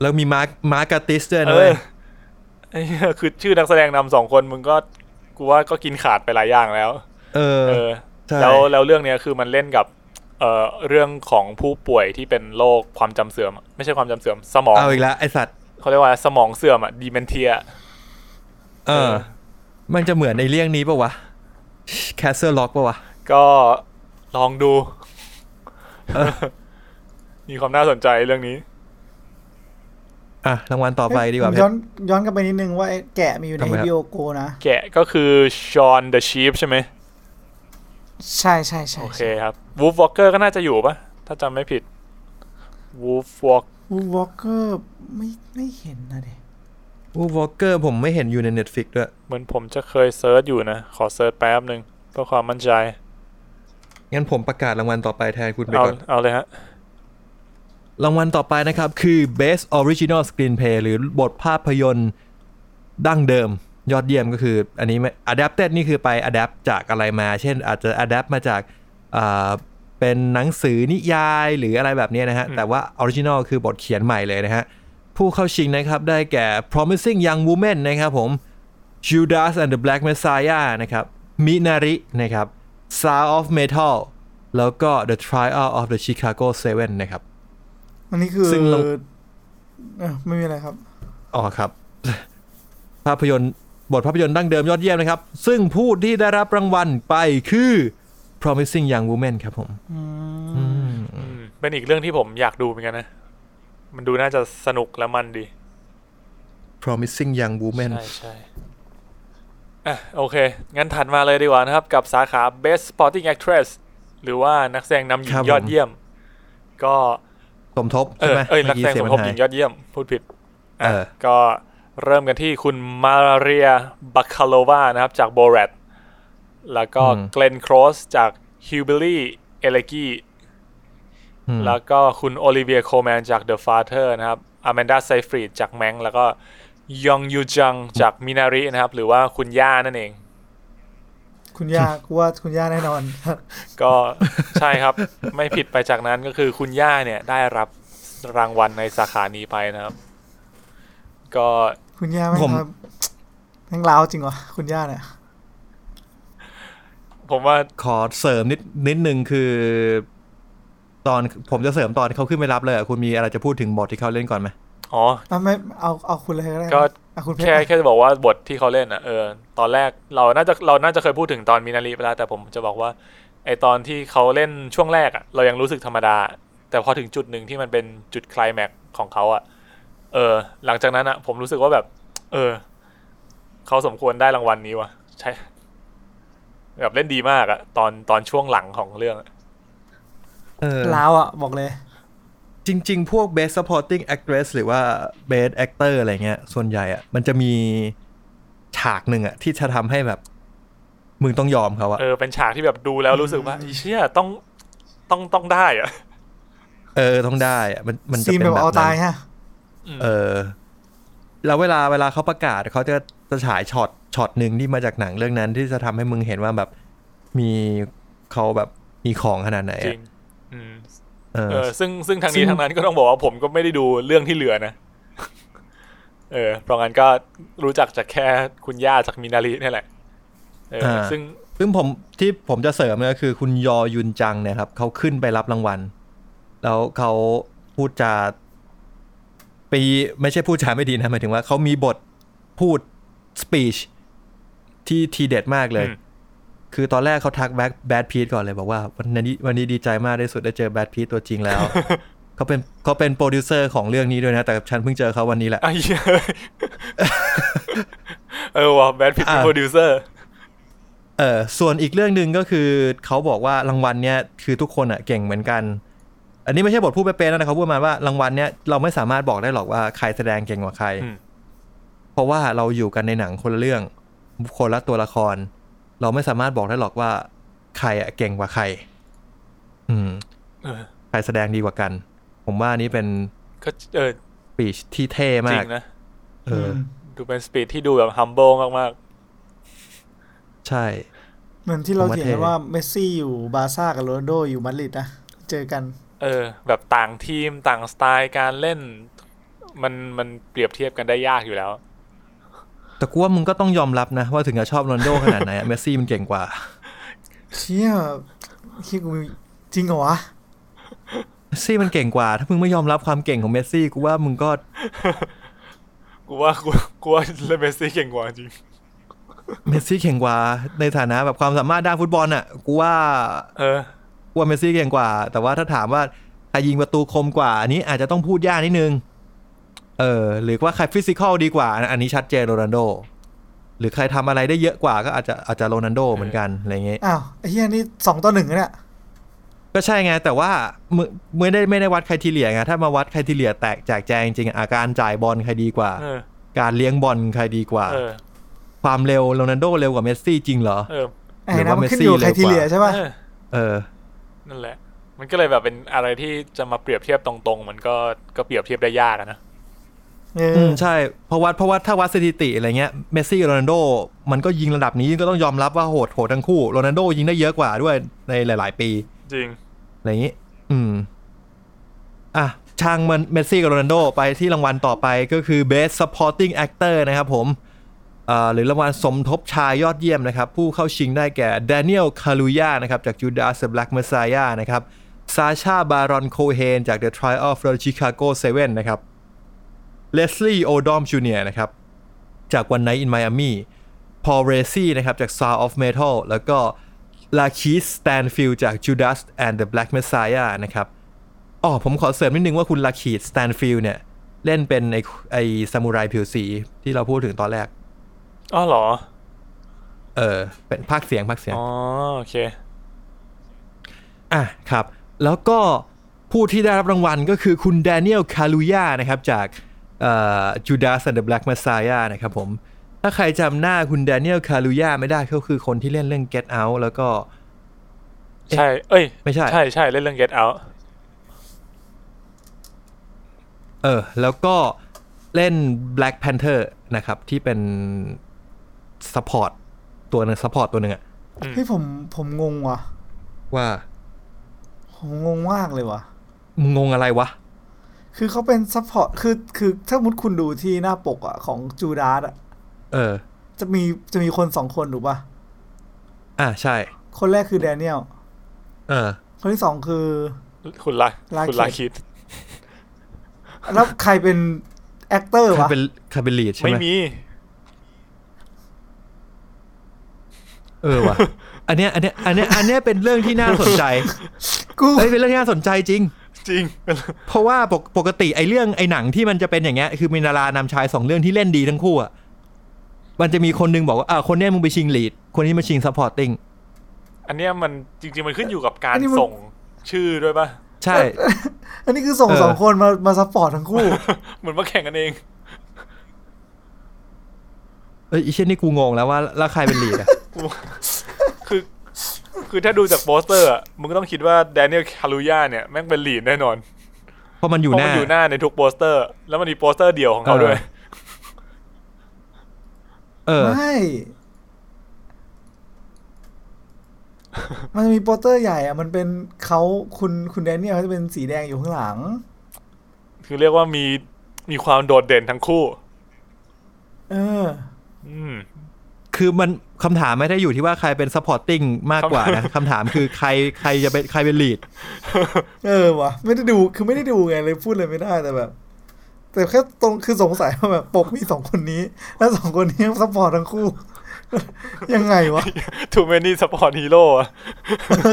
[SPEAKER 2] แล้วมีมาร์คมาร์คการ์ติสด้วย
[SPEAKER 3] เอ
[SPEAKER 2] นะเว้
[SPEAKER 3] อย ไอ้ เหี้ยคือชื่อนักแสดงนำสองคนมึงก็กูว่าก็กินขาดไปหลายอย่างแล้ว
[SPEAKER 2] เออ
[SPEAKER 3] เออ
[SPEAKER 2] ใช่
[SPEAKER 3] แล้วแล้วเรื่องเนี้ยคือมันเล่นกับเอ่อเรื่องของผู้ป่วยที่เป็นโรคความจำเสื่อม ไม่ใช่ความจำเสื่อมสมอง
[SPEAKER 2] เอาอีกแล้วไอสัตว์
[SPEAKER 3] เขาเรียกว่าอะไรสมองเสื่อมอะดีเมนเทีย
[SPEAKER 2] เออ
[SPEAKER 3] เออ
[SPEAKER 2] มันจะเหมือนในเรื่องนี้ปะวะแคสเซิลล็อกปะวะ
[SPEAKER 3] ก็ลองดู
[SPEAKER 2] เออ
[SPEAKER 3] มีความน่าสนใจเรื่องนี้
[SPEAKER 2] อ่ะรางวัลต่อไปดีกว่าเพ
[SPEAKER 1] ย้อ
[SPEAKER 2] ช
[SPEAKER 1] น
[SPEAKER 2] ร
[SPEAKER 1] ย้อนกลับไปนิดนึงว่าไอ้แกะมีอยู่ใน
[SPEAKER 2] ทำไมครับ
[SPEAKER 1] วิโอโกนะ
[SPEAKER 3] แกะก็คือชอนเดอะชีฟใช่ไหม
[SPEAKER 1] ใช่ใช่ใช่
[SPEAKER 3] โอเคครับวูฟวอลเกอร์ก็น่าจะอยู่ปะถ้าจำไม่ผิดวูฟวอล
[SPEAKER 1] วูวอลเกอร์ไม่ไม่เห็นนะเด็ก
[SPEAKER 2] วูวอลเกอร์ผมไม่เห็นอยู่ใน Netflix ด้วย
[SPEAKER 3] เหมือนผมจะเคยเซิร์ชอยู่นะ ขอเซิร์ชแป๊บหนึ่งเพื่อความมั่นใจ
[SPEAKER 2] งั้นผมประกาศรางวัลต่อไปแทนคุณไป
[SPEAKER 3] เอา
[SPEAKER 2] ก่อน
[SPEAKER 3] เอาเลยฮะ
[SPEAKER 2] รางวัลต่อไปนะครับ คือ Best Original Screenplay หรือบทภาพยนตร์ดั้งเดิม ยอดเยี่ยมก็คืออันนี้ไม่ Adapted นี่คือไป Adapt จากอะไรมา เช่นอาจจะ Adapt มาจากอ่าเป็นหนังสือนิยายหรืออะไรแบบเนี้ยนะฮะ แต่ว่า Original คือบทเขียนใหม่เลยนะฮะ ผู้เข้าชิงนะครับ ได้แก่ Promising Young Woman นะครับผม Judas and the Black Messiah นะครับ Minari นะครับ Sound of Metal แล้วก็ The Trial of the Chicago Seven นะครับ
[SPEAKER 1] อันนี้คือ
[SPEAKER 2] ซึ่งเรา
[SPEAKER 1] เออไม่มีอะไรครับ
[SPEAKER 2] อ๋อครับ ภาพยนตร์บทภาพยนตร์ดั้งเดิมยอดเยี่ยมนะครับ ซึ่งผู้ที่ได้รับรางวัลไปคือ Promising Young Woman ครับผม
[SPEAKER 3] เป็นอีกเรื่องที่ผมอยากดูเหมือนกันนะ มันดูน่าจะสนุกและมันดี
[SPEAKER 2] Promising Young Woman
[SPEAKER 3] ใช่ใช่อ่ะโอเค งั้นถัดมาเลยดีกว่านะครับ กับสาขา Best Supporting Actress หรือว่านักแสดงนำหญิ
[SPEAKER 2] ค
[SPEAKER 3] ง
[SPEAKER 2] รับผม
[SPEAKER 3] ยอดเยี่ยม ก็
[SPEAKER 2] สมทบ
[SPEAKER 3] เอ
[SPEAKER 2] ใช่
[SPEAKER 3] อ
[SPEAKER 2] ไหม
[SPEAKER 3] เอ้ยนั
[SPEAKER 2] เมื่อ
[SPEAKER 3] ก
[SPEAKER 2] กี้
[SPEAKER 3] แสดง
[SPEAKER 2] เสีย
[SPEAKER 3] ส
[SPEAKER 2] ง
[SPEAKER 3] ม
[SPEAKER 2] มั
[SPEAKER 3] ท
[SPEAKER 2] น
[SPEAKER 3] บห
[SPEAKER 2] หา
[SPEAKER 3] ญิ
[SPEAKER 2] ย
[SPEAKER 3] งยอดเยี่ยม พูดผิดอ่ะ
[SPEAKER 2] เออ
[SPEAKER 3] ก็เริ่มกันที่คุณมาเรียบัคคาโลวานะครับ จากโบแรตแล้วก็เกลนโครสจากฮิวเบลี่เอเลกี แล้วก็คุณโอลิเวียโคแมนจาก The Father นะครับอแมนดาไซฟรีดจากแมงแล้วก็ยองยูจังจากมินารินะครับ หรือว่าคุณย่านั่นเอง
[SPEAKER 1] คุณ ย่ากูว่าคุณย่าแน่นอน
[SPEAKER 3] ก็ ใช่ครับ ไม่ผิดไปจากนั้นก็คือคุณย่าเนี่ยได้รับรางวัลในสาขานี้ไปนะครับ ก็
[SPEAKER 1] คุณย่าแม่ง
[SPEAKER 2] ผม
[SPEAKER 1] ทำแม่งล้าวจริงวะคุณย่าเนี่ย
[SPEAKER 3] ผมว่า
[SPEAKER 2] ขอเสริมนิดนิดนึงคือ ตอนผมจะเสริมตอนเขาขึ้นไปรับเลยอะคุณมีอะไรจะพูดถึงบทที่เขาเล่นก่อนไหม
[SPEAKER 3] อ๋อ
[SPEAKER 1] เอาไม่เอาเอาคุณเลยก็ได้
[SPEAKER 3] ก็
[SPEAKER 1] เอาคุณเพช
[SPEAKER 3] แค่
[SPEAKER 1] ร
[SPEAKER 3] แค่จะบอกว่าบทที่เขาเล่นอ่ะเออตอนแรกเราน่าจะเราน่าจะเคยพูดถึงตอนมินารีไปแล้วแต่ผมจะบอกว่าไอตอนที่เขาเล่นช่วงแรกอ่ะเรายังรู้สึกธรรมดา แต่พอถึงจุดหนึ่งที่มันเป็นจุดไคลายแม็กซ์ของเขาอ่ะเออ หลังจากนั้นอ่ะ ผมรู้สึกว่าแบบ เออเขาสมควรได้รางวัลนี้ว่ะใช่แบบเล่นดีมากอ่ะตอนตอนช่วงหลังของเรื่องอะ
[SPEAKER 1] ล้าวอ่ะบอกเลย
[SPEAKER 2] จริง ๆ พวก best supporting actress หรือว่า best actor อะไรเงี้ย ส่วนใหญ่อะมันจะมีฉากหนึ่งอะที่จะทำให้แบบ มึงต้องยอมเขาอะ
[SPEAKER 3] เออเป็นฉากที่แบบดูแล้วรู้สึกว่าไอ้เชี่ยต้องต้องต้องได้อ่ะ
[SPEAKER 2] เออต้องได้อะมันมันจะ
[SPEAKER 1] ซีน
[SPEAKER 2] เป็น
[SPEAKER 1] แบ
[SPEAKER 2] แบบ
[SPEAKER 1] บเอาตาย
[SPEAKER 2] นั้น
[SPEAKER 1] ฮะ
[SPEAKER 2] เออแล้วเวลาเวลาเขาประกาศเขาจะจะฉายช็อตช็อตหนึ่งที่มาจากหนังเรื่องนั้น ที่จะทำให้มึงเห็นว่าแบบมีเขาแบบมีของขนาดไหน
[SPEAKER 3] จริ
[SPEAKER 2] อะ
[SPEAKER 3] ง อืม
[SPEAKER 2] เออ
[SPEAKER 3] เออซึ่งซึ่งทางนี้
[SPEAKER 1] ซึ่ง
[SPEAKER 3] ทางนั้นก็ต้องบอกว่าผมก็ไม่ได้ดูเรื่องที่เหลือนะ เออเพราะงั้นก็รู้จักจากแค่คุณย่าจากมินารินี่แหละเออ
[SPEAKER 2] อ่า
[SPEAKER 3] ซึ่ง
[SPEAKER 2] ซึ่งผมที่ผมจะเสริมเนี่ยคือคุณยอยุนจังเนี่ยครับเขาขึ้นไปรับรางวัล แล้วเขาพูดจาไปไม่ใช่พูดจาไม่ดีนะหมายถึงว่าเขามีบทพูดสปีชที่ทีเด็ดมากเลย คือตอนแรกเขาทักแบ็คแบดพีทก่อนเลยบอกว่าวันนี้วันนี้ดีใจมากที่สุดได้เจอแบดพีทตัวจริงแล้ว เขาเป็นเขาเป็นโปรดิวเซอร์ของเรื่องนี้ด้วยนะ แต่ฉันเพิ่งเจอเขาวันนี้แหละ
[SPEAKER 3] ไอ้เหี้ย เออว่าแบทพิท
[SPEAKER 2] อ่า
[SPEAKER 3] โปรดิวเซอร์
[SPEAKER 2] เออส่วนอีกเรื่องหนึ่งก็คือเขาบอกว่ารางวัลเนี่ยคือทุกคนอ่ะเก่งเหมือนกัน อันนี้ไม่ใช่บทพูดเป๊ะๆนะแต่เขาพูดมาว่ารางวัลเนี่ยเราไม่สามารถบอกได้หรอกว่าใครแสดงเก่งกว่าใคร
[SPEAKER 3] อืม
[SPEAKER 2] เพราะว่าเราอยู่กันในหนังคนละเรื่อง คนละตัวละคร เราไม่สามารถบอกได้หรอกว่าใครอ่ะเก่งกว่าใคร อืม
[SPEAKER 3] เออ
[SPEAKER 2] ใครแสดงดีกว่ากัน ผมว่าอันนี้เป็น
[SPEAKER 3] ก็เออ
[SPEAKER 2] ปีชที่เท่
[SPEAKER 3] จริ
[SPEAKER 2] มาก
[SPEAKER 3] งนะ
[SPEAKER 2] เอออ
[SPEAKER 3] ดูเป็นสปีดที่ดูแบบฮัม b บ e มาก
[SPEAKER 2] ใช่
[SPEAKER 1] เหมือนที่เรา
[SPEAKER 2] ผมว่า
[SPEAKER 1] เถียงกัน
[SPEAKER 2] เท่
[SPEAKER 1] ว่าเมสซี่อยู่บาร์ซ่ากับโรนัลโดอยู่มาดริดนะ เจอกัน
[SPEAKER 3] ๆเออ แบบต่างทีมต่างสไตล์การเล่น มันมันเปรียบเทียบกันได้ยากอยู่แล้ว
[SPEAKER 2] แต่กูว่ามึงก็ต้องยอมรับนะ ว่าถึงจะชอบโรนัลโดขนาดไหนอะ เมสซี่มันเก่งกว่า
[SPEAKER 1] เชี่ยคิดกูจริงเหรอวะ
[SPEAKER 2] เมสซี่มันเก่งกว่า ถ้ามึงไม่ยอมรับความเก่งของเมสซี่กูว่ามึงก็
[SPEAKER 3] กูว่ากูกูว่า เลเมสซี่เก่งกว่าจริง
[SPEAKER 2] เมสซี่เก่งกว่า ในฐานะแบบความสามารถด้านฟุตบอลอ่ะกูว่า
[SPEAKER 3] เออ
[SPEAKER 2] กูว่าเมสซี่เก่งกว่า แต่ว่าถ้าถามว่าใครยิงประตูคมกว่า อันนี้อาจจะต้องพูดยากนิดนึง เออ หรือว่าใครฟิสิกอลดีกว่า อันนี้ชัดเจนโรนัลโด หรือใครทำอะไรได้เยอะกว่าก็อาจจะอาจจะโรนัลโดเหมือนกันอะไรเงี้ย
[SPEAKER 1] อ้าวไอ้เฮียนี่สองต่อหนึ่งนะเนี่ย
[SPEAKER 2] ก็ใช่ไง แต่ว่ามึงไม่ได้ไม่ได้วัดใครทีเหลียไงถ้ามาวัดใครทีเหลียแตกแจกแจงจริงๆอาการจ่ายบอลใครดีกว่า
[SPEAKER 3] เออ
[SPEAKER 2] การเลี้ยงบอลใครดีกว่า
[SPEAKER 3] เออ
[SPEAKER 2] ความเร็วโรนัลโดเร็วกว่าเมสซี่จริงเหรอ
[SPEAKER 3] เออ
[SPEAKER 1] ไอ้
[SPEAKER 2] หรือ
[SPEAKER 1] นะ
[SPEAKER 2] ว่า
[SPEAKER 1] มั
[SPEAKER 2] เม
[SPEAKER 1] น
[SPEAKER 2] ส
[SPEAKER 1] ขึ้น
[SPEAKER 2] ซี่
[SPEAKER 1] อยู่กับใคร
[SPEAKER 2] เร็วกว่า
[SPEAKER 1] ทีเหลือใช่ป่ะ
[SPEAKER 3] เออ
[SPEAKER 2] เออ
[SPEAKER 3] นั่นแหละ มันก็เลยแบบเป็นอะไรที่จะมาเปรียบเทียบตรงๆ มันก็ก็เปรียบเทียบได้ยากอะนะ
[SPEAKER 1] เออ
[SPEAKER 2] อืมใช่เพราะวัดเพราะว่าถ้าวัดสถิติอะไรเงี้ยเมสซี่กับโรนัลโดมันก็ยิงระดับนี้ก็ต้องยอมรับว่าโหดโหดทั้งคู่โรนัลโดยิงได้เยอะกว่าด้วยในหลาย ๆ ปี
[SPEAKER 3] จริง
[SPEAKER 2] อะไรอย่างนี้ อืม อ่ะ ช่างมันเมสซี่กับโรนัลโดไปที่รางวัลต่อไปก็คือ Best Supporting Actor นะครับผมเอ่อหรือรางวัลสมทบชายยอดเยี่ยมนะครับ ผู้เข้าชิงได้แก่ Daniel Kaluuya นะครับ จาก Judas the Black Messiah นะครับ Sacha Baron Cohen จาก The Trial of the Chicago 7 นะครับ Leslie Odom Jr. นะครับ จาก One Night in Miami Paul Racy นะครับ จาก Sound of Metal แล้วก็ ลาคีสแตนฟิลจาก Judas and the Black Messiah นะครับ อ๋อ ผมขอเสริมนิดนึงว่าคุณลาคีสแตนฟิลเนี่ย เล่นเป็นไอไอซามูไรผิวสีที่เราพูดถึงตอนแรก
[SPEAKER 3] อ๋อเหรอ
[SPEAKER 2] เออ เป็นภาคเสียงภาคเสียง
[SPEAKER 3] อ๋อ โอเค
[SPEAKER 2] อ่ะครับ แล้วก็ผู้ที่ได้รับรางวัลก็คือคุณแดเนียลคาลูยานะครับ จากจูดาสันเดอะแบล็กมาซายานะครับผม ถ้าใครจำหน้าคุณแดเนียลคาลูยาไม่ได้ก็คือคนที่เล่นเรื่อง Get Out แล้วก็
[SPEAKER 3] ใช่ เอ้ย
[SPEAKER 2] ไม่ใช่
[SPEAKER 3] ใช่ใช่เล่นเรื่อง get out
[SPEAKER 2] เออแล้วก็เล่น Black Panther นะครับ ที่เป็นสปอร์ตตัวหนึ่งสปอร์ตตัวหนึ่งอะ
[SPEAKER 1] เฮ้ยผมผมงงว่ะ
[SPEAKER 2] ว่า
[SPEAKER 1] ผมงงมากเลยว่ะ
[SPEAKER 2] มึงงงอะไรวะ
[SPEAKER 1] คือเขาเป็นซัพพอร์ต คือคือถ้ามุดคุณดูที่หน้าปกอ่ะ ของจูดาสอ่ะ
[SPEAKER 2] เออ
[SPEAKER 1] จะมีจะมีคนสองคนถูกป่ะ
[SPEAKER 2] อ่ะ ใช่
[SPEAKER 1] คนแรกคือแดเนียล
[SPEAKER 2] เออ
[SPEAKER 1] คนที่สองคือ
[SPEAKER 3] คุณลา
[SPEAKER 1] ลาคิด
[SPEAKER 3] คุณลาคิด
[SPEAKER 1] แล้วใครเป็นแอคเตอร์
[SPEAKER 2] ใคร
[SPEAKER 1] วะ
[SPEAKER 2] เป็นใครเป็นลีดใช่
[SPEAKER 3] ไม่
[SPEAKER 2] ไหม
[SPEAKER 3] มี
[SPEAKER 2] เออว่ะ อันเนี้ยอันเนี้ยอันเนี้ยอันเนี้ยเป็นเรื่องที่น่าสนใจ
[SPEAKER 1] กู
[SPEAKER 2] เอ้ยเป็นเรื่องที่น่าสนใจจริง
[SPEAKER 3] จริง
[SPEAKER 2] เพราะว่าปกปกติไอ้เรื่องไอ้หนังที่มันจะเป็นอย่างเงี้ยคือมีดารานำชายสองเรื่องที่เล่นดีทั้งคู่อะมันจะมีคนนึงบอกว่าอ่าคนเนี้ยมึงไปชิงลีดคนนี้มาชิงซัพพอร์ติ้ง
[SPEAKER 3] อันเนี้ยมันจริง ๆ มันขึ้นอยู่กับกา
[SPEAKER 1] อั
[SPEAKER 3] ร
[SPEAKER 1] นนี้มัน
[SPEAKER 3] ส่งชื่อด้วยป่ะ
[SPEAKER 2] ใช่
[SPEAKER 1] อันนี้คือส่ง
[SPEAKER 2] เออ
[SPEAKER 1] สองคนมามาซัพพอร์ตทั้งคู่
[SPEAKER 3] เหมือนมาแข่งกันเอง
[SPEAKER 2] เอ้ยอีเช่นนี่กูงงแล้วว่าแล้วใครเป็นลีดอะ
[SPEAKER 3] คือ คือถ้าดูจากโปสเตอร์อะมึงก็ต้องคิดว่าแดเนียลคารูยาเนี่ย แม่งเป็นลีดแน่นอน
[SPEAKER 2] เพราะมันอ
[SPEAKER 3] เพ
[SPEAKER 2] ยู่
[SPEAKER 3] ราะ
[SPEAKER 2] หน้า
[SPEAKER 3] มันอยู่หน้าในทุกโปสเตอร์ แล้วมันมีโปสเตอร์เดียวของเขา
[SPEAKER 2] เออ
[SPEAKER 3] ด้วย
[SPEAKER 2] เออ
[SPEAKER 1] ไม่ มันจะมีโปสเตอร์ใหญ่อะมันเป็นเขาคุณคุณแดเนียลเขาจะเป็นสีแดงอยู่ข้างหลัง
[SPEAKER 3] คือเรียกว่ามีมีความโดดเด่นทั้งคู่
[SPEAKER 1] เออ
[SPEAKER 3] อืม
[SPEAKER 2] คือมันคำถามไม่ได้อยู่ที่ว่าใครเป็น supporting มากกว่านะ คำถามคือใครใครจะเป็นใครเป็น lead
[SPEAKER 1] เออวะไม่ได้ดูคือไม่ได้ดูไงเลยพูดเลยไม่ได้แต่แบบ แต่แค่ตรงคือสงสัยว่าแบบปกมีสองคนนี้ แล้วสองคนนี้ซัพพอร์ตทั้งคู่ ยังไงวะ
[SPEAKER 3] too many support hero อะ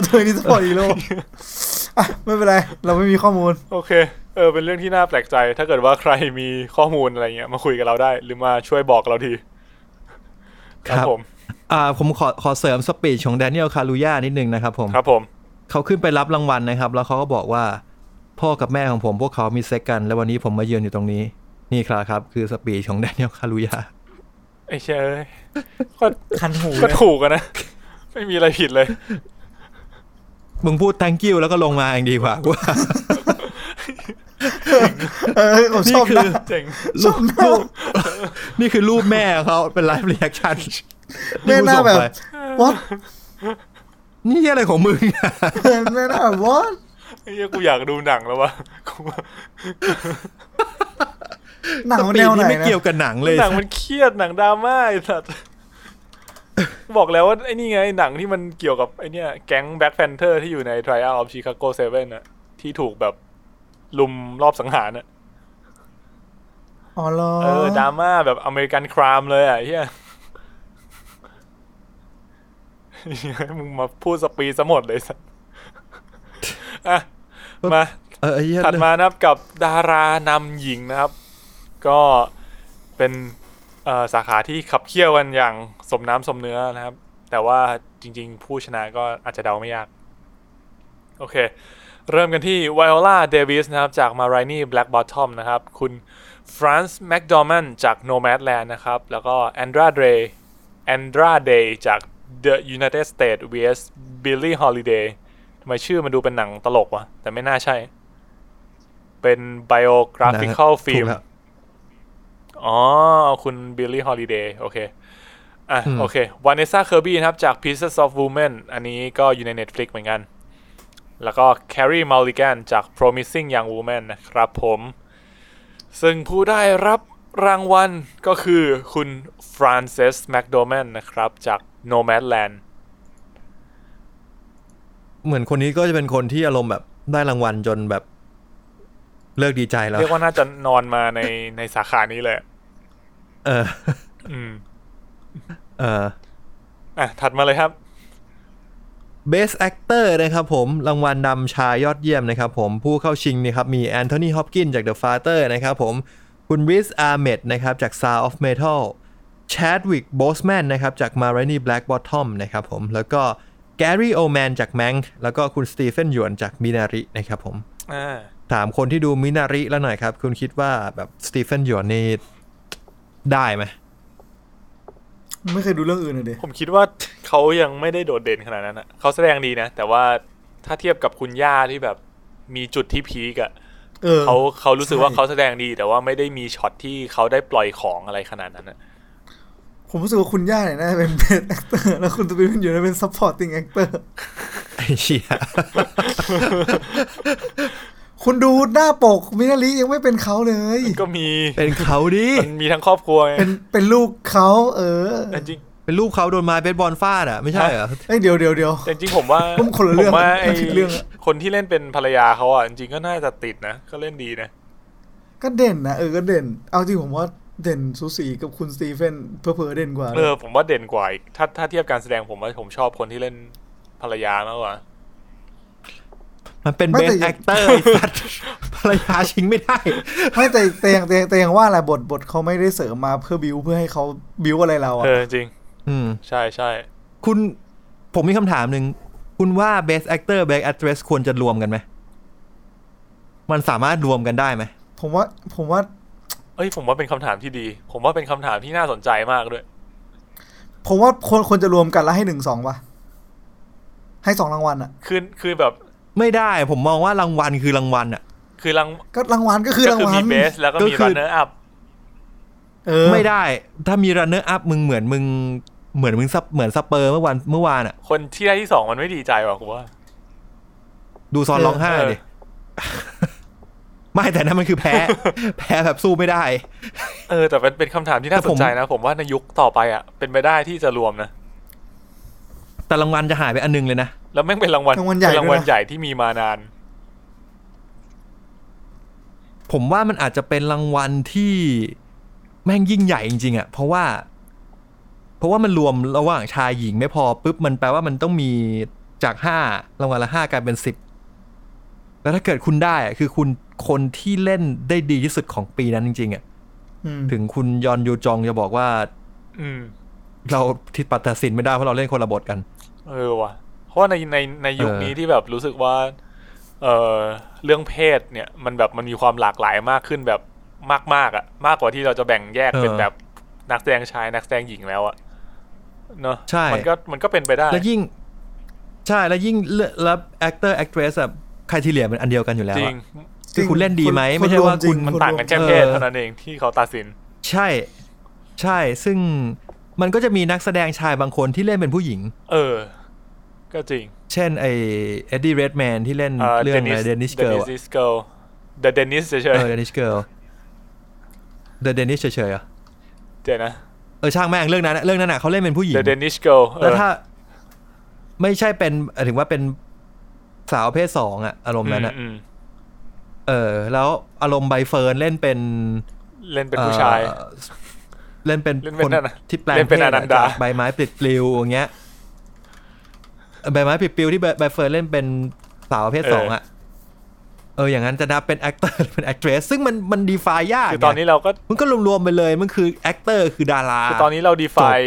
[SPEAKER 1] เธอนี่ซัพพอร์ตอีโร่อ่ะไม่เป็นไร เราไม่มีข้อมูล
[SPEAKER 3] โอเค เออ เป็นเรื่องที่น่าแปลกใจ ถ้าเกิดว่าใครมีข้อมูลอะไรเงี้ย มาคุยกับเราได้ หรือมาช่วยบอกเราที
[SPEAKER 2] ครับ
[SPEAKER 3] ผม
[SPEAKER 2] อ่าผมขอขอเสริมสปีชของแดเนียลคารูยานิดนึงนะครับผม
[SPEAKER 3] ครับผม
[SPEAKER 2] เขาขึ้นไปรับรางวัลนะครับ แล้วเขาก็บอกว่า พ่อกับแม่ของผมพวกเขามีเซ็กกัน แล้ววันนี้ผมมาเยือนอยู่ตรงนี้ นี่ครับครับ คือสปีชของแดเนียลคารูยา
[SPEAKER 3] ไอ้เชยเอ้ยก็
[SPEAKER 1] คันหู
[SPEAKER 3] ก็ถูกอะนะ ไม่มีอะไรผิดเลย
[SPEAKER 2] มึงพูด thank you แล้วก็ลงมาเอย่างดีกว่า ว่า
[SPEAKER 1] เออผมชอบนะ
[SPEAKER 3] เจ๋ง
[SPEAKER 1] ชอบนะ
[SPEAKER 2] นี่คือรูปแม่เขาเป็น live reaction
[SPEAKER 1] แม่หน้าแบบ what
[SPEAKER 2] นี่อะไรของมึง
[SPEAKER 1] แม่หน้าแบบ what
[SPEAKER 3] ไอ้เหี้ยกูอยากดูหนังแล้ววะกู
[SPEAKER 1] หนัง
[SPEAKER 2] ส
[SPEAKER 1] มัน
[SPEAKER 2] ปี
[SPEAKER 1] แน
[SPEAKER 2] ด
[SPEAKER 1] วไหน
[SPEAKER 2] นี่ไม่
[SPEAKER 1] นะ
[SPEAKER 2] เกี่ยวกับหนังเลย
[SPEAKER 3] หนังมันเครียดหนังดราม่าไอ้สัตว์ บอกแล้วว่าไอ้นี่ไงหนังที่มันเกี่ยวกับไอ้เนี่ยแก๊งแบ็ c แพนเทอร์ที่อยู่ใน Trial of Chicago 7น่ะที่ถูกแบบลุมรอบสังหารน่ะ
[SPEAKER 1] อ๋อเหรอ
[SPEAKER 3] เออดราม่าแบบอเมริกันครามเลยอ่ะไอ้เฮีย เหี้ยมึงมาพูดสปีดซะหมดเลยสัตว์ อ่ะมา
[SPEAKER 2] เออไอ้เหี้ย
[SPEAKER 3] ถัดมานะครับกับดารานำหญิงนะครับ ก็เป็นเอ่อสาขาที่ขับเคี่ยวกันอย่างสมน้ำสมเนื้อนะครับ แต่ว่าจริงๆ ผู้ชนะก็อาจจะเดาไม่ยาก โอเค เริ่มกันที่ไวโอลาเดวิสนะครับ จากมารานี่แบล็กบอททอมนะครับ คุณฟรานซ์แม d ดอร์แมนจาก Nomadland นะครับ แล้วก็แอนดราเดย์แอนดราเดย์จาก The United States vs Billy Holiday ทำไมชื่อมันดูเป็นหนังตลกวะ แต่ไม่น่าใช่ เป็น biographical
[SPEAKER 2] ถู
[SPEAKER 3] film
[SPEAKER 2] กแล้ว
[SPEAKER 3] อ๋อ คุณบิลลี่ฮอลิเดย์โอเค อ่ะ โอเควานเนซ่าเคอร์บี้นะครับ จาก Pieces of Woman อันนี้ก็อยู่ใน Netflix เหมือนกัน แล้วก็ Carrie Mulligan จาก Promising Young Woman นะครับผม ซึ่งผู้ได้รับรางวัลก็คือคุณ Frances McDormand นะครับ จาก Nomadland
[SPEAKER 2] เหมือนคนนี้ก็จะเป็นคนที่อารมณ์แบบได้รางวัลจนแบบ เลิกดีใจแล้ว
[SPEAKER 3] เรียกว่าน่าจะนอนมาในในสาขานี้เลย
[SPEAKER 2] เออ
[SPEAKER 3] อืม
[SPEAKER 2] เออ
[SPEAKER 3] อ่ะ ถัดมาเลยครับ
[SPEAKER 2] Best Actor นะครับผม รางวัลนำชายยอดเยี่ยมนะครับผม ผู้เข้าชิงเนะครับ มีแอนโทนีฮอปกินจาก The Father นะครับผม คุณริสอาร์เมดนะครับ จาก Sound of Metal แชดวิกโบสแมนนะครับ จาก m a r a n i Black Bottom นะครับผม แล้วก็แกรี่โอแมนจาก Mank แล้วก็คุณสตีเฟนหยวนจากมินารินะครับผม
[SPEAKER 3] อ่า
[SPEAKER 2] ถามคนที่ดูมินาริแล้วหน่อยครับ คุณคิดว่าแบบสตีเฟนหยวนนี่ได้ไหม
[SPEAKER 1] ไม่เคยดูเรื่องอื่นเลยดิ
[SPEAKER 3] ผมคิดว่า เขายังไม่ได้โดดเด่นขนาดนั้นอะเขาแสดงดีนะ แต่ว่าถ้าเทียบกับคุณย่าที่แบบมีจุดที่พีกอะ
[SPEAKER 1] เออ
[SPEAKER 3] เขาเขารู้สึกว่า
[SPEAKER 1] ใช่
[SPEAKER 3] เขาแสดงดี แต่ว่าไม่ได้มีช็อตที่เขาได้ปล่อยของอะไรขนาดนั้นอะ
[SPEAKER 1] ผมรู้สึกว่าคุณย่าเนี่ยน่าจะเป็น best actor แล้วคุณตะบินอยู่ในเป็น supporting actor
[SPEAKER 2] ไอ้เชี่ย
[SPEAKER 1] คุณดูหน้าปกมินาริยังไม่เป็นเขาเลย
[SPEAKER 3] ก็มี
[SPEAKER 2] เป็นเขาดิ
[SPEAKER 3] มันมีทั้งครอบครัวไง
[SPEAKER 1] เป็นเป็นลูกเขาเออ
[SPEAKER 3] แต่จริง
[SPEAKER 2] เป็นรูปเขาโดนไม้เบสบอลฟาดอ่ะไม่ใช่เหรอ
[SPEAKER 1] เอ้ยเดี๋ยวเดี๋ยวเดี๋ยว
[SPEAKER 3] แต่จริงผมว่า
[SPEAKER 1] ผมคนละ
[SPEAKER 3] ผ
[SPEAKER 1] เรื่อง
[SPEAKER 3] มว่า
[SPEAKER 1] ผม
[SPEAKER 3] ไอ้
[SPEAKER 1] ผิดเรื่องอะ
[SPEAKER 3] คนที่เล่นเป็นภรรยาเขาอะจริงๆก็น่าจะติดนะก็เล่นดีนะ
[SPEAKER 1] ก็เด่นนะเออก็เด่น เอาจริงผมว่าเด่นสูสีกับคุณสตีเฟนเพอเพอๆเด่นกว่านะ
[SPEAKER 3] เออผมว่าเด่นกว่าอีกถ้าถ้าเทียบการแสดงผมว่าผมชอบคนที่เล่นภรรยามากกว่า
[SPEAKER 2] มันเป็นเบสแอคเตอร์สัตว์ภรรยาชิงไม่ได้
[SPEAKER 1] ไม่แต่แต่อย่างแต่แต่อย่างว่าแหละบทบทเขาไม่ได้เสริมมาเพื่อบิวเพื่อให้เขาบิวอะไรเราอะ
[SPEAKER 3] เออจริง
[SPEAKER 2] อืม
[SPEAKER 3] ใช่ใช่
[SPEAKER 2] คุณผมมีคำถามหนึ่ง คุณว่า Best Actor Best Actress ควรจะรวมกันไหม มันสามารถรวมกันได้ไหม
[SPEAKER 1] ผมว่าผมว่า
[SPEAKER 3] เอ้ยผมว่าเป็นคำถามที่ดี ผมว่าเป็นคำถามที่น่าสนใจมากด้วย
[SPEAKER 1] ผมว่าคนคนจะรวมกันแล้วให้หนึ่งสองปะให้สองรางวัลอะ
[SPEAKER 3] คือคือแบบ
[SPEAKER 2] ไม่ได้ผมมองว่ารางวัลคือรางวัลอะ
[SPEAKER 3] คือรัง
[SPEAKER 1] ก็รางวัลก็คือ
[SPEAKER 3] ก็
[SPEAKER 1] ราง
[SPEAKER 3] คือ
[SPEAKER 1] วั
[SPEAKER 3] มี
[SPEAKER 1] ล
[SPEAKER 3] เบสแล้วก็มี
[SPEAKER 2] ก็คือ
[SPEAKER 3] รันเนอร์อัพ
[SPEAKER 1] เออ
[SPEAKER 2] ไม่ได้ ถ้ามี runner up มึงเหมือนมึงเหมือนมึงซับเหมือนสเปอร์เมื่อวันเมื่อวานอะ
[SPEAKER 3] คนที่ได้ที่สองมันไม่ดีใจว่ะกูว่า
[SPEAKER 2] ดูซอนร้องไห้ดิ ไม่แต่นั้นมันคือแพ้ แพ้แบบสู้ไม่ได้
[SPEAKER 3] เออแต่เป็นเป็นคำถามที่น่า
[SPEAKER 2] แต่
[SPEAKER 3] ส
[SPEAKER 2] ผม
[SPEAKER 3] นใจนะ ผมว่าในยุคต่อไปอ่ะ เป็นไปได้ที่จะรวมนะ
[SPEAKER 2] แต่รางวัลจะหายไปอันหนึงเลยนะ
[SPEAKER 3] แล้วแม่งเป็นรางวัล
[SPEAKER 1] รางวัลใหญ่
[SPEAKER 3] เป็นรางวั
[SPEAKER 1] ด้ว
[SPEAKER 3] ล
[SPEAKER 1] ยนะ
[SPEAKER 3] ใหญ่ที่มีมานาน
[SPEAKER 2] ผมว่ามันอาจจะเป็นรางวัลที่แม่งยิ่งใหญ่จริงๆอะ่ะ เพราะว่า เพราะว่ามันรวมระหว่างชายหญิงไม่พอปุ๊บมันแปลว่ามันต้องมีจากห้ารางวัลละห้ากลายเป็นสิบแล้วถ้าเกิดคุณได้อะคือคุณคนที่เล่นได้ดีที่สุดของปีนั้นจริงๆอะ่ะ
[SPEAKER 1] อืม
[SPEAKER 2] ถึงคุณยอนยูจองจะบอกว่า
[SPEAKER 3] อืม
[SPEAKER 2] เราทิดปัตตสินไม่ได้เพราะเราเล่นคนละบทกัน
[SPEAKER 3] เออว่ะ เพราะว่าในในในยุค
[SPEAKER 2] เออ
[SPEAKER 3] นี้ที่แบบรู้สึกว่า เออเรื่องเพศเนี่ย มันแบบมันมีความหลากหลายมากขึ้นแบบมากๆอ่ะ มากกว่าที่เราจะแบ่งแยกเป็นแบบนักแสดงชายนักแสดงหญิงแล้วอ่ะเนอะ
[SPEAKER 2] ใช่
[SPEAKER 3] มันก็มันก็เป็นไปได้
[SPEAKER 2] แล้วยิ่ง ใช่แล้วยิ่งเลือกแล้ว actor actress อะใครที่เหลือเป็นอันเดียวกันอยู่แล้ว
[SPEAKER 3] จ
[SPEAKER 2] อะ
[SPEAKER 3] ริง
[SPEAKER 2] คือคุณเล่นดีไหม
[SPEAKER 1] คน
[SPEAKER 2] ไม่ใช่ว่า
[SPEAKER 1] จริ
[SPEAKER 2] คุณ
[SPEAKER 3] มัน
[SPEAKER 1] ค
[SPEAKER 3] ต่างกัน
[SPEAKER 1] รวจ
[SPEAKER 3] แค่
[SPEAKER 1] ริ
[SPEAKER 3] เพศ
[SPEAKER 2] เออ
[SPEAKER 3] เท่านั้นเองที่เขาตัดสิน
[SPEAKER 2] ใช่ใช่ซึ่งมันก็จะมีนักแสดงชายบางคนที่เล่นเป็นผู้หญิง
[SPEAKER 3] เออ ก็จริง
[SPEAKER 2] เช่นไอเอ็ดดี้เรดแมนที่เล่นเรื่องอะไรเดนิสเกิล
[SPEAKER 3] เดนิสเกิลเดนิสเฉ
[SPEAKER 2] เอย อเดนิสเกิล เดอะเดนิชเฉยๆอ่ะ
[SPEAKER 3] เจ๋นะ
[SPEAKER 2] เออช่างแม่งเรื่องนั้นอะเรื่องนั้นอ่ะเขาเล่นเป็นผู้หญิง
[SPEAKER 3] เดอะเดนิชเกิล
[SPEAKER 2] แล้วถ้า ไม่ใช่เป็นหมายถึงว่าเป็นสาวเพศสองอ่ะอารมณ์นั้นอ่ะเออ แล้วอารมณ์ใบเฟิร์นเล่นเป็น
[SPEAKER 3] เล่นเป็นผู้ชาย
[SPEAKER 2] เอ่อเล่นเป็น
[SPEAKER 3] เล่นเป็น
[SPEAKER 2] คน
[SPEAKER 3] นั่นน่ะ
[SPEAKER 2] ที่แปลง
[SPEAKER 3] เล่นเป็น
[SPEAKER 2] พศะ
[SPEAKER 3] อนันดา
[SPEAKER 2] จกใบไม้ปลิดปลิวอย่างเงี้ยเออใบไม้ปลิดปลิวที่ใบใบเฟิร์นเล่นเป็นสาวประเพศสองอะเอออย่างนั้นจะนับเป็นแอคเตอร์ เป็นแอคเทรสซึ่งมันมันดีฟายยาก
[SPEAKER 3] คือตอนนี้เราก็
[SPEAKER 2] มันก็รวมๆไปเลย มันคือแอคเตอร์คือดารา
[SPEAKER 3] คือตอนนี้เรา define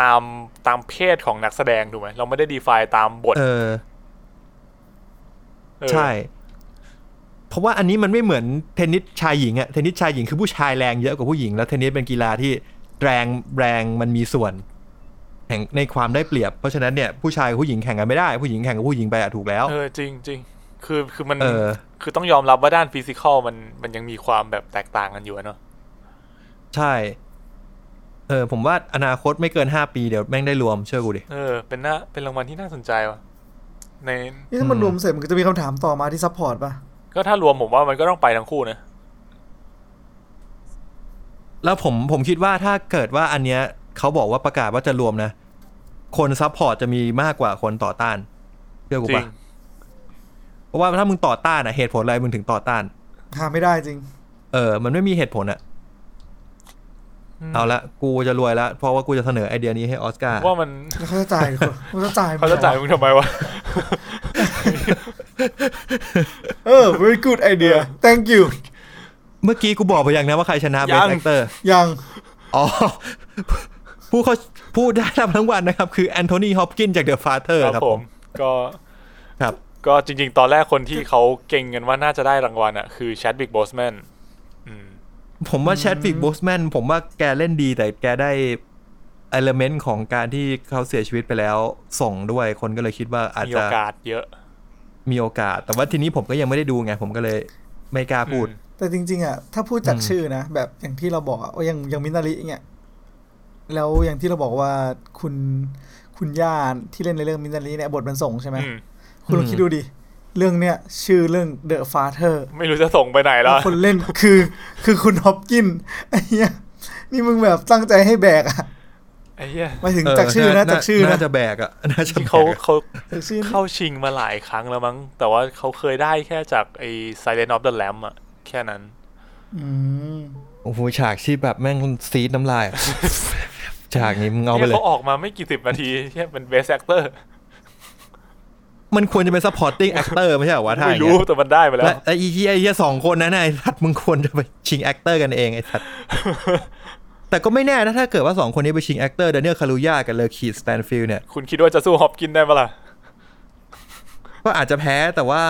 [SPEAKER 3] ตามตามเพศของนักแสดงถูกไหมเราไม่ได้ define ตามบท
[SPEAKER 2] เออ
[SPEAKER 3] เออ
[SPEAKER 2] ใช่ เพราะว่าอันนี้มันไม่เหมือนเทนนิสชายหญิงอะเทนนิสชายหญิงคือผู้ชายแรงเยอะกว่าผู้หญิง แล้วเทนนิสเป็นกีฬาที่แรงแรงมันมีส่วน แห่งในความได้เปรียบ เพราะฉะนั้นเนี่ยผู้ชายกับผู้หญิงแข่งกันไม่ได้ ผู้หญิงแข่งกับผู้หญิงไปอะถูกแล้ว
[SPEAKER 3] เออจริงจริงคือคือมัน
[SPEAKER 2] เออ
[SPEAKER 3] คือต้องยอมรับว่าด้านฟิสิกอลมันมันยังมีความแบบแตกต่างกันอยู่อะเนาะ
[SPEAKER 2] ใช่ เออ ผมว่าอนาคตไม่เกินห้าปีเดี๋ยวแม่งได้รวมเชื่อกูดิ
[SPEAKER 3] เออเป็นน่าเป็นรางวัลที่น่าสนใจว่ะใน
[SPEAKER 1] นี่ถ้ามันรวมเสร็จมันก็จะมีคำถามต่อมาที่ซัพพอร์ตป่ะ
[SPEAKER 3] ก็ถ้ารวมผมว่ามันก็ต้องไปทั้งคู่นะ
[SPEAKER 2] แล้วผมผมคิดว่าถ้าเกิดว่าอันเนี้ยเขาบอกว่าประกาศว่าจะรวมนะ คนซัพพอร์ตจะมีมากกว่าคนต่อต้านเชื่อกู
[SPEAKER 3] จริ
[SPEAKER 2] ปะ
[SPEAKER 3] ง
[SPEAKER 2] เพราะว่าถ้ามึงต่อต้านอะเหตุผลอะไรมึงถึงต่อต้าน
[SPEAKER 1] หาไม่ได้จริง
[SPEAKER 2] เออ มันไม่มีเหตุผลอะเอาละกูจะรวยละเพราะว่ากูจะเสนอไอเดียนี้ให้ออสการ์
[SPEAKER 3] ว่ามัน
[SPEAKER 1] แล้วเขาจะจ่ายคนเขาจะจ่าย
[SPEAKER 3] เขาจะจ่ายมึงทำไมวะ
[SPEAKER 1] เออ very good idea thank you
[SPEAKER 2] เมื่อกี้กูบอกไปยังนะว่าใครชนะเบส
[SPEAKER 3] ยัง
[SPEAKER 2] แอคเตอร์
[SPEAKER 1] ยัง
[SPEAKER 2] อ๋ อ ผู้เขาผู้ได้รับรางวัลนะครับ คือแอนโทนีฮอปกินจากเดอะฟาเธอร์
[SPEAKER 3] ค
[SPEAKER 2] ค
[SPEAKER 3] รับ
[SPEAKER 2] รับ
[SPEAKER 3] ผ
[SPEAKER 2] ผม ม
[SPEAKER 3] ก็
[SPEAKER 2] ครับ
[SPEAKER 3] ก็จริง ๆ ตอนแรกคนที่เขาเก่งกันว่าน่าจะได้รางวัลอ่ะคือแชดวิกโบสแมน
[SPEAKER 2] ผมว่าแชดฟิกบ o สแมนผมว่าแกเล่นดีแต่แกได้เอลเมนต์ของการที่เขาเสียชีวิตไปแล้วส่งด้วยคนก็เลยคิดว่าอาจ
[SPEAKER 3] มี
[SPEAKER 2] จะ
[SPEAKER 3] โอกาสเยอะ
[SPEAKER 2] มีโอกาส แต่ว่าทีนี้ผมก็ยังไม่ได้ดูไงผมก็เลยไม่กล้าพูด
[SPEAKER 3] อืม
[SPEAKER 1] แต่จริง ๆ อ่ะ ถ้าพูดจากชื่อนะ แบบอย่างที่เราบอกอ่ะว่าอย่างอย่างมินาริเนี่ยแล้วอย่างที่เราบอกว่าคุณคุณย่าที่เล่นในเรื่องมินาริเนี่ยบทมันส่งใช่ไหม
[SPEAKER 3] อืม
[SPEAKER 1] คุณลองคิดดูดิ เรื่องเนี้ยชื่อเรื่อง The Father
[SPEAKER 3] ไม่รู้จะส่งไปไหนแล้ว
[SPEAKER 1] แล้วคนเล่นคือ คือคุณฮอปกินไอ้เหี้ยนี่มึงแบบตั้งใจให้แบกอะ
[SPEAKER 3] ไอ้เหี้ย
[SPEAKER 1] หมายถึงจากชื่อนะจากชื่อนะ
[SPEAKER 2] น่าจะแบกอ่ะน่าจะแบก
[SPEAKER 3] เขา
[SPEAKER 2] อะ
[SPEAKER 3] เขา
[SPEAKER 1] จากชื่อนะ
[SPEAKER 3] เข้าชิงมาหลายครั้งแล้วมั้ง แต่ว่าเขาเคยได้แค่จากไอ้ Silent of the Lamb อะแค่นั้น
[SPEAKER 1] อืม
[SPEAKER 2] โอ้โหฉากที่แบบแม่งซีดน้ำล ายอะ ฉากนี้มึงเอาไป
[SPEAKER 3] เนี่ย
[SPEAKER 2] เลย
[SPEAKER 3] เขาออกมาไม่กี่สิบนาที เหียเป็น Best Actor
[SPEAKER 2] มันควรจะเป็น supporting actor ไม่ใช่เหรอวะท่าอ
[SPEAKER 3] ไม่
[SPEAKER 2] ย่าง
[SPEAKER 3] รู้
[SPEAKER 2] เงี้ย
[SPEAKER 3] แต่มันได้ไปแล้
[SPEAKER 2] และ
[SPEAKER 3] ว
[SPEAKER 2] และไอ้เหี้ยไอ้เหี้ยสองคนนั้นน่ะไอ้สัตว์มึงควรจะไปชิง actor กันเองไอ้สัต ว์ แต่ก็ไม่แน่นะถ้าเกิดว่าสองคนนี้ไปชิง actor เดน i น l ลคารูยากับเลอคีสแตนฟิลเนี่ย
[SPEAKER 3] คุณคิดว่าจะสู้ฮอปกินได้ปะล่ะ
[SPEAKER 2] ก็อาจจะแพ้แต่ว่า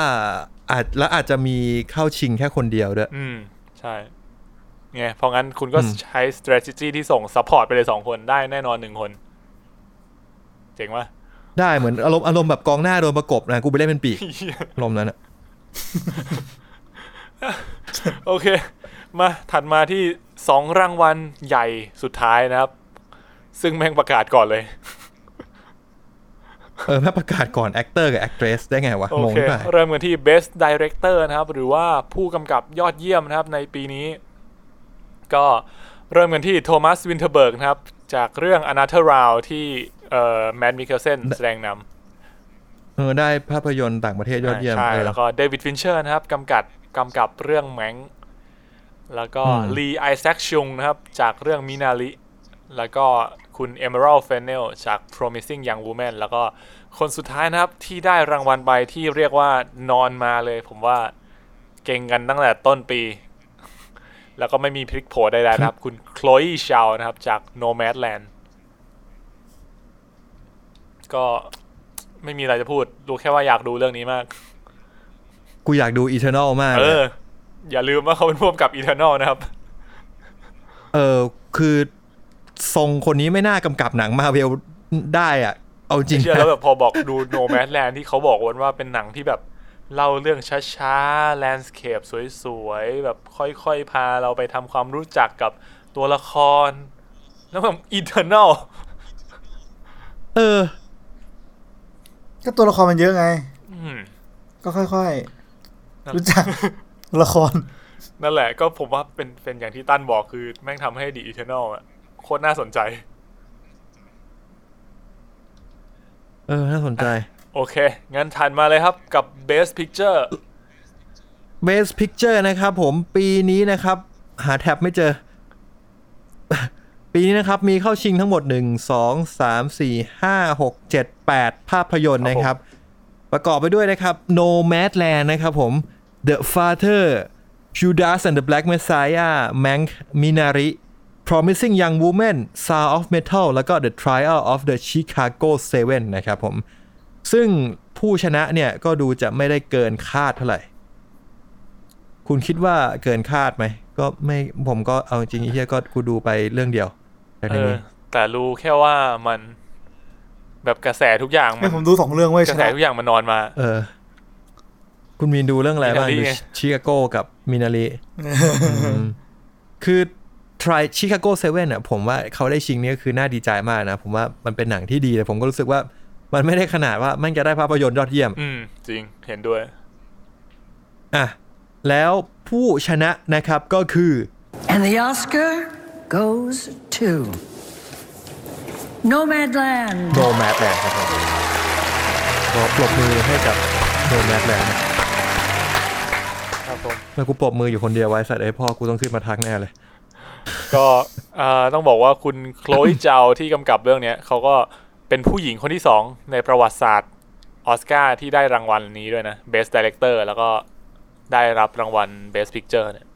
[SPEAKER 2] อาจแล้วอาจจะมีเข้าชิงแค่คนเดียวด้วย
[SPEAKER 3] อืม ใช่ไงเพราะงั้นคุณก็ใช้ strategy ที่ส่ง support ไปเลยสองคนได้แน่นอนหนึ่งคน เจ๋งปะ
[SPEAKER 2] ได้เหมือนอารมณ์อารมณ์แบบกองหน้าโดนประกบนะกูไปเล่นเป็นปีกอารมณ์นั้นอะ
[SPEAKER 3] โอเค มาถัดมาที่สองรางวัลใหญ่สุดท้ายนะครับ ซึ่งแม่งประกาศก่อนเลย
[SPEAKER 2] เออแม่ประกาศก่อน actor กับ actress ได้ไงวะ
[SPEAKER 3] โอง
[SPEAKER 2] ง
[SPEAKER 3] เค
[SPEAKER 2] ไปะ
[SPEAKER 3] เริ่มกันที่ Best Director นะครับ หรือว่าผู้กำกับยอดเยี่ยมนะครับในปีนี้ ก็เริ่มกันที่โทมัสวินเทอร์เบิร์กนะครับ จากเรื่อง a n a t h e r a l ที่เอ่อแมดมิคเ e ลเซนแสดงนำ
[SPEAKER 2] เออได้ภาพยนตร์ต่างประเทศยอดเยี่ยม
[SPEAKER 3] ใช่
[SPEAKER 2] เออ
[SPEAKER 3] แล้วก็เดวิดฟินเชอร์นะครับกำกับกำกับเรื่องแมงแล้วก็ลีไอแซคชุงนะครับ จากเรื่องมินา r ิแล้วก็คุณ Emerald Fennel จาก Promising Young Woman แล้วก็คนสุดท้ายนะครับที่ได้รางวัลไปที่เรียกว่านอนมาเลย ผมว่า เก่งกันตั้งแต่ต้นปี แล้วก็ไม่มีพลิกโผใดๆนะครับ คุณโคล e ชาวนะครับ จาก Nomadland ก็ไม่มีอะไรจะพูด รู้แค่ว่าอยากดูเรื่องนี้มาก
[SPEAKER 2] กูอยากดู Eternal มาก
[SPEAKER 3] เอ
[SPEAKER 2] เลย
[SPEAKER 3] อ อย่าลืมว่าเขาเป็นพ่วงกับ Eternal นะครับ
[SPEAKER 2] เออ คือทรงคนนี้ไม่น่ากำกับหนังมาเวลได้อ่ะ เอาจริง
[SPEAKER 3] เชื่อ
[SPEAKER 2] นะ
[SPEAKER 3] แล้วแบบพอบอกดู Nomadland ที่เขาบอกวันว่าเป็นหนังที่แบบเล่าเรื่องช้าๆ landscape สวยๆ แบบค่อยๆ พาเราไปทำความรู้จักกับตัวละคร แล้วแบบ Eternal
[SPEAKER 2] เออ
[SPEAKER 1] ก็ตัวละครมันเยอะไง
[SPEAKER 3] อืม
[SPEAKER 1] ก็ค่อยๆ รู้จัก ละคร
[SPEAKER 3] นั่นแหละก็ผมว่าเป็นเป็นอย่างที่ตั้นบอกคือแม่งทำให้ดีอีเทอร์นอลอะโคตรน่าสนใจ
[SPEAKER 2] เออ น่าสนใจ
[SPEAKER 3] โอเค งั้นถัดมาเลยครับกับ Best Picture
[SPEAKER 2] Best Picture นะครับผมปีนี้นะครับ หาแท็บไม่เจอ ปีนี้นะครับ มีเข้าชิงทั้งหมด 1 2 3 4 5 6 7 8 ภาพยนตร์นะครับ ประกอบไปด้วยนะครับ Nomadland นะครับผม The Father Judas and the Black Messiah Mank Minari Promising Young Woman Sound of Metal แล้วก็ The Trial of the Chicago 7 นะครับผม ซึ่งผู้ชนะเนี่ย ก็ดูจะไม่ได้เกินคาดเท่าไหร่ คุณคิดว่าเกินคาดไหม ก็ไม่ผมก็เอาจริงไอ้เฮียก็กูดูไปเรื่องเดียวจาก
[SPEAKER 3] เอ
[SPEAKER 2] ใน
[SPEAKER 3] อ
[SPEAKER 2] นี้
[SPEAKER 3] แต่รู้แค่ว่ามันแบบกระแสทุกอย่างมั
[SPEAKER 1] ไม่
[SPEAKER 3] น
[SPEAKER 1] ผมดูสองเรื่องเว้ยช
[SPEAKER 3] กระแส
[SPEAKER 1] นะ
[SPEAKER 3] ทุกอย่างมันนอนมา
[SPEAKER 2] เออ คุณมีนดูเรื่องอะไรบ้าง
[SPEAKER 3] Minari
[SPEAKER 2] ดู
[SPEAKER 3] ไง
[SPEAKER 2] ชิคาโกกับมินารีคือทริชิคาโกเซเว่นอ่ะ ผมว่าเขาได้ชิงนี่ก็คือน่าดีใจมากนะ ผมว่ามันเป็นหนังที่ดีแต่ผมก็รู้สึกว่ามันไม่ได้ขนาดว่ามันจะได้ภาพยนตร์ยอดเยี่ยม
[SPEAKER 3] อืม จริงเห็นด้วย
[SPEAKER 2] อ่ะ แล้วผู้ชนะนะครับก็คือ
[SPEAKER 4] And the Oscar goes to Nomadland.
[SPEAKER 2] โนแมดแลนครับผมขอปรบมือให้กับโนแมดแลน
[SPEAKER 3] ครับผม
[SPEAKER 2] เมื่อกูปรบมืออยู่คนเดียวไว้สัตว์ไอ้พ่อกูต้องขึ้นมาทักแน่เลย
[SPEAKER 3] ก็เอ่อต้องบอกว่าคุณโคลยเจาที่กำกับเรื่องเนี้ยเขาก็เป็นผู้หญิงคนที่สองในประวัติศาสตร์ออสการ์ที่ได้รางวัลนี้ด้วยนะ Best Director แล้วก็ได้รับรางวัล Best Picture เนี่ย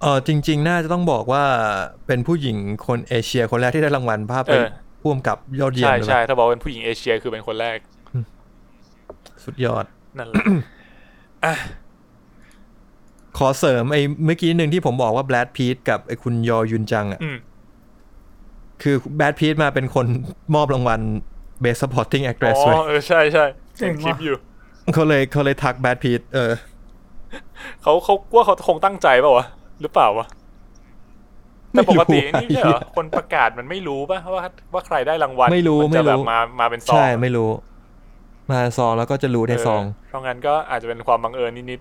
[SPEAKER 2] เออจริง ๆ น่าจะต้องบอกว่าเป็นผู้หญิงคนเอเชียคนแรกที่ได้รางวัลภาพ
[SPEAKER 3] เออ
[SPEAKER 2] พ่วมกับยอดเยี่ยม
[SPEAKER 3] ใช่
[SPEAKER 2] เลย
[SPEAKER 3] ใช่
[SPEAKER 2] ปะ
[SPEAKER 3] ถ้าบอกเป็นผู้หญิงเอเชียคือเป็นคนแรก
[SPEAKER 2] สุดยอด
[SPEAKER 3] นั่นแหละ
[SPEAKER 2] ขอเสริมไอ้เมื่อกี้หนึ่งที่ผมบอกว่าแบ p ดพี t กับไอ้คุณยอยุนจังอ่ะ
[SPEAKER 3] อืม
[SPEAKER 2] คือแบ p ดพี t มาเป็นคนมอบรางวัล Best Supporting
[SPEAKER 3] อ๋
[SPEAKER 2] Actress
[SPEAKER 3] อ
[SPEAKER 2] ไว้
[SPEAKER 3] เออใช่ใช่เห็นคลิปอยู่
[SPEAKER 2] เขาเลยเขาเลยทักแบ p ดพีทเออ
[SPEAKER 3] เขาเขาว่าเขาคงตั้งใจเปล่าวะหรือเปล่าวะแต่ปกติ
[SPEAKER 2] ไม่รู้
[SPEAKER 3] นี่ไม่ใช่เหรอ
[SPEAKER 2] ไอ้เหี้ย
[SPEAKER 3] คนประกาศมันไม่รู้ป่ะว่าว่าใครได้รางวัล
[SPEAKER 2] ไม่รู้
[SPEAKER 3] นจะแบบ
[SPEAKER 2] ไม่รู้
[SPEAKER 3] มามาเป็นซอ ง
[SPEAKER 2] ใช่ไม่รู้ มาซองแล้วก็จะรู้ในซอง
[SPEAKER 3] เเพราะงั้นก็อาจจะเป็นความบังเอิญนิด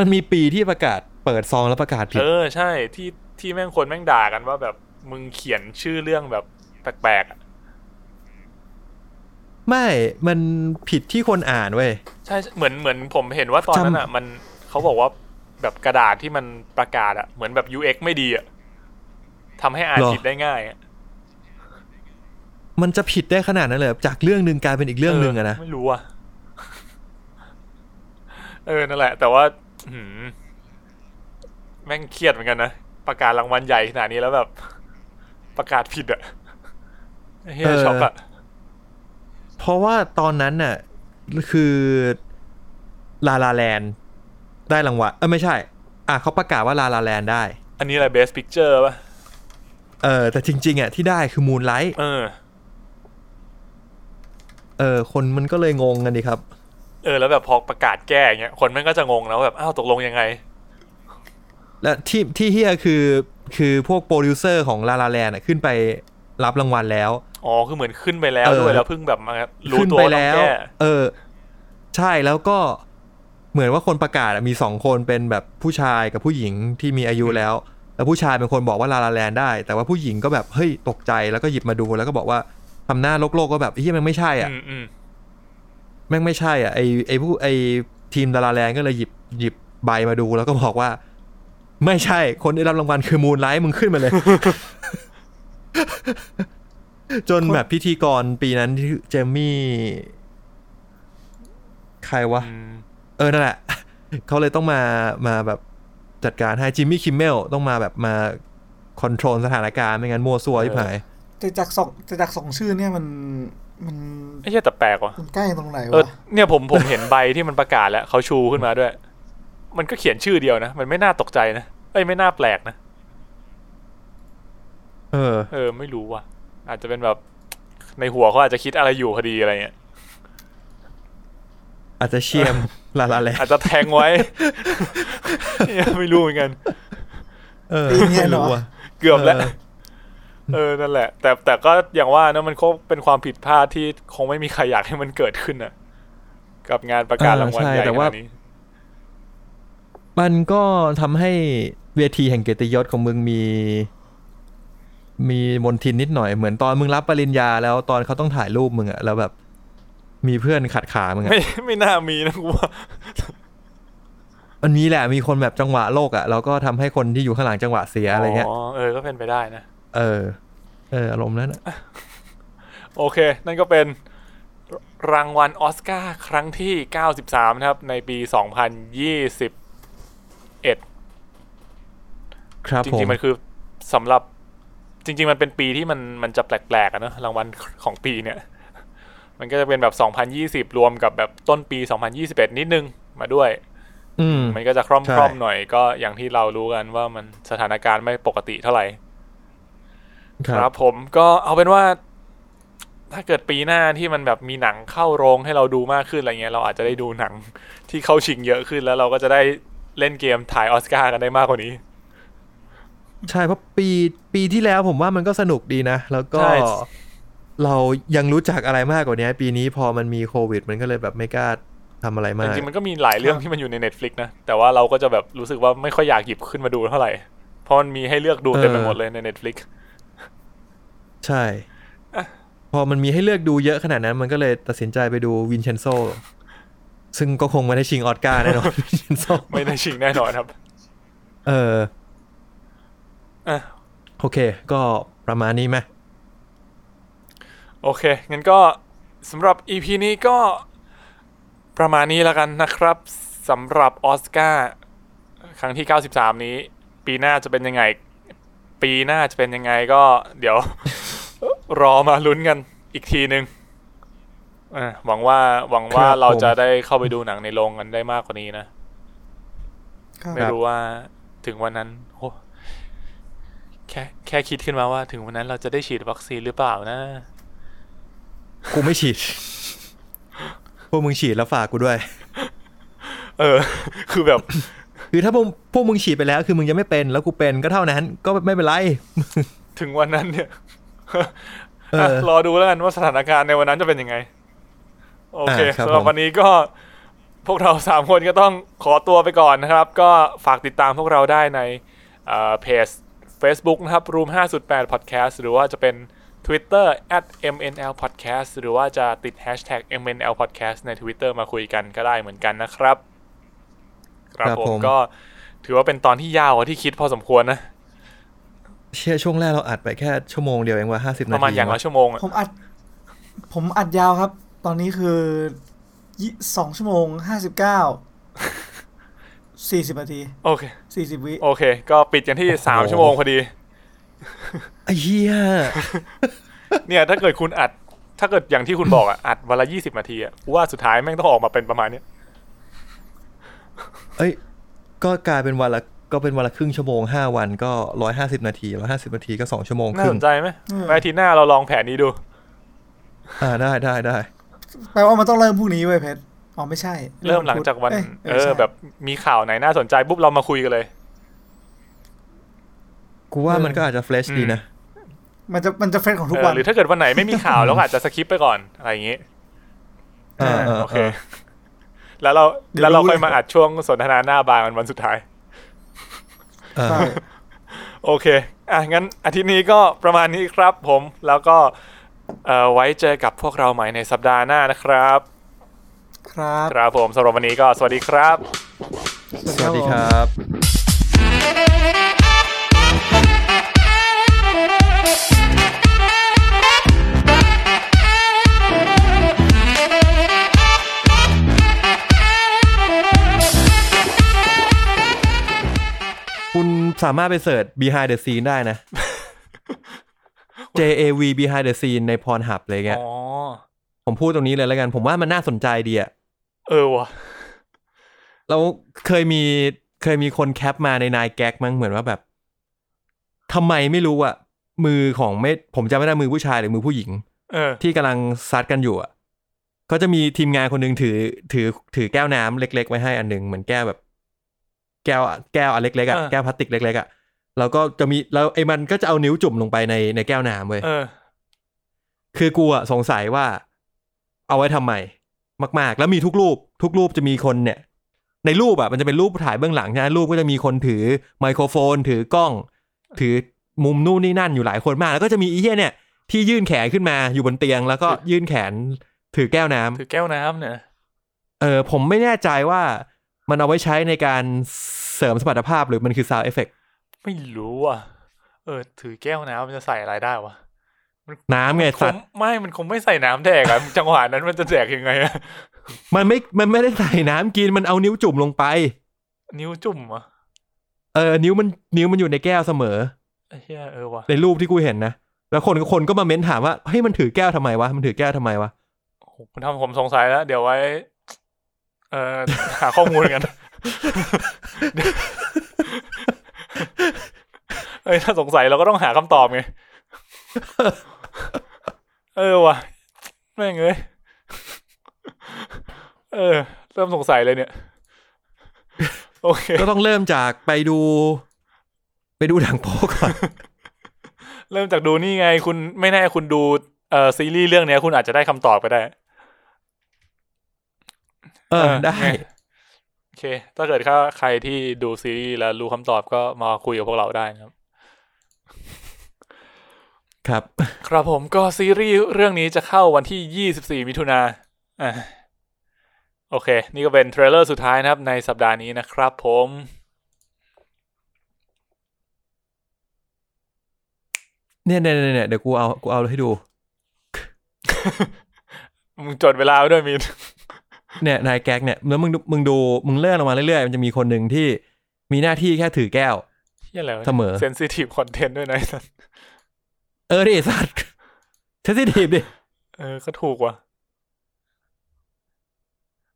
[SPEAKER 2] มันมีปีที่ประกาศเปิดซองแล้วประกาศ
[SPEAKER 3] ๆ
[SPEAKER 2] ผิด
[SPEAKER 3] เออใช่ที่ที่แม่งคนแม่งด่ากันว่าแบบมึงเขียนชื่อเรื่องแบบแปลกๆอะ
[SPEAKER 2] ไม่ มันผิดที่คนอ่านเว้ย
[SPEAKER 3] ใช่เหมือนเหมือนผมเห็นว่าตอนนั้นอ่ะ มันเขาบอกว่าแบบกระดาษที่มันประกาศอ่ะเหมือนแบบ UX ไม่ดีอ่ะทำให้อ่าน
[SPEAKER 2] หรอ
[SPEAKER 3] ผิดได้ง่ายอะ
[SPEAKER 2] มันจะผิดได้ขนาดนั้นเลยเหรอจากเรื่องหนึ่งกลายเป็นอีกเรื่องหนึ่งอะนะ
[SPEAKER 3] ไม่รู้อ่ะ เออนั่นแหละ แต่ว่าหืมแม่งเครียดเหมือนกันนะ ประกาศรางวัลใหญ่ขนาดนี้แล้วแบบ ประกาศผิดอะเฮี
[SPEAKER 2] เอย อ
[SPEAKER 3] ช็อกอะ
[SPEAKER 2] เพราะว่าตอนนั้นน่ะ คือลาลาแลนได้รางวัลเออไม่ใช่ อ่ะเขาประกาศว่าลาลาแลนได้
[SPEAKER 3] อันนี้อะไร best picture ป่ะ
[SPEAKER 2] เออ แต่จริง ๆอ่ะที่ได้คือมูนไลท์
[SPEAKER 3] เออ
[SPEAKER 2] เออ คนมันก็เลยงงกันดีครับ
[SPEAKER 3] เออ แล้วแบบพอประกาศแก้อย่างเงี้ย คนแม่งก็จะงงแล้วาแบบ อ้าว ตกลงยังไง
[SPEAKER 2] และที่ที่เฮียคือคือพวกโปรดิวเซอร์ของลาลาแลนน่ะขึ้นไปรับรางวัลแล้ว
[SPEAKER 3] อ๋อ คือเหมือนขึ้นไปแล้ว
[SPEAKER 2] เออ
[SPEAKER 3] ด้วย แล้วเพิ่งแบบมารู้
[SPEAKER 2] ขึ้น
[SPEAKER 3] ตัว
[SPEAKER 2] ไป
[SPEAKER 3] ว่าต้อ
[SPEAKER 2] แล้ว
[SPEAKER 3] งแก้
[SPEAKER 2] เออ ใช่แล้วก็เหมือนว่าคนประกาศอะมีสองคนเป็นแบบผู้ชายกับผู้หญิงที่มีอายุแล้ว แล้วผู้ชายเป็นคนบอกว่าลาลาแลนได้ แต่ว่าผู้หญิงก็แบบเฮ้ยตกใจแล้วก็หยิบมาดูแล้วก็บอกว่าทำหน้าโลกๆก็แบบเฮ้ยแม่งไม่ใช่อ่ะ
[SPEAKER 3] อืมอืม
[SPEAKER 2] แม่งไม่ใช่อ่ะไอไอผู้ไอทีมลาลาแลนก็เลยหยิบหยิบใบมาดูแล้วก็บอกว่า ไม่ใช่คนได้รับรางวัลคือมูนไลท์มึงขึ้นมาเลย จนแบบพิธีกรปีนั้นที่เจมมี่ ใครวะ
[SPEAKER 3] อืม
[SPEAKER 2] เออ นั่นแหละ เขาเลยต้องมา มาแบบจัดการให้จิมมี่คิมเมลต้องมาแบบมาคอนโทรลสถานการณ์ ไม่งั้นมัวซัวที่หาย
[SPEAKER 1] แต่จากสองแต่จากสองชื่อเนี่ยมันมัน
[SPEAKER 3] ไอ้เหี้ยแต่แปลกว่ะ
[SPEAKER 1] มันใกล้ตรงไหน
[SPEAKER 3] เออ
[SPEAKER 1] วะ
[SPEAKER 3] เนี่ยผมผมเห็นใบ ที่มันประกาศแล้วเขาชูขึ้นมาด้วย มันก็เขียนชื่อเดียวนะ มันไม่น่าตกใจนะเอ้ยไม่น่าแปลกนะ
[SPEAKER 2] เออ
[SPEAKER 3] เออ ไม่รู้ว่ะ อาจจะเป็นแบบในหัวเขาอาจจะคิดอะไรอยู่พอดีอะไรเงี้ย
[SPEAKER 2] อาจจะเชียม ลาลาแลนด์
[SPEAKER 3] อาจจะแทงไว้ เนี่ยไม่รู้เหมือนกัน
[SPEAKER 2] เออ
[SPEAKER 1] ปีเนี้ย
[SPEAKER 2] ไม่
[SPEAKER 1] เนาะ
[SPEAKER 2] รู้อะ
[SPEAKER 3] เกือบแล้ว
[SPEAKER 2] เออ
[SPEAKER 3] เออนั่นแหละ แต่แต่ก็อย่างว่านะมันก็เป็นความผิดพลาดที่คงไม่มีใครอยากให้มันเกิดขึ้นน่ะ กับงานประกาศรางวัล
[SPEAKER 2] เออใช่
[SPEAKER 3] ใหญ่
[SPEAKER 2] แต่
[SPEAKER 3] ข
[SPEAKER 2] ว่า
[SPEAKER 3] นาดนี้
[SPEAKER 2] มันก็ทำให้เวทีแห่งเกียรติยศของมึงมี มีมนทินนิดหน่อยเหมือนตอนมึงรับปริญญาแล้วตอนเขาต้องถ่ายรูปมึงอะแล้วแบบ มีเพื่อนขัดขามึงอะ
[SPEAKER 3] ไม่ไม่น่ามีนะกูว่า
[SPEAKER 2] มันมีแหละมีคนแบบจังหวะโลกอะแล้วก็ทำให้คนที่อยู่ข้างหลังจังหวะเสียอะไรเงี้ย
[SPEAKER 3] อเออก็เป็นไปได้นะ
[SPEAKER 2] เออ เอออารมณ์นั้นอะ
[SPEAKER 3] โอเค นั่นก็เป็นรางวัลออสการ์ครั้งที่ 93 นะครับ ในปี 2021
[SPEAKER 2] ครับ
[SPEAKER 3] จ
[SPEAKER 2] ผม
[SPEAKER 3] ริงๆ มันคือสำหรับจริง ๆ มันเป็นปีที่มันมันจะแปลกๆอะเนอะรางวัลของปีเนี่ย มันก็จะเป็นแบบ 2020 รวมกับแบบต้นปี 2021 นิดนึงมาด้วย
[SPEAKER 2] อืม
[SPEAKER 3] มันก็จะคร่อม
[SPEAKER 2] ใช่
[SPEAKER 3] ๆหน่อยก็อย่างที่เรารู้กันว่ามันสถานการณ์ไม่ปกติเท่าไหร่
[SPEAKER 2] ค
[SPEAKER 3] ค
[SPEAKER 2] รั
[SPEAKER 3] รั
[SPEAKER 2] บบ
[SPEAKER 3] ผมก็เอาเป็นว่า ถ้าเกิดปีหน้าที่มันแบบมีหนังเข้าโรงให้เราดูมากขึ้นอะไรเงี้ยเราอาจจะได้ดูหนังที่เข้าชิงเยอะขึ้นแล้วเราก็จะได้เล่นเกมถ่ายออสการ์กันได้มากกว่านี้
[SPEAKER 2] ใช่เพราะปีปีที่แล้วผมว่ามันก็สนุกดีนะ แล้วก็
[SPEAKER 3] ใช่
[SPEAKER 2] เรายังรู้จักอะไรมากกว่านี้ปีนี้พอมันมีโควิด มันก็เลยแบบไม่กล้าทำอะไร
[SPEAKER 3] จ
[SPEAKER 2] มาก
[SPEAKER 3] ริงๆมันก็มีหลายเรื่องที่มันอยู่ใน Netflix นะ แต่ว่าเราก็จะแบบรู้สึกว่าไม่ค่อยอยากหยิบขึ้นมาดูเท่าไหร่ เพราะมันมีให้เลือกดูเต็มไปหมดเลยใน Netflix
[SPEAKER 2] ใช่ พอมันมีให้เลือกดูเยอะขนาดนั้น มันก็เลยตัดสินใจไปดูวินเชนโซซึ่งก็คงไม่ได้ชิงออสการ์แน่นอน วินเชนโซ
[SPEAKER 3] ไม่ได้ชิงแน่นอนครับ
[SPEAKER 2] เออ
[SPEAKER 3] อ่ะ
[SPEAKER 2] โอเค ก็ประมาณนี้ไหม
[SPEAKER 3] โอเค งั้นก็สำหรับ EP นี้ก็ประมาณนี้แล้วกันนะครับสำหรับออสการ์ครั้งที่ 93 นี้ ปีหน้าจะเป็นยังไง ปีหน้าจะเป็นยังไงก็เดี๋ยว รอมาลุ้นกันอีกทีนึงอ่ะหวังว่าหวังว่าเราจะได้เข้าไปดูหนังในโรงกันได้มากกว่านี้นะ
[SPEAKER 1] ครับ
[SPEAKER 3] ไม่รู้ว่าถึงวันนั้นโอ้แค่แค่คิดขึ้นมาว่า ถึงวันนั้นเราจะได้ฉีดวัคซีนหรือเปล่านะ
[SPEAKER 2] กูไม่ฉีด พวกมึงฉีดแล้วฝากกูด้วย
[SPEAKER 3] เออ คือแบบ
[SPEAKER 2] คือถ้าพวกพวกมึงฉีดไปแล้วคือมึงยังไม่เป็นแล้วกูเป็นก็เท่านั้น ก็ไม่เป็นไร
[SPEAKER 3] ถึงวันนั้นเนี่ย
[SPEAKER 2] เออ
[SPEAKER 3] เออ รอดูแล้วกันว่าสถานการณ์ในวันนั้นจะเป็นยังไง โอเค
[SPEAKER 2] อ่าครับ
[SPEAKER 3] สำหรับ
[SPEAKER 2] ผม
[SPEAKER 3] วันนี้ก็พวกเราสามคนก็ต้องขอตัวไปก่อนนะครับ ก็ฝากติดตามพวกเราได้ในเอ่อเพจ Facebook นะครับ Room 508 Podcast หรือว่าจะเป็น Twitter at MNL Podcast หรือว่าจะติด Hashtag MNL Podcast ใน Twitter มาคุยกันก็ได้เหมือนกันนะครับ ครับ
[SPEAKER 2] ครับ
[SPEAKER 3] ผ
[SPEAKER 2] ผม ม
[SPEAKER 3] ก็ถือว่าเป็นตอนที่ยาวกว่าที่คิดพอสมควรนะ
[SPEAKER 2] เชื่อช่วงแรกเราอัดไปแค่ชั่วโมงเดียวเองว่าห้าสิบ
[SPEAKER 3] ป
[SPEAKER 2] นาที
[SPEAKER 3] ระมาณอย่างละ
[SPEAKER 2] ว
[SPEAKER 3] ชั่วโมงอะ
[SPEAKER 1] ผมอัด ผมอัดยาวครับ ตอนนี้คือยี่สองชั่วโมงห้าสิบเก้า สี่สิบนาที
[SPEAKER 3] โอเค
[SPEAKER 1] สี่สิบวิ
[SPEAKER 3] โอเค ก็ปิดกันที่สามชั่วโมงพอดี
[SPEAKER 2] ไอ้เหี้ย
[SPEAKER 3] เนี่ย ถ้าเกิดคุณอัด ถ้าเกิดอย่างที่คุณบอกอ่ะ อัดวันละยี่สิบนาทีอ่ะกูว่าสุดท้ายแม่งต้องออกมาเป็นประมาณเนี้ย
[SPEAKER 2] เอ้ย ก็กลายเป็นวันละก็เป็นวันละครึ่งชั่วโมงห้าวันก็ร้อยห้าสิบนาทีร้อยห้าสิบนาทีก็สองชั่วโมงค
[SPEAKER 3] น่า
[SPEAKER 2] รึ่
[SPEAKER 3] ส
[SPEAKER 2] ง
[SPEAKER 3] นใจไหมไว้อาทีหน้าเราลองแผนนี้ดู
[SPEAKER 2] อ่าได้ได้ได้
[SPEAKER 1] แปลว่ามันต้องเริ่มพรุ่งนี้เว้ยเพชรอ๋อไม่ใช่
[SPEAKER 3] เริ่มหลังจากวัน
[SPEAKER 1] อ้ย
[SPEAKER 3] เออ
[SPEAKER 1] ใช่
[SPEAKER 3] แบบมีข่าวไหนน่าสนใจปุ๊บเรามาคุยกันเลย
[SPEAKER 2] กูว่ามันก็อาจจะเฟรชดีนะ
[SPEAKER 1] มันจะมันจะเฟรนของทุก
[SPEAKER 3] เอ
[SPEAKER 1] วั
[SPEAKER 3] อน หรือถ้าเกิดวันไหนไม่มีข่าว เราก็อาจจะสคิปไปก่อนอะไรอย่างงี้
[SPEAKER 2] เออเออ
[SPEAKER 3] โอเค
[SPEAKER 2] เออ
[SPEAKER 3] แล้วเรา
[SPEAKER 1] เดี๋ยว
[SPEAKER 3] แล้วเรา
[SPEAKER 1] รู้
[SPEAKER 3] ค่อย
[SPEAKER 1] เลย
[SPEAKER 3] มาอัดช่วงสนทนาหน้าบาร์กันวันสุดท้าย
[SPEAKER 2] เออ
[SPEAKER 1] ใช่
[SPEAKER 3] โอเค อ่ะ งั้นอาทิตย์นี้ก็ประมาณนี้ครับผม แล้วก็เอ่อไว้เจอกับพวกเราใหม่ในสัปดาห์หน้านะครับ
[SPEAKER 1] ครับ
[SPEAKER 3] ครับผมสำหรับวันนี้ก็สวัสดีครับ
[SPEAKER 2] สวัสดีครับคุณสามารถไปเสิร์ช behind the scene ได้นะ JAV behind the scene ในพรหับเลยแก
[SPEAKER 3] อ๋อ
[SPEAKER 2] ผมพูดตรงนี้เลยแล้วกัน ผมว่ามันน่าสนใจดีอะ
[SPEAKER 3] เออว่ะ
[SPEAKER 2] แล้วเคยมีเคยมีคนแคปมาในนายแก๊กมั้งเหมือนว่าแบบทำไมไม่รู้อะมือของไม่ผมจำไม่ได้มือผู้ชายหรือมือผู้หญิง
[SPEAKER 3] เออ
[SPEAKER 2] ที่กำลังซัดกันอยู่อะก็จะมีทีมงานคนหนึงถือถือถือแก้วน้ำเล็ก ๆ ไว้ให้อันหนึงเหมือนแก้วแบบ แก้วอะแก้วอันเล็กๆอะ
[SPEAKER 3] อ่า
[SPEAKER 2] แก้วพลาสติกเล็กๆอะแล้วก็จะมีแล้วไอ้มันก็จะเอานิ้วจุ่มลงไปในในแก้วน้ำเว้ย
[SPEAKER 3] เออ
[SPEAKER 2] คือกูอะสงสัยว่าเอาไว้ทำไมมาก ๆ แล้วมีทุกรูป ทุกรูปจะมีคนเนี่ย ในรูปอ่ะมันจะเป็นรูปถ่ายเบื้องหลังใช่ไหมรูปก็จะมีคนถือไมโครโฟน ถือกล้อง ถือมุมนู่นนี่นั่นอยู่หลายคนมาก แล้วก็จะมีไอีเหี้ยเนี่ย ที่ยื่นแขนขึ้นมาอยู่บนเตียง แล้วก็ยื่นแขนถือแก้วน้ำ
[SPEAKER 3] ถือแก้วน้ำเนี่ย
[SPEAKER 2] เออผมไม่แน่ใจว่ามันเอาไว้ใช้ในการเสริมสมรรถภาพหรือมันคือ sound effect
[SPEAKER 3] ไม่รู้อ่ะ เออ ถือแก้วน้ำมันจะใส่อะไรได้วะ
[SPEAKER 2] น้ำไง
[SPEAKER 3] ค
[SPEAKER 2] สั
[SPEAKER 3] ง
[SPEAKER 2] ตว์
[SPEAKER 3] ไม่มันคงไม่ใส่น้ำแดกอะจังหวะนั้นมันจะแดกยังไงอะ
[SPEAKER 2] มันไม่มันไม่ได้ใส่น้ำกินมันเอานิ้วจุ่มลงไป
[SPEAKER 3] นิ้วจุ่มอะ
[SPEAKER 2] เออนิ้วมันนิ้วมันอยู่ในแก้วเสมอ
[SPEAKER 3] ไอ้เหี้ยเออวะ
[SPEAKER 2] ในรูปที่กูเห็นนะ แล้วคนคนก็มาเม้นถามว่าเฮ้ยมันถือแก้วทำไมวะมันถือแก้วทำไมวะ
[SPEAKER 3] โอ้โหคุณทำผมสงสัยแล้ว เดี๋ยวไว้ เออหาข้อมูลกัน เดี๋ยวเอ้ยถ้าสงสัยเราก็ต้องหาคำตอบไง เออวะแม่งเอ้ย เออ เริ่มสงสัยเลยเนี่ย โอเค
[SPEAKER 2] ก็ต้องเริ่มจากไปดู ไปดูหนังโป๊ก่ อน
[SPEAKER 3] เริ่มจากดูนี่ไง คุณไม่แน่คุณดูเอ่อซีรีส์เรื่องเนี้ย คุณอาจจะได้คำตอบก็ได้
[SPEAKER 2] เออ
[SPEAKER 3] เออ
[SPEAKER 2] ได้
[SPEAKER 3] ไง โอเค ถ้าเกิดถ้าใครที่ดูซีรีส์แล้วรู้คำตอบก็มาคุยกับพวกเราได้นะครับ
[SPEAKER 2] ครับ
[SPEAKER 3] ครับผมก็ซีรีส์เรื่องนี้จะเข้าวันที่ 24 มิถุนาอ่ะโอเค นี่ก็เป็นเทรลเลอร์สุดท้ายนะครับ ในสัปดาห์นี้นะครับผม
[SPEAKER 2] เนี่ยเนี่ยเนี่ยเนี่ยเดี๋ยวกูเอากูเอาให้ดู
[SPEAKER 3] มึงจดเวลาไว้ด้วยมีน
[SPEAKER 2] เนี่ยนายแก๊กเนี่ยแล้วมึงดูมึงดูมึงเลื่อนออกมาเรื่อยๆ มันจะมีคนหนึ่งที่มีหน้าที่แค่ถือแก้ว
[SPEAKER 3] เหียอะไรวะ
[SPEAKER 2] เสมอ
[SPEAKER 3] เซนซิทีฟคอนเทนต์ด้วยนะไอ้สัส
[SPEAKER 2] เออดิไอ้สัตว์เซนซิทีฟดิ
[SPEAKER 3] เออ ก็ถูกว่ะ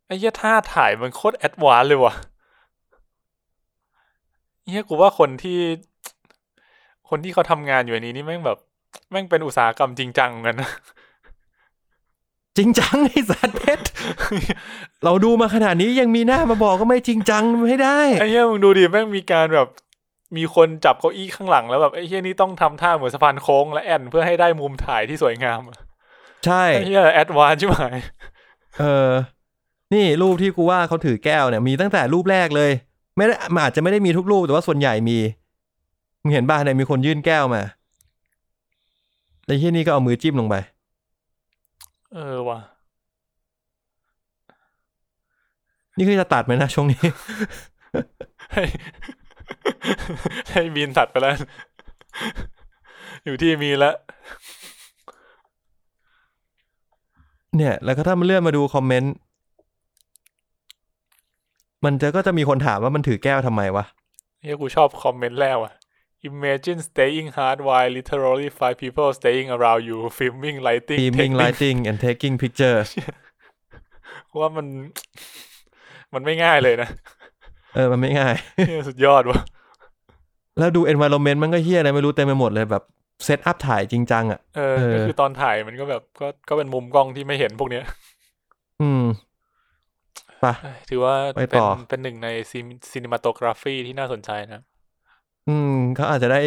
[SPEAKER 3] ไอ้เหี้ยท่าถ่ายมันโคตรแอดวานซ์เลยว่ะเหี้ยกูว่าคนที่ คนที่เขาทำงานอยู่อันนี้นี่แม่งแบบ แม่งเป็นอุตสาหกรรมจริงจังเหมือนกัน นะ
[SPEAKER 2] จริงจังไอ้สัตว์เพชรเราดูมาขนาดนี้ยังมีหน้ามาบอกก็ไม่จริงจังไม่ได้
[SPEAKER 3] ไอ้เหี้ยมึงดูดิแม่งมีการแบบ มีคนจับเก้าอี้ข้างหลังแล้วแบบไอ้เหี้ยนี่ต้องทำท่าเหมือนสะพานโค้งและแอนเพื่อให้ได้มุมถ่ายที่สวยงามอะ
[SPEAKER 2] ใช่
[SPEAKER 3] ไอ้เหี้ยแอดวานซ์ใช่ไหม
[SPEAKER 2] เออ นี่รูปที่กูว่าเขาถือแก้วเนี่ยมีตั้งแต่รูปแรกเลย ไม่ได้มันอาจจะไม่ได้มีทุกรูปแต่ว่าส่วนใหญ่มีมึงเห็นบ้านเนี่ยมีคนยื่นแก้วมาแต่ที่นี่ก็เอามือจิ้มลงไป
[SPEAKER 3] เออว่ะ
[SPEAKER 2] นี่คือจะตัดไหมนะช่วงนี้
[SPEAKER 3] ให้ ให้มีนตัดไปแล้ว อยู่ที่มีนละ
[SPEAKER 2] เนี่ยแล้วก็ถ้ามันเลื่อนมาดูคอมเมนต์ มันจะก็จะมีคนถามว่ามันถือแก้วทำไมวะ
[SPEAKER 3] เฮียกูชอบคอมเมนต์แรกว่ะ Imagine staying hard while literally five people staying around you filming lighting
[SPEAKER 2] beaming
[SPEAKER 3] technique
[SPEAKER 2] lighting and taking picture
[SPEAKER 3] ว่ามัน มันไม่ง่ายเลยนะ
[SPEAKER 2] เออ มันไม่ง่าย
[SPEAKER 3] เหี้ยสุดยอดว่ะ
[SPEAKER 2] แล้วดู environment มันก็เฮี้ยอะไรไม่รู้เต็มไปหมดเลยแบบเซตอัพถ่ายจริงจังอ่ะ
[SPEAKER 3] เออ
[SPEAKER 2] เออ
[SPEAKER 3] ก็คือตอนถ่ายมันก็แบบก็ก็เป็นมุมกล้องที่ไม่เห็นพวกเนี้ย
[SPEAKER 2] อืมไปะ
[SPEAKER 3] เอ้ยถือว่า
[SPEAKER 2] ไป
[SPEAKER 3] เป็
[SPEAKER 2] ต่
[SPEAKER 3] น
[SPEAKER 2] อ
[SPEAKER 3] เป็นหนึ่งในซีนิมาโตกราฟีที่น่าสนใจนะ
[SPEAKER 2] อืมเขาอาจจะได้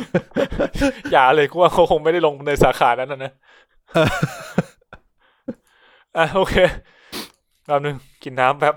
[SPEAKER 3] อย่าเลยกูว่าเขาคงไม่ได้ลงในสาขานั้นนะนะอ่ะโอเคแป๊บนึงกินน้ำแป๊บ